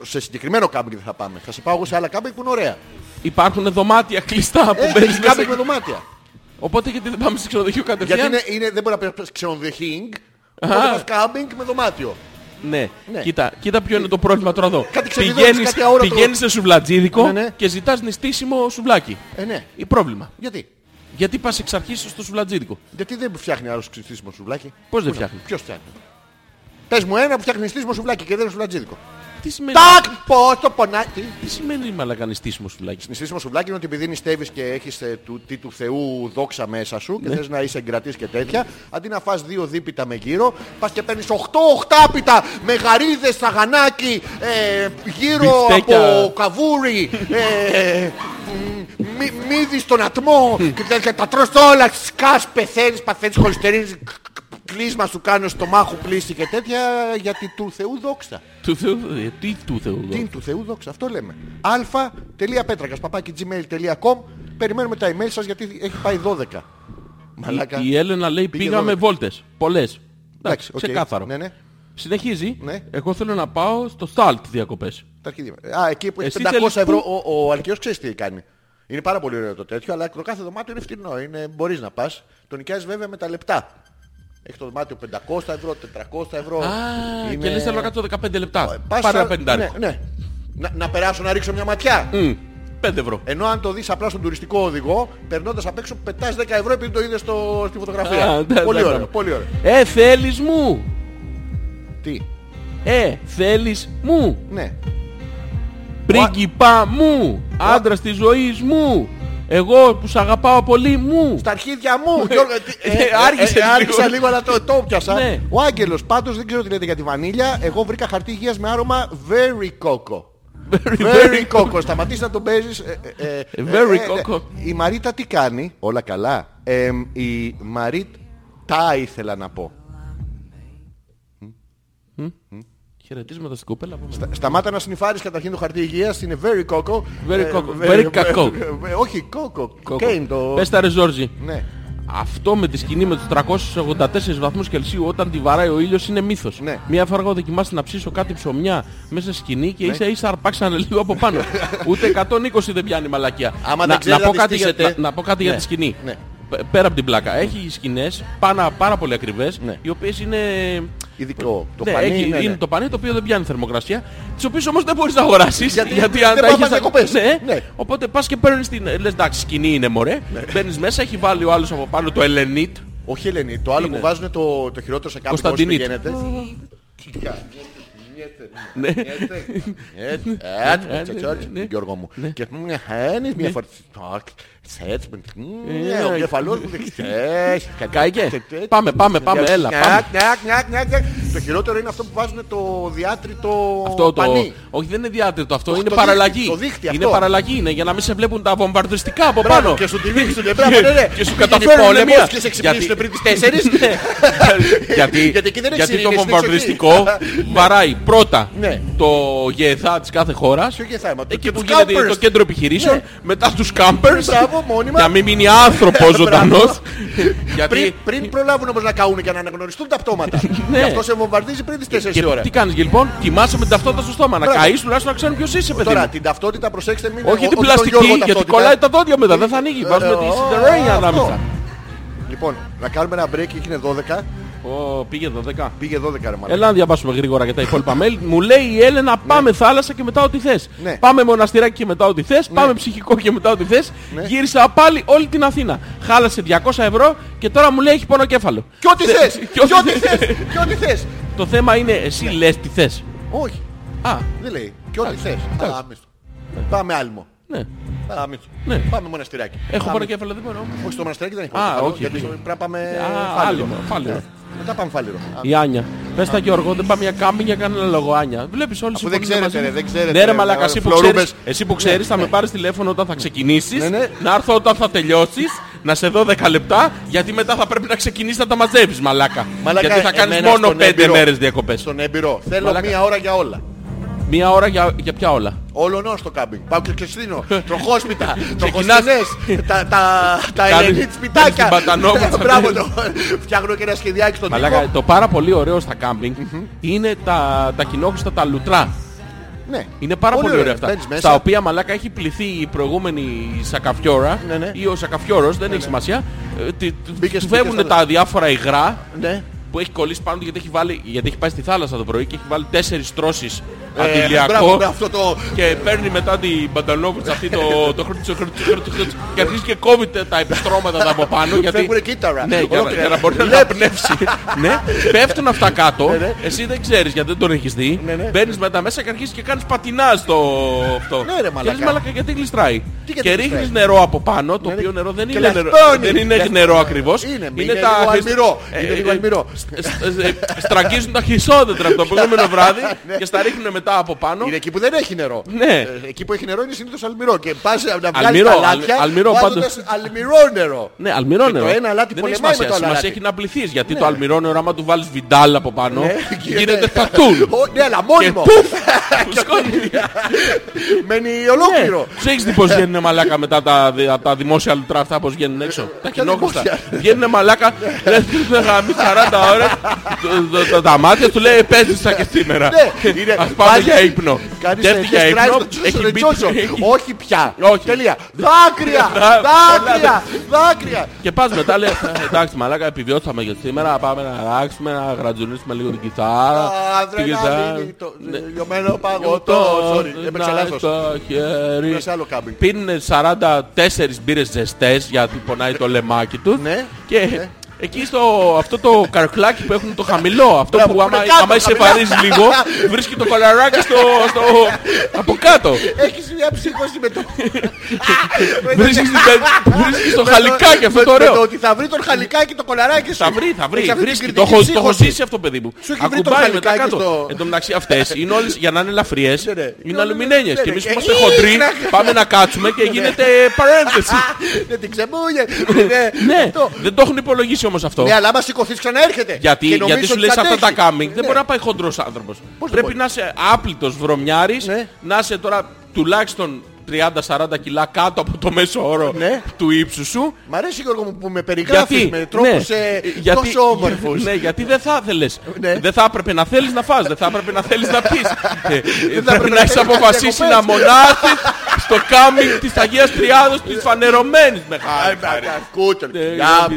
A: Σε συγκεκριμένο κάμπινγκ δεν θα πάμε. Θα σε πάω εγώ σε άλλα κάμπινγκ που είναι ωραία.
B: Υπάρχουν δωμάτια κλειστά που
A: Ε,
B: μπαίνεις
A: έχεις κάμπινγκ με
B: μέσα.
A: δωμάτια.
B: Οπότε γιατί δεν πάμε σε ξενοδοχείο
A: Γιατί
B: κατευθείαν.
A: είναι, είναι, δεν μπορεί να πει ξενοδοχείο. Οπότε πας κάμπινγκ με δωμάτιο.
B: Ναι.
A: Ναι.
B: Κοίτα, κοίτα ποιο είναι το πρόβλημα τώρα εδώ.
A: Κάτι ξενιδώνεις,
B: πηγαίνεις,
A: κάτι αόρατο.
B: πηγαίνεις σε σουβλατζίδικο
A: Ναι, ναι.
B: και ζητάς νηστίσιμο σουβλάκι.
A: Ε, ναι.
B: Ή πρόβλημα.
A: Γιατί.
B: Γιατί πας εξ αρχής στο σουβλατζίδικο.
A: Γιατί δεν φτιάχνει άλλος ξυστήσιμο σουβλάκι.
B: Πώς δεν φτιάχνει.
A: Ποιο φτιάχνει. Πες μου ένα που φτιάχνει ξυστήσιμο σουβλάκι και δεν είναι σουβλατζίδικο.
B: Τι σημαίνει,
A: Τάκ! Πώ το πονάει. Τι.
B: τι σημαίνει μαλακα νηστίσιμο σουβλάκι.
A: Νηστήσιμο σουβλάκι είναι ότι επειδή νηστεύεις και έχεις ε, του, τι του Θεού δόξα μέσα σου και θες να είσαι εγκρατής και τέτοια, αντί να φας δύο δίπιτα με γύρω, πας και παίρνεις 8 οχτάπιτα με γαρίδες, σαγανάκι, ε, γύρω
B: Μπιφτέκια.
A: από καβούρι, ε, μ, μη- μύδι στον ατμό και τέτοια. Τα τρως όλα, σκάς, πεθαίνεις, παθαίνεις χολυστερίνη, κλείσμα σου κάνω στο μάχο πλήση και τέτοια, γιατί του Θεού δόξα.
B: Του Θεού, ε, τι του Θεού.
A: Τι είναι του Θεού δόξα, αυτό λέμε. αλφα.πέτρακα παπάκι gmail.com Περιμένουμε τα email σας γιατί έχει πάει 12. Μαλάκα.
B: Η Έλενα λέει
A: Πήγε
B: πήγαμε
A: δώδεκα.
B: βόλτες. Πολλές. Εντάξει,
A: οκ.
B: ξεκάθαρο.
A: Ναι, ναι.
B: Συνεχίζει.
A: Ναι.
B: Εγώ θέλω να πάω στο Salt διακοπές.
A: Τα αρχίδια. Α, εκεί που έχει
B: Εσύ
A: 500
B: θέλεις
A: ευρώ ο, ο Αλκαίος ξέρεις τι κάνει. Είναι πάρα πολύ ωραίο το τέτοιο, αλλά το κάθε δωμάτιο είναι φτηνό. Είναι, μπορείς να πας. Το νοικιάζεις βέβαια με τα λεπτά. Έχει το δωμάτιο 500 ευρώ, 400 ευρώ.
B: Α, και λες θέλω να κάτσω 15 λεπτά.
A: Πας
B: Πάρε ένα
A: στα- ναι,
B: πεντάρι.
A: ναι. Να, να περάσω να ρίξω μια ματιά.
B: 5 ευρώ.
A: Ενώ αν το δεις απλά στον τουριστικό οδηγό, περνώντας απ' έξω, πετάς 10 ευρώ επειδή το είδες στο... στη φωτογραφία.
B: Α, ναι, εντάξει,
A: πολύ ωραίο,
B: εντάξει.
A: πολύ ωραίο.
B: Ε, θέλεις μου.
A: Τι,
B: Ε, θέλεις μου.
A: ναι.
B: Πρίγκιπα μου. Άντρας της ζωής μου. Εγώ που σ' αγαπάω πολύ μου.
A: Στα αρχίδια μου, Γιώργο, τι-
B: Ε, άργησες λίγο.
A: άργησα λίγο, αλλά το, το πιάσα.
B: Ναι.
A: Ο Άγγελος, πάντως δεν ξέρω τι λέτε για τη βανίλια, εγώ βρήκα χαρτί υγείας με άρωμα very coco. Very Coco. Σταματήστε να ε, τον παίζει.
B: Very Coco.
A: ε, Η Μαρίτα τι κάνει. Όλα καλά. Ε, η Μαρίτα τα ήθελα να πω.
B: Χαιρετίσματα στην κοπέλα από μένα.
A: Σταμάτα να συνειφάρεις καταρχήν το χαρτί υγείας. Είναι very coco.
B: Very
A: Ε,
B: coco. Very κακό.
A: ε, Όχι coco.
B: Κόκο.
A: Κέιν το...
B: Πες τα ρε Ζόρζι.
A: Ναι.
B: Αυτό με τη σκηνή με τους 384 βαθμούς Κελσίου όταν τη βαράει ο ήλιος είναι μύθος.
A: Ναι.
B: Μία φορά έχω δοκιμάσει να ψήσω κάτι ψωμιά μέσα στη σκηνή
A: Ναι.
B: και ίσα ίσα αρπάξανε λίγο από πάνω. Ούτε 120 δεν πιάνει η μαλακία.
A: Άμα
B: να,
A: δεν ξέρετε
B: να, πω
A: να
B: κάτι για,
A: δυστύχετε.
B: να, να πω κάτι για
A: Ναι.
B: τη σκηνή.
A: Ναι.
B: Π- Πέρα από την πλάκα. Έχει σκηνές πάρα, πάρα πολύ ακριβές
A: Ναι.
B: οι οποίες είναι...
A: Ειδικό. Το
B: ναι,
A: πανί.
B: έχει-
A: ναι, ναι.
B: είναι το πανί το οποίο δεν πιάνει θερμοκρασία, τις οποίες όμως δεν μπορείς να αγοράσεις.
A: Γιατί
B: αν
A: δεν
B: τα
A: πάμε
B: έχεις
A: διακοπές.
B: Ναι,
A: Ναι.
B: Οπότε πας και παίρνεις την... Λες εντάξει σκηνή είναι μωρέ. Μπαίνεις μέσα, έχει βάλει ο άλλος από πάνω το Ελενίτ.
A: Όχι Ελένη. Το άλλο
B: Είναι.
A: που βάζουν το, το χειρότερο σε κάποιον που
B: Κωνσταντινίτ.
A: πηγαίνετε.
B: Ναι.
A: Ε, Ναι. Γιώργο μου. Και μια χαίνεις, μια φορτιστόκ. Σετς με
B: Ναι.
A: Ναι,
B: Ε,
A: ο κεφαλός μου δεν ξέρεις.
B: Κάηκε.
A: Τε-
B: Πάμε, πάμε, πάμε, έλα.
A: Νιάκ,
B: Πάμε.
A: νιάκ, νιάκ, νιάκ, νιάκ. Το χειρότερο είναι αυτό που βάζουν το διάτριτο
B: Αυτό το...
A: πανί.
B: Όχι, δεν είναι διάτριτο αυτό, είναι
A: το
B: παραλλαγή.
A: δίχτυ- το δίχτυ
B: Είναι
A: αυτό.
B: παραλλαγή, είναι για να μην σε βλέπουν τα βομβαρδιστικά από
A: Μπράβο,
B: πάνω.
A: Και σου τη δείχνει στον εμπράβο, ναι, ναι.
B: Και σου
A: Τη
B: καταφέρουν
A: φέρνουν
B: μία.
A: λεμός Και σε ξυπνήσουν
B: Γιατί-
A: πριν τις τέσσερις.
B: Ναι. γιατί,
A: Γιατί εκεί δεν έχει
B: γιατί το
A: σιρήνες,
B: βομβαρδιστικό βαράει πρώτα
A: Ναι.
B: το γεθά της κάθε χώρας
A: Ποιο και θέμα.
B: εκεί
A: και
B: που
A: τους
B: γίνεται
A: campers.
B: το κέντρο επιχειρήσεων
A: Ναι.
B: μετά στους κάμπερς
A: Μπράβο, μόνιμα.
B: να μην μείνει άνθρωπος ζωντανός
A: Πριν,
B: γιατί
A: πριν προλάβουν όμως να καούν και να αναγνωριστούν τα πτώματα.
B: Ναι.
A: Γι' αυτό σε βομβαρδίζει πριν τις
B: και
A: 4 ώρα.
B: τι κάνεις λοιπόν κοιμάσαι με την ταυτότητα στο στόμα να
A: Μπράβο.
B: καείς τουλάχιστον να ξέρουν ποιος είσαι παιδί
A: Τώρα
B: μου
A: την ταυτότητα προσέξτε μην
B: όχι
A: ο-
B: την
A: τον Γιώργο
B: πλαστική γιατί
A: ταυτότητα.
B: κολλάει τα δόντια μετά δεν θα ανοίγει
A: Ε,
B: βάζουμε
A: ε,
B: τη
A: ε,
B: σιδερένια
A: αυτό.
B: ανάμεσα
A: Λοιπόν, να κάνουμε ένα break, έγινε 12.
B: Ω, πήγε 12
A: Πήγε 12 ρε μάλλον.
B: Έλα να διαβάσουμε γρήγορα και τα υπόλοιπα mail. Μου λέει η Έλενα πάμε θάλασσα και μετά ό,τι θες.
A: Ναι.
B: Πάμε μοναστηράκι και μετά ό,τι θες. Πάμε ψυχικό και μετά ό,τι θες.
A: Ναι.
B: Γύρισα πάλι όλη την Αθήνα. Χάλασε 200 ευρώ και τώρα μου λέει έχει πόνο κέφαλο.
A: Και ό,τι
B: Θε-
A: θες,
B: και Ναι. ό,τι
A: και ό,τι
B: θες.
A: θες, Ναι. και ό,τι θες.
B: Το θέμα είναι εσύ λες τι θες.
A: Όχι,
B: Α,
A: δεν λέει. Και ό,τι θες.
B: εντάξει.
A: Άμυστο. Πάμε άλμο.
B: ναι.
A: Άμυστο.
B: Ναι.
A: Πάμε μοναστηράκι.
B: Έχω
A: Πάμε-
B: πόνο κέφαλο, δεν μπορώ.
A: Όχι, στο μοναστηράκι δεν έχει
B: Α,
A: πόνο.
B: όχι,
A: Γιατί
B: όχι.
A: πρέπει να πάμε
B: Α,
A: φάλιρο.
B: άλμο, φάλιρο.
A: Ναι. Μετά πάμε φάλιρο. Α,
B: Η Άνια. Πες τα Γιώργο, δεν πάμε για κάμπινγκ για κανένα λόγο, Άνια. Βλέπεις όλες
A: Αφού δεν
B: συμφωνούν
A: ξέρετε,
B: μαζί.
A: ρε, δεν ξέρετε,
B: Ναι, ρε
A: ρε,
B: μαλακά, εσύ που
A: φλωρούμπες.
B: ξέρεις, εσύ που ξέρεις θα με πάρεις τηλέφωνο όταν θα ξεκινήσεις,
A: Ναι, ναι.
B: να έρθω όταν θα τελειώσεις, να σε δω 10 λεπτά, γιατί μετά θα πρέπει να ξεκινήσεις να τα μαζεύεις, μαλάκα.
A: Μαλάκα,
B: γιατί θα κάνεις
A: εμένα
B: μόνο
A: στον
B: 5
A: έμπειρο.
B: μέρες διακοπές.
A: Στον έμπειρο. Θέλω
B: Μαλάκα.
A: μία ώρα για όλα.
B: Μία ώρα για, για ποια όλα.
A: Όλων ως το κάμπινγκ. Πάω και ξεστρίνω. Τροχόσπιτα.
B: Ξεκινάς.
A: Τροχοστινές. τα τα, τα
B: Κάνεις-
A: ελληνίτ σπιτάκια.
B: κάνεις την Πατανόβα.
A: Μπράβο το. Φτιάχνω και ένα σχεδιάκι στον
B: Μαλάκα,
A: τοίχο.
B: το πάρα πολύ ωραίο στα κάμπινγκ είναι τα, τα κοινόχρηστα, τα λουτρά.
A: Ναι.
B: Είναι πάρα πολύ, ωραία αυτά.
A: Μπαίνεις μέσα.
B: Στα οποία μαλάκα έχει πληθεί η προηγούμενη σακαφιόρα
A: Ναι, ναι.
B: ή ο σακαφιόρος, δεν έχει σημασία. Ε, τι-
A: Μπήκες-
B: Του φεύγουν
A: μπήκες
B: τα διάφορα υγρά
A: Ναι.
B: που έχει κολλήσει πάνω του γιατί έχει, βάλει, γιατί έχει πάει στη θάλασσα το πρωί και έχει βάλει τέσσερις τρώσεις
A: Ε,
B: αντιλιακό
A: Μπράβο με αυτό το.
B: και παίρνει μετά την Μπανταλόβουτς αυτή το, το χρούτσο χρούτσο χρούτσο χρούτσο και αρχίζει και κόβει τα- τα επιστρώματα τα από πάνω γιατί
A: Φεύγουνε κύτταρα.
B: ναι, για, να-
A: Ολόκληρα.
B: για να μπορεί να
A: Λεπ.
B: πνεύσει. ναι, πέφτουν αυτά κάτω.
A: ναι.
B: Εσύ δεν ξέρεις γιατί δεν τον έχεις δει.
A: Ναι, ναι.
B: Μπαίνεις μετά μέσα και αρχίζεις και κάνεις πατινά στο αυτό.
A: Ναι, ρε,
B: Και λες,
A: μαλάκα.
B: μαλάκα γιατί γλιστράει.
A: Τι γιατί
B: και
A: γλιστράει?
B: ρίχνεις νερό από πάνω, το
A: Ναι, ναι.
B: οποίο νερό δεν
A: Και
B: είναι νερό.
A: λαχτώνει.
B: Δεν είναι νερό ακριβώς.
A: Είναι, είναι λίγο αλμυρό. Είναι λίγο αλμυρό.
B: ε, σ- σ- ε, Στραγγίζουν τα χυσόδεντρα από το προηγούμενο βράδυ και στα ρίχνουν μετά από πάνω.
A: Ναι. Είναι εκεί που δεν έχει νερό.
B: Ναι.
A: Ε, Εκεί που έχει νερό είναι συνήθως αλμυρό. Και πας να βγάλεις
B: Αλμυρό,
A: τα
B: αλ-
A: λάτια
B: αλμυρό
A: βάζοντας αλμυρό νερό.
B: Ναι, αλμυρό
A: Και
B: νερό.
A: το ένα αλάτι
B: δεν έχει
A: πολεμάει με
B: σημασία.
A: το άλλο Ναι.
B: Σημασία
A: αλάτι.
B: έχει να πληθείς γιατί το αλμυρό νερό άμα του βάλεις βιντάλ από πάνω
A: Ναι,
B: γίνεται τατούλ.
A: Ω, Ναι, αλλά
B: Και
A: μόνιμο.
B: πουφ! Φουσκώνει.
A: Μένει ολόκληρο.
B: Τους Ναι. έχεις δει πως βγαίνουν μαλάκα μετά τα, δι- απ' τα δημόσια λουτρά αυτά πως βγαίνουν έξω. τα κοινόχρηστα.
A: δημόσια. Ναι.
B: Βγαίνουν μαλάκα, λες να γαμεί 40 ώρες, το- το- το- τα μάτια του λέει επέζησα και σήμερα.
A: Ναι, είναι-
B: Ας πάμε
A: βάζει-
B: για ύπνο.
A: Κάνεις
B: Και έρθει για
A: τέτοιες
B: ύπνο,
A: κράσεις στον Τζόσο,
B: έχει
A: ρε
B: μπει-
A: Τζόσο.
B: έχει-
A: Όχι πια.
B: Όχι. Ναι.
A: Τελεία. Δάκρυα.
B: Πολλά-
A: Δάκρυα. Δάκρυα.
B: Και πας μετά λέει, «Ε, εντάξει μαλάκα επιβιώσαμε για σήμερα, πάμε να αλλάξουμε, να γρατζουνίσουμε λίγο την κιθάρα. την κιθάρα.
A: Αδρεναλίνη, το
B: Ναι.
A: λιωμένο παγωτό. Sorry, έπαιξα
B: Να
A: λάθος.
B: στο χέρι.
A: Είμαι σε άλλο κάμπινγκ.
B: Πίνουν 44 μπύρες ζεστές γιατί πονάει το λεμάκι τους.
A: Ναι,
B: Και
A: ναι.
B: Εκεί στο αυτό το καρκλάκι που έχουν το χαμηλό, αυτό
A: Μπράβο,
B: που
A: που είναι
B: άμα,
A: κάτω,
B: άμα είσαι
A: χαμηλά.
B: βαρύς λίγο, βρίσκει το κολαράκι στο, στο, από κάτω.
A: Έχεις μια ψύχωση με το...
B: Βρίσκεις, την πε- βρίσκεις το χαλικάκι αυτό
A: Με-
B: το
A: με
B: ωραίο.
A: Ότι θα βρει τον χαλικάκι το κολαράκι σου.
B: Θα βρει, θα
A: Έχεις
B: βρει.
A: αυτή την
B: Βρίσκει. Το
A: κριτική
B: έχω- το έχω
A: ψύχωση.
B: ζήσει αυτό, παιδί μου.
A: Σου έχει βρει το
B: Ακουμπάει μετά
A: χαλικάκι
B: κάτω.
A: στο-
B: Εν τω μεταξύ αυτές είναι όλες για να είναι ελαφριές.
A: Ναι, ναι.
B: Είναι αλουμινένιε.
A: Ναι,
B: Και
A: ναι.
B: εμεί που
A: Ε,
B: είμαστε
A: ε,
B: χοντροί
A: να- Ναι.
B: πάμε να κάτσουμε και γίνεται παρένθεση.
A: Δεν την ξεμούλια.
B: Ναι, δεν το έχουν υπολογίσει όμως αυτό.
A: Ναι, αλλά άμα σηκωθείς ξανά έρχεται.
B: Γιατί,
A: Και νομίζω
B: γιατί σου
A: ότι
B: λες
A: θα
B: αυτά τα
A: αντέξει.
B: κάμινγκ
A: Ναι.
B: δεν μπορεί να πάει χοντρός άνθρωπος.
A: Πώς δεν
B: Πρέπει
A: μπορεί.
B: να είσαι άπλητος βρωμιάρης,
A: Ναι.
B: να είσαι τώρα τουλάχιστον 30-40 κιλά κάτω από το μέσο όρο
A: Ναι.
B: του ύψους σου. ναι.
A: Μ' αρέσει Γιώργο μου που με περιγράφεις με τρόπους ε,
B: γιατί-
A: τόσο όμορφους.
B: Ναι, γιατί δεν θα θέλεις.
A: Ναι.
B: Δεν θα έπρεπε να θέλεις να φας, δεν θα έπρεπε να θέλεις να πεις. Ε, ε,
A: έπρεπε
B: πρέπει να
A: να
B: έχεις
A: θέλεις να
B: αποφασίσει να
A: διακοπές.
B: μονάθεις στο κάμινγκ της Αγίας Τριάδος της φανερωμένης με χάρη.
A: Κούτσελ.
B: Ε,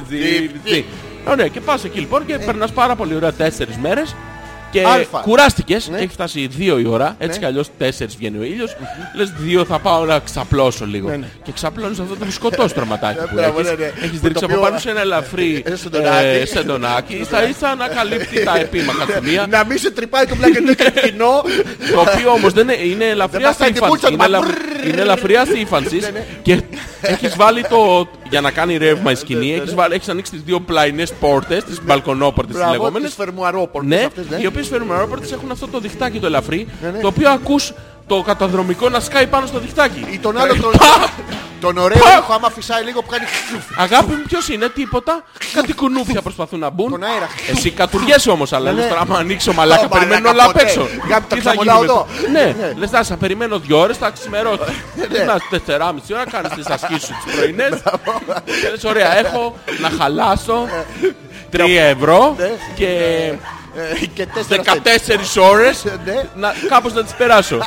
B: βυζί, βυζί. Ωραία, και πας εκεί λοιπόν και περνάς πάρα πολύ ωραία τέσσερις μέρες. Και
A: Ναι. Αλφα.
B: κουράστηκες,
A: Ναι.
B: έχει φτάσει 2 η ώρα, έτσι κι αλλιώς 4 βγαίνει ο ήλιος. Λες 2 θα πάω να ξαπλώσω λίγο.
A: Ναι, ναι.
B: Και ξαπλώνεις αυτό το μουσκωτό στραματάκι που
A: Μπράβο,
B: έχεις.
A: ναι, ναι.
B: Έχεις
A: Που
B: ρίξει
A: το
B: από
A: πιο-
B: πάνω σε ένα ελαφρύ
A: Ε, σεντονάκι.
B: ε, σεντονάκι, ίσα ίσα να καλύπτει τα επίμαχα σημεία.
A: Να μην σε τρυπάει το πλάκι και το κοινό.
B: Το οποίο όμως δεν είναι, είναι ελαφριά
A: βαστάει την
B: σύμφανση.
A: πούτσα του,
B: Είναι,
A: μα
B: ελα-
A: μπρρρρ. Ναι,
B: είναι ελαφριά σύμφανση και έχεις βάλει το. για να κάνει ρεύμα η
A: Ναι,
B: σκηνή, έχεις, βάλει, έχεις ανοίξει τις δύο πλαϊνές πόρτες, τις μπαλκονόπορτες τις
A: Μπράβο, τις
B: λεγόμενες.
A: φερμουαρόπορτες
B: Ναι,
A: αυτές, ναι.
B: οι οποίες φερμαρόπορτες έχουν αυτό το διχτάκι το ελαφρύ, το οποίο ακούς το καταδρομικό να σκάει πάνω στο διχτάκι.
A: Ή τον άλλο τον... Τον ωραίο
B: Ε, Πα!
A: έχω άμα φυσάει λίγο που κάνει
B: Αγάπη μου, ποιος είναι, τίποτα. Κάτι κουνούφια προσπαθούν να μπουν.
A: Τον αέρα.
B: Εσύ κατουριέσαι όμως, αλλά
A: Ναι,
B: λες
A: ναι.
B: τώρα, άμα ανοίξω μαλάκα,
A: Ω, μαλάκα,
B: περιμένω όλα απ'
A: ποτέ.
B: έξω.
A: Γάπη, τα
B: Τι θα γίνει
A: ξαμολάω
B: μετά.
A: εδώ.
B: Ναι,
A: Ναι.
B: λες να σε περιμένω δύο ώρες, θα ξημερώσω. Να τεσσεράμιση ώρα, κάνεις τις ασκήσεις σου τι πρωινέ. Και λες, ωραία, έχω να χαλάσω. 3 ευρώ
A: Ναι.
B: και
A: ε, και τέσσερα
B: 14
A: τέτοια.
B: ώρες
A: Ναι.
B: κάπως να τις περάσω.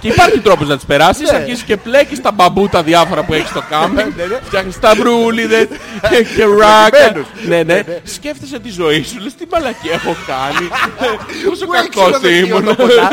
B: Και υπάρχει τρόπος να τις περάσεις.
A: Ναι.
B: Αρχίζεις και πλέκεις τα μπαμπούτα διάφορα που έχεις στο κάμινγκ.
A: Ναι, ναι.
B: Φτιάχνεις τα μπρούλιδε και ράκα.
A: Ευλογημένους.
B: Ναι, ναι. Σκέφτεσαι τη ζωή σου. Λες τι μαλακή έχω κάνει. Πόσο
A: Πού έχεις
B: κακός
A: ξενοδοχείο
B: ήμουν.
A: εδώ κοντά.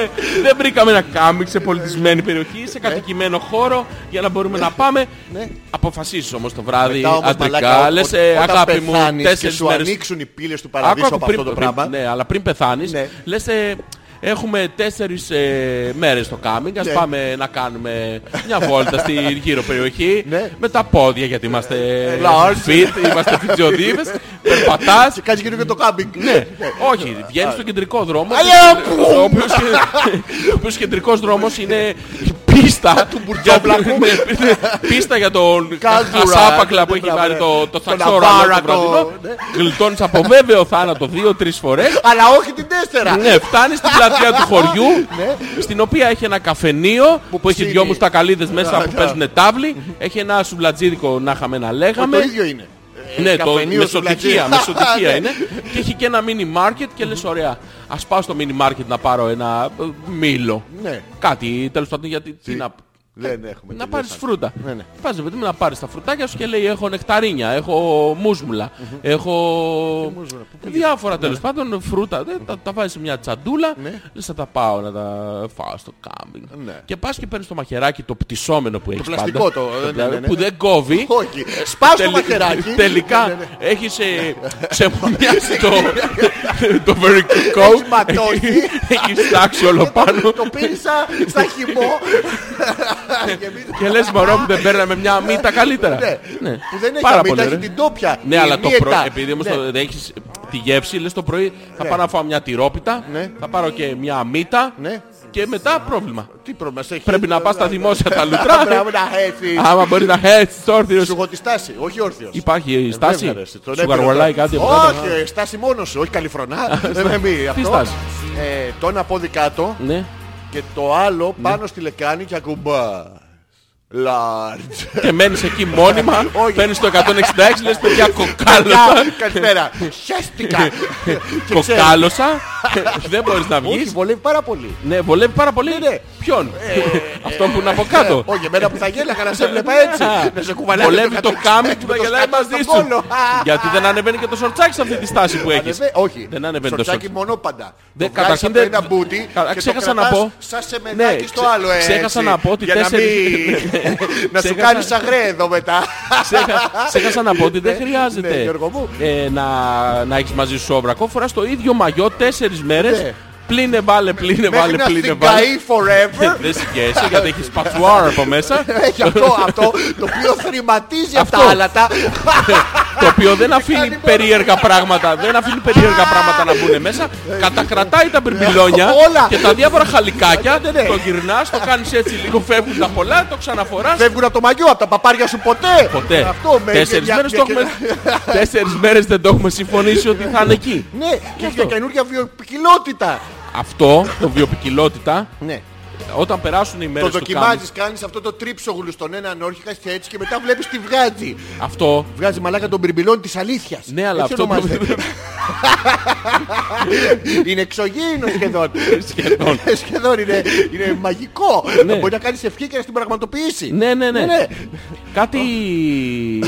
B: Ε, Δεν βρήκαμε ένα κάμινγκ σε πολιτισμένη περιοχή, σε κατοικημένο χώρο για να μπορούμε να πάμε.
A: Ναι.
B: Αποφασίσεις όμως το βράδυ
A: Μετά όμως,
B: αντρικά.
A: μαλάκα,
B: Λες
A: ό- όταν
B: αγάπη μου,
A: πεθάνεις και
B: τέσσερις
A: σου
B: μέρες
A: ανοίξουν οι πύλες του παραδείσου
B: Άκου,
A: από αυτό το πράγμα.
B: Ναι, αλλά πριν πεθάνεις,
A: Ναι.
B: λες ε, έχουμε τέσσερις ε, μέρες στο κάμινγκ, ας
A: Ναι.
B: πάμε να κάνουμε μια βόλτα στη γύρω περιοχή
A: Ναι.
B: με τα πόδια γιατί είμαστε ε,
A: large.
B: fit, είμαστε φιτζιοδίβες, περπατάς.
A: Και κάνεις γύρω και το κάμπινγκ.
B: Ναι, όχι, βγαίνεις στον κεντρικό δρόμο,
A: Αλλιά,
B: ο οποίος- ο οποίος κεντρικός δρόμος είναι η πίστα του
A: Μπουρτζόβλακου.
B: Πίστα για τον
A: Κάζουρα,
B: χασάπακλα που
A: ναι,
B: έχει
A: μπράβο,
B: πάρει
A: ναι.
B: το, το
A: Τον
B: σαξόρο το
A: Αβάρα,
B: βραδινό.
A: το- ναι.
B: Γλιτώνεις από βέβαιο θάνατο δύο-τρεις φορές
A: Αλλά όχι την τέσσερα.
B: ναι, φτάνεις στην πλατεία του χωριού, στην οποία έχει ένα καφενείο που, έχει
A: Ναι. ψήνει.
B: δυο μουστακαλίδες μέσα που
A: ναι.
B: παίζουν τάβλη. Έχει ένα σουβλατζίδικο να είχαμε να λέγαμε.
A: Το ίδιο είναι.
B: Ναι, το
A: καφενείο,
B: μεσοτυχία,
A: σουβλατζίδι.
B: μεσοτυχία
A: Ναι.
B: είναι. Και έχει και ένα mini market και λες ωραία, ας πάω στο mini market να πάρω ένα ε, μήλο.
A: Ναι.
B: Κάτι, τέλος πάντων, γιατί τι να...
A: Δεν έχουμε.
B: Να
A: τελειώσει.
B: πάρεις φρούτα.
A: Ναι, ναι.
B: Πας ρε παιδί μου να πάρεις τα φρουτάκια σου και λέει έχω νεκταρίνια, έχω μουσμουλα, έχω διάφορα τέλος πάντων φρούτα. Δε, Τα, τα βάζεις σε μια τσαντούλα,
A: Ναι.
B: λες θα τα πάω να τα φάω στο κάμπινγκ.
A: Ναι.
B: Και πας και παίρνεις το μαχαιράκι το πτυσσόμενο που έχεις
A: πλαστικό
B: πάντα,
A: το, ναι, ναι, ναι.
B: Που δεν κόβει.
A: Όχι. Σπάς το
B: Τελ-
A: μαχαιράκι. Ναι,
B: Τελικά
A: ναι, ναι.
B: έχεις ε, ξεμονιάσει το, το vertical coat.
A: Έχεις ματώσει.
B: Έχει- Έχεις στάξει όλο πάνω.
A: Το πήρες σαν- σαν χυμό. Και μην-
B: Και λες μωρό μου δεν παίρναμε μια μύτα καλύτερα.
A: Ναι.
B: Ναι.
A: Που δεν έχει
B: Πάρα
A: αμύτα,
B: πολύ
A: έχει
B: ωραία.
A: την τόπια.
B: Ναι,
A: Η
B: αλλά το
A: μύετα.
B: πρωί, επειδή όμως
A: Ναι.
B: το- δεν έχεις τη γεύση, λες το πρωί θα πάω να φάω μια τυρόπιτα,
A: Ναι.
B: θα πάρω και μια μύτα
A: Ναι.
B: και μετά πρόβλημα.
A: Τι πρόβλημα σε έχει.
B: Πρέπει να πας στα δημόσια τα
A: Α,
B: λουτρά.
A: ναι, Μπράβο να έτσι.
B: Άμα μπορεί να Ε, έχεις
A: Σου
B: όρθιος.
A: έχω τη στάση, όχι όρθιος. Ε,
B: Υπάρχει στάση.
A: Τον
B: Σου
A: έπαιρνα
B: γαργολάει
A: τώρα.
B: κάτι από κάτω.
A: Όχι, ε, στάση μόνος σου, όχι καλυφρονά. Δεν με μη, αυτό.
B: στάση?
A: Ε, Το ένα πόδι κάτω
B: Ναι.
A: και το άλλο πάνω στη λεκάνη και ακουμπά. Large.
B: Και μένεις εκεί μόνιμα,
A: Όχι.
B: παίρνεις το 166, λες παιδιά κοκάλωσα.
A: Γεια, Καλησπέρα. Χαίστηκα. Και ξέρω,
B: Κοκάλωσα. Δεν μπορείς να
A: Όχι,
B: βγεις.
A: βολεύει πάρα πολύ.
B: Ναι, βολεύει πάρα πολύ.
A: ναι. ε,
B: Ποιον. Αυτό που είναι από κάτω.
A: Όχι, εμένα που θα γέλαγα να σε βλέπα έτσι. Να σε κουβαλάει. ε,
B: Βολεύει το κάμι που θα γελάει μαζί σου.
A: κόλλο. Α.
B: Γιατί δεν ανεβαίνει και το σορτσάκι σε αυτή τη στάση που έχεις.
A: Ανεβα- Όχι.
B: Δεν ανεβαίνει το
A: Σορτσάκι
B: σορτσάκι.
A: μονόπαντα.
B: Δεν-
A: Το βγάζεις
B: καταρχήν
A: από
B: δεν-
A: ένα μπούτι
B: Κα-
A: και
B: ξέχασα
A: το
B: να
A: κρατάς
B: πω.
A: Σαν σεμενάκι
B: Ναι,
A: στο
B: ξε-
A: άλλο ε, έτσι.
B: ξέχασα να πω ότι
A: Για να μην-
B: τέσσερις- Ναι,
A: Να σου
B: Ξέχασα-
A: κάνεις αγρέ εδώ μετά.
B: Ξέχα- Ξέχασα να πω ότι δεν
A: Ναι,
B: χρειάζεται
A: ναι, Γιώργο μου.
B: ε, να, να έχεις μαζί σου όβρακο. Φοράς το ίδιο μαγιό τέσσερις
A: Ναι.
B: μέρες. Πλήνε βάλε, πλήνε
A: Μέχρι
B: βάλε,
A: να
B: πλήνε βάλε.
A: θυγκαεί forever.
B: Δεν συγκέσαι γιατί έχεις πατσουάρ από μέσα.
A: Έχει αυτό, αυτό το οποίο θρηματίζει αυτά
B: Αυτό.
A: τα άλατα.
B: Το οποίο δεν αφήνει περίεργα πράγματα. Δεν αφήνει περίεργα πράγματα να μπουν μέσα. Κατακρατάει τα μπερμπιλόνια
A: Όλα.
B: και τα διάφορα χαλικάκια.
A: Ναι, ναι, ναι.
B: Το γυρνάς, το κάνεις έτσι λίγο, φεύγουν τα πολλά, το ξαναφοράς.
A: Φεύγουν από το μαγιό, από τα παπάρια σου ποτέ.
B: Ποτέ.
A: Αυτό με
B: Τέσσερις
A: μια-
B: μέρες το
A: μια-
B: έχουμε... Τέσσερις μέρες δεν το έχουμε συμφωνήσει ότι θα είναι εκεί.
A: Ναι, και για καινούργια βιοποικιλότητα.
B: Αυτό, το βιοπικιλότητα,
A: Ναι.
B: όταν περάσουν οι μέρες
A: Το
B: του κάνεις,
A: δοκιμάζεις, κάνεις αυτό το τρίψογλου στον έναν όρχικα και έτσι και μετά βλέπεις τι βγάζει.
B: αυτό,
A: Βγάζει μαλάκα των πυρμπυλών της αλήθειας.
B: ναι, αλλά
A: Έτσι
B: αυτό το,
A: ονομάζεται. Είναι εξωγήινο σχεδόν.
B: Σχεδόν.
A: σχεδόν είναι, είναι μαγικό.
B: Ναι.
A: Μπορεί να κάνεις ευχή και να την πραγματοποιήσει.
B: Ναι, ναι, ναι. Κάτι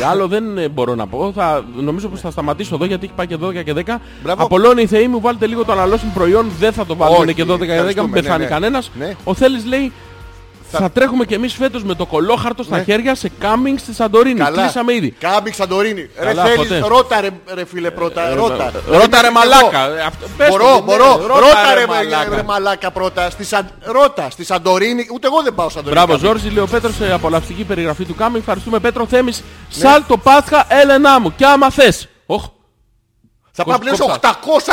B: άλλο δεν ε, μπορώ να πω. Θα, νομίζω πως θα σταματήσω εδώ γιατί έχει πάει και 12 και 10.
A: Μπράβο.
B: Απολώνει η Θεή μου, βάλτε λίγο το αναλώσιμο προϊόν. Δεν θα το βάλουν
A: Όχι,
B: και 12 και 10, μην
A: ευχαριστούμε,
B: πεθάνει
A: ναι, ναι.
B: κανένας.
A: Ναι.
B: Ο Θέλης λέει, θα, τρέχουμε κι εμείς φέτος με το κολόχαρτο στα
A: Ναι.
B: χέρια σε κάμινγκ στη Σαντορίνη. Κλείσαμε ήδη.
A: Κάμπι Σαντορίνη. Ρε
B: Καλά,
A: θέλεις,
B: ποτέ. Ε,
A: ρώτα ρε, ρε φίλε πρώτα. ρώτα.
B: Ρώτα ρε
A: Ε, Εγώ.
B: μαλάκα. Αυτό- πες το,
A: Μπορώ,
B: ναι,
A: μπορώ.
B: ναι,
A: Ρώτα ρε μαλάκα. ρε μαλάκα πρώτα. Στη Σαν... Ρώτα, στη Σαντορίνη. Ούτε εγώ δεν πάω Σαντορίνη.
B: Μπράβο, Ζόρζι, λέει ο Πέτρος, σε απολαυστική περιγραφή του Κάμι. Ευχαριστούμε, Πέτρο. Θέμης,
A: Ναι.
B: σάλτο Πάσχα, Έλενά μου. Και άμα θες. Οχ,
A: Θα πάω πλέον σε
B: Κόψα.
A: 800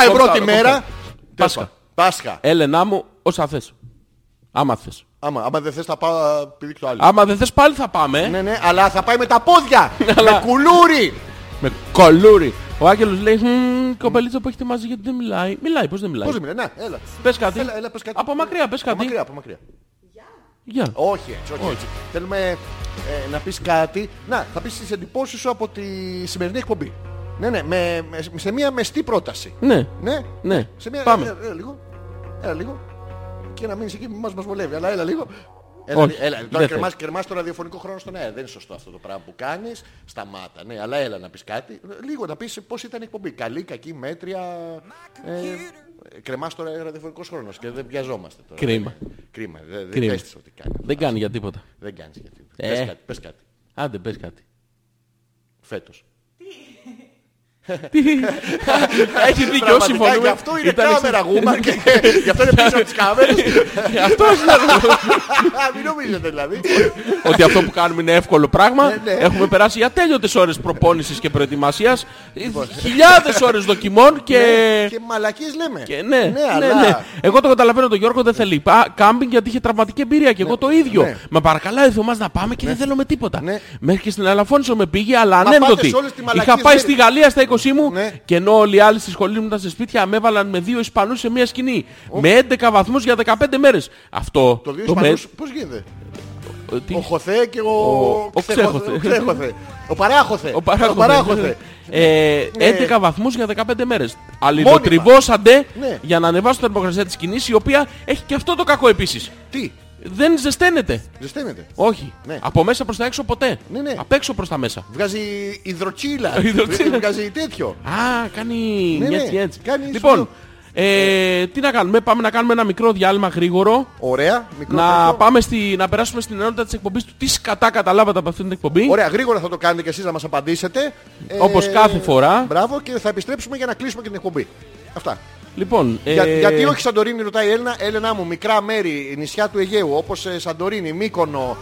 A: ευρώ
B: Κόψα,
A: τη
B: κόψα.
A: μέρα.
B: Πάσχα.
A: Τέλος πάντων. Πάσχα.
B: Έλενά μου, όσα θες. Άμα θες.
A: Άμα, άμα δεν θες θα πάω α, πηδήξω το άλλο.
B: Άμα δεν θες, πάλι θα πάμε.
A: Ναι, ναι, αλλά θα πάει με τα πόδια. με κουλούρι.
B: Με κολούρι. Ο Άγγελος λέει: «Μμμ, κοπελίτσα που έχετε μαζί γιατί δεν μιλάει. Μιλάει, πώς δεν μιλάει.
A: Πώς μιλάει, να, έλα.
B: Πες κάτι.
A: Έλα, έλα, πες κάτι.
B: Από μακριά, πες
A: Από
B: κάτι.
A: μακριά, από μακριά.
B: Γεια.
A: Όχι, έτσι, όχι, έτσι. Θέλουμε ε, να πεις κάτι. Να, θα πεις τις εντυπώσεις σου από τη σημερινή εκπομπή. Ναι, ναι, με, με- σε μια μεστή πρόταση.
B: Ναι.
A: Ναι,
B: Ναι.
A: σε μια...
B: Πάμε.
A: Έλα, έλα λίγο. Έλα λίγο. Και να μείνεις εκεί, μη μας μας βολεύει. Αλλά έλα λίγο. Έλα,
B: Όχι,
A: έλα,
B: δεν
A: τώρα
B: θέλω.
A: κρεμάς, κρεμάς το ραδιοφωνικό χρόνο στον αέρα. Δεν είναι σωστό αυτό το πράγμα που κάνεις. Σταμάτα, ναι, αλλά έλα να πεις κάτι. Λίγο να πεις πώς ήταν η εκπομπή. Καλή, κακή, μέτρια. Ε, κρεμάς το ραδιοφωνικός χρόνος και δεν πιαζόμαστε τώρα.
B: Κρίμα.
A: Κρίμα. Δεν δε
B: Κρίμα.
A: πες της ότι κάνει.
B: Δεν κάνει για τίποτα.
A: Δεν κάνεις γιατί.
B: Ε.
A: Πες κάτι, πες κάτι.
B: Άντε, πες κάτι.
A: Φέτος.
B: Έχεις δίκιο,
A: Πραγματικά, Γι'
B: συμφωνούμε.
A: αυτό είναι
B: Ήταν
A: κάμερα γούμα και γι' αυτό είναι πίσω από τις κάμερες. Ε.
B: Αυτός ήταν.
A: Μην νομίζετε δηλαδή.
B: ότι αυτό που κάνουμε είναι εύκολο πράγμα.
A: Ναι, ναι.
B: Έχουμε περάσει για τέλειωτες ώρες προπόνησης και προετοιμασίας,
A: Λοιπόν.
B: χιλιάδες ώρες δοκιμών και...
A: Και μαλακίες λέμε.
B: Ε. και ναι, ναι,
A: αλλά...
B: ναι. Εγώ το καταλαβαίνω, τον Γιώργο δεν θέλει πα- κάμπινγκ γιατί είχε τραυματική εμπειρία και εγώ το ίδιο.
A: ναι.
B: Μα παρακαλάει ο Θωμάς να πάμε και δεν θέλω με τίποτα.
A: Ναι.
B: Μέχρι και στην Αλαφόνσο με πήγε, αλλά
A: πάτε
B: ανέμδοτη.
A: σε όλες τις μαλακίες
B: Είχα πάει
A: μέρες.
B: στη Γαλλία στα 20 μου
A: Ναι.
B: και ενώ όλοι οι άλλοι στη σχολή μου ήταν σε σπίτια, με έβαλαν με δύο Ισπανούς σε μια σκηνή. Με 11 βαθμούς για 15 μέρες. Αυτό
A: Το δύο
B: με-
A: Ισπανούς πώς γίνεται.
B: τι-
A: Ο Χωθέ και ο...
B: Ο- ο Ξέχωθε.
A: ο Ξέχωθε. Ο Παράχωθε.
B: Ο παράγοντα.
A: Παράχωθε.
B: Ε, 11
A: Ναι.
B: βαθμούς για 15 μέρες. Αλληλοτριβώσαντε
A: Ναι.
B: για να ανεβάσουν την θερμοκρασία της σκηνής, η οποία έχει και αυτό το κακό επίσης.
A: Τι,
B: Δεν ζεσταίνεται.
A: ζεσταίνεται.
B: Όχι.
A: Ναι.
B: Από μέσα προς τα έξω ποτέ.
A: Ναι, ναι.
B: Απ' έξω προς τα μέσα.
A: Βγάζει υδροτσίλα.
B: Υδροτσίλα.
A: Βγάζει τέτοιο.
B: Α, κάνει
A: Ναι, ναι.
B: έτσι, έτσι.
A: Κάνει
B: λοιπόν,
A: σου
B: ε, τι να κάνουμε, πάμε να κάνουμε ένα μικρό διάλειμμα γρήγορο.
A: Ωραία. Μικρό
B: Να,
A: τέτοιο.
B: πάμε στη, να περάσουμε στην ενότητα της εκπομπής του. Τι σκατά καταλάβατε από αυτήν την εκπομπή.
A: Ωραία, γρήγορα θα το κάνετε και εσείς να μας απαντήσετε. Ε,
B: Όπως κάθε φορά.
A: Μπράβο και θα επιστρέψουμε για να κλείσουμε και την εκπομπή. Αυτά.
B: Λοιπόν,
A: Για,
B: ε,
A: γιατί όχι Σαντορίνη, ρωτάει η Έλληνα. Έλενα μου, μικρά μέρη, νησιά του Αιγαίου, όπως ε, Σαντορίνη, Μύκονο,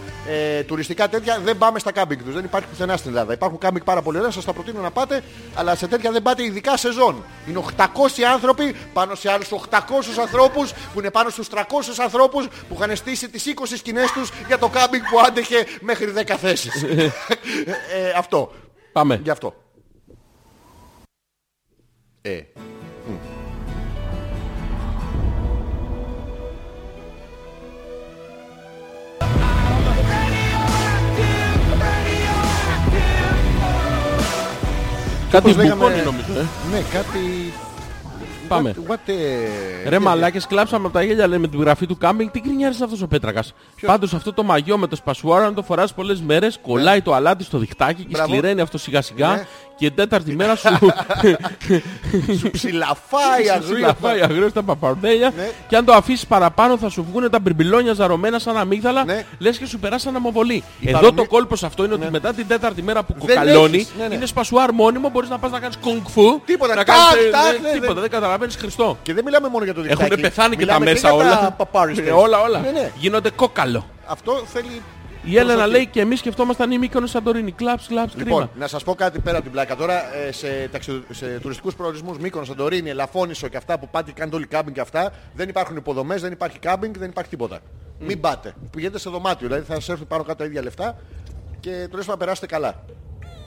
A: ε, τουριστικά τέτοια, δεν πάμε στα κάμπινγκ τους. Δεν υπάρχει πουθενά στην Ελλάδα. Υπάρχουν κάμπινγκ πάρα πολύ ωραία, σας τα προτείνω να πάτε, αλλά σε τέτοια δεν πάτε ειδικά σεζόν. Είναι 800 άνθρωποι πάνω σε άλλους 800 ανθρώπους που είναι πάνω στους 300 ανθρώπους που είχαν στήσει τις 20 σκηνές τους για το κάμπινγκ που άντεχε μέχρι 10 θέσεις. ε, ε, αυτό.
B: Πάμε.
A: Γι' αυτό. Ε. μ.
B: Κάτι
A: Όπως λέγαμε-
B: μπουκώνει νομίζω. ε.
A: Ναι, κάτι.
B: Πάμε.
A: What, what, ε,
B: Ρε μαλάκες, κλάψαμε από τα γέλια λέμε την γραφή του κάμπινγκ. Τι γκρινιάρης είναι αυτός ο Πέτρακας. Πάντως αυτό το μαγιό με το σπασουάρο, αν το φοράς πολλές μέρες, κολλάει το αλάτι στο διχτάκι και
A: Ναι. Μπράβο.
B: σκληραίνει αυτό σιγά
A: Ναι.
B: σιγά και την τέταρτη μέρα σου
A: Σου ψηλαφάει αγρία.
B: συλλαβάει αγρίως τα παπαρδέλια
A: Ναι.
B: και αν το αφήσεις παραπάνω θα σου βγουν τα μπριμπιλόνια ζαρωμένα σαν αμύγδαλα
A: Ναι.
B: λες και σου περάσει αναμοβολή. Εδώ
A: παρομοί-
B: το κόλπος αυτό είναι ότι μετά την τέταρτη μέρα που
A: Δεν
B: κοκαλώνει
A: έχεις, ναι, ναι.
B: είναι σπασουάρ μόνιμο, μπορείς να πας να κάνεις κουνγκ φου.
A: Τίποτα,
B: να
A: τάκ,
B: κάνεις, ε,
A: τάκ, ναι,
B: ε,
A: ναι.
B: Τίποτα, δεν καταλαβαίνεις Χριστό.
A: Και δεν μιλάμε μόνο για το διχτάκι.
B: Έχουν πεθάνει και τα
A: Μιλάμε
B: μέσα
A: για τα
B: όλα.
A: παπάρι
B: Ε,
A: στέλνες.
B: όλα, όλα.
A: Ναι, ναι.
B: Γίνονται κόκαλο.
A: Αυτό θέλει...
B: Η Έλενα
A: προσοχή.
B: λέει και εμείς σκεφτόμασταν η Μύκονος Σαντορίνη. Κλαψ, κλαψ,
A: Λοιπόν,
B: κρίμα.
A: να σας πω κάτι πέρα από την πλάκα. Τώρα ε, σε, ταξιδο- σε τουριστικούς προορισμούς, Μύκονο, Σαντορίνη, Ελαφώνησο και αυτά που πάτε και κάνετε όλοι κάμπινγκ και αυτά, δεν υπάρχουν υποδομές, δεν υπάρχει κάμπινγκ, δεν υπάρχει τίποτα. Μην πάτε. Πηγαίνετε σε δωμάτιο, δηλαδή θα σας έρθουν πάνω κάτω τα ίδια λεφτά και τουλάχιστον να περάσετε καλά.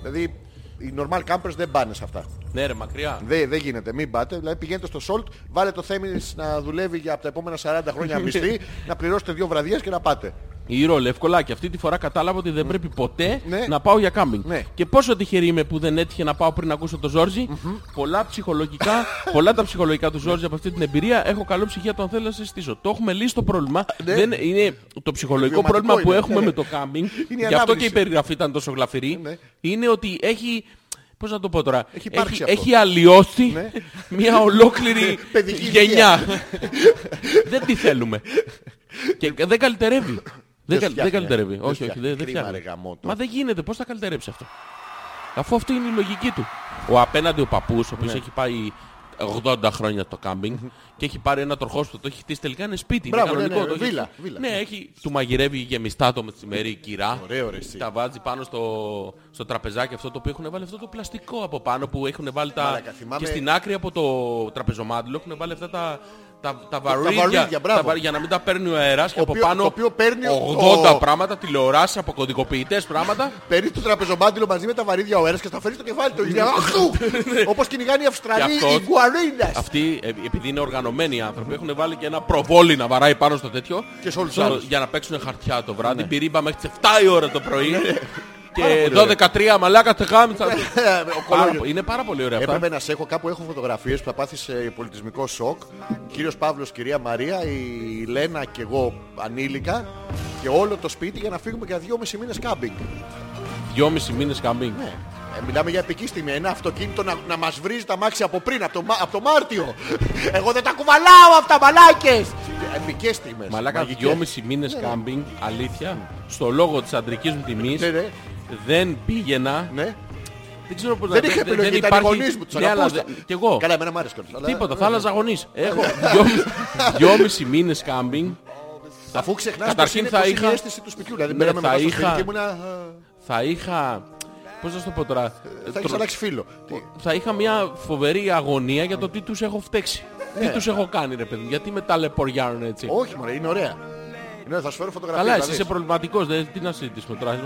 A: Δηλαδή οι normal campers δεν πάνε σε αυτά.
B: Ναι ρε, μακριά.
A: Δεν, δεν γίνεται, μην πάτε. Δηλαδή πηγαίνετε στο Salt, βάλε το θέμης να δουλεύει για από τα επόμενα 40 χρόνια μισθή, να πληρώσετε δύο βραδιές και να πάτε.
B: Η Ρόλε, ευκολάκι. Αυτή τη φορά κατάλαβα ότι δεν πρέπει ποτέ
A: Ναι.
B: να πάω για κάμπινγκ.
A: Ναι.
B: Και πόσο τυχερή είμαι που δεν έτυχε να πάω πριν ακούσω τον Ζόρζι. Πολλά ψυχολογικά, πολλά τα ψυχολογικά του Ζόρζι από αυτή την εμπειρία. Έχω καλό ψυχίατρο αν θέλω να σε στήσω. Το έχουμε λύσει το πρόβλημα. Δεν είναι το ψυχολογικό
A: Ναι. Βιωματικό
B: πρόβλημα που
A: είναι.
B: έχουμε
A: Ναι.
B: με το κάμπινγκ.
A: η
B: Γι' αυτό
A: ανάμνηση.
B: και η περιγραφή ήταν τόσο γλαφυρή.
A: Ναι.
B: Είναι ότι έχει. Πώς να το πω τώρα.
A: Έχει υπάρξει αυτό. Ναι.
B: έχει αλλοιώσει μια ολόκληρη
A: Παιδική
B: γενιά. δεν τη θέλουμε. Και δεν καλυτερεύει. Δεν, καλ-
A: φτιάχνει,
B: δεν καλυτερεύει.
A: δεν
B: όχι, όχι,
A: φτιάχνει.
B: δεν, δεν
A: Κρίμα,
B: φτιάχνει.
A: ρε γαμότο.
B: Μα δεν γίνεται, πώς θα καλυτερέψει αυτό. Αφού αυτή είναι η λογική του. Ο απέναντι ο παππούς, ο οποίος
A: Ναι.
B: έχει πάει 80 χρόνια το κάμπινγκ και έχει πάρει ένα τροχόσπιτο, το έχει χτίσει τελικά είναι σπίτι.
A: Μπράβο,
B: είναι
A: ναι,
B: κανονικό.
A: ναι,
B: το έχει-
A: βίλα, βίλα.
B: Ναι, έχει, του μαγειρεύει γεμιστά το μεσημέρι η κυρά.
A: Ωραίο, ρε, εσύ.
B: Τα βάζει πάνω στο, στο τραπεζάκι αυτό το οποίο έχουν βάλει αυτό το πλαστικό από πάνω που έχουν βάλει τα.
A: Μαλάκα, θυμάμαι-
B: Και στην άκρη από το τραπεζομάντιλο έχουν βάλει αυτά τα. Τα, τα βαρύδια,
A: βαρύδια, μπράβο.
B: βαρύ- για να μην τα παίρνει ο αέρας και
A: Το
B: από
A: οποίο-
B: πάνω
A: το οποίο παίρνει ο-
B: 80
A: ο-
B: πράγματα, τηλεοράσεις, αποκωδικοποιητές πράγματα
A: Παίρνει το τραπεζομάντιλο μαζί με τα βαρύδια ο αέρας και στα φέρνει στο κεφάλι του.
B: Ναι.
A: Είναι αχού! Όπως κυνηγάνε οι Αυστραλοί,
B: Και αυτό-
A: οι Γκουαρίνες.
B: Αυτοί, ε, επειδή είναι οργανωμένοι οι άνθρωποι, έχουν βάλει και ένα προβόλι να βαράει πάνω στο τέτοιο.
A: Και σε όλους τους
B: για-
A: άλλους. Ναι.
B: Για να παίξουν χαρτιά το βράδυ. Πυρίμπα μέχρι τις 7 η ώρα το πρωί. και
A: πολύ Ε,
B: 12-13 μαλάκα τεχάμιτσα.
A: Ο κολόγιος.
B: Είναι πάρα πολύ ωραία αυτά.
A: Έπρεπε να σε έχω κάπου, έχω φωτογραφίες που θα πάθεις ε, πολιτισμικό σοκ. Κύριος Παύλος, κυρία Μαρία, η Λένα και εγώ ανήλικα και όλο το σπίτι για να φύγουμε για δυόμισι μήνες κάμπινγκ.
B: Δυόμιση μήνες καμπίνγκ.
A: Ναι. Ε, μιλάμε για επική στιγμή. Ένα αυτοκίνητο να, να μας βρίζει τα μάξια από πριν, από το, Μα- από το Μάρτιο. Εγώ δεν τα κουβαλάω αυτά, μαλάκες. Επικές στιγμές.
B: Μαλάκα
A: Μαγικές. Ναι,
B: δυόμιση μήνες κάμπινγκ, αλήθεια, στο λόγο της αντρικής μου τιμής,
A: Ναι, ναι,
B: δεν πήγαινα.
A: ναι.
B: Δεν ξέρω πώς να
A: Δεν είχα επιλογή, ήταν οι γονείς μου, τους
B: Ναι, αλλά
A: αγαπούσα.
B: δεν- Κι εγώ.
A: Καλά, Ναι, εμένα μου άρεσε κιόλας. αλλά-
B: Τίποτα, θα άλλαζα γονείς. Έχω δυόμιση- δυόμιση μήνες κάμπινγκ.
A: Αφού ξεχνάς πως
B: Καταρχήν
A: είναι,
B: θα
A: πως
B: είχα-
A: είναι η αίσθηση του σπιτιού. Δηλαδή,
B: Ναι,
A: μπαίναμε
B: θα
A: μετά στο
B: είχα-
A: σπίτι και ήμουνα... ε,
B: θα είχα. Πώς να σου το πω τώρα.
A: Θα έχεις
B: τρο-
A: αλλάξει φίλο. Τι-
B: θα είχα μια φοβερή αγωνία για το τι τους έχω φταίξει.
A: Ναι.
B: Τι τους έχω κάνει, ρε παιδί μου. Γιατί με ταλαιπωριάρουν έτσι.
A: Όχι, μωρέ, είναι ωραία. Είναι ωραία, θα σου φέρω φωτογραφία. δηλαδή.
B: Καλά, εσύ είσαι προβληματικός. δεν- Τι να συζητήσουμε τώρα.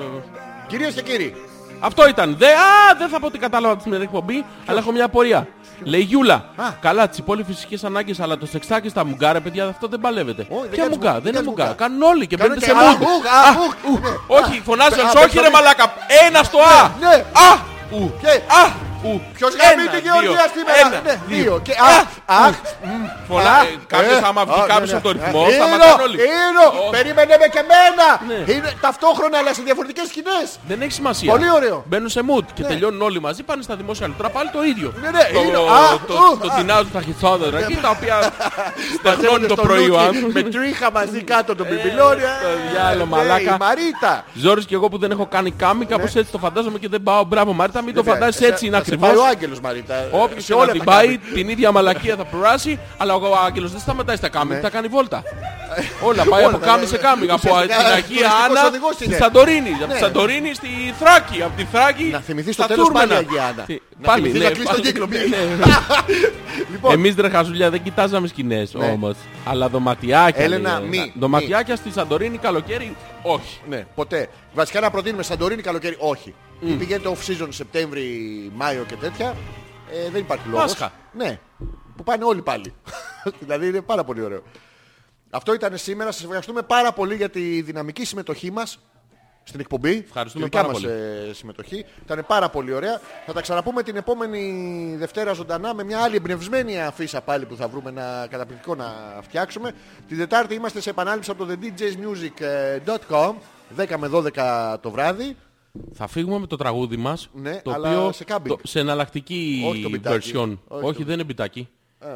A: Κυρίες και κύριοι,
B: Αυτό ήταν. Δε, α, δεν θα πω ότι κατάλαβα από την εκπομπή, αλλά έχω μια απορία. Λέει Γιούλα,
A: Α.
B: καλά τις πολύ φυσικές ανάγκες, αλλά το σεξάκι στα μουγκά, ρε παιδιά, αυτό δεν παλεύεται.
A: δεν
B: Ποια
A: κάνεις
B: μουγκά,
A: μου-
B: δεν
A: δεν
B: είναι μουγκά.
A: κάνεις
B: Κάνουν όλοι και
A: Κάνουν
B: μπαίνετε σε
A: και
B: μούγκ.
A: αχ, αχ, αχ, ναι.
B: Όχι, φωνάζουν,
A: Α,
B: όχι ρε
A: α,
B: μαλάκα. Ένα στο α.
A: ναι.
B: Α, ου.
A: Και-
B: Α, ου.
A: ποιος
B: Ένα,
A: γαμεί τη
B: δύο,
A: Γεωργία σήμερα.
B: ένα,
A: Ναι,
B: δύο.
A: Δύο. Και αχ, αχ. μμ,
B: Φωλά-
A: αχ,
B: ε, κάποιος
A: ε,
B: άμα βγει
A: α,
B: κάποιος
A: ναι,
B: από το
A: ναι.
B: ρυθμό,
A: Ε,
B: σταματάνε
A: ήρω,
B: όλοι.
A: ήρω,
B: Όχι.
A: περίμενε με και εμένα.
B: Ναι.
A: Είναι ταυτόχρονα, αλλά σε διαφορετικές σκηνές.
B: Δεν έχει σημασία.
A: Πολύ ωραίο.
B: Μπαίνουν σε mood και τελειώνουν όλοι μαζί, πάνε στα δημόσια λουτρά, πάλι το ίδιο.
A: Ναι, ναι,
B: το,
A: είναι-
B: το,
A: α,
B: το,
A: ου,
B: το
A: α. Ναι.
B: τεινάζουν τα χιθόδωρα εκεί, τα οποία στεγνώνει το
A: Στο
B: πρωί ο
A: Λούκι,
B: άνθρωπος.
A: Με
B: Ε,
A: τρίχα μαζί κάτω τον πιμπιλόρια.
B: το διάλογο,
A: Ναι,
B: μαλάκα.
A: Η Μαρίτα.
B: Ζόρις και εγώ που δεν έχω κάνει κάμι, κάπως έτσι το φαντάζομαι και δεν πάω. Μπράβο Μάρτα, μην το φαντάζεσαι έτσι είναι
A: Ε, Θα Ναι. σε πάει
B: ακριβώς.
A: ο Άγγελος Μαρίτα.
B: Όποιος
A: Σε
B: και να
A: Ε, όλα
B: την
A: τα
B: πάει, την ίδια μαλακία θα περάσει, αλλά ο Άγγελος δεν σταματάει στα κάμι, τα κάνει βόλτα. Όλα, πάει από
A: Ναι. Ε, τα
B: κάμι
A: κάνει.
B: σε κάμι. Από την
A: Ουσιαστικά,
B: Αγία
A: τουριστικός
B: Άννα
A: οδηγός
B: στη
A: είναι. Ναι.
B: Σαντορίνη. Από τη Σαντορίνη στη Θράκη. Από τη Θράκη
A: Να θυμηθείς
B: στα
A: το τέλος πάλι
B: Τούρμενα.
A: Αγία Άννα.
B: Τι-
A: Να
B: Πάλι,
A: θυμηθείς
B: ναι,
A: να κλείσεις τον
B: πάλι.
A: κύκλο.
B: Ναι,
A: μην-
B: ναι.
A: Λοιπόν, Ναι.
B: Εμείς ρε χαζουλιά δεν κοιτάζαμε σκηνές όμως. Αλλά δωματιάκια.
A: Έλενα,
B: λέει,
A: μη,
B: ε,
A: μη.
B: Δωματιάκια στη Σαντορίνη καλοκαίρι, όχι.
A: Ναι, ποτέ. Βασικά να προτείνουμε Σαντορίνη καλοκαίρι. Όχι. Ή Πηγαίνετε off season Σεπτέμβρη, Μάιο και τέτοια. Ε, δεν υπάρχει λόγος.
B: Πάσχα.
A: Ναι. Που πάνε όλοι πάλι. δηλαδή είναι πάρα πολύ ωραίο. Αυτό ήταν σήμερα. Σας ευχαριστούμε πάρα πολύ για τη δυναμική συμμετοχή μας. στην εκπομπή.
B: Ευχαριστούμε
A: Τη δικιά
B: πάρα
A: μας,
B: πολύ.
A: ε, συμμετοχή. Ήταν πάρα πολύ ωραία. Θα τα ξαναπούμε την επόμενη Δευτέρα ζωντανά με μια άλλη εμπνευσμένη αφίσα πάλι που θα βρούμε ένα καταπληκτικό να φτιάξουμε. Την Δετάρτη είμαστε σε επανάληψη από το ε, thedjsmusic.com 10 με 12 το βράδυ.
B: Θα φύγουμε με το τραγούδι μας,
A: Ναι,
B: το
A: αλλά
B: οποίο
A: σε κάμπινγκ.
B: σε εναλλακτική
A: Όχι το πιτάκι.
B: version.
A: Όχι
B: Όχι,
A: το-
B: δεν είναι πιτάκι.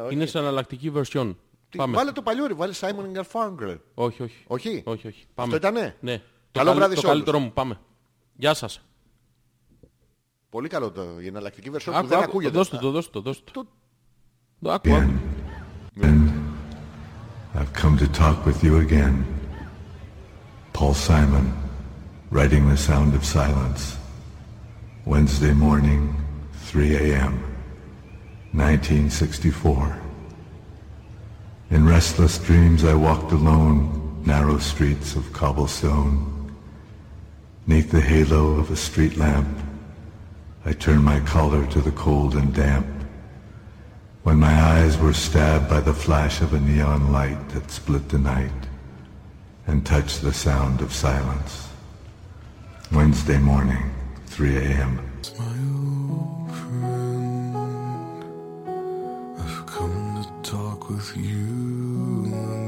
A: όχι.
B: Είναι σε εναλλακτική version.
A: Τι-
B: Πάμε.
A: Βάλε το παλιό, ρε, βάλε Simon and Garfunkel.
B: Όχι, όχι.
A: Όχι.
B: όχι, όχι. Πάμε.
A: ήτανε?
B: Ναι. Το,
A: Καλό
B: καλ-
A: βράδυ
B: το
A: σε όλους.
B: καλύτερό μου. Πάμε. Γεια σας.
A: Πολύ καλό το, η εναλλακτική version που
B: Άκου,
A: δεν
B: άκου,
A: ακούγεται.
B: δώστε το, δώστε το, δώστε το.
A: Το-
B: Το Άκου, άκου.
D: I've come to talk with you again. Paul Simon, writing The Sound of Silence. Wednesday morning, 3 a.m., 1964. In restless dreams, I walked alone narrow streets of cobblestone. Neath the halo of a street lamp, I turned my collar to the cold and damp when my eyes were stabbed by the flash of a neon light that split the night and touched the sound of silence. Wednesday morning, 3 a.m.
E: My old friend, I've come to talk with you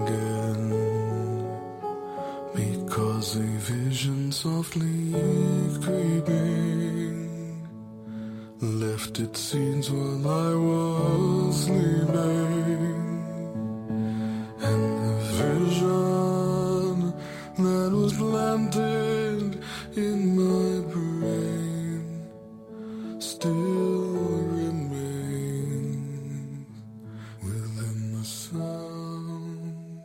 E: again because a vision softly creeping left its scenes while I was sleeping, and the vision that was planted in my brain still remain within the sound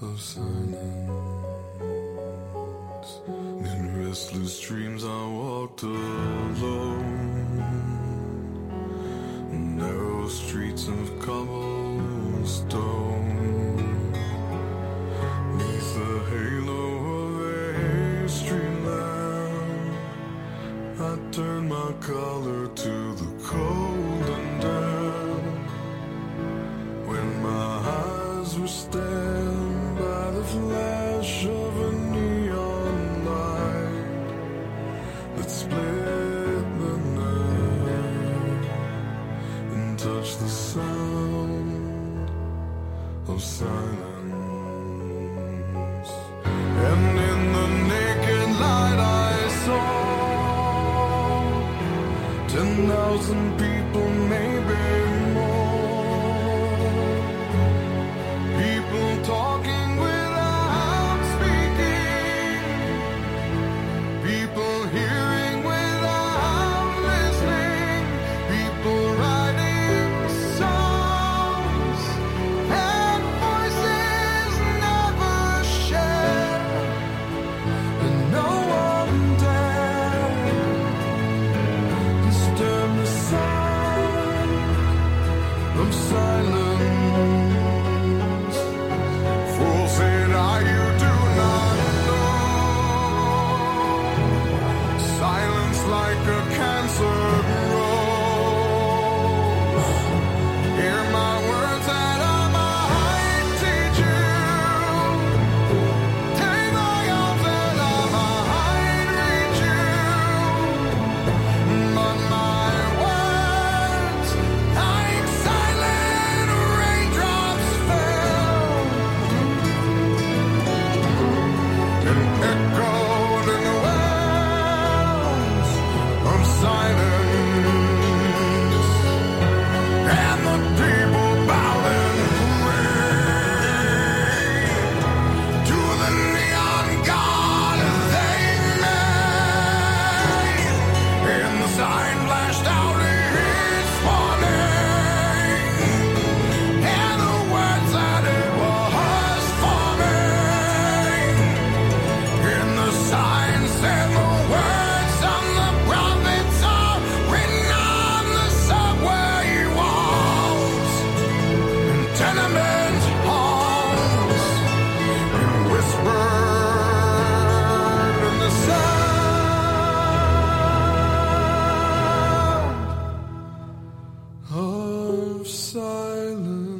E: of silence. In restless dreams, I walked alone, narrow streets of cobblestone. Neath the halo of a street lamp, I turn my collar to the cold and damp. When my eyes were stabbed by the flash of a neon light that split the night and touched the sound of silence. And in the naked light I saw ten thousand people, maybe more. People talking without speaking. People hearing without listening. People writing songs and voices never shared. And no one dared disturb the sound of silence. Fool said, "Ah, you do not know silence like a cancer grows." Hear my words that I might teach you. Take my arms and I might reach you, but my words like silent raindrops fell and echoed in the wells of silence, and the people bowed and prayed. To the neon god they made And the sign flashed out its warning And the words that it was forming And the sign said the words on the prophets are written on the subway walls And tenement halls whispered in the sound of silence.